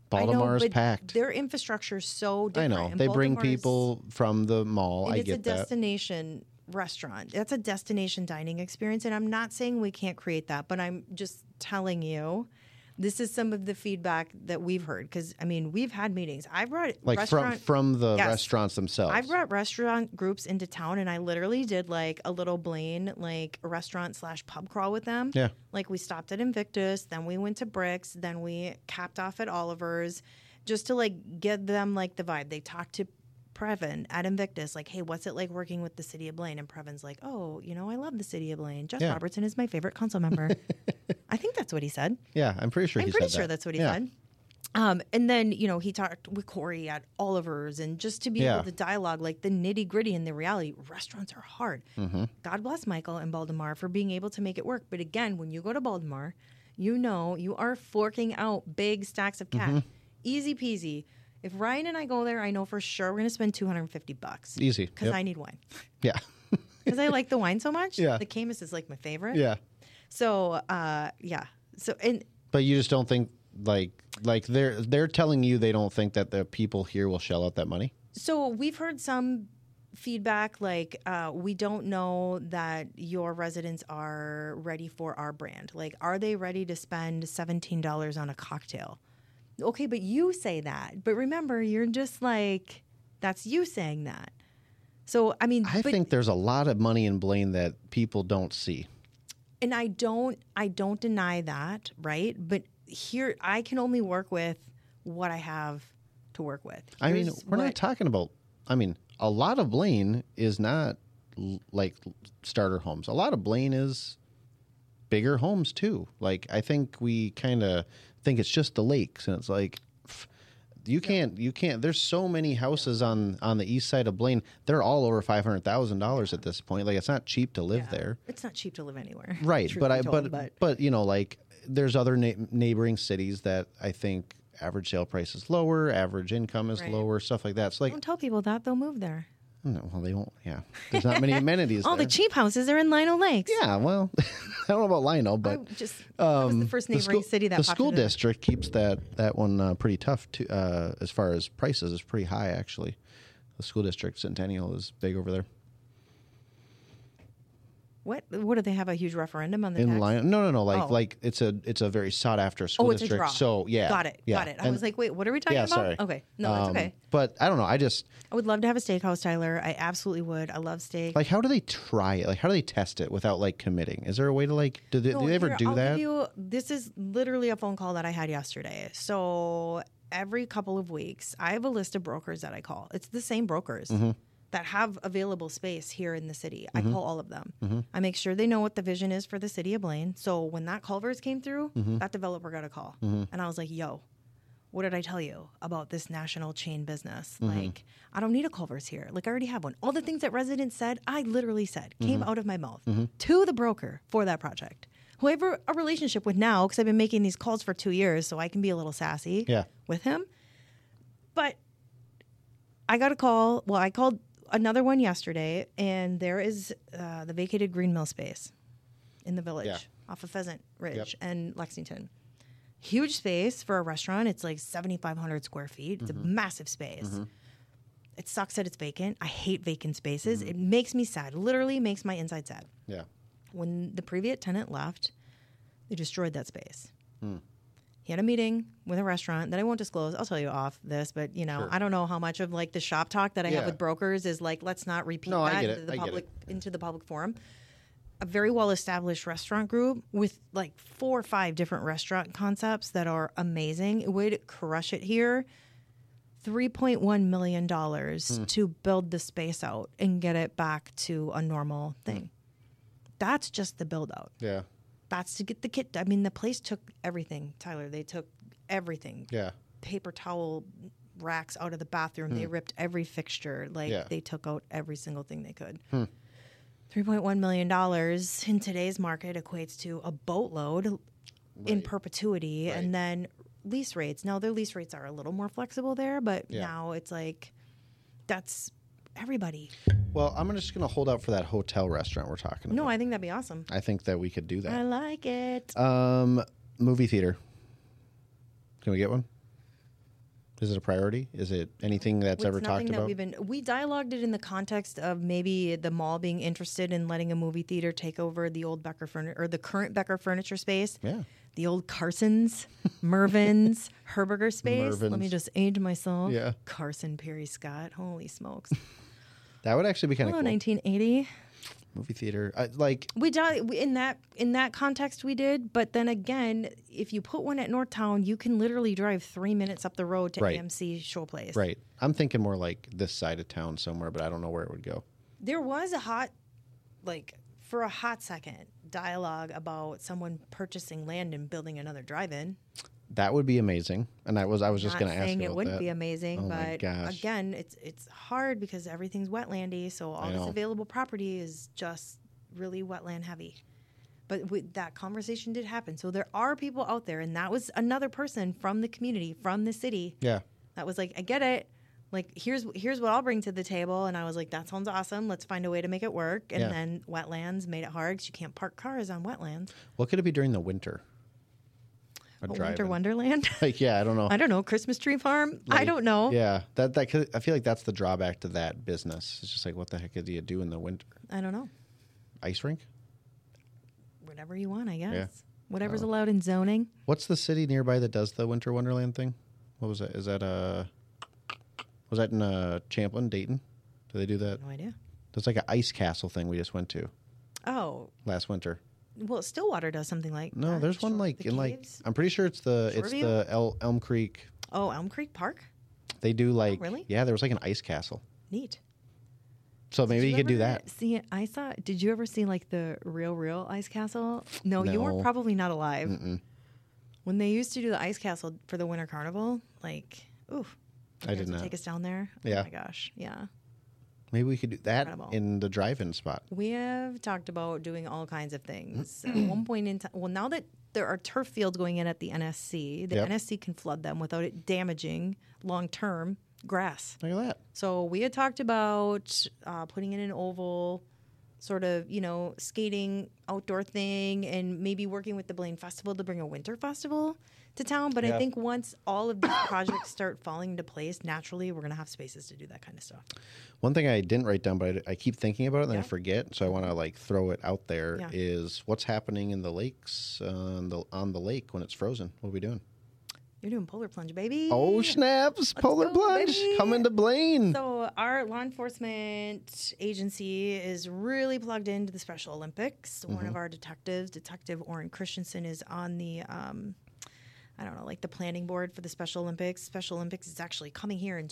Speaker 1: Baltimore
Speaker 2: I know,
Speaker 1: is
Speaker 2: but
Speaker 1: packed.
Speaker 2: Their infrastructure is so
Speaker 1: I
Speaker 2: different.
Speaker 1: know
Speaker 2: and
Speaker 1: they bring
Speaker 2: Baltimore is-
Speaker 1: people from the mall.
Speaker 2: and
Speaker 1: I
Speaker 2: it's a
Speaker 1: get that.
Speaker 2: destination restaurant. That's a destination dining experience. And I'm not saying we can't create that, but I'm just telling you, this is some of the feedback that we've heard. Because I mean, we've had meetings. I brought
Speaker 1: Like from
Speaker 2: restaurant.
Speaker 1: from the
Speaker 2: Yes.
Speaker 1: restaurants themselves.
Speaker 2: I brought restaurant groups into town, and I literally did like a little Blaine like restaurant slash pub crawl with them.
Speaker 1: Yeah.
Speaker 2: Like we stopped at Invictus, then we went to Bricks, then we capped off at Oliver's, just to like give them like the vibe. They talked to Previn at Invictus, like, hey, what's it like working with the city of Blaine? And Previn's like, oh, you know, I love the city of Blaine. Jeff
Speaker 1: Yeah.
Speaker 2: Robertson is my favorite council member. I think that's what he said.
Speaker 1: yeah, I'm pretty sure.
Speaker 2: I'm
Speaker 1: he
Speaker 2: pretty
Speaker 1: said
Speaker 2: sure
Speaker 1: that.
Speaker 2: that's what he
Speaker 1: Yeah.
Speaker 2: said. Um, and then, you know, he talked with Corey at Oliver's and just to be
Speaker 1: Yeah.
Speaker 2: able to dialogue like the nitty gritty and the reality, restaurants are hard.
Speaker 1: Mm-hmm.
Speaker 2: God bless Michael and Baldemar for being able to make it work. But again, when you go to Baldemar, you know you are forking out big stacks of cash.
Speaker 1: Mm-hmm.
Speaker 2: Easy peasy. If Ryan and I go there, I know for sure we're gonna spend 250 bucks.
Speaker 1: Easy.
Speaker 2: Because
Speaker 1: Yep.
Speaker 2: I need wine.
Speaker 1: Yeah.
Speaker 2: Because I like the wine so much.
Speaker 1: Yeah.
Speaker 2: The Camus is like my favorite.
Speaker 1: yeah.
Speaker 2: So uh yeah. So and
Speaker 1: But you just don't think like like they're they're telling you they don't think that the people here will shell out that money.
Speaker 2: So we've heard some feedback like uh, we don't know that your residents are ready for our brand. Like, are they ready to spend seventeen dollars on a cocktail? Okay, but you say that. But remember, you're just like that's you saying that. So I mean,
Speaker 1: I
Speaker 2: but,
Speaker 1: think there's a lot of money in Blaine that people don't see.
Speaker 2: and I don't, I don't deny that, right? But here, I can only work with what I have to work with.
Speaker 1: I mean,
Speaker 2: Here's
Speaker 1: we're
Speaker 2: what-
Speaker 1: not talking about. I mean, a lot of Blaine is not l- like starter homes. A lot of Blaine is bigger homes too. Like I think we kind of think it's just the lakes, and it's like pff, you can't, you can't. There's so many houses on on the east side of Blaine. They're all over five hundred thousand dollars at this point. Like it's not cheap to live there
Speaker 2: it's not cheap to live anywhere,
Speaker 1: right
Speaker 2: truth
Speaker 1: but
Speaker 2: be
Speaker 1: i
Speaker 2: told,
Speaker 1: but, but you know like there's other na- neighboring cities that i think average sale price is lower average income is
Speaker 2: Right.
Speaker 1: lower stuff like that so like
Speaker 2: Don't tell people that; they'll move there.
Speaker 1: no, well they won't yeah there's not many amenities
Speaker 2: All
Speaker 1: there.
Speaker 2: the cheap houses are in Lionel Lakes.
Speaker 1: yeah well i don't know about lionel
Speaker 2: I
Speaker 1: but
Speaker 2: just that was
Speaker 1: um,
Speaker 2: the first neighboring
Speaker 1: school,
Speaker 2: city that
Speaker 1: the
Speaker 2: popped
Speaker 1: school
Speaker 2: into-
Speaker 1: district keeps that that one uh, pretty tough to, uh, as far as prices is pretty high actually the school district centennial is big over there
Speaker 2: What? What do they have a huge referendum on the
Speaker 1: in
Speaker 2: tax?
Speaker 1: Lyon- no no no like
Speaker 2: Oh.
Speaker 1: like it's a it's a very sought after school
Speaker 2: oh, it's
Speaker 1: district
Speaker 2: a draw.
Speaker 1: so yeah
Speaker 2: got it,
Speaker 1: yeah.
Speaker 2: got it. I
Speaker 1: And-
Speaker 2: was like, wait, what are we talking
Speaker 1: yeah,
Speaker 2: about?
Speaker 1: sorry.
Speaker 2: Okay, no, it's
Speaker 1: Um,
Speaker 2: okay.
Speaker 1: But I don't know. I just
Speaker 2: I would love to have a steakhouse, Tyler. I absolutely would. I love steak.
Speaker 1: like how do they try it? Like how do they test it without like committing? Is there a way to like do they,
Speaker 2: No,
Speaker 1: do they ever
Speaker 2: here,
Speaker 1: do
Speaker 2: I'll
Speaker 1: that?
Speaker 2: give you- this is literally a phone call that I had yesterday. So every couple of weeks, I have a list of brokers that I call. It's the same brokers
Speaker 1: Mm-hmm.
Speaker 2: that have available space here in the city. I call all of them.
Speaker 1: Mm-hmm.
Speaker 2: I make sure they know what the vision is for the city of Blaine. So when that Culver's came through,
Speaker 1: Mm-hmm.
Speaker 2: that developer got a call, and I was like, "Yo." What did I tell you about this national chain business? Like, I don't need a Culver's here. Like, I already have one. All the things that residents said, I literally said, came out of my mouth to the broker for that project who I have a, a relationship with now because I've been making these calls for two years, so I can be a little sassy
Speaker 1: Yeah.
Speaker 2: with him. But I got a call. Well, I called another one yesterday, and there is uh, the vacated green mill space in the village
Speaker 1: Yeah.
Speaker 2: off of Pheasant Ridge and Lexington. Huge space for a restaurant. It's like 7,500 square feet. It's a massive space. It sucks that it's vacant. I hate vacant spaces. It makes me sad. Literally makes my inside sad
Speaker 1: Yeah.
Speaker 2: when the previous tenant left, they destroyed that space.
Speaker 1: Hmm.
Speaker 2: He had a meeting with a restaurant that I won't disclose. I'll tell you off this, but you know,
Speaker 1: Sure.
Speaker 2: I don't know how much of like the shop talk that I
Speaker 1: Yeah.
Speaker 2: have with brokers is like, let's not repeat
Speaker 1: No, I
Speaker 2: that
Speaker 1: get
Speaker 2: into
Speaker 1: it.
Speaker 2: the
Speaker 1: I get
Speaker 2: public into the public forum. A very well established restaurant group with like four or five different restaurant concepts that are amazing. It would crush it here. $3.1 million
Speaker 1: Hmm.
Speaker 2: to build the space out and get it back to a normal thing.
Speaker 1: Hmm.
Speaker 2: That's just the build out.
Speaker 1: Yeah.
Speaker 2: That's to get the kit. I mean, the place took everything, Tyler. They took everything
Speaker 1: Yeah.
Speaker 2: paper towel racks out of the bathroom. They ripped every fixture. Like
Speaker 1: Hmm. Yeah. Hmm.
Speaker 2: they took out every single thing they could. $3.1 million in today's market equates to a boatload in
Speaker 1: Right.
Speaker 2: perpetuity.
Speaker 1: Right.
Speaker 2: And then lease rates. Now, their lease rates are a little more flexible there, but
Speaker 1: Yeah.
Speaker 2: now it's like that's everybody.
Speaker 1: Well, I'm just gonna hold out for that hotel restaurant we're talking about.
Speaker 2: No, Uh, I think that'd be awesome.
Speaker 1: I think that we could do
Speaker 2: I
Speaker 1: that.
Speaker 2: like it.
Speaker 1: Um, movie theater. Can we get one? Is it a priority? Is it anything that's
Speaker 2: It's
Speaker 1: ever
Speaker 2: nothing
Speaker 1: talked
Speaker 2: that
Speaker 1: about?
Speaker 2: We've been we dialogued it in the context of maybe the mall being interested in letting a movie theater take over the old Becker furniture or the current Becker furniture space.
Speaker 1: Yeah.
Speaker 2: The old Carson's, Mervin's, Herberger space. Let me
Speaker 1: Mervin's.
Speaker 2: just age myself.
Speaker 1: Yeah.
Speaker 2: Carson Perry Scott. Holy smokes.
Speaker 1: That would actually be kind of
Speaker 2: Hello,
Speaker 1: cool.
Speaker 2: 1980.
Speaker 1: Movie theater. I, like
Speaker 2: We di- we- in that in that context we did, but then again, if you put one at Northtown, you can literally drive three minutes up the road to
Speaker 1: Right.
Speaker 2: AMC Showplace.
Speaker 1: right. I'm thinking more like this side of town somewhere, but I don't know where it would go.
Speaker 2: there was a hot like for a hot second dialogue about someone purchasing land and building another drive-in
Speaker 1: That would be amazing. And I was I was just
Speaker 2: Not
Speaker 1: going to ask
Speaker 2: saying
Speaker 1: you
Speaker 2: it
Speaker 1: about
Speaker 2: wouldn't
Speaker 1: that.
Speaker 2: be amazing,
Speaker 1: Oh my
Speaker 2: but
Speaker 1: gosh.
Speaker 2: again, it's it's hard because everything's wetlandy, so all
Speaker 1: I
Speaker 2: this
Speaker 1: know.
Speaker 2: available property is just really wetland heavy. But we, that conversation did happen, so there are people out there, and that was another person from the community, from the city,
Speaker 1: yeah.
Speaker 2: that was like, I get it. Like here's here's what I'll bring to the table, and I was like, that sounds awesome. Let's find a way to make it work. And
Speaker 1: Yeah.
Speaker 2: then wetlands made it hard because you can't park cars on wetlands.
Speaker 1: What could it be during the winter? A
Speaker 2: But
Speaker 1: drive-in.
Speaker 2: Winter Wonderland.
Speaker 1: Like yeah, I don't know.
Speaker 2: I don't know Christmas tree farm. I
Speaker 1: Like,
Speaker 2: don't know.
Speaker 1: Yeah, that that could, I feel like that's the drawback to that business. It's just like what the heck do you do in the winter?
Speaker 2: I don't know.
Speaker 1: Ice rink?
Speaker 2: Whatever you want, I guess.
Speaker 1: Uh,
Speaker 2: Whatever's allowed in zoning.
Speaker 1: What's the city nearby that does the winter wonderland thing? What was that? Is that uh was that in uh Champlin, Dayton? Do they do that?
Speaker 2: No idea.
Speaker 1: There's like an ice castle thing we just went to
Speaker 2: Oh
Speaker 1: last winter.
Speaker 2: well, Stillwater does something like
Speaker 1: No,
Speaker 2: that.
Speaker 1: there's one
Speaker 2: Shore-
Speaker 1: like
Speaker 2: the
Speaker 1: in like
Speaker 2: caves?
Speaker 1: I'm pretty sure it's the it's
Speaker 2: Shoreview?
Speaker 1: the El, Elm Creek.
Speaker 2: oh Elm Creek Park.
Speaker 1: They do like
Speaker 2: Oh, really?
Speaker 1: yeah, there was like an ice castle.
Speaker 2: Neat.
Speaker 1: So maybe you, could do
Speaker 2: ever
Speaker 1: that.
Speaker 2: See, it? I saw. Did you ever see like the real, real ice castle? No, you were
Speaker 1: No.
Speaker 2: probably not alive. When they used to do the ice castle for the winter carnival, like, ooh,
Speaker 1: I did not.
Speaker 2: Take us down there.
Speaker 1: Yeah.
Speaker 2: Oh my gosh. Yeah.
Speaker 1: Maybe we could do that
Speaker 2: Incredible.
Speaker 1: in the drive-in spot.
Speaker 2: We have talked about doing all kinds of things. at one point in time, well, now that there are turf fields going in at the NSC, the
Speaker 1: Yep.
Speaker 2: NSC can flood them without it damaging long term grass.
Speaker 1: Look at that.
Speaker 2: So we had talked about uh, putting in an oval, sort of, you know, skating outdoor thing, and maybe working with the Blaine Festival to bring a winter festival to town. But
Speaker 1: Yeah.
Speaker 2: I think once all of these projects start falling into place, naturally, we're going to have spaces to do that kind of stuff.
Speaker 1: One thing I didn't write down, but I, I keep thinking about it and then I
Speaker 2: Yeah.
Speaker 1: forget, so I want to like throw it out there. Is
Speaker 2: Yeah.
Speaker 1: what's happening in the lakes on the on the lake when it's frozen? What are we doing?
Speaker 2: You're doing polar plunge, baby.
Speaker 1: Oh snaps! Polar
Speaker 2: go,
Speaker 1: plunge
Speaker 2: baby.
Speaker 1: coming to Blaine.
Speaker 2: So our law enforcement agency is really plugged into the Special Olympics. One of our detectives, Detective Oren Christensen, is on the um, I don't know, like the planning board for the Special Olympics. Special Olympics is actually coming here in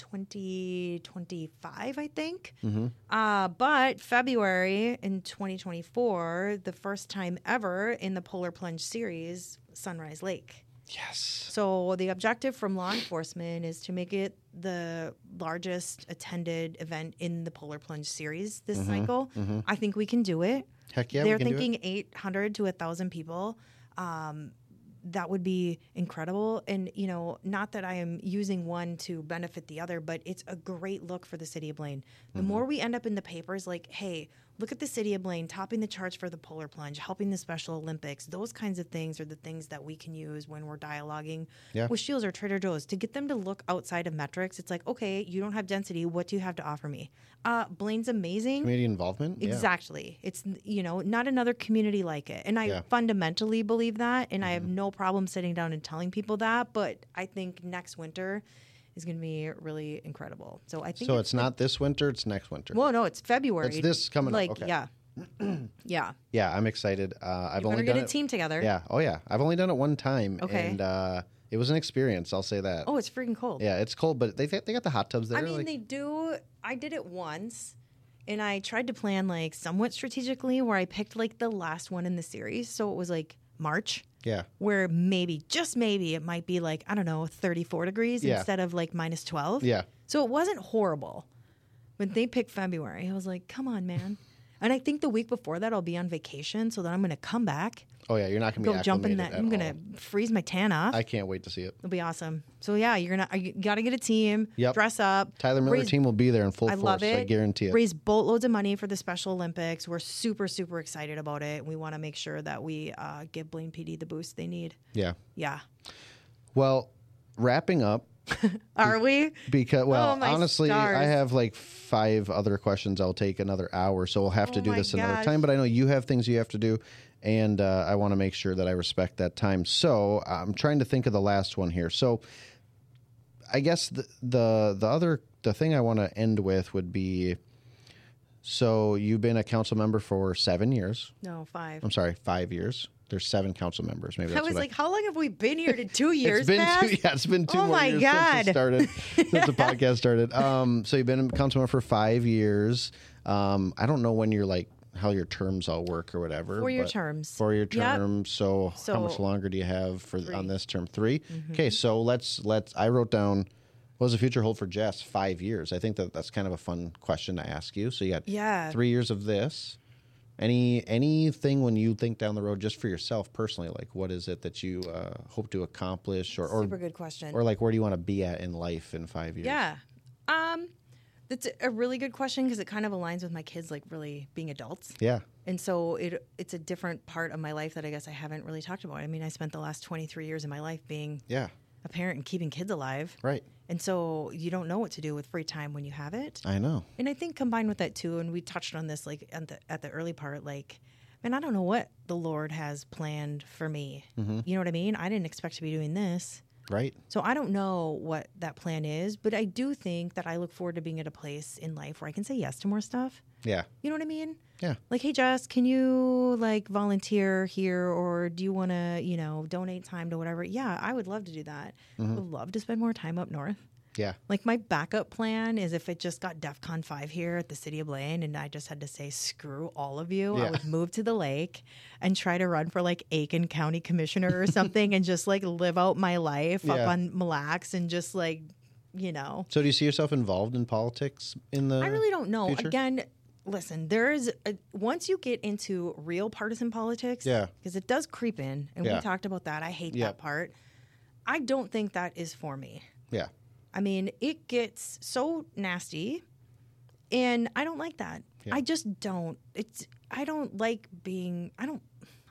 Speaker 2: 2025, I think. Uh, but February in 2024, the first time ever in the Polar Plunge series, Sunrise Lake.
Speaker 1: yes.
Speaker 2: So the objective from law enforcement is to make it the largest attended event in the polar plunge series this cycle. I think we can do it.
Speaker 1: Heck yeah,
Speaker 2: They're
Speaker 1: we can do it.
Speaker 2: thinking 800 to 1,000 people. Um, that would be incredible. And, you know, not that I am using one to benefit the other, but it's a great look for the city of Blaine. The
Speaker 1: Mm-hmm.
Speaker 2: more we end up in the papers, like, hey, look at the city of Blaine topping the charts for the polar plunge, helping the Special Olympics, those kinds of things are the things that we can use when we're dialoguing
Speaker 1: Yeah.
Speaker 2: with Shields or Trader Joe's to get them to look outside of metrics. It's like, okay, you don't have density. What do you have to offer me? Uh, Blaine's amazing.
Speaker 1: Community involvement. Yeah.
Speaker 2: Exactly. It's you know not another community like it, and I
Speaker 1: Yeah. Mm-hmm.
Speaker 2: fundamentally believe that, and I have no problem sitting down and telling people that. But I think next winter is going to be really incredible. So I think.
Speaker 1: So
Speaker 2: it's,
Speaker 1: it's not this winter; it's next winter.
Speaker 2: well, no, it's February.
Speaker 1: It's this coming up,
Speaker 2: Like
Speaker 1: okay.
Speaker 2: yeah, yeah.
Speaker 1: yeah, I'm excited. Uh, I've
Speaker 2: We're
Speaker 1: only done
Speaker 2: going to get a
Speaker 1: it.
Speaker 2: team together.
Speaker 1: Yeah. Oh yeah, I've only done it one time,
Speaker 2: Okay.
Speaker 1: and uh, it was an experience. I'll say that.
Speaker 2: Oh, it's freaking cold.
Speaker 1: Yeah, it's cold, but they they got the hot tubs there.
Speaker 2: I mean,
Speaker 1: like-
Speaker 2: they do. I did it once, and I tried to plan like somewhat strategically, where I picked like the last one in the series, so it was like March.
Speaker 1: yeah.
Speaker 2: where maybe just maybe it might be like i don't know 34 degrees
Speaker 1: Yeah.
Speaker 2: instead of like minus 12
Speaker 1: Yeah.
Speaker 2: so it wasn't horrible when they picked february i was like come on man and i think the week before that i'll be on vacation so then i'm gonna come back
Speaker 1: Oh yeah, you're not gonna
Speaker 2: go
Speaker 1: be
Speaker 2: jump
Speaker 1: acclimated
Speaker 2: in that
Speaker 1: at
Speaker 2: i'm gonna
Speaker 1: all.
Speaker 2: freeze my tan off
Speaker 1: I can't wait to see it.
Speaker 2: it'll be awesome so yeah you're gonna you gotta get a team
Speaker 1: Yep.
Speaker 2: dress up
Speaker 1: Tyler Miller
Speaker 2: raise
Speaker 1: team will be there in full
Speaker 2: I
Speaker 1: force.
Speaker 2: love it.
Speaker 1: I guarantee it.
Speaker 2: Raise boatloads of money for the Special Olympics. We're super, super excited about it. We want to make sure that we uh, give Blaine PD the boost they need.
Speaker 1: yeah.
Speaker 2: Yeah.
Speaker 1: Well, wrapping up
Speaker 2: Are we?
Speaker 1: because well,
Speaker 2: Oh, my
Speaker 1: honestly, I
Speaker 2: stars.
Speaker 1: have like five other questions. I'll take another hour, so we'll have to
Speaker 2: Oh
Speaker 1: do
Speaker 2: my
Speaker 1: this another
Speaker 2: gosh.
Speaker 1: time. But I know you have things you have to do, and uh, I want to make sure that I respect that time. So I'm trying to think of the last one here. So I guess the the, the other the thing I want to end with would be. So you've been a council member for seven years.
Speaker 2: No, five.
Speaker 1: I'm sorry, five years. There's seven council members. Maybe
Speaker 2: I
Speaker 1: that's
Speaker 2: was
Speaker 1: what
Speaker 2: like, how long have we been here? Did two years
Speaker 1: it's been
Speaker 2: pass?
Speaker 1: two, yeah, it's been two
Speaker 2: Oh
Speaker 1: more
Speaker 2: my
Speaker 1: years since it
Speaker 2: God.
Speaker 1: started, since the podcast started. Um, so you've been a councilman for five years. Um, I don't know when you're like how your terms all work or whatever.
Speaker 2: Four-year
Speaker 1: but-
Speaker 2: terms.
Speaker 1: Four-year
Speaker 2: Yep.
Speaker 1: term. So, how much
Speaker 2: So-
Speaker 1: longer do you have for
Speaker 2: Three. Mm-hmm.
Speaker 1: on this term? 3 Okay, so let's let's. I wrote down. What does the future hold for Jess? Five years. I think that that's kind of a fun question to ask you. So you got
Speaker 2: Yeah.
Speaker 1: three years of this. Any anything when you think down the road, just for yourself personally, like what is it that you uh, hope to accomplish, or
Speaker 2: Super
Speaker 1: or,
Speaker 2: good question.
Speaker 1: or like where do you want to be at in life in five years?
Speaker 2: yeah. Um, that's a really good question because it kind of aligns with my kids, like really being adults.
Speaker 1: yeah,
Speaker 2: And so it it's a different part of my life that I guess I haven't really talked about. I mean, I spent the last 23 years of my life being
Speaker 1: yeah,
Speaker 2: a parent and keeping kids alive.
Speaker 1: right.
Speaker 2: And so you don't know what to do with free time when you have it.
Speaker 1: I know.
Speaker 2: And I think combined with that too, and we touched on this like at the at the early part, like, man, I don't know what the Lord has planned for me. You know what I mean? I didn't expect to be doing this.
Speaker 1: Right.
Speaker 2: So I don't know what that plan is, but I do think that I look forward to being at a place in life where I can say yes to more stuff.
Speaker 1: Yeah.
Speaker 2: You know what I mean?
Speaker 1: Yeah.
Speaker 2: Like, hey Jess, can you like volunteer here or do you want to, you know, donate time to whatever? Yeah, I would love to do that. I would love to spend more time up north.
Speaker 1: Yeah.
Speaker 2: Like my backup plan is if it just got DEF CON 5 here at the city of Blaine and I just had to say screw all of you,
Speaker 1: Yeah.
Speaker 2: I would move to the lake and try to run for like Aiken County Commissioner or something and just like live out my life
Speaker 1: Yeah.
Speaker 2: up on Mille Lacs and just like, you know.
Speaker 1: So do you see yourself involved in politics in the
Speaker 2: I really don't know.
Speaker 1: Uh, future?
Speaker 2: Again, listen, there's a, once you get into real partisan politics,
Speaker 1: Yeah.
Speaker 2: because it does creep in, and
Speaker 1: Yeah.
Speaker 2: we talked about that. I hate
Speaker 1: Yep.
Speaker 2: that part. I don't think that is for me.
Speaker 1: Yeah.
Speaker 2: I mean, it gets so nasty, and I don't like that.
Speaker 1: Yeah.
Speaker 2: I just don't. It's I don't like being. I don't.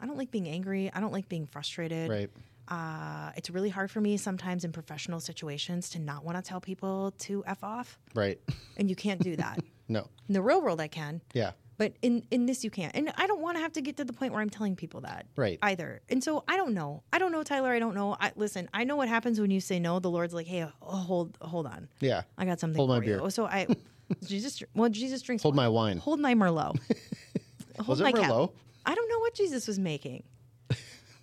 Speaker 2: I don't like being angry. I don't like being frustrated.
Speaker 1: Right.
Speaker 2: Uh, it's really hard for me sometimes in professional situations to not want to tell people to f off,
Speaker 1: Right.
Speaker 2: and you can't do that.
Speaker 1: No.
Speaker 2: in the real world, I can.
Speaker 1: Yeah.
Speaker 2: But in in this you can't. And I don't want to have to get to the point where I'm telling people that.
Speaker 1: Right.
Speaker 2: Either. And so I don't know. I don't know, Tyler. I don't know. I listen, I know what happens when you say no. The Lord's like, "Hey, oh, hold hold on.
Speaker 1: Yeah.
Speaker 2: I got something
Speaker 1: Hold
Speaker 2: for
Speaker 1: my
Speaker 2: you."
Speaker 1: beer.
Speaker 2: Oh, So I Jesus well, Jesus drinks
Speaker 1: Hold
Speaker 2: wine.
Speaker 1: my wine.
Speaker 2: Hold my merlot. hold
Speaker 1: Was it
Speaker 2: cap.
Speaker 1: Merlot?
Speaker 2: I don't know what Jesus was making.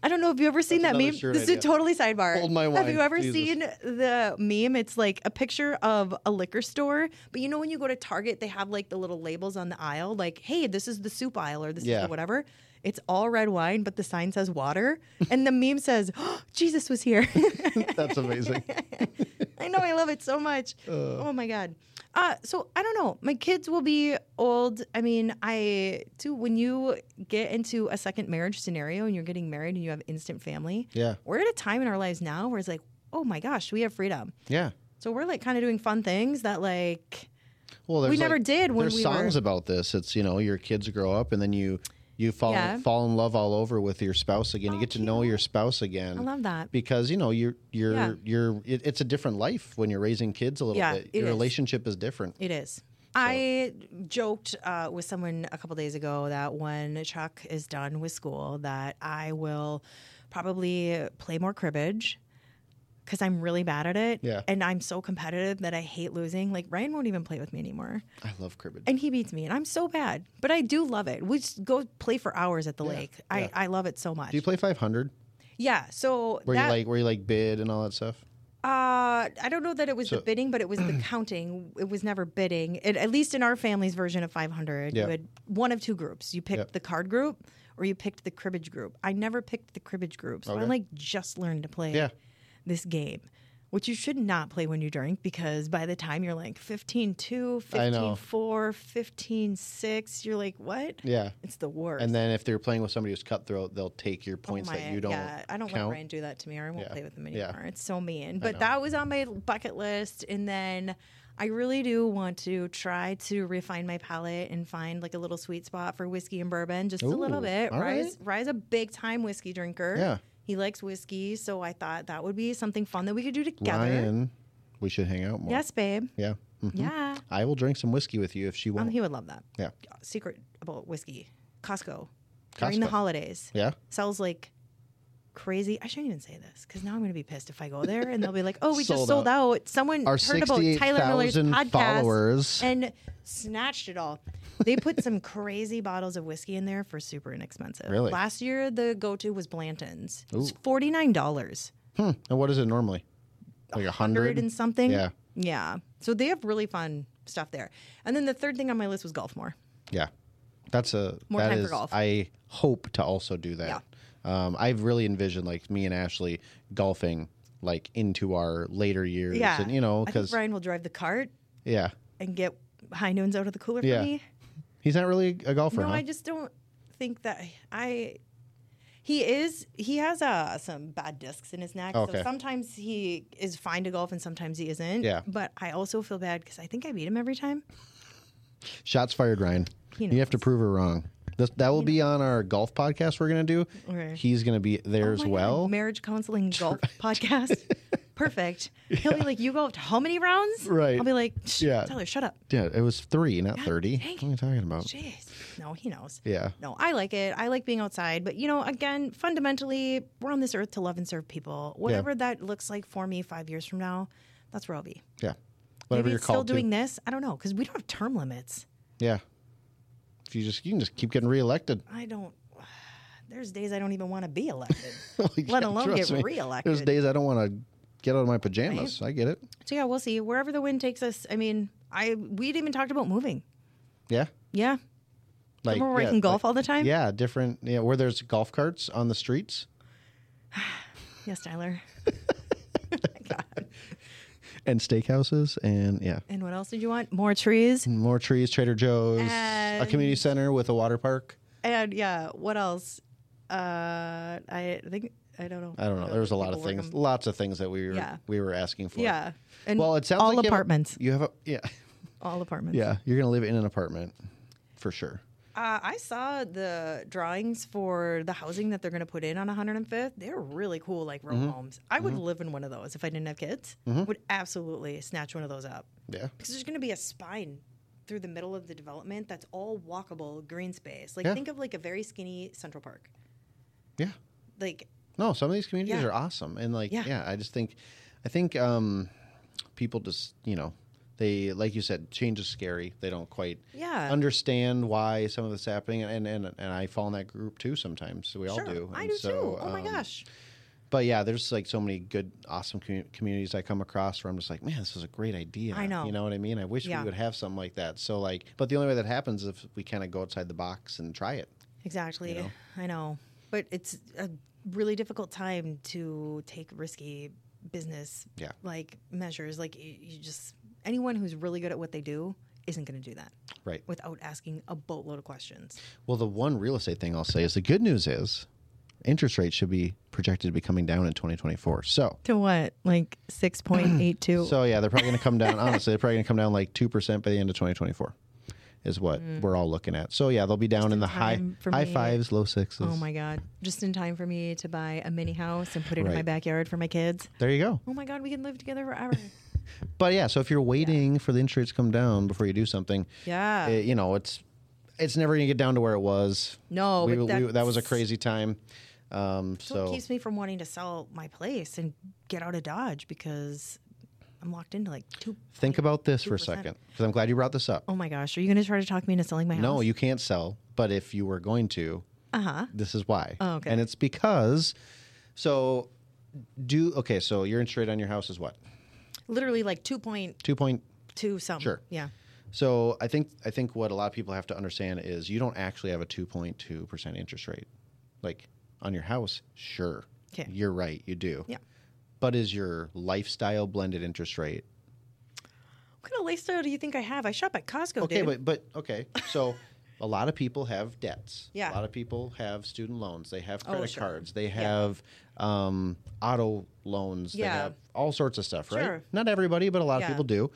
Speaker 2: I don't know if you've ever seen that
Speaker 1: another
Speaker 2: meme.
Speaker 1: shirt
Speaker 2: This
Speaker 1: idea.
Speaker 2: is a totally sidebar.
Speaker 1: Hold my
Speaker 2: Have
Speaker 1: wine,
Speaker 2: you ever
Speaker 1: Jesus.
Speaker 2: seen the meme? It's like a picture of a liquor store, but you know when you go to Target, they have like the little labels on the aisle, like "Hey, this is the soup aisle" or "This is
Speaker 1: Yeah.
Speaker 2: the whatever." It's all red wine, but the sign says water, and the meme says, oh, "Jesus was here."
Speaker 1: That's amazing.
Speaker 2: I know I love it so much. oh my god. Uh, so I don't know. My kids will be old. I mean, I too. When you get into a second marriage scenario and you're getting married and you have instant family,
Speaker 1: Yeah.
Speaker 2: we're at a time in our lives now where it's like, oh my gosh, we have freedom.
Speaker 1: Yeah.
Speaker 2: So we're like kind of doing fun things that like
Speaker 1: Well, there's
Speaker 2: We never
Speaker 1: like-
Speaker 2: did when
Speaker 1: there's
Speaker 2: we
Speaker 1: songs
Speaker 2: were-
Speaker 1: about this. It's you know your kids grow up and then you you fall
Speaker 2: Yeah.
Speaker 1: fall in love all over with your spouse again. you
Speaker 2: Oh,
Speaker 1: get to know
Speaker 2: cute.
Speaker 1: your spouse again.
Speaker 2: I love that.
Speaker 1: because you know you're you're
Speaker 2: Yeah.
Speaker 1: you're it, it's a different life when you're raising kids a little
Speaker 2: Yeah,
Speaker 1: bit.
Speaker 2: it
Speaker 1: Your
Speaker 2: is.
Speaker 1: relationship is different.
Speaker 2: It is. I joked uh, with someone a couple days ago that when Chuck is done with school, that I will probably play more cribbage because I'm really bad at it.
Speaker 1: Yeah.
Speaker 2: And I'm so competitive that I hate losing. Like Ryan won't even play with me anymore,
Speaker 1: I love cribbage.
Speaker 2: and he beats me, and I'm so bad. But I do love it. We just go play for hours at the lake. I,
Speaker 1: yeah.
Speaker 2: I love it so much.
Speaker 1: Do you play 500?
Speaker 2: yeah. So
Speaker 1: Where
Speaker 2: that
Speaker 1: you like where you like bid and all that stuff?
Speaker 2: Uh, I don't know that it was the bidding, but it was the counting. It was never bidding. It, at least in our family's version of 500,
Speaker 1: Yeah.
Speaker 2: you had one of two groups. You picked
Speaker 1: Yep.
Speaker 2: the card group or you picked the cribbage group. I never picked the cribbage group. So I
Speaker 1: Okay.
Speaker 2: like just learned to play
Speaker 1: Yeah.
Speaker 2: this game, which you should not play when you drink because by the time you're like 15 2,
Speaker 1: I know.
Speaker 2: 15 4, 15 6, you're like, what?
Speaker 1: Yeah.
Speaker 2: It's the worst.
Speaker 1: And then if they're playing with somebody who's cutthroat, they'll take your points
Speaker 2: Oh my-
Speaker 1: that you don't.
Speaker 2: Yeah, I don't let
Speaker 1: count.
Speaker 2: Ryan do that to me, or I won't
Speaker 1: Yeah.
Speaker 2: play with him
Speaker 1: Yeah.
Speaker 2: anymore. It's so mean. But that was on my bucket list, and then I really do want to try to refine my palate and find like a little sweet spot for whiskey and bourbon, just a little
Speaker 1: Ooh,
Speaker 2: bit.
Speaker 1: all right.
Speaker 2: Rye's Rye's a big time whiskey drinker.
Speaker 1: Yeah.
Speaker 2: he likes whiskey, so I thought that would be something fun that we could do together.
Speaker 1: Ryan, we should hang out more.
Speaker 2: Yes, babe.
Speaker 1: Yeah. Mhm.
Speaker 2: Yeah,
Speaker 1: I will drink some whiskey with you if she
Speaker 2: um,
Speaker 1: won't.
Speaker 2: he would love that.
Speaker 1: Yeah.
Speaker 2: Secret about whiskey, Costco during the
Speaker 1: Costco.
Speaker 2: holidays.
Speaker 1: Yeah.
Speaker 2: sells like crazy. I shouldn't even say this because now I'm going to be pissed if I go there and they'll be like, "Oh, we
Speaker 1: Sold
Speaker 2: just sold out. Someone
Speaker 1: Our
Speaker 2: heard about Tyler Miller's
Speaker 1: 68,000
Speaker 2: podcast
Speaker 1: followers.
Speaker 2: and snatched it all." They put some crazy bottles of whiskey in there for super inexpensive.
Speaker 1: Really?
Speaker 2: Last year, the go-to was Blanton's. It's forty nine dollars,
Speaker 1: Hmm. And what is it normally? Like a
Speaker 2: hundred and
Speaker 1: hundred?
Speaker 2: something.
Speaker 1: Yeah.
Speaker 2: yeah. So they have really fun stuff there. And then the third thing on my list was Golfmore.
Speaker 1: Yeah. That's a
Speaker 2: More
Speaker 1: that
Speaker 2: time for
Speaker 1: is-
Speaker 2: golf.
Speaker 1: I hope to also do that. Um, I've really envisioned like me and Ashley golfing like into our later years,
Speaker 2: Yeah.
Speaker 1: and you know,
Speaker 2: I think
Speaker 1: because
Speaker 2: Brian will drive the cart
Speaker 1: yeah,
Speaker 2: and get high noons out of the cooler
Speaker 1: Yeah.
Speaker 2: for me.
Speaker 1: he's not really a golfer.
Speaker 2: no,
Speaker 1: huh?
Speaker 2: I just don't think that I. He is. He has uh, some bad discs in his neck.
Speaker 1: Okay.
Speaker 2: So sometimes he is fine to golf, and sometimes he isn't.
Speaker 1: Yeah.
Speaker 2: But I also feel bad because I think I beat him every time.
Speaker 1: Shots fired, Ryan.
Speaker 2: He
Speaker 1: You have to prove her wrong. This, that will be on our golf podcast we're gonna do.
Speaker 2: Okay.
Speaker 1: He's gonna be there
Speaker 2: Oh
Speaker 1: as
Speaker 2: my God,
Speaker 1: well.
Speaker 2: marriage counseling golf podcast. Perfect. He'll be like, "You golfed how many rounds?"
Speaker 1: Right.
Speaker 2: I'll be like, Shh,
Speaker 1: Yeah.
Speaker 2: Tyler, shut up."
Speaker 1: Yeah, it was three, not thirty.
Speaker 2: dang
Speaker 1: What are you talking about?
Speaker 2: Jeez. No, he knows.
Speaker 1: Yeah,
Speaker 2: No, I like it. I like being outside. But, you know, again, fundamentally, we're on this earth to love and serve people. Whatever that looks like for me five years from now, that's where I'll be.
Speaker 1: yeah. Whatever
Speaker 2: Maybe
Speaker 1: you're
Speaker 2: it's still
Speaker 1: called
Speaker 2: doing
Speaker 1: to.
Speaker 2: this. I don't know. Because we don't have term limits.
Speaker 1: Yeah. If you just you can just keep getting reelected.
Speaker 2: I don't. There's days I don't even want to be elected.
Speaker 1: Like,
Speaker 2: Let alone
Speaker 1: trust
Speaker 2: get
Speaker 1: me.
Speaker 2: reelected.
Speaker 1: There's days I don't want to get out of my pajamas. I get it.
Speaker 2: so, yeah, we'll see. Wherever the wind takes us, I mean, I we'd even talked about moving.
Speaker 1: Yeah.
Speaker 2: Yeah.
Speaker 1: Like
Speaker 2: Remember where
Speaker 1: yeah,
Speaker 2: I can golf
Speaker 1: like-
Speaker 2: all the time?
Speaker 1: yeah, different. Yeah, where there's golf carts on the streets,
Speaker 2: Yes, Tyler.
Speaker 1: and steakhouses, and yeah,
Speaker 2: And what else did you want? More trees.
Speaker 1: more trees, Trader Joe's, a community
Speaker 2: And-
Speaker 1: center with a water park.
Speaker 2: And yeah, what else? Uh, I think I don't know.
Speaker 1: I don't know. There was a
Speaker 2: think
Speaker 1: lot of
Speaker 2: people work
Speaker 1: things,
Speaker 2: 'em.
Speaker 1: lots of things that we were
Speaker 2: Yeah.
Speaker 1: we were asking for.
Speaker 2: Yeah, and
Speaker 1: Well, it sounds
Speaker 2: all
Speaker 1: like you have a-
Speaker 2: apartments.
Speaker 1: You have a yeah
Speaker 2: all apartments.
Speaker 1: yeah. You're gonna live in an apartment for sure.
Speaker 2: Uh, I saw the drawings for the housing that they're going to put in on 105th. They're really cool, like
Speaker 1: Mm-hmm.
Speaker 2: row homes. I would live in one of those if I didn't have kids. Would absolutely snatch one of those up
Speaker 1: Yeah.
Speaker 2: because there's going to be a spine through the middle of the development that's all walkable green space. Like
Speaker 1: Yeah.
Speaker 2: think of like a very skinny Central Park.
Speaker 1: Yeah.
Speaker 2: Like
Speaker 1: No, some of these communities
Speaker 2: Yeah.
Speaker 1: are awesome, and like, yeah.
Speaker 2: Yeah.
Speaker 1: I just think, I think um, people just, you know, they like you said, change is scary. They don't quite
Speaker 2: yeah,
Speaker 1: understand why some of this happening, and and and I fall in that group too. Sometimes we all
Speaker 2: sure,
Speaker 1: do.
Speaker 2: I
Speaker 1: And
Speaker 2: do
Speaker 1: so,
Speaker 2: too. Oh my
Speaker 1: um,
Speaker 2: gosh.
Speaker 1: But yeah, there's like so many good, awesome commu- communities I come across where I'm just like, man, this is a great idea.
Speaker 2: I know.
Speaker 1: You know what I mean? I wish
Speaker 2: Yeah.
Speaker 1: we would have something like that. So like, but the only way that happens is if we kind of go outside the box and try it.
Speaker 2: Exactly.
Speaker 1: you know?
Speaker 2: I know. But it's a really difficult time to take risky business
Speaker 1: Yeah.
Speaker 2: like measures. Like you, you just anyone who's really good at what they do isn't going to do that
Speaker 1: Right.
Speaker 2: without asking a boatload of questions.
Speaker 1: Well, the one real estate thing I'll say is the good news is interest rates should be projected to be coming down in 2024. So,
Speaker 2: To what? Like 6.82.
Speaker 1: so yeah, they're probably going to come down. Honestly, they're probably going to come down like 2% by the end of 2024 is what we're all looking at. So, yeah, they'll be down in the high
Speaker 2: Mm. time for
Speaker 1: high
Speaker 2: me.
Speaker 1: fives, low sixes.
Speaker 2: oh my god. Just in time for me to buy a mini house and put it in my
Speaker 1: Right.
Speaker 2: backyard for my kids.
Speaker 1: There you go.
Speaker 2: Oh my god, we can live together forever.
Speaker 1: But yeah, so if you're waiting for the interest rates to come down before you do something,
Speaker 2: yeah.
Speaker 1: eh, you know, it's it's never going to get down to where it was.
Speaker 2: no,
Speaker 1: we,
Speaker 2: but
Speaker 1: we- that was a
Speaker 2: that's-
Speaker 1: crazy time. Um,
Speaker 2: That's what
Speaker 1: so
Speaker 2: keeps me from wanting to sell my place and get out of Dodge because I'm locked into like two
Speaker 1: think about this for a
Speaker 2: 2%.
Speaker 1: second because I'm glad you brought this up.
Speaker 2: Oh my gosh, are you going to try to talk me into selling my house?
Speaker 1: No, you can't sell. But if you were going to,
Speaker 2: Uh huh.
Speaker 1: this is why.
Speaker 2: Oh, okay.
Speaker 1: And it's because, so do okay. So your interest rate on your house is what
Speaker 2: Literally like two point
Speaker 1: two point.
Speaker 2: two something.
Speaker 1: Sure.
Speaker 2: Yeah.
Speaker 1: So I think I think what a lot of people have to understand is you don't actually have a two point two percent interest rate, like on your house. Sure.
Speaker 2: 'Kay.
Speaker 1: You're right. You do.
Speaker 2: Yeah.
Speaker 1: But is your lifestyle blended interest rate
Speaker 2: What kind of lifestyle do you think I have? I shop at Costco,
Speaker 1: okay?
Speaker 2: dude.
Speaker 1: But but okay. So. A lot of people have debts.
Speaker 2: Yeah.
Speaker 1: A lot of people have student loans. They have
Speaker 2: Oh,
Speaker 1: credit
Speaker 2: sure.
Speaker 1: cards. They have um, auto loans. They
Speaker 2: Yeah.
Speaker 1: have all sorts of stuff, right?
Speaker 2: Sure.
Speaker 1: Not everybody, but a lot of
Speaker 2: Yeah.
Speaker 1: people do.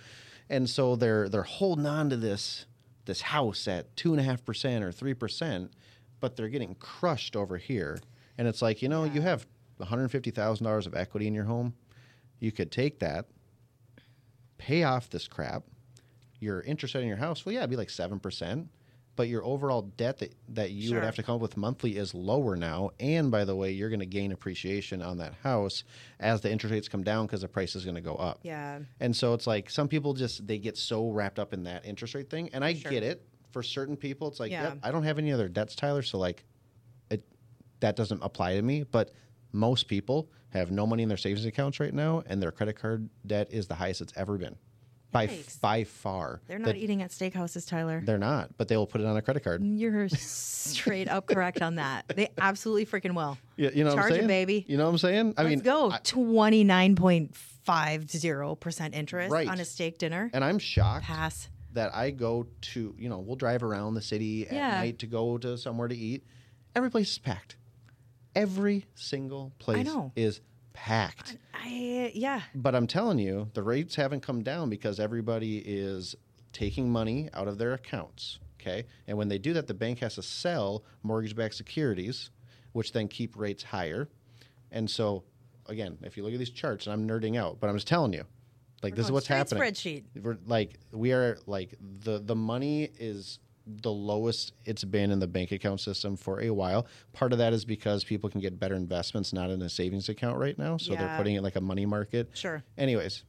Speaker 1: And so they're they're holding on to this this house at two and a half percent or three percent, but they're getting crushed over here. And it's like, you know, you have one hundred fifty thousand dollars of equity in your home. You could take that, pay off this crap. Your interest rate in your house, well, yeah, it'd be like seven percent. But your overall debt that, that you would
Speaker 2: Sure.
Speaker 1: have to come up with monthly is lower now. And by the way, you're going to gain appreciation on that house as the interest rates come down because the price is going to go up.
Speaker 2: yeah.
Speaker 1: And so it's like some people just they get so wrapped up in that interest rate thing, and I
Speaker 2: Sure.
Speaker 1: get it. For certain people, it's like,
Speaker 2: Yeah.
Speaker 1: yep, I don't have any other debts, Tyler, so like, it that doesn't apply to me. But most people have no money in their savings accounts right now, and their credit card debt is the highest it's ever been. by
Speaker 2: Yikes.
Speaker 1: by far.
Speaker 2: They're not
Speaker 1: That-
Speaker 2: eating at steakhouses, Tyler.
Speaker 1: They're not, but they will put it on a credit card.
Speaker 2: You're straight up correct on that. They absolutely freaking will.
Speaker 1: You, you know what
Speaker 2: Charge
Speaker 1: I'm saying?
Speaker 2: 'em, baby.
Speaker 1: You know what I'm saying? I mean,
Speaker 2: Let's go. Twenty nine point five zero percent interest
Speaker 1: Right.
Speaker 2: on a steak dinner.
Speaker 1: and I'm shocked
Speaker 2: Pass.
Speaker 1: that I go to, you know, we'll drive around the city at
Speaker 2: Yeah.
Speaker 1: night to go to somewhere to eat. Every place is packed. Every single place
Speaker 2: know.
Speaker 1: is packed.
Speaker 2: I yeah.
Speaker 1: But I'm telling you, the rates haven't come down because everybody is taking money out of their accounts. Okay. And when they do that, the bank has to sell mortgage backed securities, which then keep rates higher. And so, again, if you look at these charts, and I'm nerding out, but I'm just telling you, like, this is
Speaker 2: going
Speaker 1: what's
Speaker 2: straight
Speaker 1: happening.
Speaker 2: spreadsheet.
Speaker 1: We're like, we are like, the, the money is the lowest it's been in the bank account system for a while. Part of that is because people can get better investments, not in a savings account right now. So they're
Speaker 2: Yeah.
Speaker 1: putting it in like a money market.
Speaker 2: Sure.
Speaker 1: Anyways,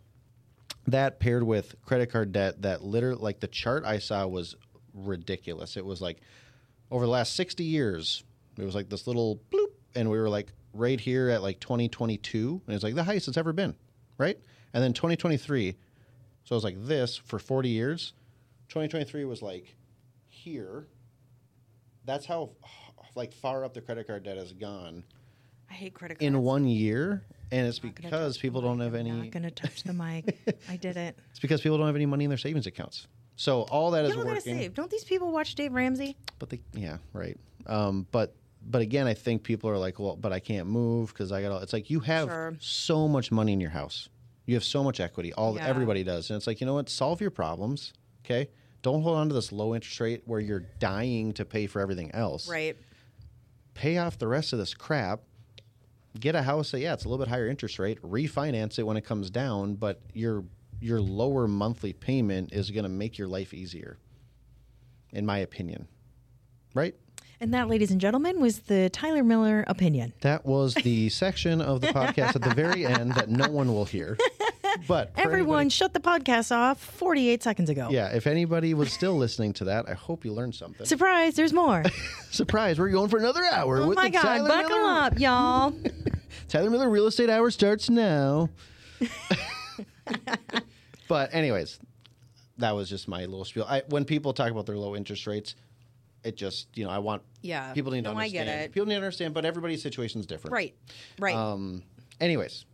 Speaker 1: that paired with credit card debt, that liter like the chart I saw was ridiculous. It was like over the last 60 years, it was like this little bloop, and we were like right here at like 2022, and it's like the highest it's ever been, right? And then 2023, so it was like this for 40 years. 2023 was like here. That's how like far up the credit card debt has gone
Speaker 2: I hate credit cards.
Speaker 1: in one year, and it's
Speaker 2: Not gonna
Speaker 1: because
Speaker 2: touch
Speaker 1: people
Speaker 2: the
Speaker 1: don't
Speaker 2: mic.
Speaker 1: have
Speaker 2: I'm
Speaker 1: any.
Speaker 2: Not gonna touch the mic. I did it.
Speaker 1: It's because people don't have any money in their savings accounts. So all that is
Speaker 2: Y'all gotta
Speaker 1: working.
Speaker 2: save. Don't these people watch Dave Ramsey?
Speaker 1: But they, yeah, right. Um, but but again, I think people are like, well, but I can't move because I got. all It's like you have
Speaker 2: Sure.
Speaker 1: so much money in your house. You have so much equity. All
Speaker 2: Yeah.
Speaker 1: everybody does, and it's like you know what? Solve your problems. Okay. Don't hold on to this low interest rate where you're dying to pay for everything else.
Speaker 2: Right.
Speaker 1: Pay off the rest of this crap. Get a house that yeah, it's a little bit higher interest rate. Refinance it when it comes down, but your your lower monthly payment is going to make your life easier, in my opinion. Right.
Speaker 2: And that, ladies and gentlemen, was the Tyler Miller opinion.
Speaker 1: That was the section of the podcast at the very end that no one will hear. But for
Speaker 2: Everyone,
Speaker 1: anybody-
Speaker 2: shut the podcast off 48 seconds ago.
Speaker 1: yeah, if anybody was still listening to that, I hope you learned something.
Speaker 2: Surprise, there's more.
Speaker 1: Surprise, we're going for another hour.
Speaker 2: oh
Speaker 1: with
Speaker 2: my
Speaker 1: the
Speaker 2: God,
Speaker 1: Tyler
Speaker 2: buckle
Speaker 1: Miller.
Speaker 2: up, y'all.
Speaker 1: Tyler Miller Real Estate Hour starts now. but anyways, that was just my little spiel. I, when people talk about their low interest rates, it just you know I want
Speaker 2: Yeah.
Speaker 1: people need to
Speaker 2: No, I get
Speaker 1: understand.
Speaker 2: it.
Speaker 1: People need to understand, but everybody's situation is different.
Speaker 2: right, right.
Speaker 1: Um. Anyways,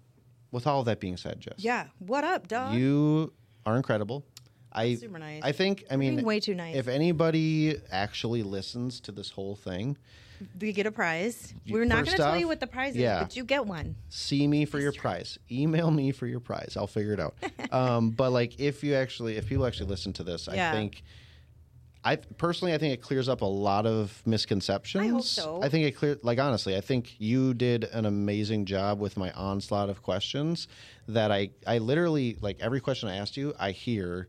Speaker 1: with all that being said, Jess.
Speaker 2: yeah. What up, dog?
Speaker 1: You are incredible. I
Speaker 2: super nice.
Speaker 1: I think I mean
Speaker 2: being way too nice.
Speaker 1: If anybody actually listens to this whole thing,
Speaker 2: you get a prize.
Speaker 1: You-
Speaker 2: We're not
Speaker 1: first
Speaker 2: going to tell
Speaker 1: off,
Speaker 2: you what the prize
Speaker 1: yeah.
Speaker 2: is, but you get one.
Speaker 1: see me for your prize. Email me for your prize. I'll figure it out. um, but like if you actually if people actually listen to this, I
Speaker 2: Yeah.
Speaker 1: think I personally I think it clears up a lot of misconceptions.
Speaker 2: so.
Speaker 1: I think it clear like honestly, I think you did an amazing job with my onslaught of questions that I I literally like every question I asked you, I hear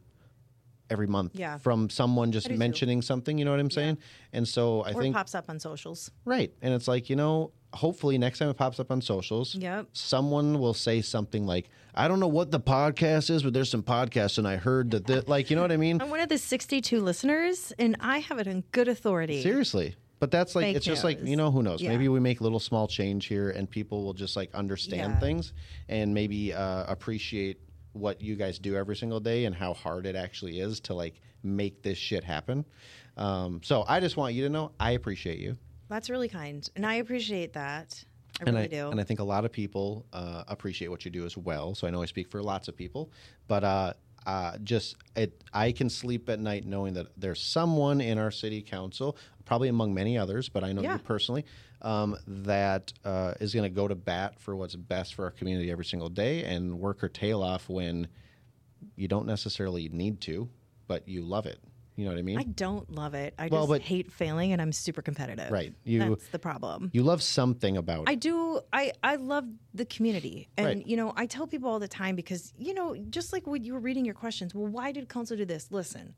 Speaker 1: every month
Speaker 2: Yeah.
Speaker 1: from someone just
Speaker 2: do too.
Speaker 1: mentioning something, you know what I'm saying? And so I
Speaker 2: Or
Speaker 1: think
Speaker 2: pops up on socials.
Speaker 1: Right. And it's like, you know, hopefully next time it pops up on socials,
Speaker 2: Yep.
Speaker 1: someone will say something like, I don't know what the podcast is, but there's some podcasts and I heard that, thi-" like, you know what I mean?
Speaker 2: I'm one of the 62 listeners, and I have it on good authority.
Speaker 1: Seriously. But that's like,
Speaker 2: Fake
Speaker 1: it's just like,
Speaker 2: news.
Speaker 1: you know, who knows?
Speaker 2: Yeah.
Speaker 1: Maybe we make little small change here and people will just like understand
Speaker 2: Yeah.
Speaker 1: things and maybe uh, appreciate what you guys do every single day and how hard it actually is to like make this shit happen. Um, so I just want you to know I appreciate you.
Speaker 2: That's really kind, and I appreciate that. I
Speaker 1: and
Speaker 2: really
Speaker 1: I
Speaker 2: do.
Speaker 1: and I think a lot of people uh, appreciate what you do as well. So I know I speak for lots of people, but uh, uh, just it, I can sleep at night knowing that there's someone in our city council, probably among many others, but I know
Speaker 2: Yeah.
Speaker 1: you personally, um, that uh, is going to go to bat for what's best for our community every single day and work her tail off when you don't necessarily need to, but you love it. You know what I mean?
Speaker 2: I don't love it. I
Speaker 1: Well,
Speaker 2: just
Speaker 1: but-
Speaker 2: hate failing, and I'm super competitive.
Speaker 1: Right. You-
Speaker 2: That's the problem.
Speaker 1: you love something about it.
Speaker 2: I do. I I love the community, and
Speaker 1: Right.
Speaker 2: you know, I tell people all the time because you know, just like when you were reading your questions, well, why did council do this? Listen,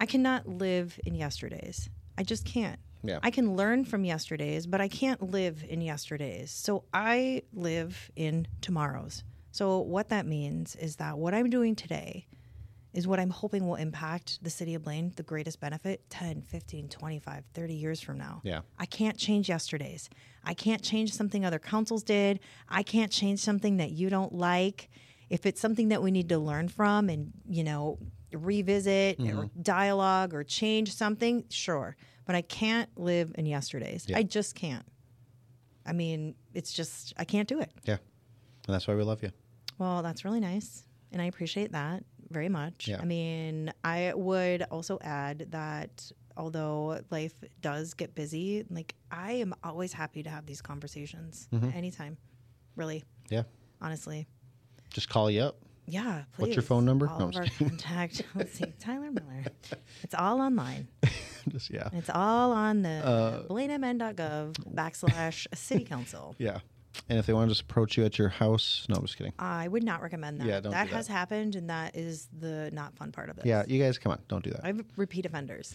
Speaker 2: I cannot live in yesterdays. I just can't.
Speaker 1: Yeah.
Speaker 2: I can learn from yesterdays, but I can't live in yesterdays. So I live in tomorrows. So what that means is that what I'm doing today is what I'm hoping will impact the city of Blaine the greatest benefit 10, 15, 25, 30 years from now.
Speaker 1: Yeah.
Speaker 2: I can't change yesterday's. I can't change something other councils did. I can't change something that you don't like. if it's something that we need to learn from and you know revisit or dialogue or change something, sure. But I can't live in yesterdays. I just can't. I mean, it's just I can't do it.
Speaker 1: Yeah. And that's why we love you.
Speaker 2: Well, that's really nice. And I appreciate that very much.
Speaker 1: Yeah.
Speaker 2: I mean, I would also add that although life does get busy, like I am always happy to have these conversations
Speaker 1: Mm-hmm.
Speaker 2: anytime, really,
Speaker 1: Yeah.
Speaker 2: honestly.
Speaker 1: Just call you up.
Speaker 2: Yeah. Please.
Speaker 1: What's your phone number?
Speaker 2: All
Speaker 1: No,
Speaker 2: of
Speaker 1: I'm
Speaker 2: our contact. Let's see. Tyler Miller. It's all online.
Speaker 1: Just yeah.
Speaker 2: It's all on the
Speaker 1: Uh,
Speaker 2: blainmn.gov backslash city council.
Speaker 1: Yeah. And if they want to just approach you at your house, no, I'm just kidding.
Speaker 2: I would not recommend that.
Speaker 1: Yeah, don't
Speaker 2: that
Speaker 1: do that.
Speaker 2: has happened, and that is the not fun part of this.
Speaker 1: Yeah, you guys come on, don't do that.
Speaker 2: I have repeat offenders.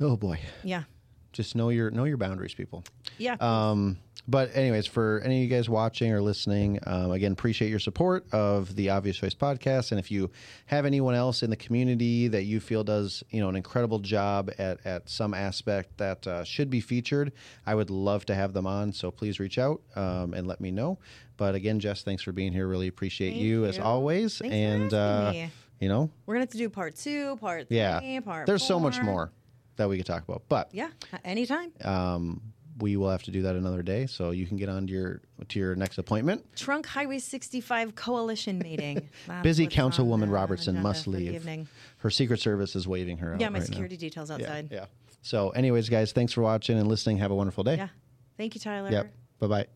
Speaker 1: oh boy.
Speaker 2: Yeah.
Speaker 1: Just know your know your boundaries, people.
Speaker 2: Yeah.
Speaker 1: Um, but anyways, for any of you guys watching or listening, um, again, appreciate your support of the Obvious Choice podcast. And if you have anyone else in the community that you feel does you know an incredible job at at some aspect that uh, should be featured, I would love to have them on. So please reach out um, and let me know. But again, Jess, thanks for being here. Really appreciate
Speaker 2: Thank
Speaker 1: you, as
Speaker 2: you.
Speaker 1: always.
Speaker 2: Thanks for
Speaker 1: and
Speaker 2: asking
Speaker 1: uh,
Speaker 2: me.
Speaker 1: you know,
Speaker 2: We're gonna have to do part two, part three,
Speaker 1: yeah,
Speaker 2: part.
Speaker 1: there's so much
Speaker 2: four.
Speaker 1: more that we could talk about. But
Speaker 2: Yeah, a- anytime.
Speaker 1: um, we will have to do that another day. So you can get on to your to your next appointment.
Speaker 2: Trunk Highway 65 coalition meeting. That's
Speaker 1: Busy
Speaker 2: what's on
Speaker 1: Councilwoman
Speaker 2: the
Speaker 1: Robertson
Speaker 2: agenda
Speaker 1: must
Speaker 2: for the
Speaker 1: leave.
Speaker 2: evening.
Speaker 1: Her Secret Service is waving her out.
Speaker 2: Yeah, my
Speaker 1: right now.
Speaker 2: security details outside. Yeah.
Speaker 1: Yeah, yeah. So, anyways, guys, thanks for watching and listening. Have a wonderful day.
Speaker 2: Thank you, Tyler.
Speaker 1: Yep. Bye bye.